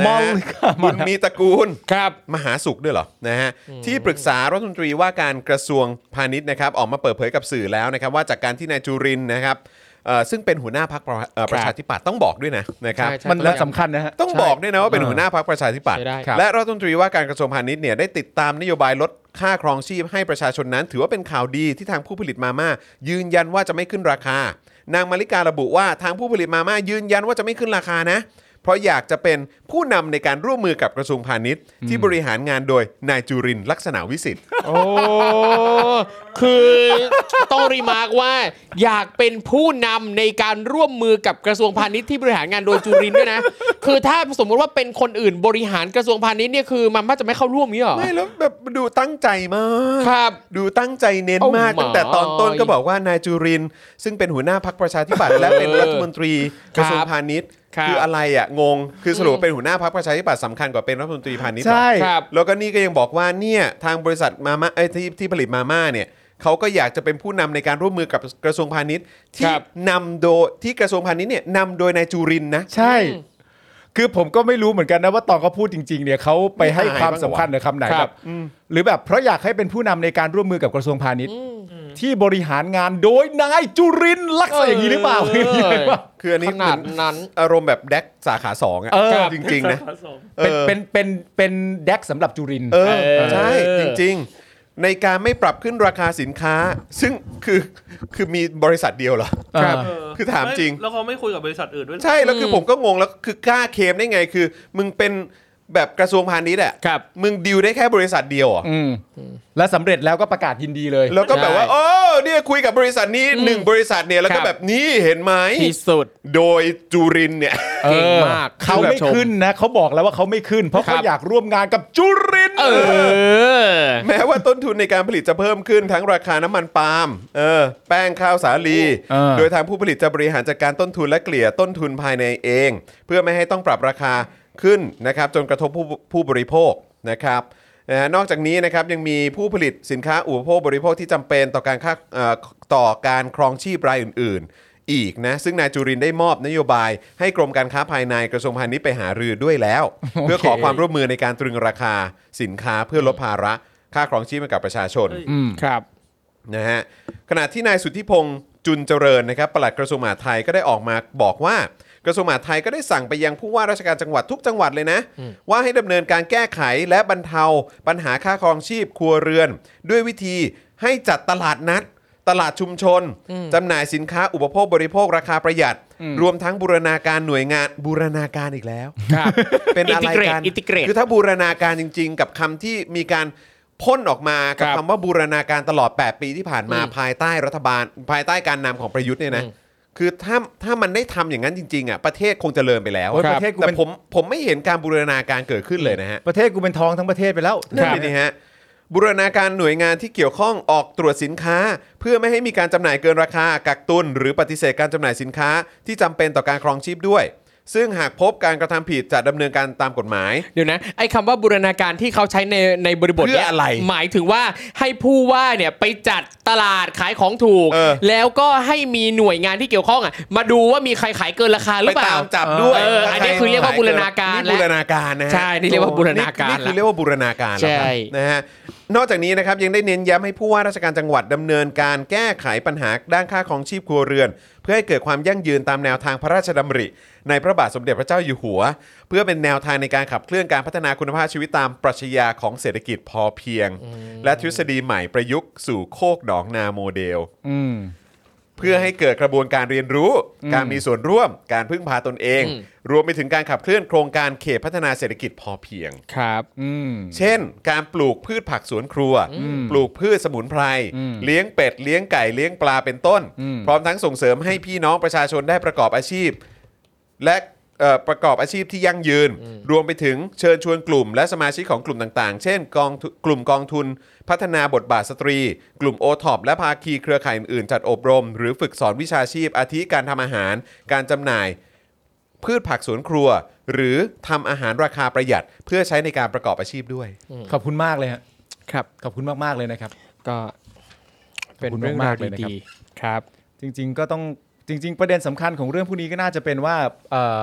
Speaker 3: ม
Speaker 1: นะ
Speaker 3: ล
Speaker 1: ฮะ
Speaker 3: ลิกามา
Speaker 1: คุณมีตระกูล
Speaker 5: ครับ
Speaker 1: มหาสุขด้วยเหรอ นะฮะ ที่ปรึกษารัฐมนตรีว่าการกระทรวงพาณิชย์นะครับ ออกมาเปิดเผยกับสื่อแล้วนะครับ ว่าจากการที่นายจุรินทร์นะครับเอ่อซึ่งเป็นหัวหน้าพรรคประเอ่อประชาธิปัตย์ต้องบอกด้วยนะนะครับ
Speaker 5: ใช่ใช่
Speaker 3: มันมันสำคัญนะฮะ
Speaker 1: ต้องบอกด้วยนะว่าเป็นหัวหน้าพรรคประชาธิปัตย์
Speaker 5: ใช่ได้
Speaker 3: ครับ
Speaker 1: และรัฐมนตรีว่าการกระทรวงพาณิชย์เนี่ยได้ติดตามนโยบายลดค่าครองชีพให้ประชาชนนั้น ถือว่าเป็นข่าวดีที่ทางผู้ผลิตมาม่ายืนยันว่าจะไม่ขึ้นราคา นางมาริการะบุว่าทางผู้ผลิตมาม่ายืนยันว่าจะไม่ขึ้นราคานะ เพราะอยากจะเป็นผู้นำในการร่วมมือกับกระทรวงพาณิชย์ ที่บริหารงานโดยนายจุรินทร์ลักษณะวิสิทธิ์
Speaker 5: โอ้ คือต้องรีมาร์กว่าอยากเป็นผู้นำในการร่วมมือกับกระทรวงพาณิชย์ที่บริหารงานโดยจุรินทร์ด้วยนะ คือถ้าสมมุติว่าเป็นคนอื่นบริหารกระทรวงพาณิชย์เนี่ยคือมันม่าจะไม่เข้าร่วมนี้หรอ
Speaker 1: ไม่แล้วแบบดูตั้งใจมาก
Speaker 5: ครับ
Speaker 1: ดูตั้งใจเน้นมาก
Speaker 5: Oh my
Speaker 1: ตั้งแต่ตอนต้นก็บอกว่านายจุรินทร์ซึ่งเป็นหัวหน้าพักประชาธิปัตย์และเป็นรัฐมนตรีกระทรวงพาณิชย์
Speaker 5: ครับ
Speaker 1: คืออะไรอ่ะงง คือสรุปว่าเป็นหัวหน้าพักประชาธิปัตย์สำคัญกว่าเป็นรัฐมนตรีพาณิชย์เหรอ
Speaker 3: ใช่
Speaker 5: ครับ
Speaker 1: แล้วก็นี่ก็ยังบอกว่าเนี่ยทางบริษัทมาม่าเอ้ยที่ที่ผลิตมาม่าเนี่ยเขาก็อยากจะเป็นผู้นำในการร่วมมือกับกระทรวงพาณิชย์ที่
Speaker 5: ครับ
Speaker 1: นำโดยที่กระทรวงพาณิชย์เนี่ยนำโดยนายจุรินทร์นะ
Speaker 3: ใช่ คือผมก็ไม่รู้เหมือนกันนะว่าตอนเขาพูดจริง ๆ เนี่ยเขาไปให้ความสำคัญกับคำไหน
Speaker 5: ค
Speaker 3: แบ
Speaker 5: รับบ
Speaker 3: หรือแบบเพราะอยากให้เป็นผู้นำในการร่วมมือกับกระทรวงพาณิชย์ ที่บริหารงานโดยนายจุรินทร์ลักษณะอย่างนี้หรือเปล่า
Speaker 5: เออ
Speaker 3: ย่างนี้หรือเปล่า
Speaker 1: คืออันนี้
Speaker 5: ขนาดนั้น
Speaker 1: อารมณ์แบบแดกสาขาสองอ่ะ
Speaker 5: ครับ
Speaker 1: จริงๆนะ
Speaker 6: สะสม
Speaker 1: เออ
Speaker 3: เป็นเป็นเป็นเป็นแดกสำหรับจุรินทร์
Speaker 1: เออ
Speaker 5: เออ
Speaker 1: ใช่ จริง ๆ ในการไม่ปรับขึ้นราคาสินค้า ซึ่ง คือคือมีบริษัทเดียวเหรอ
Speaker 3: ครับ
Speaker 6: เออ
Speaker 1: คือถามจริง
Speaker 6: แล้วเขาไม่คุยกับบริษัทอื่นด้วยนะ
Speaker 1: ใช่แล้วคือผมก็งงแล้วคือกล้าเคลมได้ไงคือ มึงเป็นแบบกระทรวงพาณิชย์อะ
Speaker 5: ครับ
Speaker 1: มึงดิวได้แค่บริษัทเดียวเหรอ่ะ
Speaker 3: อืมและสำเร็จแล้วก็ประกาศยินดีเลย
Speaker 1: แล้วก็แบบว่า
Speaker 5: ใช่
Speaker 1: โอ้เนี่ยคุยกับบริษัทนี้หนึ่งบริษัทเนี่ยแล้วก็
Speaker 5: ครับ
Speaker 1: แบบนี้เห็นไหม
Speaker 5: ที่สุด
Speaker 1: โดยจุรินทร์ เนี่ย
Speaker 5: เก่งมาก
Speaker 3: เออเขาไม่
Speaker 5: ชื่นชม
Speaker 3: ขึ้นนะเขาบอกแล้วว่าเขาไม่ขึ้น เพราะ
Speaker 5: ครับ
Speaker 3: เขาอยากร่วมงานกับจุรินทร์
Speaker 5: เออ
Speaker 1: แม้ว่าต้นทุนในการผลิตจะเพิ่มขึ้นทั้งราคาน้ำมันปาล์มเออแป้งข้าวสาลี โดยทางผู้ผลิตจะบริหารจัดการต้นทุนและเกลี่ยต้นทุนภายในเอง เพื่อไม่ให้ต้องปรับราคาขึ้นนะครับจนกระทบผู้ผู้บริโภคนะครับนะฮะนอกจากนี้นะครับยังมีผู้ผลิตสินค้าอุปโภคบริโภคที่จำเป็นต่อการค่าเอ่อต่อการครองชีพรายอื่น ๆ อีกนะซึ่งนายจุรินทร์ได้มอบนโยบาย ให้กรมการค้าภายในกระทรวงพาณิชย์ไปหารือด้วยแล้ว เพื่อขอความร่วมมือในการตรึงราคาสินค้าเพื่อลดภาระ ค่าครองชีพให้กับประชาชน
Speaker 5: ครับ
Speaker 1: นะฮะขณะที่นายสุทธิพงษ์จุนเจริญนะครับปลัดกระทรวงมหาดไทยก็ได้ออกมาบอกว่า กระทรวงมหาดไทยก็ได้สั่งไปยังผู้ว่าราชการจังหวัดทุกจังหวัดเลยนะ ว่าให้ดำเนินการแก้ไขและบรรเทา ปัญหาค่าครองชีพครัวเรือน ด้วยวิธีให้จัดตลาดนัด ตลาดชุมชนจำหน่ายสินค้าอุปโภคบริโภคราคาประหยัด รวมทั้งบูรณาการหน่วยงานบูรณาการอีกแล้ว
Speaker 5: ครับ
Speaker 1: เป็นอะไรกัน
Speaker 5: Integrate Integrate
Speaker 1: คือถ้าบูรณาการจริง ๆ กับคำที่มีการพ่นออกมา กับ
Speaker 5: ครับ
Speaker 1: คำว่าบูรณาการตลอด 8 ปีที่ผ่านมา
Speaker 5: อืม
Speaker 1: ภายใต้รัฐบาล ภายใต้การนำของประยุทธ์เนี่ยนะ
Speaker 5: อืม
Speaker 1: คือถ้าถ้ามันได้ทำอย่างนั้นจริง ๆอ่ะประเทศคงเจริญไปแล้ว
Speaker 3: โอ้ย
Speaker 5: ค
Speaker 3: ป
Speaker 5: บ
Speaker 3: ระเทศกู
Speaker 1: แต่
Speaker 3: เป็น
Speaker 1: ผมผมไม่เห็นการบูรณาการเกิดขึ้นเลยนะฮะ
Speaker 3: ประเทศกูเป็นทองทั้งประเทศไปแล้ว
Speaker 1: นั่นเลยนี่ฮะบูรณาการหน่วยงานที่เกี่ยวข้องออกตรวจสินค้า เพื่อไม่ให้มีการจำหน่ายเกินราคากักตุน หรือปฏิเสธการจำหน่ายสินค้าที่จำเป็นต่อการครองชีพด้วย ซึ่งหากพบการกระทำผิดจะดำเนินการตามกฎหมาย
Speaker 5: เดี๋ยวนะ ไอ้คำว่าบูรณาการที่เขาใช้ในในบริบท
Speaker 1: เพื่
Speaker 5: เนี้
Speaker 1: อย อะไร
Speaker 5: หมายถึงว่าให้ผู้ว่าเนี่ยไปจัดตลาดขายของถูก
Speaker 1: เออ
Speaker 5: แล้วก็ให้มีหน่วยงานที่เกี่ยวข้องอ่ะมาดูว่ามีใครขายเกินราคาหรือ
Speaker 1: ไป
Speaker 5: เปล่า
Speaker 1: ตามจับด้วย
Speaker 5: เอออันนี้คือเรียกว่าบูรณาการ
Speaker 1: นี่บูรณาการนะฮะ
Speaker 5: ใช่นี่เรียกว่าบูรณาการ
Speaker 1: นี่คือเรียกว่าบูรณาการแล้วครับ
Speaker 5: ใช่
Speaker 1: นะฮะนอกจากนี้นะครับยังได้เน้นย้ำให้ผู้ว่าราชการจังหวัดดำเนินการแก้ไขปัญหาด้านค่าครองชีพครัวเรือน เพื่อให้เกิดความยั่งยืนตามแนวทางพระราชดำริ ในพระบาทสมเด็จพระเจ้าอยู่หัว เพื่อเป็นแนวทางในการขับเคลื่อนการพัฒนาคุณภาพชีวิตตามปรัชญาของเศรษฐกิจพอเพียง และทฤษฎีใหม่ประยุกต์สู่โคกหนองนาโมเดล
Speaker 3: อืม
Speaker 1: เพื่อให้เกิดกระบวนการเรียนรู้ การมีส่วนร่วม การพึ่งพาตนเอง รวมไปถึงการขับเคลื่อนโครงการเขตพัฒนาเศรษฐกิจพอเพียง
Speaker 5: ครับ
Speaker 3: อืม
Speaker 1: เช่น การปลูกพืชผักสวนครัว ปลูกพืชสมุนไพร
Speaker 3: อืม
Speaker 1: เลี้ยงเป็ด เลี้ยงไก่ เลี้ยงปลาเป็นต้น
Speaker 3: อืม
Speaker 1: พร้อมทั้งส่งเสริมให้พี่น้องประชาชนได้ประกอบอาชีพ และ เอ่อประกอบอาชีพที่ยั่งยืน รวมไปถึงเชิญชวนกลุ่ม และสมาชิกของกลุ่มต่างๆ เช่นกองทุกลุ่มกองทุน พัฒนาบทบาทสตรี กลุ่มโอท็อปและภาคีเครือข่ายอื่นๆจัดอบรม หรือฝึกสอนวิชาชีพ อาทิการทำอาหาร การจำหน่าย พืชผักสวนครัว หรือทำอาหารราคาประหยัด เพื่อใช้ในการประกอบอาชีพด้วย
Speaker 3: ขอบคุณมากเลยฮะ
Speaker 5: ครับ
Speaker 3: ขอบคุณมากๆเลยนะครับ
Speaker 5: ก็เป็นเรื่องราวดีๆครับ
Speaker 3: จริง ๆ ก็ต้องจริง ๆ ประเด็นสำคัญของเรื่องพวกนี้ก็น่าจะเป็นว่าเอ่อ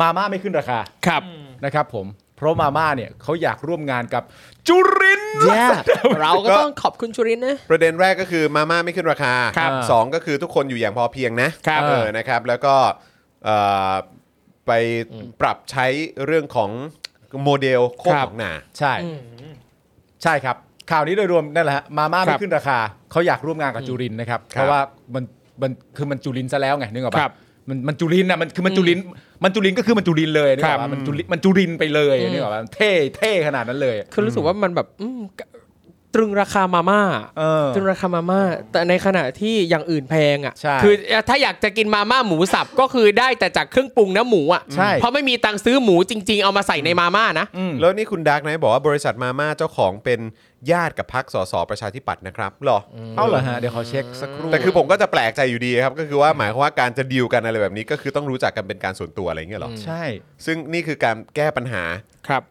Speaker 3: มาม่าไม่ขึ้นราคา
Speaker 5: ครับ
Speaker 3: นะครับผม เพราะมาม่าเนี่ยเขาอยากร่วมงานกับจุรินทร์
Speaker 5: เราก็ต้องขอบคุณชุรินทร์นะ
Speaker 1: ประเด็นแรกก็คือมาม่าไม่ขึ้นราคา
Speaker 3: ครับ
Speaker 1: สองก็คือทุกคนอยู่อย่างพอเพียงนะครับ เออนะครับ แล้วก็เอ่อไปปรับใช้เรื่องของโมเดลโคกของหนา
Speaker 3: ใช่ใช่ครับ ข่าวนี้โดยรวมนั่นแหละฮะมาม่า
Speaker 5: ครั
Speaker 3: ไม่
Speaker 5: บ
Speaker 3: ขึ้นราคาเขาอยากร่วมงานกับจุรินทร์นะครับ
Speaker 1: ครับ
Speaker 3: เพราะว่ามันมันคือมันจุรินทร์ซะแล้วไงนึกออก
Speaker 5: ครั
Speaker 3: ปะ
Speaker 5: บ
Speaker 3: มันมันจุรินทร์นะมันคือมันจุรินทร์มันจุรินทร์ก็คือมันจุรินทร์เลยนึกออก
Speaker 5: ครั
Speaker 3: ปะ
Speaker 5: บ
Speaker 3: มันจุรินทร์มันจุรินทร์ไปเลยนึกออกปะเท่เท่ขนาดนั้นเลย
Speaker 5: คือรู้สึกว่ามันแบบอืมตรึงราคามาม่า
Speaker 3: เออ
Speaker 5: ตรึงราคามาม่า แต่ในขณะที่อย่างอื่นแพงอ่ะ
Speaker 3: ใช่
Speaker 5: คือถ้าอยากจะกินมาม่าหมูสับ ก็คือได้แต่จากเครื่องปรุงเนื้อหมูอ่ะ
Speaker 3: ใช่
Speaker 5: เพราะไม่มีตังค์ซื้อหมูจริง ๆ เอามาใส่ในมาม่านะ
Speaker 3: อืม
Speaker 1: แล้วนี่คุณดาร์กไนท์บอกว่าบริษัทมาม่าเจ้าของเป็นญาติกับพักสสประชาธิปัตย์นะครับหรออ
Speaker 3: เอาเหรอฮะเดี๋ยวขอเช็คสักครู่
Speaker 1: แต่คือผมก็จะแปลกใจอยู่ดีครับ ก็คือว่าหมายความว่าการจะดีลกันอะไรแบบนี้ ก็คือต้องรู้จักกันเป็นการส่วนตัวอะไรอย่างเงี้ยหรอ
Speaker 3: ใช่
Speaker 1: ซึ่งนี่คือการแก้ปัญหา
Speaker 5: ครับ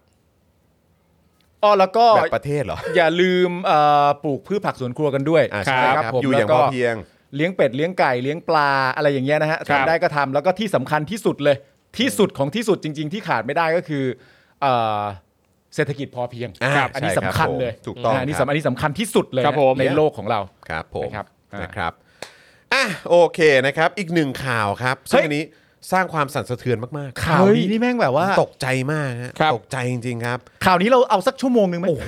Speaker 3: อ้อแล้วก็
Speaker 1: แบบประเทศเหรอ
Speaker 3: อย่าลืมเอ่อปลูกพืชผักสวนครัวกันด้วย
Speaker 1: อ่าใช่
Speaker 3: นะครับ ผม
Speaker 1: อยู่อย่าง
Speaker 3: แล้วก็
Speaker 1: พอเพียง
Speaker 3: เลี้ยงเป็ดเลี้ยงไก่เลี้ยงปลาอะไรอย่างเงี้ยนะฮะ
Speaker 5: ครับ
Speaker 3: ทำได้ก็ทำแล้วก็ที่สำคัญที่สุดเลย ที่สุดของที่สุดจริง ๆ ที่ขาดไม่ได้ก็คือเอ่อเศรษฐกิจพอเพียง
Speaker 1: อ่า
Speaker 3: ครับอันนี้
Speaker 1: ใช่
Speaker 3: สำคัญ
Speaker 1: ครับผม
Speaker 3: เลย
Speaker 1: ถูกต้อง
Speaker 3: นะฮะอันนี้
Speaker 1: ครับ
Speaker 3: สำอันนี้สำคัญที่สุดเลย
Speaker 5: ครับผม
Speaker 3: ในโลกของเรา
Speaker 1: ครับผม
Speaker 3: นะครับอ่าน
Speaker 1: นะครับอ่ะโอเคนะครับ อีกหนึ่งข่าวครับ
Speaker 3: เฮ้
Speaker 1: ซึ่ง
Speaker 3: ย
Speaker 1: อันนี้สร้างความสั่นสะเทือนมากๆ
Speaker 3: ข่าวนี้นี่แม่งแบบว่า
Speaker 1: ตกใจมากฮะ
Speaker 5: ครับ
Speaker 1: ตกใจจริงๆครับ
Speaker 3: ข่าวนี้เราเอาสักชั่วโมงหนึ่งไหม
Speaker 1: โอ้โห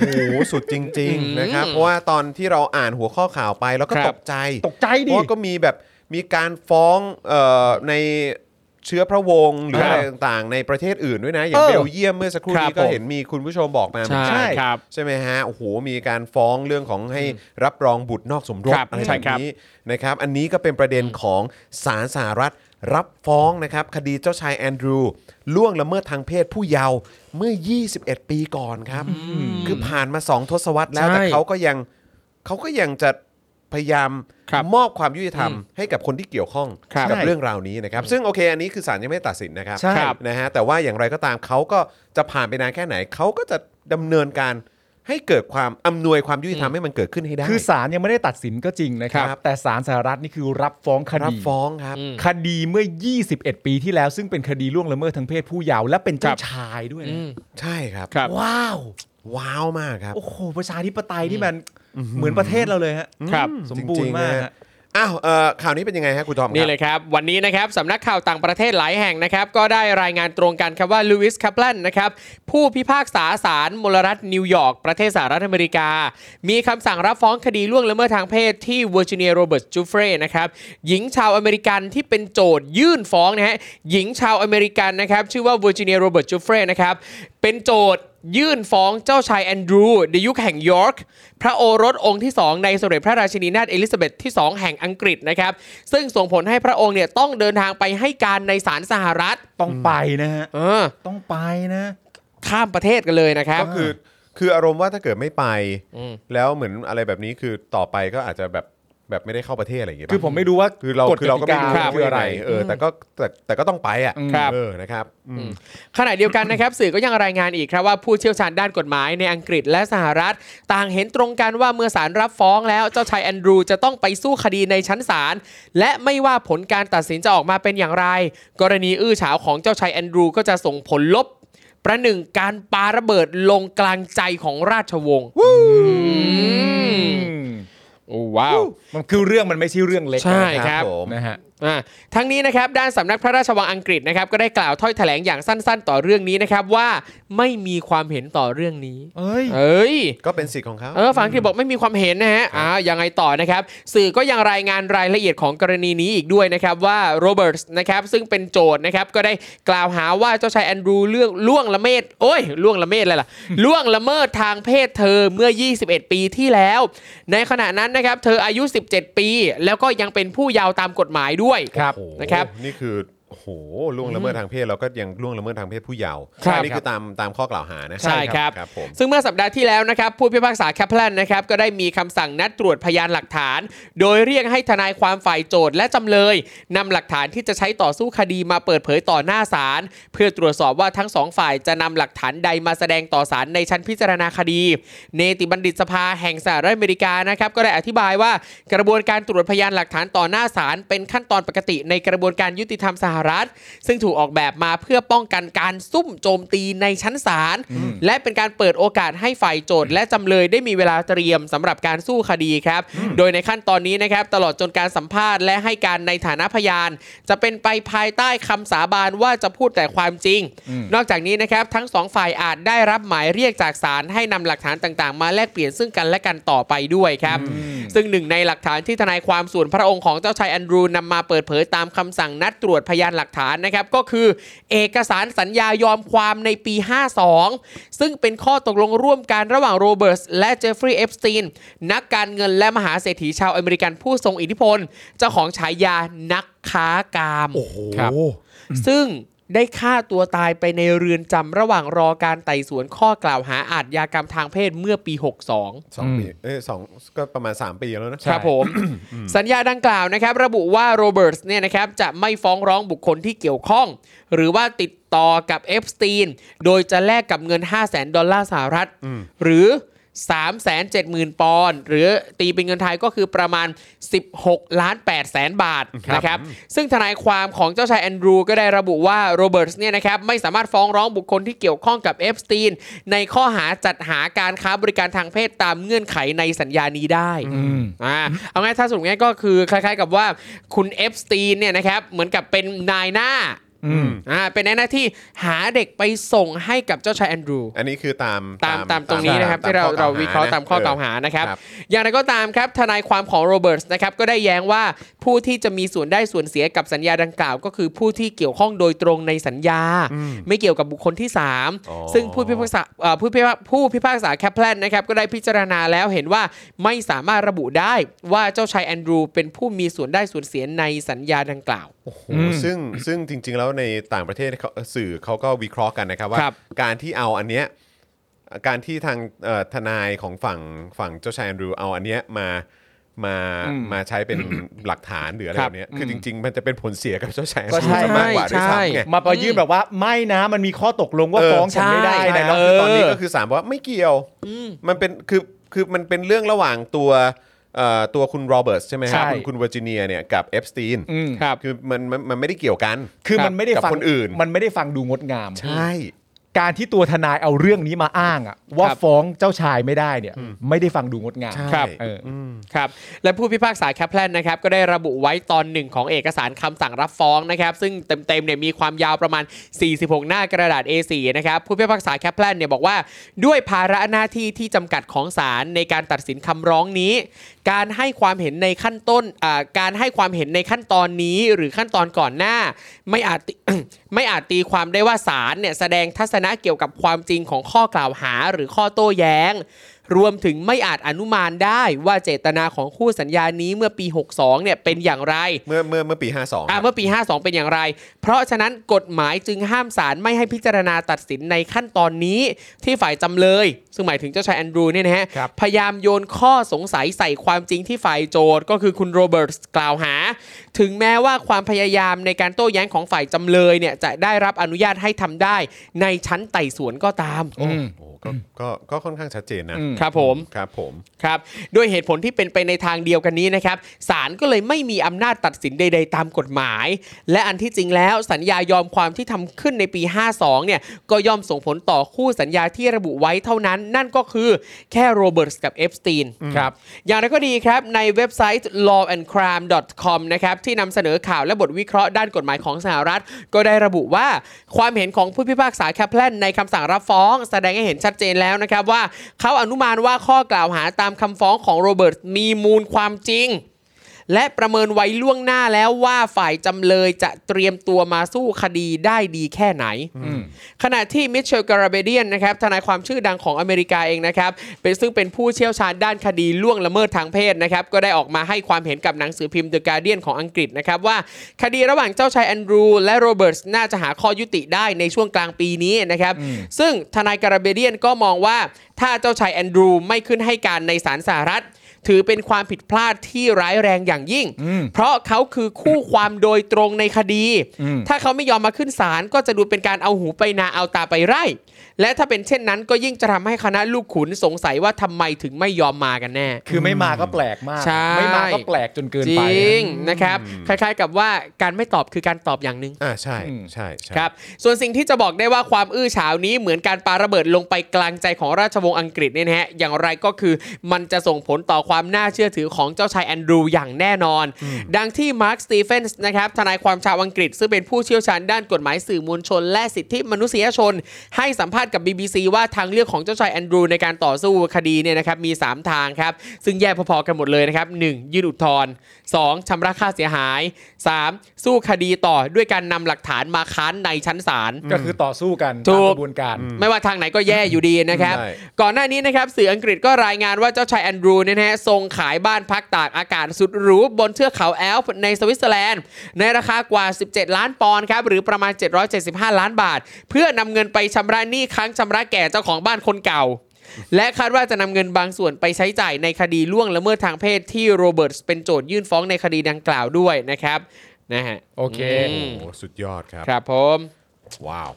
Speaker 1: สุดจริง
Speaker 5: อืม
Speaker 1: ๆนะครับ เพราะว่าตอนที่เราอ่านหัวข้อข่าวไปเราก็
Speaker 5: ครับ
Speaker 1: ตกใจ
Speaker 3: ตกใจ
Speaker 1: เพ
Speaker 3: ดิ
Speaker 1: ราะว่าก็มีแบบมีการฟ้องเอ่อในเชื้อพระวงศ์หรือ
Speaker 3: ครับ
Speaker 1: อะไรต่างๆ ในประเทศอื่นด้วยนะ อย่าง
Speaker 3: เออ
Speaker 1: เบลเยียมเมื่อสักครู่
Speaker 5: ครับ
Speaker 1: นี้ก็
Speaker 5: ผม
Speaker 1: เห็นมีคุณผู้ชมบอกมาเหมือนกัน
Speaker 5: ใช่ครับ
Speaker 1: ใช่ไหมฮะ โอ้โห มีการฟ้องเรื่องของให้รับรองบุตรนอกสมรส
Speaker 5: ครับ
Speaker 1: อะไร
Speaker 5: ใช่
Speaker 1: แบบ
Speaker 5: ครับ
Speaker 1: นี้นะครับ อันนี้ก็เป็นประเด็นของศาลสหรัฐรับฟ้องนะครับ คดีเจ้าชายแอนดรูว์ล่วงละเมิดทางเพศผู้เยาว์เมื่อ 21 ปีก่อนครับ คือผ่านมา 2 ทศวรรษแล้ว
Speaker 5: ใช่
Speaker 1: แต่เขาก็ยังเขาก็ยังจะพยายาม
Speaker 5: ครับ
Speaker 1: มอบความยุติธรรม
Speaker 5: อืม
Speaker 1: ให้กับคนที่เกี่ยวข้อง
Speaker 5: ครับ
Speaker 1: กับ
Speaker 3: ใช่
Speaker 1: เรื่องราวนี้นะครับ ซึ่งโอเค อันนี้คือศาลยังไม่ตัดสินนะครับ
Speaker 3: ใช่
Speaker 5: ครับ
Speaker 1: นะฮะ แต่ว่าอย่างไรก็ตามเขาก็จะผ่านไปนานแค่ไหนเขาก็จะดำเนินการ ให้เกิดความอำนวยความยุติธรรมให้มันเกิดขึ้นให้ได้
Speaker 3: คือศาลยังไม่ได้ตัดสินก็จริงนะครับ
Speaker 1: ครับ
Speaker 3: แต่ศาลสหรัฐนี่คือรับฟ้องค
Speaker 1: รั
Speaker 3: ดี
Speaker 1: บฟ้องครับ
Speaker 3: คดีเมื่อ 21 ปีที่แล้ว ซึ่งเป็นคดีล่วงละเมิดทางเพศผู้เยาว์และเป็นเจ้าชายด้วยนะ
Speaker 1: ใช่ครับ
Speaker 5: ครับ
Speaker 3: ว้าว
Speaker 1: ว้าวมากครับ
Speaker 3: โอ้โห ประชาธิปไตยนี่มันเหมือนประเทศเราเลยฮะ
Speaker 5: ครับ
Speaker 3: สมบูรณ์มาก
Speaker 1: จริงๆนะฮะ
Speaker 3: ฮะ
Speaker 1: อ้าวเอ่อข่าวนี้เป็นยังไงฮะคุณทอมครับ
Speaker 5: นี่เลยครับ วันนี้นะครับสำนักข่าวต่างประเทศหลายแห่งนะครับ ก็ได้รายงานตรงกันครับว่าลูอิสคา p ลันนะครับ ผู้พิพากษาศาลมลรัฐนิวยอร์ก ประเทศสหรัฐอเมริกา มีคำสั่งรับฟ้องคดีล่วงละเมิดทางเพศที่เวอร์จิเนียโรเบิร์ตจูเฟรนะครับ หญิงชาวอเมริกันที่เป็นโจทยื่นฟ้องนะฮะหญิงชาวอเมริกันนะครับ ชื่อว่าเวอร์จิเนียโรเบิร์ตจูเฟรนะครับเป็นโจทยื่นฟ้องเจ้าชายแอนดรูว์ในยุคแห่งยอร์ก พระโอรสองค์ที่ 2 ในสมเด็จพระราชินีนาถเอลิซาเบธที่ 2 แห่งอังกฤษนะครับ ซึ่งส่งผลให้พระองค์เนี่ยต้องเดินทางไปให้การในศาลสหรัฐ
Speaker 3: ต้องไปนะฮะ
Speaker 5: เออ
Speaker 3: ต้องไปนะ
Speaker 5: ข้ามประเทศกันเลยนะครับ
Speaker 1: ก็คือคืออารมณ์ว่าถ้าเกิดไม่ไป
Speaker 5: อืม
Speaker 1: แล้วเหมือนอะไรแบบนี้คือต่อไปก็อาจจะแบบแบบไม่ได้เข้าประเทศอะไรอย่างเงี้ย
Speaker 3: คือผมไม่รู้ว่า
Speaker 1: คือเรา
Speaker 3: กฎ
Speaker 1: คือเราก็ไม่รู้
Speaker 3: ติ
Speaker 1: ว่า
Speaker 3: คื
Speaker 1: คือ ออะ
Speaker 3: อะ
Speaker 1: ไร ไรเออแต่ก็แต่แต่ก็ต้องไปอ่ะ
Speaker 5: ครับ
Speaker 1: เออนะครับอืม
Speaker 5: ขณะเดียวกันนะครับ สื่อก็ยังรายงานอีกครับว่าผู้เชี่ยวชาญด้านกฎหมายในอังกฤษและสหรัฐ ต่างเห็นตรงกันว่าเมื่อศาลรับฟ้องแล้วเจ้าชายแอนดรูจะต้องไปสู้คดีในชั้นศาลและไม่ว่าผลการตัดสินจะออกมาเป็นอย่างไร กรณีอื้อฉาวของเจ้าชายแอนดรูก็จะส่งผลลบ ประหนึ่งการปาระเบิดลงกลางใจของราชวงศ์อืมโอ้ว้าว
Speaker 3: มันคือเรื่องมันไม่ใช่เรื่องเล็ก
Speaker 5: ใช่
Speaker 1: ค
Speaker 5: ค
Speaker 1: รั
Speaker 5: รั
Speaker 1: บบ ผม
Speaker 3: นะฮะ
Speaker 5: อ่าทั้งนี้นะครับด้านสำนักพระราชวังอังกฤษนะครับก็ได้กล่าวถ้อยแถลงอย่างสั้นๆ ต่อเรื่องนี้นะครับว่าไม่มีความเห็นต่อเรื่องนี้
Speaker 3: เอ้ย
Speaker 5: เอ้ย
Speaker 1: ก็เป็นสิทธิ์ของเขา
Speaker 5: เออฝั่งอังกฤษบอกไม่มีความเห็นนะฮะอ่ายังไงต่อนะครับ สื่อก็ยังรายงานรายละเอียดของกรณีนี้อีกด้วยนะครับ ว่าโรเบิร์ตส์นะครับซึ่งเป็นโจทย์นะครับก็ได้กล่าวหาว่าเจ้าชายแอนดรูเรื่องล่วงละเมิดโอ้ยล่วงละเมิดอะไร ล่ะ ล่วงละเมิดทางเพศเธอเมื่อ 21 ปีที่แล้ว ในขณะนั้นนะครับเธออายุ 17 ปี แล้วก็ยังเป็นผู้เยาว์ตามกฎหมายด้วย
Speaker 3: ครับ
Speaker 5: นะครับ
Speaker 1: โอ้โหนี่คือโ โหล่วงละเมิดทางเพศเราก็ยังล่วงละเมิดทางเพศผู้เยาว์
Speaker 5: ครับ
Speaker 1: อันนี่คือตามตามข้อกล่าวหานะ
Speaker 5: ใช่ครับ
Speaker 1: ครับผม
Speaker 5: ซึ่งเมื่อสัปดาห์ที่แล้วนะครับผู้พิพากษาแคปแลนนะครับก็ได้มีคำสั่งนัดตรวจพยานหลักฐาน โดยเรียกให้ทนายความฝ่ายโจทย์และจำเลยนำหลักฐานที่จะใช้ต่อสู้คดีมาเปิดเผยต่อหน้าศาลเพื่อตรวจสอบว่าทั้งสองฝ่ายจะนำหลักฐานใดมาแสดงต่อศาลในชั้นพิจารณาคดี เนติบัณฑิตสภาแห่งสหรัฐอเมริกานะครับก็ได้อธิบายว่ากระบวนการตรวจพยานหลักฐานต่อหน้าศาลเป็นขั้นตอนปกติในกระบวนการยุติธรรมสหรัฐ ซึ่งถูกออกแบบมาเพื่อป้องกันการซุ่มโจมตีในชั้นศาลและเป็นการเปิดโอกาสให้ฝ่ายโจทย์และจำเลยได้มีเวลาเตรียมสำหรับการสู้คดีครับ โดยในขั้นตอนนี้นะครับตลอดจนการสัมภาษณ์และให้การในฐานะพยาน จะเป็นไปภายใต้คำสาบานว่าจะพูดแต่ความจริง นอกจากนี้นะครับทั้งสองฝ่ายอาจได้รับหมายเรียกจากศาลให้นำหลักฐานต่างๆ มาแลกเปลี่ยนซึ่งกันและกันต่อไปด้วยครับ ซึ่งหนึ่งในหลักฐานที่ทนายความส่วนพระองค์ของเจ้าชายแอนดรูนำมาเปิดเผยตามคำสั่งนัดตรวจพยานหลักฐานนะครับ ก็คือเอกสารสัญญายอมความในปี 52 ซึ่งเป็นข้อตกลงร่วมกันระหว่างโรเบิร์ตส์และเจฟฟรีย์เอฟสตีนนักการเงินและมหาเศรษฐีชาวอเมริกันผู้ทรงอิทธิพล เจ้าของฉายานักค้ากาม
Speaker 3: ครับ
Speaker 5: ซึ่งได้ฆ่าตัวตายไปในเรือนจำระหว่างรอการไต่สวนข้อกล่าวหาอาทยากรรมทางเพศเมื่อปี 62
Speaker 1: สองปีเอ้ยสองก็ประมาณ 3 ปีแล้วนะ
Speaker 5: ครับผม สัญญาดังกล่าวนะครับ ระบุว่าโรเบิร์ตส์เนี่ยนะครับจะไม่ฟ้องร้องบุคคลที่เกี่ยวข้อง หรือว่าติดต่อกับเอฟสตีน โดยจะแลกกับเงิน 5 0 0แสนดอลลาร์สหรัฐ หรือ 3 7 0 0 0 0 ปอนด์หรือตีเป็นเงินไทยก็คือประมาณ 16 ล้าน8แสนบาทนะครับซึ่งทนายความของเจ้าชายแอนดรูก็ได้ระบุว่าโรเบิร์ตส์เนี่ยนะครับไม่สามารถฟ้องร้องบุคคลที่เกี่ยวข้องกับเอฟสตีน ในข้อหาจัดหาการค้าบริการทางเพศตามเงื่อนไขในสัญญานี้ได้ อ่าเอาง่ายถ้าสรุปง่ายก็คือคล้ายๆกับว่าคุณเอฟสตีนเนี่ยนะครับเหมือนกับเป็นนายหน้า
Speaker 3: อืม
Speaker 5: อ่าเป็นนายหน้าที่หาเด็กไปส่งให้กับเจ้าชายแอนดรู
Speaker 1: อันนี้คือตาม
Speaker 5: ตามตามตรงนี้นะครับที่เรา
Speaker 1: ตมข้
Speaker 5: เรา
Speaker 1: อ
Speaker 5: วิเคราะห์ตามข้อกล่าวหานะครับ
Speaker 1: ครับ
Speaker 5: อย่างไรก็ตามครับทนายความของโรเบิร์ตส์นะครับก็ได้แย้งว่าผู้ที่จะมีส่วนได้ส่วนเสียกับสัญญาดังกล่าว ก็คือผู้ที่เกี่ยวข้องโดยตรงในสัญญา ไม่เกี่ยวกับบุคคลที่
Speaker 1: อ๋อ
Speaker 5: 3 ซึ่งผู้พิพากษาเอ่อผู้พิพากผู้พิพากษาแคปแพลนนะครับก็ได้พิจารณาแล้วเห็นว่าไม่สามารถระบุได้ว่าเจ้าชายแอนดรูเป็นผู้มีส่วนได้ส่วนเสียในสัญญาดังกล่าว
Speaker 1: โอ้โหซึ่งซึ่งจริง ๆ แล้วในต่างประเทศเขาสื่อเขาก็วิเคราะห์กันนะครับว่า
Speaker 5: ครับ
Speaker 1: การที่เอาอันเนี้ยการที่ทางเอ่อทนายของฝั่งฝั่งเจ้าชายแอนดรูเอาอันเนี้ยมามามาใช้เป็น หลักฐานหรืออะไร
Speaker 5: ค
Speaker 1: แบ
Speaker 5: รับ
Speaker 1: เนี้ยคือจริง ๆ มันจะเป็นผลเสียกับเจ้าชายแอน
Speaker 3: ก็
Speaker 1: ดรู
Speaker 3: ใช่
Speaker 1: ซะมากกว่าด้วย
Speaker 5: ใช่
Speaker 1: ซ้ำไง
Speaker 3: มาประยื่นแบบว่าไม่นะมันมีข้อตกลงว่า
Speaker 1: เออ
Speaker 3: ฟ้องฉันไม่ได้
Speaker 5: ใช่
Speaker 3: นะ
Speaker 1: แล้วคือตอนนี้
Speaker 5: เออ
Speaker 1: ก็คือสามว่าไม่เกี่ยวมันเป็นคือคือมันเป็นเรื่องระหว่างตัวเอ่อตัวคุณโรเบิร์ตใช่ไหมครับ
Speaker 3: ใช่
Speaker 1: คุณคุณเวอร์จิเนียเนี่ยกับเอฟสตีน
Speaker 3: อืม
Speaker 5: ครับ
Speaker 1: คือมันมันมันไม่ได้เกี่ยวกัน
Speaker 3: คือมันไม่ได้
Speaker 1: กับ
Speaker 3: ฟัง
Speaker 1: คนอื่น
Speaker 3: มันไม่ได้ฟังดูงดงาม
Speaker 1: ใช่
Speaker 3: การที่ตัวทนายเอาเรื่องนี้มาอ้างอะว่า
Speaker 5: ครับ
Speaker 3: ฟ้องเจ้าชายไม่ได้เนี่ย ไม่ได้ฟังดูงดงาม
Speaker 1: ใช่
Speaker 3: เอออ
Speaker 5: ครับและผู้พิพากษาแคปแลนนะครับก็ได้ระบุไว้ตอนหนึ่งของเอกสารคำสั่งรับฟ้องนะครับซึ่งเต็มๆเนี่ยมีความยาวประมาณ 46 หน้ากระดาษ A4 นะครับผู้พิพากษาแคปแลนเนี่ยบอกว่า ด้วยภาระหน้าที่ที่จำกัดของศาลในการตัดสินคำร้องนี้ การให้ความเห็นในขั้นต้นอ่าการให้ความเห็นในขั้นตอนนี้หรือขั้นตอนก่อนหน้า ไม่อาจติ ไม่อาจตีความได้ว่าศาลเนี่ยแสดงทัศนะเกี่ยวกับความจริงของข้อกล่าวหาหรือข้อโต้แย้ง รวมถึงไม่อาจอนุมานได้ว่าเจตนาของคู่สัญญานี้เมื่อปี 62 เนี่ยเป็นอย่างไร
Speaker 1: เมื่อเมื่อเมื่อปี 52
Speaker 5: อ่าเมื่อปี 52 เป็นอย่างไร เพราะฉะนั้นกฎหมายจึงห้ามศาลไม่ให้พิจารณาตัดสินในขั้นตอนนี้ ที่ฝ่ายจำเลย ซึ่งหมายถึงเจ้าชายแอนดรูเนี่ยนะฮะ
Speaker 3: ครับ
Speaker 5: พยายามโยนข้อสงสัยใส่ความจริงที่ฝ่ายโจทย์ก็คือคุณโรเบิร์ตกล่าวหา ถึงแม้ว่าความพยายามในการโต้แย้งของฝ่ายจำเลยเนี่ยจะได้รับอนุญาตให้ทำได้ในชั้นไต่สวนก็ตาม
Speaker 3: อืม
Speaker 1: โอ้ก็ก็ก็ค่อนข้างชัดเจนนะ
Speaker 3: อืม
Speaker 5: ครับผม
Speaker 1: ครับผม
Speaker 5: ครับด้วยเหตุผลที่เป็นไปในทางเดียวกันนี้นะครับศาลก็เลยไม่มีอำนาจตัดสินใด ๆ ตามกฎหมาย และอันที่จริงแล้วสัญญายอมความที่ทำขึ้นในปี 52 เนี่ยก็ย่อมส่งผลต่อคู่สัญญาที่ระบุไว้เท่านั้น นั่นก็คือแค่โรเบิร์ตกับเอฟสตีน
Speaker 3: ครับ
Speaker 5: อย่างไรก็ดีครับ ในเว็บไซต์ lawandcrime.com นะครับที่นำเสนอข่าวและบทวิเคราะห์ด้านกฎหมายของสหรัฐ ก็ได้ระบุว่าความเห็นของผู้พิพากษาแคปแลนในคำสั่งรับฟ้อง แสดงให้เห็นชัดเจนแล้วนะครับว่า เขาอนุมานว่าข้อกล่าวหาตามคำฟ้องของโรเบิร์ตมีมูลความจริง และประเมินไว้ล่วงหน้าแล้วว่าฝ่ายจำเลยจะเตรียมตัวมาสู้คดีได้ดีแค่ไหน
Speaker 3: อืม
Speaker 5: ขณะที่มิเชลการาเบเดียนนะครับทนายความชื่อดังของอเมริกาเองนะครับเป็นซึ่งเป็นผู้เชี่ยวชาญด้านคดีล่วงละเมิดทางเพศนะครับก็ได้ออกมาให้ความเห็นกับหนังสือพิมพ์ The Guardian ของอังกฤษนะครับว่าคดีระหว่างเจ้าชายแอนดรูและโรเบิร์ตน่าจะหาข้อยุติได้ในช่วงกลางปีนี้นะครับ
Speaker 3: อืม
Speaker 5: ซึ่งทนายการาเบเดียนก็มองว่าถ้าเจ้าชายแอนดรูไม่ขึ้นให้การในศาลสหรัฐ ถือเป็นความผิดพลาดที่ร้ายแรงอย่างยิ่ง
Speaker 3: อืม
Speaker 5: เพราะเขาคือคู่ความโดยตรงในคดี
Speaker 3: อืม
Speaker 5: ถ้าเขาไม่ยอมมาขึ้นศาลก็จะดูเป็นการเอาหูไปนาเอาตาไปไร่ และถ้าเป็นเช่นนั้นก็ยิ่งจะทำให้คณะลูกขุนสงสัยว่าทำไมถึงไม่ยอมมากันแน่
Speaker 3: คือไม่มาก็แปลกมาก
Speaker 5: ใช่
Speaker 3: ไม่มาก็แปลกจนเกิน
Speaker 5: จร
Speaker 3: ไป
Speaker 5: ิงนะครับคล้ายๆกับว่าการไม่ตอบคือการตอบอย่างหนึ่ง
Speaker 1: อ่าใช่
Speaker 3: อืม
Speaker 1: ใช่ใช่
Speaker 5: ครับ ส่วนสิ่งที่จะบอกได้ว่าความอื้อฉาวนี้เหมือนการปาระเบิดลงไปกลางใจของราชวงศ์อังกฤษเนี่ยนะฮะ อย่างไรก็คือมันจะส่งผลต่อความน่าเชื่อถือของเจ้าชายแอนดรูอย่างแน่นอน ดังที่มาร์คสตีเฟนส์นะครับทนายความชาวอังกฤษ ซึ่งเป็นผู้เชี่ยวชาญด้านกฎหมายสื่อมวลชน และสิทธิมนุษยชน ให้สัมภาษณ์กับ BBC ว่าทางเลือกของเจ้าชายแอนดรูในการต่อสู้คดีเนี่ยนะครับมี 3 ทางครับ ซึ่งแยกพอๆกันหมดเลยนะครับ 1. ยื่นอุทธรณ์ 2. ชำระค่าเสียหาย 3. สู้คดีต่อด้วยการนำหลักฐานมาค้านในชั้นศาล
Speaker 3: ก็คือต่อสู้กัน
Speaker 5: ถู
Speaker 3: ตาม
Speaker 5: ก
Speaker 3: กระบวนการ
Speaker 5: ไม่ว่าทางไหนก็แย่อยู่ดีนะครับ
Speaker 1: ได้
Speaker 5: ก่อนหน้านี้นะครับสื่ออังกฤษก็รายงานว่าเจ้าชายแอนดรูเนี่ยนะฮะทรงขายบ้านพักตากอากาศสุดหรูบนเทือกเขาแอลป์ในสวิตเซอร์แลนด์ ในราคากว่า 17 ล้านปอนด์ครับ หรือประมาณ 775 ล้านบาท เพื่อนำเงินไปชำระหนี้ค้างชำระแก่เจ้าของบ้านคนเก่า และคาดว่าจะนำเงินบางส่วนไปใช้จ่ายในคดีล่วงละเมิดทางเพศที่โรเบิร์ตส์เป็นโจทยื่นฟ้องในคดีดังกล่าวด้วยนะครับนะฮะ
Speaker 3: โอเค
Speaker 5: ม
Speaker 1: โอ้โหสุดยอดครับ
Speaker 5: ครับผม
Speaker 1: ว้าว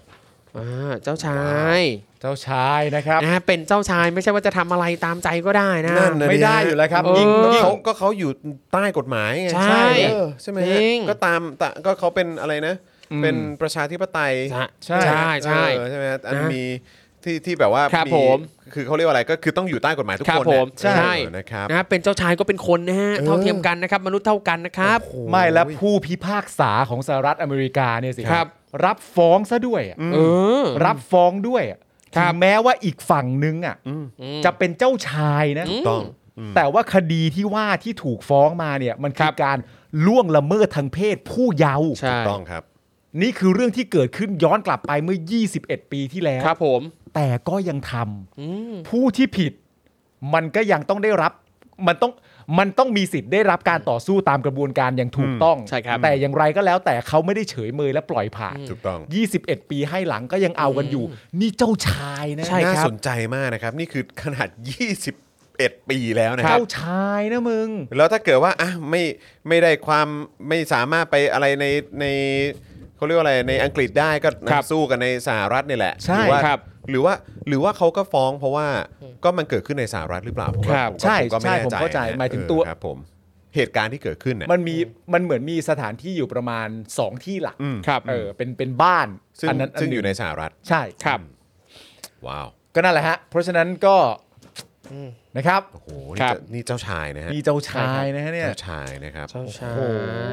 Speaker 5: อ่าเจ้าชาย
Speaker 3: เจ้าชายนะครับ
Speaker 5: นะฮะเป็นเจ้าชายไม่ใช่ว่าจะทำอะไรตามใจก็ได้นะ
Speaker 1: นั่นนะ
Speaker 3: ไม่ได้อยู่แล้วครับ
Speaker 5: เออ
Speaker 3: ยิ่ง
Speaker 1: ก็
Speaker 3: ยิ่ง
Speaker 1: เขาก็เขาอยู่ใต้กฎหมายไง
Speaker 5: ใช่
Speaker 1: เออใช่ไหมฮะ
Speaker 5: จริง
Speaker 1: ก็ตามตะก็เขาเป็นอะไรนะ
Speaker 3: อืม
Speaker 1: เป็นประชาธิปไตย
Speaker 3: ใช่
Speaker 5: ใช่ใช่
Speaker 1: เออใช่ไหมฮะอัน
Speaker 5: นะ
Speaker 1: มีที่ที่แบบว่า
Speaker 5: ครับผม
Speaker 1: คือเขาเรียกว่าอะไรก็คือต้องอยู่ใต้กฎหมายทุก
Speaker 5: ครับ
Speaker 1: คนเนี่ย
Speaker 5: ผมใช่
Speaker 1: เออนะครับ
Speaker 5: นะฮะเป็นเจ้าชายก็เป็นคนนะฮะ
Speaker 1: เออ
Speaker 5: เท่าเทียมกันนะครับ มนุษย์เท่ากันนะครับ
Speaker 3: ไม่แล้วผู้พิพากษาของสหรัฐอเมริกาเนี่ยสิ
Speaker 5: ครับ
Speaker 3: รับฟ้องซะด้วยอะ
Speaker 5: เออ
Speaker 3: รับฟ้องด้วยอะ
Speaker 5: ครับ
Speaker 3: ถึงแม้ว่าอีกฝั่งนึงอ่ะจะเป็นเจ้าชายนะ
Speaker 5: อืม
Speaker 1: ต้อง
Speaker 3: แต่ว่าคดีที่ว่าที่ถูกฟ้องมาเนี่ยมันคือการล่วงละเมิดทางเพศผู้เยาว์
Speaker 5: ใช่
Speaker 1: ถูกต้องครับ
Speaker 3: นี่คือเรื่องที่เกิดขึ้นย้อนกลับไปเมื่อ 21 ปีที่แล้ว
Speaker 5: ครับผม
Speaker 3: แต่ก็ยังทำ
Speaker 5: อืม
Speaker 3: ผู้ที่ผิด มันก็ยังต้องได้รับ มันต้องมันต้องมีสิทธิ์ได้รับการต่อสู้ตามกระบวนการอย่างถูกต้อง
Speaker 5: ใช่ครับ
Speaker 3: แต่อย่างไรก็แล้วแต่เขาไม่ได้เฉยเมยและปล่อยผ่าน
Speaker 1: ถูกต้อง
Speaker 3: 21 ปีให้หลังก็ยังเอากันอยู่ นี่เจ้าชายนะ
Speaker 5: ใช่ ครับ
Speaker 1: น่าสนใจมากนะครับ นี่คือขนาด 21 ปีแล้วนะค
Speaker 3: เจ้า
Speaker 1: รับ
Speaker 3: ชายนะมึง
Speaker 1: แล้วถ้าเกิดว่าอ่ะไม่ไม่ได้ความไม่สามารถไปอะไรในในเขาเรียกว่าอะไรในอังกฤษได้ก็นะครับ สู้กันในสหรัฐนี่แหละ
Speaker 3: ใช่
Speaker 1: หรือว่า
Speaker 5: ครับ
Speaker 1: หรือว่าหรือว่าเขาก็ฟ้องเพราะว่าก็มันเกิดขึ้นในสหรัฐหรือเปล่าผมก็
Speaker 5: ครับ
Speaker 1: ผมก็
Speaker 3: ใช่
Speaker 1: ผมก็ไม่
Speaker 3: ใช่
Speaker 1: แน่
Speaker 3: ผมเข้าใจ
Speaker 1: นะ
Speaker 3: หมายถึง
Speaker 1: เออ
Speaker 3: ตัว
Speaker 1: ครับผมเหตุการณ์ที่เกิดขึ้นเนี่ย
Speaker 3: มันมีมันเหมือนมีสถานที่อยู่ประมาณ 2 ที่หลัก
Speaker 1: อืม
Speaker 5: ครับ
Speaker 3: เออเป็นเป็นบ้าน
Speaker 1: ซึ่ง
Speaker 3: อันนั้น
Speaker 1: ซึ่ง
Speaker 3: ห
Speaker 1: อยู่ในสหรัฐ
Speaker 3: ใช่
Speaker 5: ครับ
Speaker 1: ว้าว
Speaker 3: ก็นั่นแหละฮะ เพราะฉะนั้นก็นะครับ
Speaker 1: โอ้โห
Speaker 5: ครั
Speaker 1: นี่
Speaker 5: บ
Speaker 1: เจ้านี่เจ้าชายนะฮะ
Speaker 3: มีเจ้าชายนะฮะเนี่ย
Speaker 1: เจ้าชายนะครับ
Speaker 5: เจ้าชา
Speaker 3: โอ้โห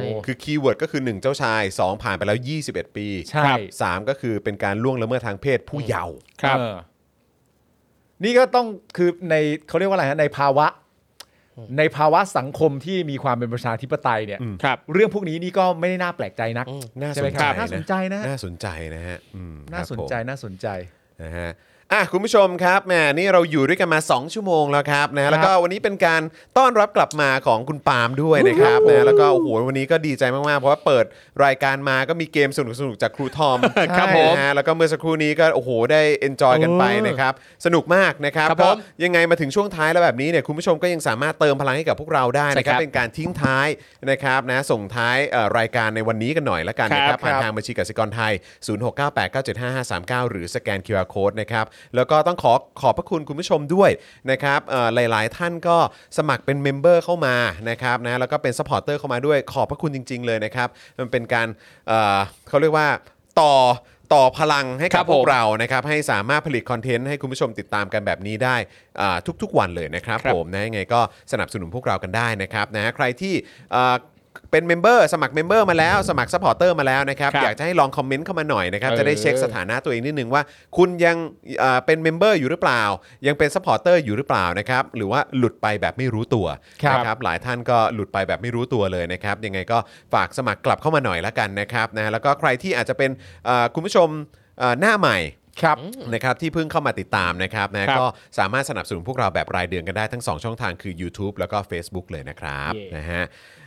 Speaker 5: ย
Speaker 1: คือคีย์เวิร์ดก็คือ 1 เจ้าชาย 2 ผ่านไปแล้ว 21 ปี
Speaker 3: ใช่ครับ
Speaker 1: สามก็คือเป็นการล่วงละเมิดทางเพศผู้เยาว์
Speaker 5: ครับ
Speaker 3: เออนี่ก็ต้องคือในเขาเรียกว่าอะไรฮะในภาวะ ในภาวะสังคมที่มีความเป็นประชาธิปไตยเนี่ย
Speaker 5: ครับ
Speaker 3: เรื่องพวกนี้นี่ก็ไม่ได้น่าแปลกใจนัก
Speaker 1: น่าส
Speaker 3: ช่ไหม
Speaker 1: น
Speaker 3: ค
Speaker 1: ใจ
Speaker 3: รั
Speaker 1: นะ
Speaker 3: บน่าสนใจนะฮะ
Speaker 1: น่าสนใจนะฮะอืม
Speaker 3: น่าสนใจ
Speaker 1: ครับ
Speaker 3: น่าสนใจ
Speaker 1: ผมนะฮะอ่ะคุณผู้ชมครับแหมนี่เราอยู่ด้วยกันมา 2 ชั่วโมงแล้วครับนะแล้วก็วันนี้เป็นการต้อนรับกลับมาของคุณปาล์มด้วยนะครับนะแล้วก็โอ้โหวันนี้ก็ดีใจมากๆ เพราะว่าเปิดรายการมาก็มีเกมสนุกๆจากครูทอม
Speaker 5: ครับผม
Speaker 1: นะฮะแล้วก็เมื่อสักครู่นี้ก็โอ้โหได้ enjoy กันไปนะครับ สนุกมากนะครับ
Speaker 5: ครับ
Speaker 1: ก็
Speaker 5: ผม
Speaker 1: ยังไงมาถึงช่วงท้ายแล้วแบบนี้เนี่ยคุณผู้ชมก็ยังสามารถเติมพลังให้กับพวกเราได้นะครับ
Speaker 5: ใช่ครับ
Speaker 1: เป็นการทิ้งท้ายนะครับนะส่งท้ายเอ่อรายการในวันนี้กันหน่อยละกันนะค
Speaker 5: ครั
Speaker 1: รับบ ผ่านทางบัญชีกสิกรไทย 0698975539 หรือสแกน QR Code นะครับแล้วก็ต้องขอขอบพระคุณคุณผู้ชมด้วยนะครับเอ่อหลาย ๆ ท่านก็สมัครเป็นเมมเบอร์เข้ามานะครับนะแล้วก็เป็นซัพพอร์เตอร์เข้ามาด้วยขอบพระคุณจริง ๆ เลยนะครับมันเป็นการเอ่อเขาเรียกว่าต่อต่อพลังให้
Speaker 5: ค
Speaker 1: กั
Speaker 5: รั
Speaker 1: บบ พว
Speaker 5: ผ
Speaker 1: ก
Speaker 5: ม
Speaker 1: เรา ของเรานะครับให้สามารถผลิตคอนเทนต์ให้คุณผู้ชมติดตามกันแบบนี้ได้อ่าทุกๆวันเลยนะครับ
Speaker 5: ครับ
Speaker 1: ผมนะยังไงก็สนับสนุนพวกเรากันได้นะครับนะใครที่อ่า เป็นเมมเบอร์สมัครเมมเบอร์มาแล้วสมัครซัพพอร์เตอร์มาแล้วนะครับ
Speaker 2: ครับ
Speaker 1: อยากจะให้ลองคอมเมนต์เข้ามาหน่อยนะครับ
Speaker 2: เออ
Speaker 1: จะได้เช็คสถานะตัวเองนิดนึงว่า คุณยังเอ่อเป็นเมมเบอร์อยู่หรือเปล่า ยังเป็นซัพพอร์เตอร์อยู่หรือเปล่านะครับ หรือว่าหลุดไปแบบไม่รู้ตัว
Speaker 3: ครับ
Speaker 1: นะหลายท่านก็หลุดไปแบบไม่รู้ตัวเลยนะครับ ยังไงก็ฝากสมัครกลับเข้ามาหน่อยละกันนะครับนะแล้วก็ใครที่อาจจะเป็นเอ่อคุณผู้ชมเอ่อหน้าใหม่
Speaker 3: ครับ
Speaker 1: นะครับที่เพิ่งเข้ามาติดตามนะครับนะครับ ก็สามารถสนับสนุนพวกเราแบบรายเดือนกันได้ทั้ง 2 ช่องทางคือ YouTube แล้วก็ Facebook เลยนะครับ
Speaker 2: เย่
Speaker 1: นะฮะ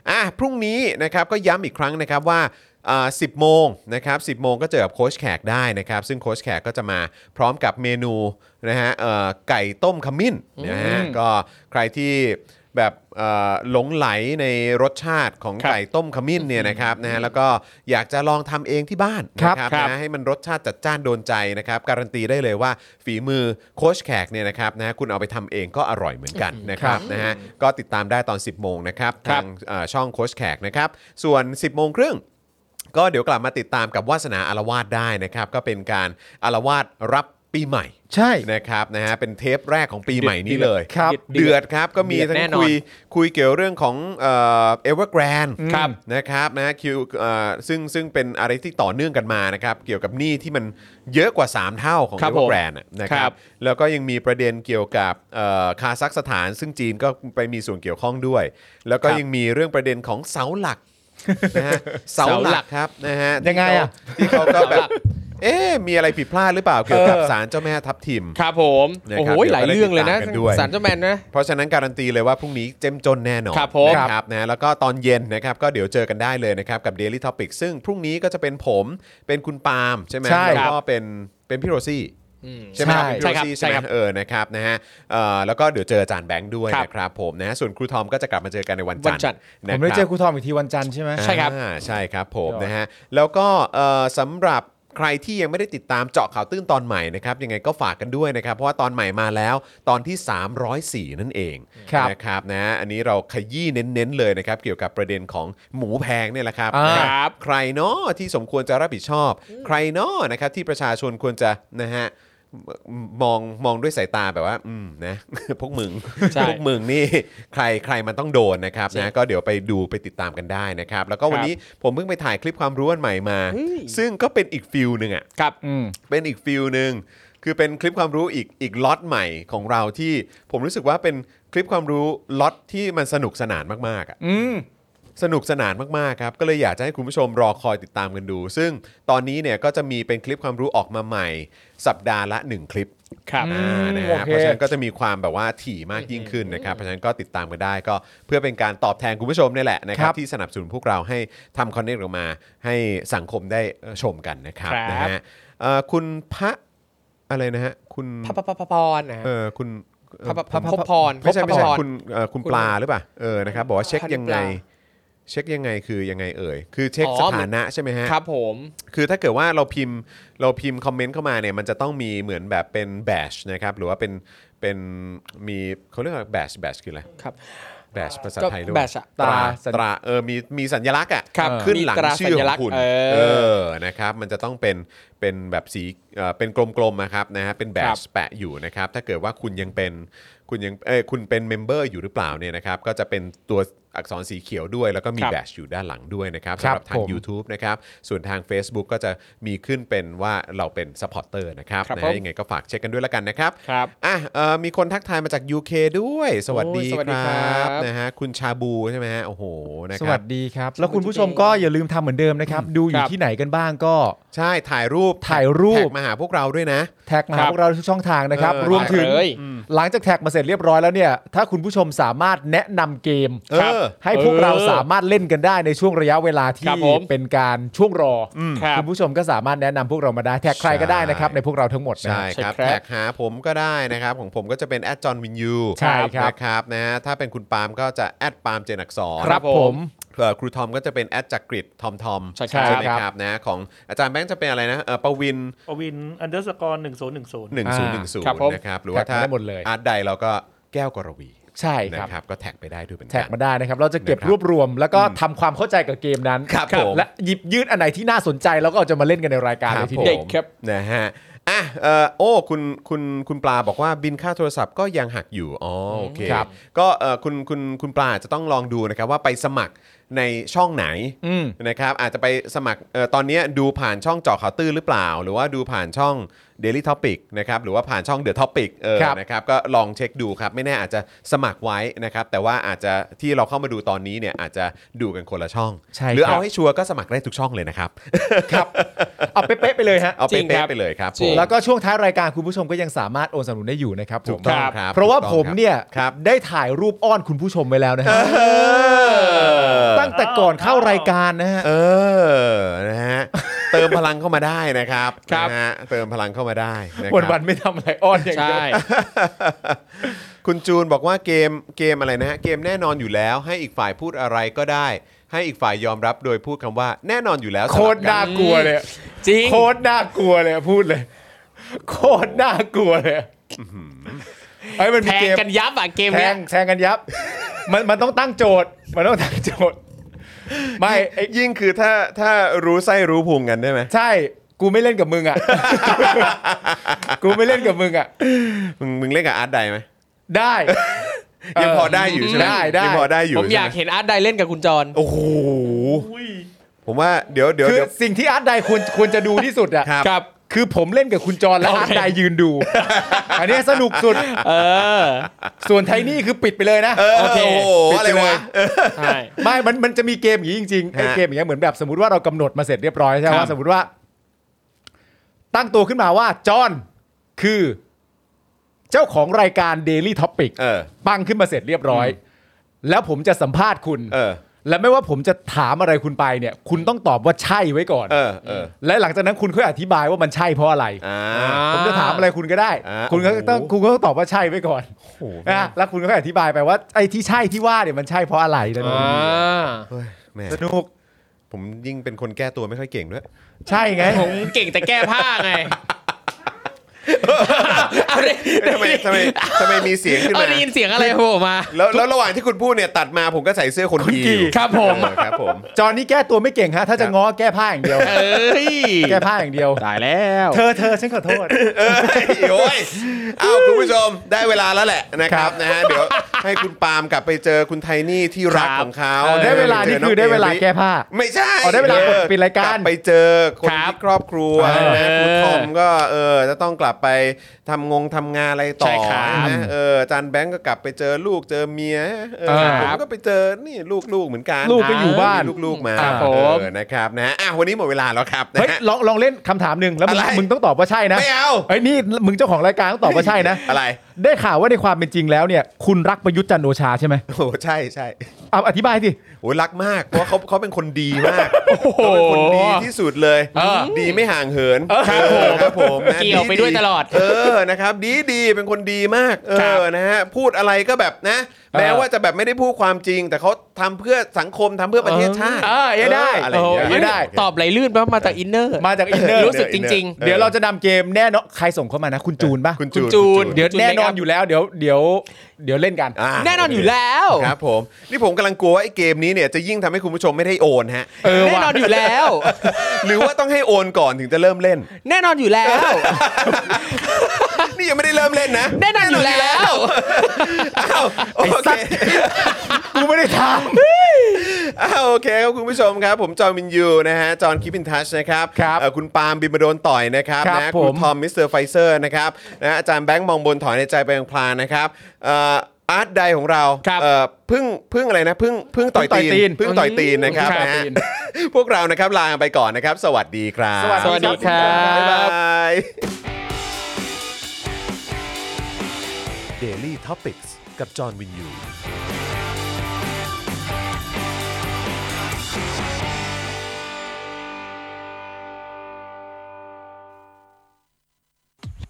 Speaker 1: อ่ะพรุ่งนี้นะครับก็ย้ำอีกครั้งนะครับว่าอ่า10 โมงนะครับ 10 โมงก็เจอกับโค้ชแขกได้นะครับ ซึ่งโค้ชแขกก็จะมาพร้อมกับเมนูนะฮะเอ่อไก่ต้มขมิ้นนะฮะก็ใครที่แบบเอ่อหลงไหลในรสชาติของ
Speaker 2: ครับ
Speaker 1: ไก่ต้มขมิ้นเนี่ยนะครับนะฮะแล้วก็อยากจะลองทำเองที่บ้าน
Speaker 2: ครับ
Speaker 1: นะครับ
Speaker 2: ครับ
Speaker 1: นะ ให้มันรสชาติจัดจ้านโดนใจนะครับการันตีได้เลยว่าฝีมือโค้ชแขกเนี่ยนะครับนะคุณเอาไปทำเองก็อร่อยเหมือนกันนะครับนะฮะก็ติดตามได้ตอน 10 โมงนะครับ
Speaker 2: ครั
Speaker 1: ทา
Speaker 2: บ
Speaker 1: งเอ่อช่องโค้ชแขกนะครับส่วน 10 โมงครึ่ง ก็เดี๋ยวกลับมาติดตามกับวาสนาอารวาสได้นะครับ ก็เป็นการอารวาสรับปีใหม่
Speaker 3: ใช่
Speaker 1: นะครับนะฮะเป็นเทปแรกของปีใหม่นี้เลย
Speaker 3: ครับ
Speaker 1: เดือดครับก็มี
Speaker 5: เดือด
Speaker 1: ทั้
Speaker 5: แน่
Speaker 1: ง
Speaker 5: นอน
Speaker 1: คุยคุยเกี่ยวเรื่องของเอ่อเวอร์แกรน
Speaker 3: ครับ
Speaker 1: นะครับนะคิวเอ่อซึ่งซึ่งเป็นอะไรที่ต่อเนื่องกันมานะครับเกี่ยวกับหนี้ที่มันเยอะกว่า 3 เท่าของ
Speaker 2: ครั
Speaker 1: เอบ เวอร์แกรนนะ
Speaker 2: ค
Speaker 1: ค
Speaker 2: รั
Speaker 1: รับบ แล้วก็ยังมีประเด็นเกี่ยวกับเอ่อคาซัคสถาน ซึ่งจีนก็ไปมีส่วนเกี่ยวข้องด้วย แล้วก็
Speaker 2: ครับ
Speaker 1: ยังมีเรื่องประเด็นของเสาหลักนะฮะเสา
Speaker 2: เสาหลัก
Speaker 1: หลักครับนะฮะ
Speaker 3: ยังไงอะ
Speaker 1: ที่เขาที่เขาก็แบบเอ๊ะมีอะไรผิดพลาดหรือเปล่าเกี่ยวกับศาลเจ้าแม่ทับทิม
Speaker 5: ครับผม
Speaker 1: นะครับ
Speaker 5: โอ้โหหลายเรื่องเลยนะ
Speaker 1: เดี๋ยวก็ได้ติดตามกันด้วย
Speaker 5: สารเจ้าแมนนะ
Speaker 1: เพราะฉะนั้นการันตีเลยว่าพรุ่งนี้เจ้มจนแน่นอน
Speaker 5: ครับผม
Speaker 1: นะครับนะแล้วก็ตอนเย็นนะครับก็เดี๋ยวเจอกันได้เลยนะครับกับ Daily Topic ซึ่งพรุ่งนี้ก็จะเป็นผมเป็นคุณปาล์มใช่ไหม
Speaker 3: ใช่
Speaker 1: แล้วก็เป็นเป็นพี่โรซี่ใช่ไหมครับเป็น
Speaker 5: ใช่
Speaker 1: พี่โร
Speaker 5: ครับ
Speaker 1: ซี่
Speaker 5: ใช่
Speaker 1: ใช่ไหม
Speaker 5: ครับ
Speaker 1: เออนะครับนะฮะเอ่อแล้วก็เดี๋ยวเจออาจารย์แบงค์ด้วย
Speaker 5: ครับ
Speaker 1: นะครับผมนะส่วนครูทอมก็จะกลับมาเจอกันในวันจันท
Speaker 5: วันจันทร์
Speaker 1: ร์นะค
Speaker 3: ผม
Speaker 1: รับ
Speaker 3: ได้เจอครูทอมอีกทีวันจันทร์ใช่ไหม
Speaker 5: ใช่ครับ
Speaker 1: อ่าใช่ครับผม
Speaker 3: ยอด
Speaker 1: นะฮะแล้วก็เอ่อสำหรับใครที่ยังไม่ได้ติดตามเจาะข่าวตื้นตอนใหม่นะครับยังไงก็ฝากกันด้วยนะครับ เพราะว่าตอนใหม่มาแล้วตอนที่ 304 นั่นเอง
Speaker 3: ครับ
Speaker 1: นะครับนะอันนี้เราขยี้เน้นๆเลยนะครับ เกี่ยวกับประเด็นของหมูแพงเนี่ยแหละครับ
Speaker 3: อ่า
Speaker 1: นะครับ ใครเนาะที่สมควรจะรับผิดชอบ ใครเนาะนะครับที่ประชาชนควรจะนะฮะมองมองด้วยสายตาแบบว่า อืมนะ พวกมึง
Speaker 5: ใช่
Speaker 1: พวกมึงนี่ ใครใครมันต้องโดนนะครับนะก็เดี๋ยวไปดูไปติดตามกันได้นะครับ แล้วก็วันนี้ผมเพิ่งไปถ่ายคลิปความรู้อันใหม่มา ซึ่งก็เป็นอีกฟิลหนึ่งอ่ะ
Speaker 5: ครับ
Speaker 3: อืม
Speaker 1: เป็นอีกฟิลหนึ่งคือเป็นคลิปความรู้อีกอีกล็อตใหม่ของเราที่ผมรู้สึกว่าเป็นคลิปความรู้ล็อตที่มันสนุกสนานมากๆอ่ะ
Speaker 3: อืม
Speaker 1: สนุกสนานมากๆครับ ก็เลยอยากจะให้คุณผู้ชมรอคอยติดตามกันดู ซึ่งตอนนี้เนี่ยก็จะมีเป็นคลิปความรู้ออกมาใหม่ สัปดาห์ละ 1 คลิป
Speaker 2: ครับ
Speaker 1: อ่านะ
Speaker 3: โอ
Speaker 1: ฮะ
Speaker 3: เค
Speaker 1: เพราะฉะนั้นก็จะมีความแบบว่าถี่มากยิ่งขึ้นนะครับ เพราะฉะนั้นก็ติดตามกันได้ก็เพื่อเป็นการตอบแทนคุณผู้ชมเนี่ยแหละนะครับ ที่สนับสนุนพวกเราให้ทำคอนเนคออกมา ให้สังคมได้ชมกันนะครับ
Speaker 2: ครับ
Speaker 1: นะฮะเอ่อคุณพระอะไรนะฮะคุณ
Speaker 5: พระพระพระพระพรนะ
Speaker 1: เออคุณเอ่อ
Speaker 5: พระพระพระพระพร
Speaker 1: ไม่ใช่ไม่ใช่
Speaker 5: พระพระพร
Speaker 1: คุณเอ่อคุณ
Speaker 5: คุณ
Speaker 1: ปลาหรือเปล่าเออนะครับบอกว่าเช็ค
Speaker 5: พันธุ์
Speaker 1: ยังไง
Speaker 5: ปลา
Speaker 1: เช็คยังไงคือยังไงเอ่ยคือเช็ค
Speaker 5: อ๋อ
Speaker 1: สถานะใช่ไหมฮะ
Speaker 5: ครับผม
Speaker 1: คือถ้าเกิดว่าเราพิมพ์เราพิมพ์คอมเมนต์เข้ามาเนี่ยมันจะต้องมีเหมือนแบบเป็นแบชนะครับหรือว่าเป็นเป็นมีเขาเรียกว่าแบชแบชคืออะไร
Speaker 5: ครับ
Speaker 1: แบชภาษา
Speaker 5: ก็
Speaker 1: ไทยหรือ
Speaker 5: badge อะ
Speaker 1: ตรา
Speaker 3: สัญ
Speaker 1: ตราเออมีมีสัญลักษณ์อ่ะ
Speaker 5: ครับ
Speaker 1: ขึ้น
Speaker 5: มี
Speaker 1: หลัง
Speaker 5: ตรา
Speaker 1: ชื่อข
Speaker 5: สัญ
Speaker 1: อ
Speaker 5: ลัก
Speaker 1: ง
Speaker 5: ษณ์
Speaker 1: คุณ
Speaker 5: เอ
Speaker 1: อ
Speaker 5: อ
Speaker 1: นะครับมันจะต้องเป็นเป็นแบบสีเอ่อเป็นกลมๆนะครับนะฮะเป็นแบชแปะอยู่นะครับถ้าเกิดว่าคุณยังเป็น คุณยังเอ้ยคุณเป็นเมมเบอร์อยู่หรือเปล่าเนี่ยนะครับก็จะเป็นตัวอักษรสีเขียวด้วย แล้วก็มี
Speaker 5: ครับ
Speaker 1: แบชอยู่ด้านหลังด้วยนะครับ
Speaker 3: ค
Speaker 1: สำ
Speaker 3: รับ
Speaker 1: หรับทาง
Speaker 3: ผม
Speaker 1: YouTube นะครับส่วนทาง Facebook ก็จะมีขึ้นเป็นว่าเราเป็นซัพพอร์เตอร์นะครับ
Speaker 5: ครับ
Speaker 1: นะ
Speaker 5: ผ
Speaker 1: ฮะ
Speaker 5: ม
Speaker 1: ยังไงก็ฝากเช็คกันด้วยละกันนะครับ
Speaker 5: ครับ
Speaker 1: อ่ะเอ่อมีคนทักทายมาจาก UK ด้วย สวัสดี
Speaker 5: โอ้ยสวัส
Speaker 1: ค
Speaker 5: ดีครั
Speaker 1: รับบ นะฮะคุณชาบูใช่ไหมฮะโอ้โหนะ
Speaker 3: ส
Speaker 1: ครั
Speaker 3: วั
Speaker 1: บ
Speaker 3: สดีครับ แล้วคุณผู้ชมก็อย่าลืมทำเหมือนเดิมนะครับ ดูอยู่ที่ไหนกันบ้างก็
Speaker 1: ใช่ถ่ายรูป
Speaker 3: ถ่ายรูป
Speaker 1: แท็กมาหาพวกเราด้วยนะ
Speaker 3: แท็กมา
Speaker 5: ครั
Speaker 3: หา
Speaker 5: บ
Speaker 3: พวกเราทุกช่องทางนะครับ
Speaker 1: เออ
Speaker 3: รวมถึง
Speaker 5: ได้เลย
Speaker 3: หลังจากแท็กมาเสร็จเรียบร้อยแล้วเนี่ย ถ้าคุณผู้ชมสามารถแนะนำเกม
Speaker 1: เออ
Speaker 3: ให้พวกเราสามารถเล่นกันได้ในช่วงระยะเวลา
Speaker 5: ครั
Speaker 3: ที่
Speaker 5: บผม
Speaker 3: เป็นการช่วงรออ
Speaker 5: ครับ
Speaker 3: คุณผู้ชมก็สามารถแนะนำพวกเรามาได้แท็กใครก็ได้นะครับ
Speaker 1: ใช่
Speaker 3: ในพวกเราทั้งหมดนะ
Speaker 1: ใช่ครับ
Speaker 5: ใช่ครับ
Speaker 1: แท็กหาผมก็ได้นะครับ ของผมก็จะเป็นแอดจอห์นวินยู
Speaker 3: ใช่ครับ
Speaker 1: นะครับนะฮะถ้าเป็นคุณปาล์มก็จะแอดปาล์มเจนอักสอน
Speaker 3: ครับ
Speaker 5: ผ
Speaker 3: ผม ม
Speaker 1: เผื่อครูทอมก็จะเป็นแอดจักริดทอมทอม
Speaker 5: ใช่ครับ
Speaker 1: ไหมครับนะของอาจารย์แบงค์จะเป็นอะไรนะเออปวิน
Speaker 6: อวินอันเดอร์สกอร์หนึ่งศูนย์หนึ่งศูนย์
Speaker 1: 1010
Speaker 5: ครับผม
Speaker 1: นะครับ หรือว่าถ้า
Speaker 3: แท็กได้หมดเลย
Speaker 1: อาร์ตใดเราก็แก้วกรวี
Speaker 3: ใช่
Speaker 1: นะครับ ครับ ก็แท็กไปได้ด้วยเหมือน
Speaker 3: แท็
Speaker 1: กั
Speaker 3: ก
Speaker 1: น
Speaker 3: มาได้นะครับ เราจะเก็บ
Speaker 1: นะครับ
Speaker 3: รวบรวม แล้วก็ทำความเข้าใจกับเกมนั้น
Speaker 1: ครับผม
Speaker 3: และหยิบยื่นอันไหนที่น่าสนใจแล้วก็เอาจะมาเล่นกันในรายการ
Speaker 1: ค
Speaker 3: เล
Speaker 1: รับ
Speaker 3: ยที
Speaker 1: ผม
Speaker 3: เดียว
Speaker 5: ครับ
Speaker 1: นะฮะอ่ะ อ่ะเอ่อโอ้คุณคุณคุณปลาบอกว่าบินค่าโทรศัพท์ก็ยังหักอยู่อ๋อโอเค
Speaker 3: ครับ
Speaker 1: ก็เอ่อคุณคุณคุณปลาอาจจะต้องลองดูนะครับว่าไปสมัครในช่องไหน
Speaker 3: อืม
Speaker 1: นะครับอาจจะไปสมัครเอ่อตอนนี้ดูผ่านช่องเจาะข่าวตื้นหรือเปล่า หรือว่าดูผ่านช่อง Daily Topic นะครับหรือว่าผ่านช่อง The Topic เออ
Speaker 3: ครับ
Speaker 1: นะครับก็ลองเช็คดูครับไม่แน่อาจจะสมัครไว้นะครับแต่ว่าอาจจะที่เราเข้ามาดูตอนนี้เนี่ยอาจจะดูกันคนละช่อง
Speaker 3: ใช่
Speaker 1: หรือ
Speaker 3: ค
Speaker 1: เอา
Speaker 3: บ
Speaker 1: ให้ชัวร์ก็สมัครได้ทุกช่องเลยนะครับ
Speaker 3: เอาเป๊ะๆไปเลยฮะ
Speaker 1: เอา
Speaker 5: จริ
Speaker 1: เป๊
Speaker 5: งครั
Speaker 1: ะ
Speaker 5: บ
Speaker 1: ๆไปเลยครับ
Speaker 5: จริง
Speaker 1: ผม
Speaker 3: แล้วก็ช่วงท้ายรายการคุณผู้ชมก็ยังสามารถโอนสนับสนุนได้อยู่นะครับผม
Speaker 1: ถูกต้องครับครับ
Speaker 3: เพราะว่า
Speaker 1: ถูกต้อง
Speaker 3: ผมเนี่ย
Speaker 1: ครับ
Speaker 3: ได้ถ่ายรูปอ้อนคุณผู้ชมไว้แล้วนะฮะ
Speaker 1: เออ
Speaker 3: ตั้งแต่ก่อนเข้ารายการนะฮะ
Speaker 1: เออนะฮะเติมพลังเข้ามาได้นะครับ
Speaker 5: ครับ
Speaker 1: นะฮะเติมพลังเข้ามาได้นะค
Speaker 3: วัน
Speaker 1: รับ
Speaker 3: วันๆไม่ทำอะไรอ้อนอย่างเดียว
Speaker 5: ใช่
Speaker 1: คุณจูนบอกว่าเกมเกมอะไรนะฮะเกมแน่นอนอยู่แล้ว ให้อีกฝ่ายพูดอะไรก็ได้ ให้อีกฝ่ายยอมรับโดยพูดคำว่าแน่นอนอยู่แล้ว
Speaker 3: โคตรน่ากลัวเลย
Speaker 5: จริง
Speaker 3: โคตรน่ากลัวเลยพูดเลย โคตรน่ากลัวเลยไอ้ยมันมี
Speaker 5: แท
Speaker 3: เก
Speaker 5: ง
Speaker 3: ม
Speaker 5: กันยับอ่ะเกม
Speaker 3: แท
Speaker 5: เนี้ย
Speaker 3: งแทงกันยับ มันมันต้องตั้งโจทย์ มันต้องตั้งโจทย์ ไม่ไอ้
Speaker 1: ยิ่งคือถ้าถ้ารู้ไส้รู้พุงกันได้ไหม
Speaker 3: ใช่ กูไม่เล่นกับมึงอ่ะ กูไม่เล่นกับมึงอ่ะ
Speaker 1: มึงมึงเล่นกับอาร์ตไดไหม
Speaker 3: ได้
Speaker 1: ยังพอได้อยู่ใช่ไหม
Speaker 3: ได้ได้
Speaker 1: ยังพอได้อยู่
Speaker 5: ผมอยาก
Speaker 1: ใช่ไห
Speaker 5: เห็นอาร์ตไดเล่นกับคุณจร
Speaker 1: โอ้โหผมว่าเดี๋ยวเดี๋ยว
Speaker 3: คือ
Speaker 1: เดี๋ยว
Speaker 3: สิ่งที่อาร์ตไดควรควรจะดูที่สุดอ่ะ
Speaker 1: ครับ
Speaker 5: ครับ
Speaker 3: คือผมเล่นกับคุณจรและ
Speaker 5: โอเค
Speaker 3: อาร์ตไดยืนดู อันเนี้ยสนุก สุด
Speaker 5: เออ
Speaker 3: ส่วนไทนี่คือปิดไปเลยนะ
Speaker 1: เออ
Speaker 5: โอ
Speaker 1: โอ้
Speaker 5: เค
Speaker 1: โห
Speaker 3: ปิด
Speaker 1: อะ
Speaker 3: ไป
Speaker 1: ไร
Speaker 3: เล
Speaker 1: วะ
Speaker 3: ย
Speaker 5: ใช่
Speaker 3: ไม่ มัน มันจะมีเกมอย่างนี้จริงๆไอ้
Speaker 1: ฮะ
Speaker 3: เกมอย่างเงี้ยเหมือนแบบสมมติว่าเรากำหนดมาเสร็จเรียบร้อยใช่ไหม
Speaker 1: ครับ
Speaker 3: ว่าสมมติว่า ตั้งตัวขึ้นมาว่า จอห์นคือ เจ้าของรายการ Daily Topic
Speaker 1: เออ
Speaker 3: ปั้งขึ้นมาเสร็จเรียบร้อย แล้วผมจะสัมภาษณ์คุณ
Speaker 1: เออ
Speaker 3: และไม่ว่าผมจะถามอะไรคุณไปเนี่ย คุณต้องตอบว่าใช่ไว้ก่อน
Speaker 1: เออเออ
Speaker 3: และหลังจากนั้นคุณค่อยอธิบายว่ามันใช่เพราะอะไร
Speaker 1: อ่า
Speaker 3: ผมจะถามอะไรคุณก็ได้
Speaker 1: อ่า
Speaker 3: คุณก็ต้อง
Speaker 1: โอ้โห
Speaker 3: คุณก็ต้องตอบว่าใช่ไว้ก่อนนะแล้วคุณก็ค่อยอธิบายไปว่าไอ้ที่ใช่ที่ว่าเนี่ยมันใช่เพราะอะไรนะ
Speaker 5: อ่า
Speaker 1: เฮ้ยแหม
Speaker 3: สนุก
Speaker 1: ผมยิ่งเป็นคนแก้ตัวไม่ค่อยเก่งด้วย
Speaker 3: ใช่ไง
Speaker 5: ผมเก่งแต่แก้ผ้าไง เอาดิ
Speaker 1: เอ๊ะทำไมทำไมทำไมมีเสียงขึ้น
Speaker 5: เอา
Speaker 1: มา
Speaker 5: ได้ยินเสียงอะไรโผล่มา
Speaker 1: แล้วแล้วระหว่างที่คุณพูดเนี่ยตัดมาผมก็ใส่เสื้อคนดีอยู่
Speaker 5: ครับผม
Speaker 1: เออครับผม
Speaker 3: จอห์นนี่แก้ตัวไม่เก่งฮะ ถ้าจะง้อแก้ผ้าอย่างเดียว
Speaker 5: เอ้ย
Speaker 3: แก้ผ้าอย่างเดียว
Speaker 5: ตายแล้ว
Speaker 3: เธอเธอฉันขอโทษ
Speaker 1: เอ้ยโอ้ยเอาคุณผู้ชมได้เวลาแล้วแหละนะครับนะฮะเดี๋ยวให้คุณปาล์มกลับไปเจอคุณไทนี่ที่รัก
Speaker 5: ครับ
Speaker 1: ของเขา
Speaker 3: ได้เวลานี่คือได้เวลาแก้ผ้า
Speaker 1: ไม่ใช่
Speaker 3: อ๋อได้เวลา
Speaker 1: ออ
Speaker 3: ปิดรายการ
Speaker 1: ลับไปเจอคน
Speaker 5: ครับ
Speaker 1: ที่ครอบครัว
Speaker 3: เออ
Speaker 1: นะคุณทอมก็เออจะต้องกลับไปทำงงทำงานอะไรต่อ
Speaker 5: ใช่ครับ
Speaker 1: นะเอออาจานแบงก์ก็กลับไปเจอลูกเจอเมียเออ
Speaker 5: ค
Speaker 1: ผ
Speaker 5: รั
Speaker 1: ม
Speaker 5: บ
Speaker 1: ก็ไปเจอนี่ลูกๆเหมือนกัน
Speaker 3: ลูกก็อยู่บ้าน
Speaker 1: มีลูกๆมา
Speaker 5: ครับ
Speaker 1: เออ
Speaker 5: ผม
Speaker 1: นะครับนะฮะอ่ะวันนี้หมดเวลาแล้วครับนะ
Speaker 3: เฮ้ย
Speaker 1: ฮะ
Speaker 3: ลองลองเล่นคำถามหนึ่งแล้วมึง
Speaker 1: อะไร
Speaker 3: มึงต้องตอบว่าใช่นะ
Speaker 1: ไม่เอา
Speaker 3: เอ้ยนี่มึงเจ้าของรายการต้องตอบว่าใช่นะ
Speaker 1: อะไร
Speaker 3: ได้ข่าวว่าในความเป็นจริงแล้วเนี่ย คุณรักประยุทธ์จันทร์โอชาใช่ไหม
Speaker 1: โอ้โหใช่ใช่
Speaker 3: เอาอธิบายสิ
Speaker 1: โอ้ยรักมาก เพราะว่าเขาเขาเป็นคนดีมากเขาเป็นคนดีที่สุดเลยดีไม่ห่างเหิน
Speaker 5: ครับผ
Speaker 1: เอ
Speaker 5: ม
Speaker 1: อครับผมนะ
Speaker 5: เกี่ยวไปด้วยตลอด
Speaker 1: เออนะครับ ดีดีเป็นคนดีมากเอ
Speaker 5: ครับ
Speaker 1: อนะฮะพูดอะไรก็แบบนะ แม้ว่าจะแบบไม่ได้พูดความจริง แต่เขาทำเพื่อสังคมทำเพื่อประเทศชาติ
Speaker 3: เออเอ้ยได้
Speaker 1: อะไรอย่างเงี้ย
Speaker 5: โอ้โห
Speaker 1: ได้
Speaker 5: ตอบไหลลื่นเพราะมาจากอินเนอร์
Speaker 3: มาจากอินเนอร์
Speaker 5: รู้สึกจริง
Speaker 1: เออ
Speaker 3: เดี๋ยวเราจะนำเกมแน่นอนใครส่งเข้ามานะ คุณจูนปะ
Speaker 1: คุณจูน
Speaker 5: คุณจูน
Speaker 3: เดี๋ยวแน่นอน
Speaker 5: จูน
Speaker 3: อยู่แล้วเดี๋ยวเดี๋ยวเดี๋ยวเล่นกัน
Speaker 1: า
Speaker 5: ๆ แน่นอนอยู่แล้ว
Speaker 1: ครับผมนี่ผมกำลังกลัวว่าไอ้เกมนี้เนี่ยจะยิ่งทำให้คุณผู้ชมไม่ได้โอนฮะ
Speaker 3: เออ
Speaker 5: แน่
Speaker 3: ว่ะ
Speaker 5: นอนอยู่แล้ว
Speaker 1: หรือว่าต้องให้โอนก่อนถึงจะเริ่มเล่น
Speaker 5: แน่นอนอยู่แล้ว
Speaker 1: นี่ยังไม่ได้เริ่มเล่นนะ
Speaker 5: แน่นอนอยู่แล้ว
Speaker 1: อ้าวโอเค
Speaker 3: กูไม่ได้ถาม
Speaker 1: อ้าวโอเคครับคุณผู้ชมครับ ผมจอห์นวินยูนะฮะ จอห์นคิปินทัชนะครับ
Speaker 3: ครับ
Speaker 1: เอ่อคุณปาล์มบิมโดนต่อยนะครับ
Speaker 3: ครับ
Speaker 1: นะ
Speaker 3: ผม
Speaker 1: ณทอมมิสเตอร์ไฟเซอร์นะครับนะอาจารย์แบงค์มองบนถอยในใจไปพลางๆนะครับเอ่ออาร์ตใดของเรา
Speaker 5: ครับ
Speaker 1: เอ่อเพึ่งเพึ่งอะไรนะเพึ่งเพึ่งต่อยตีนเพึ่งต่อยตีนนะครับ
Speaker 5: ครับ
Speaker 1: นะฮะ พวกเรานะครับลากันไปก่อนนะครับ สวัสดีครับ
Speaker 5: สวัสดีครั
Speaker 1: บ๊ายบา
Speaker 5: บ
Speaker 1: ย Daily Topics กับจอห์นวินยู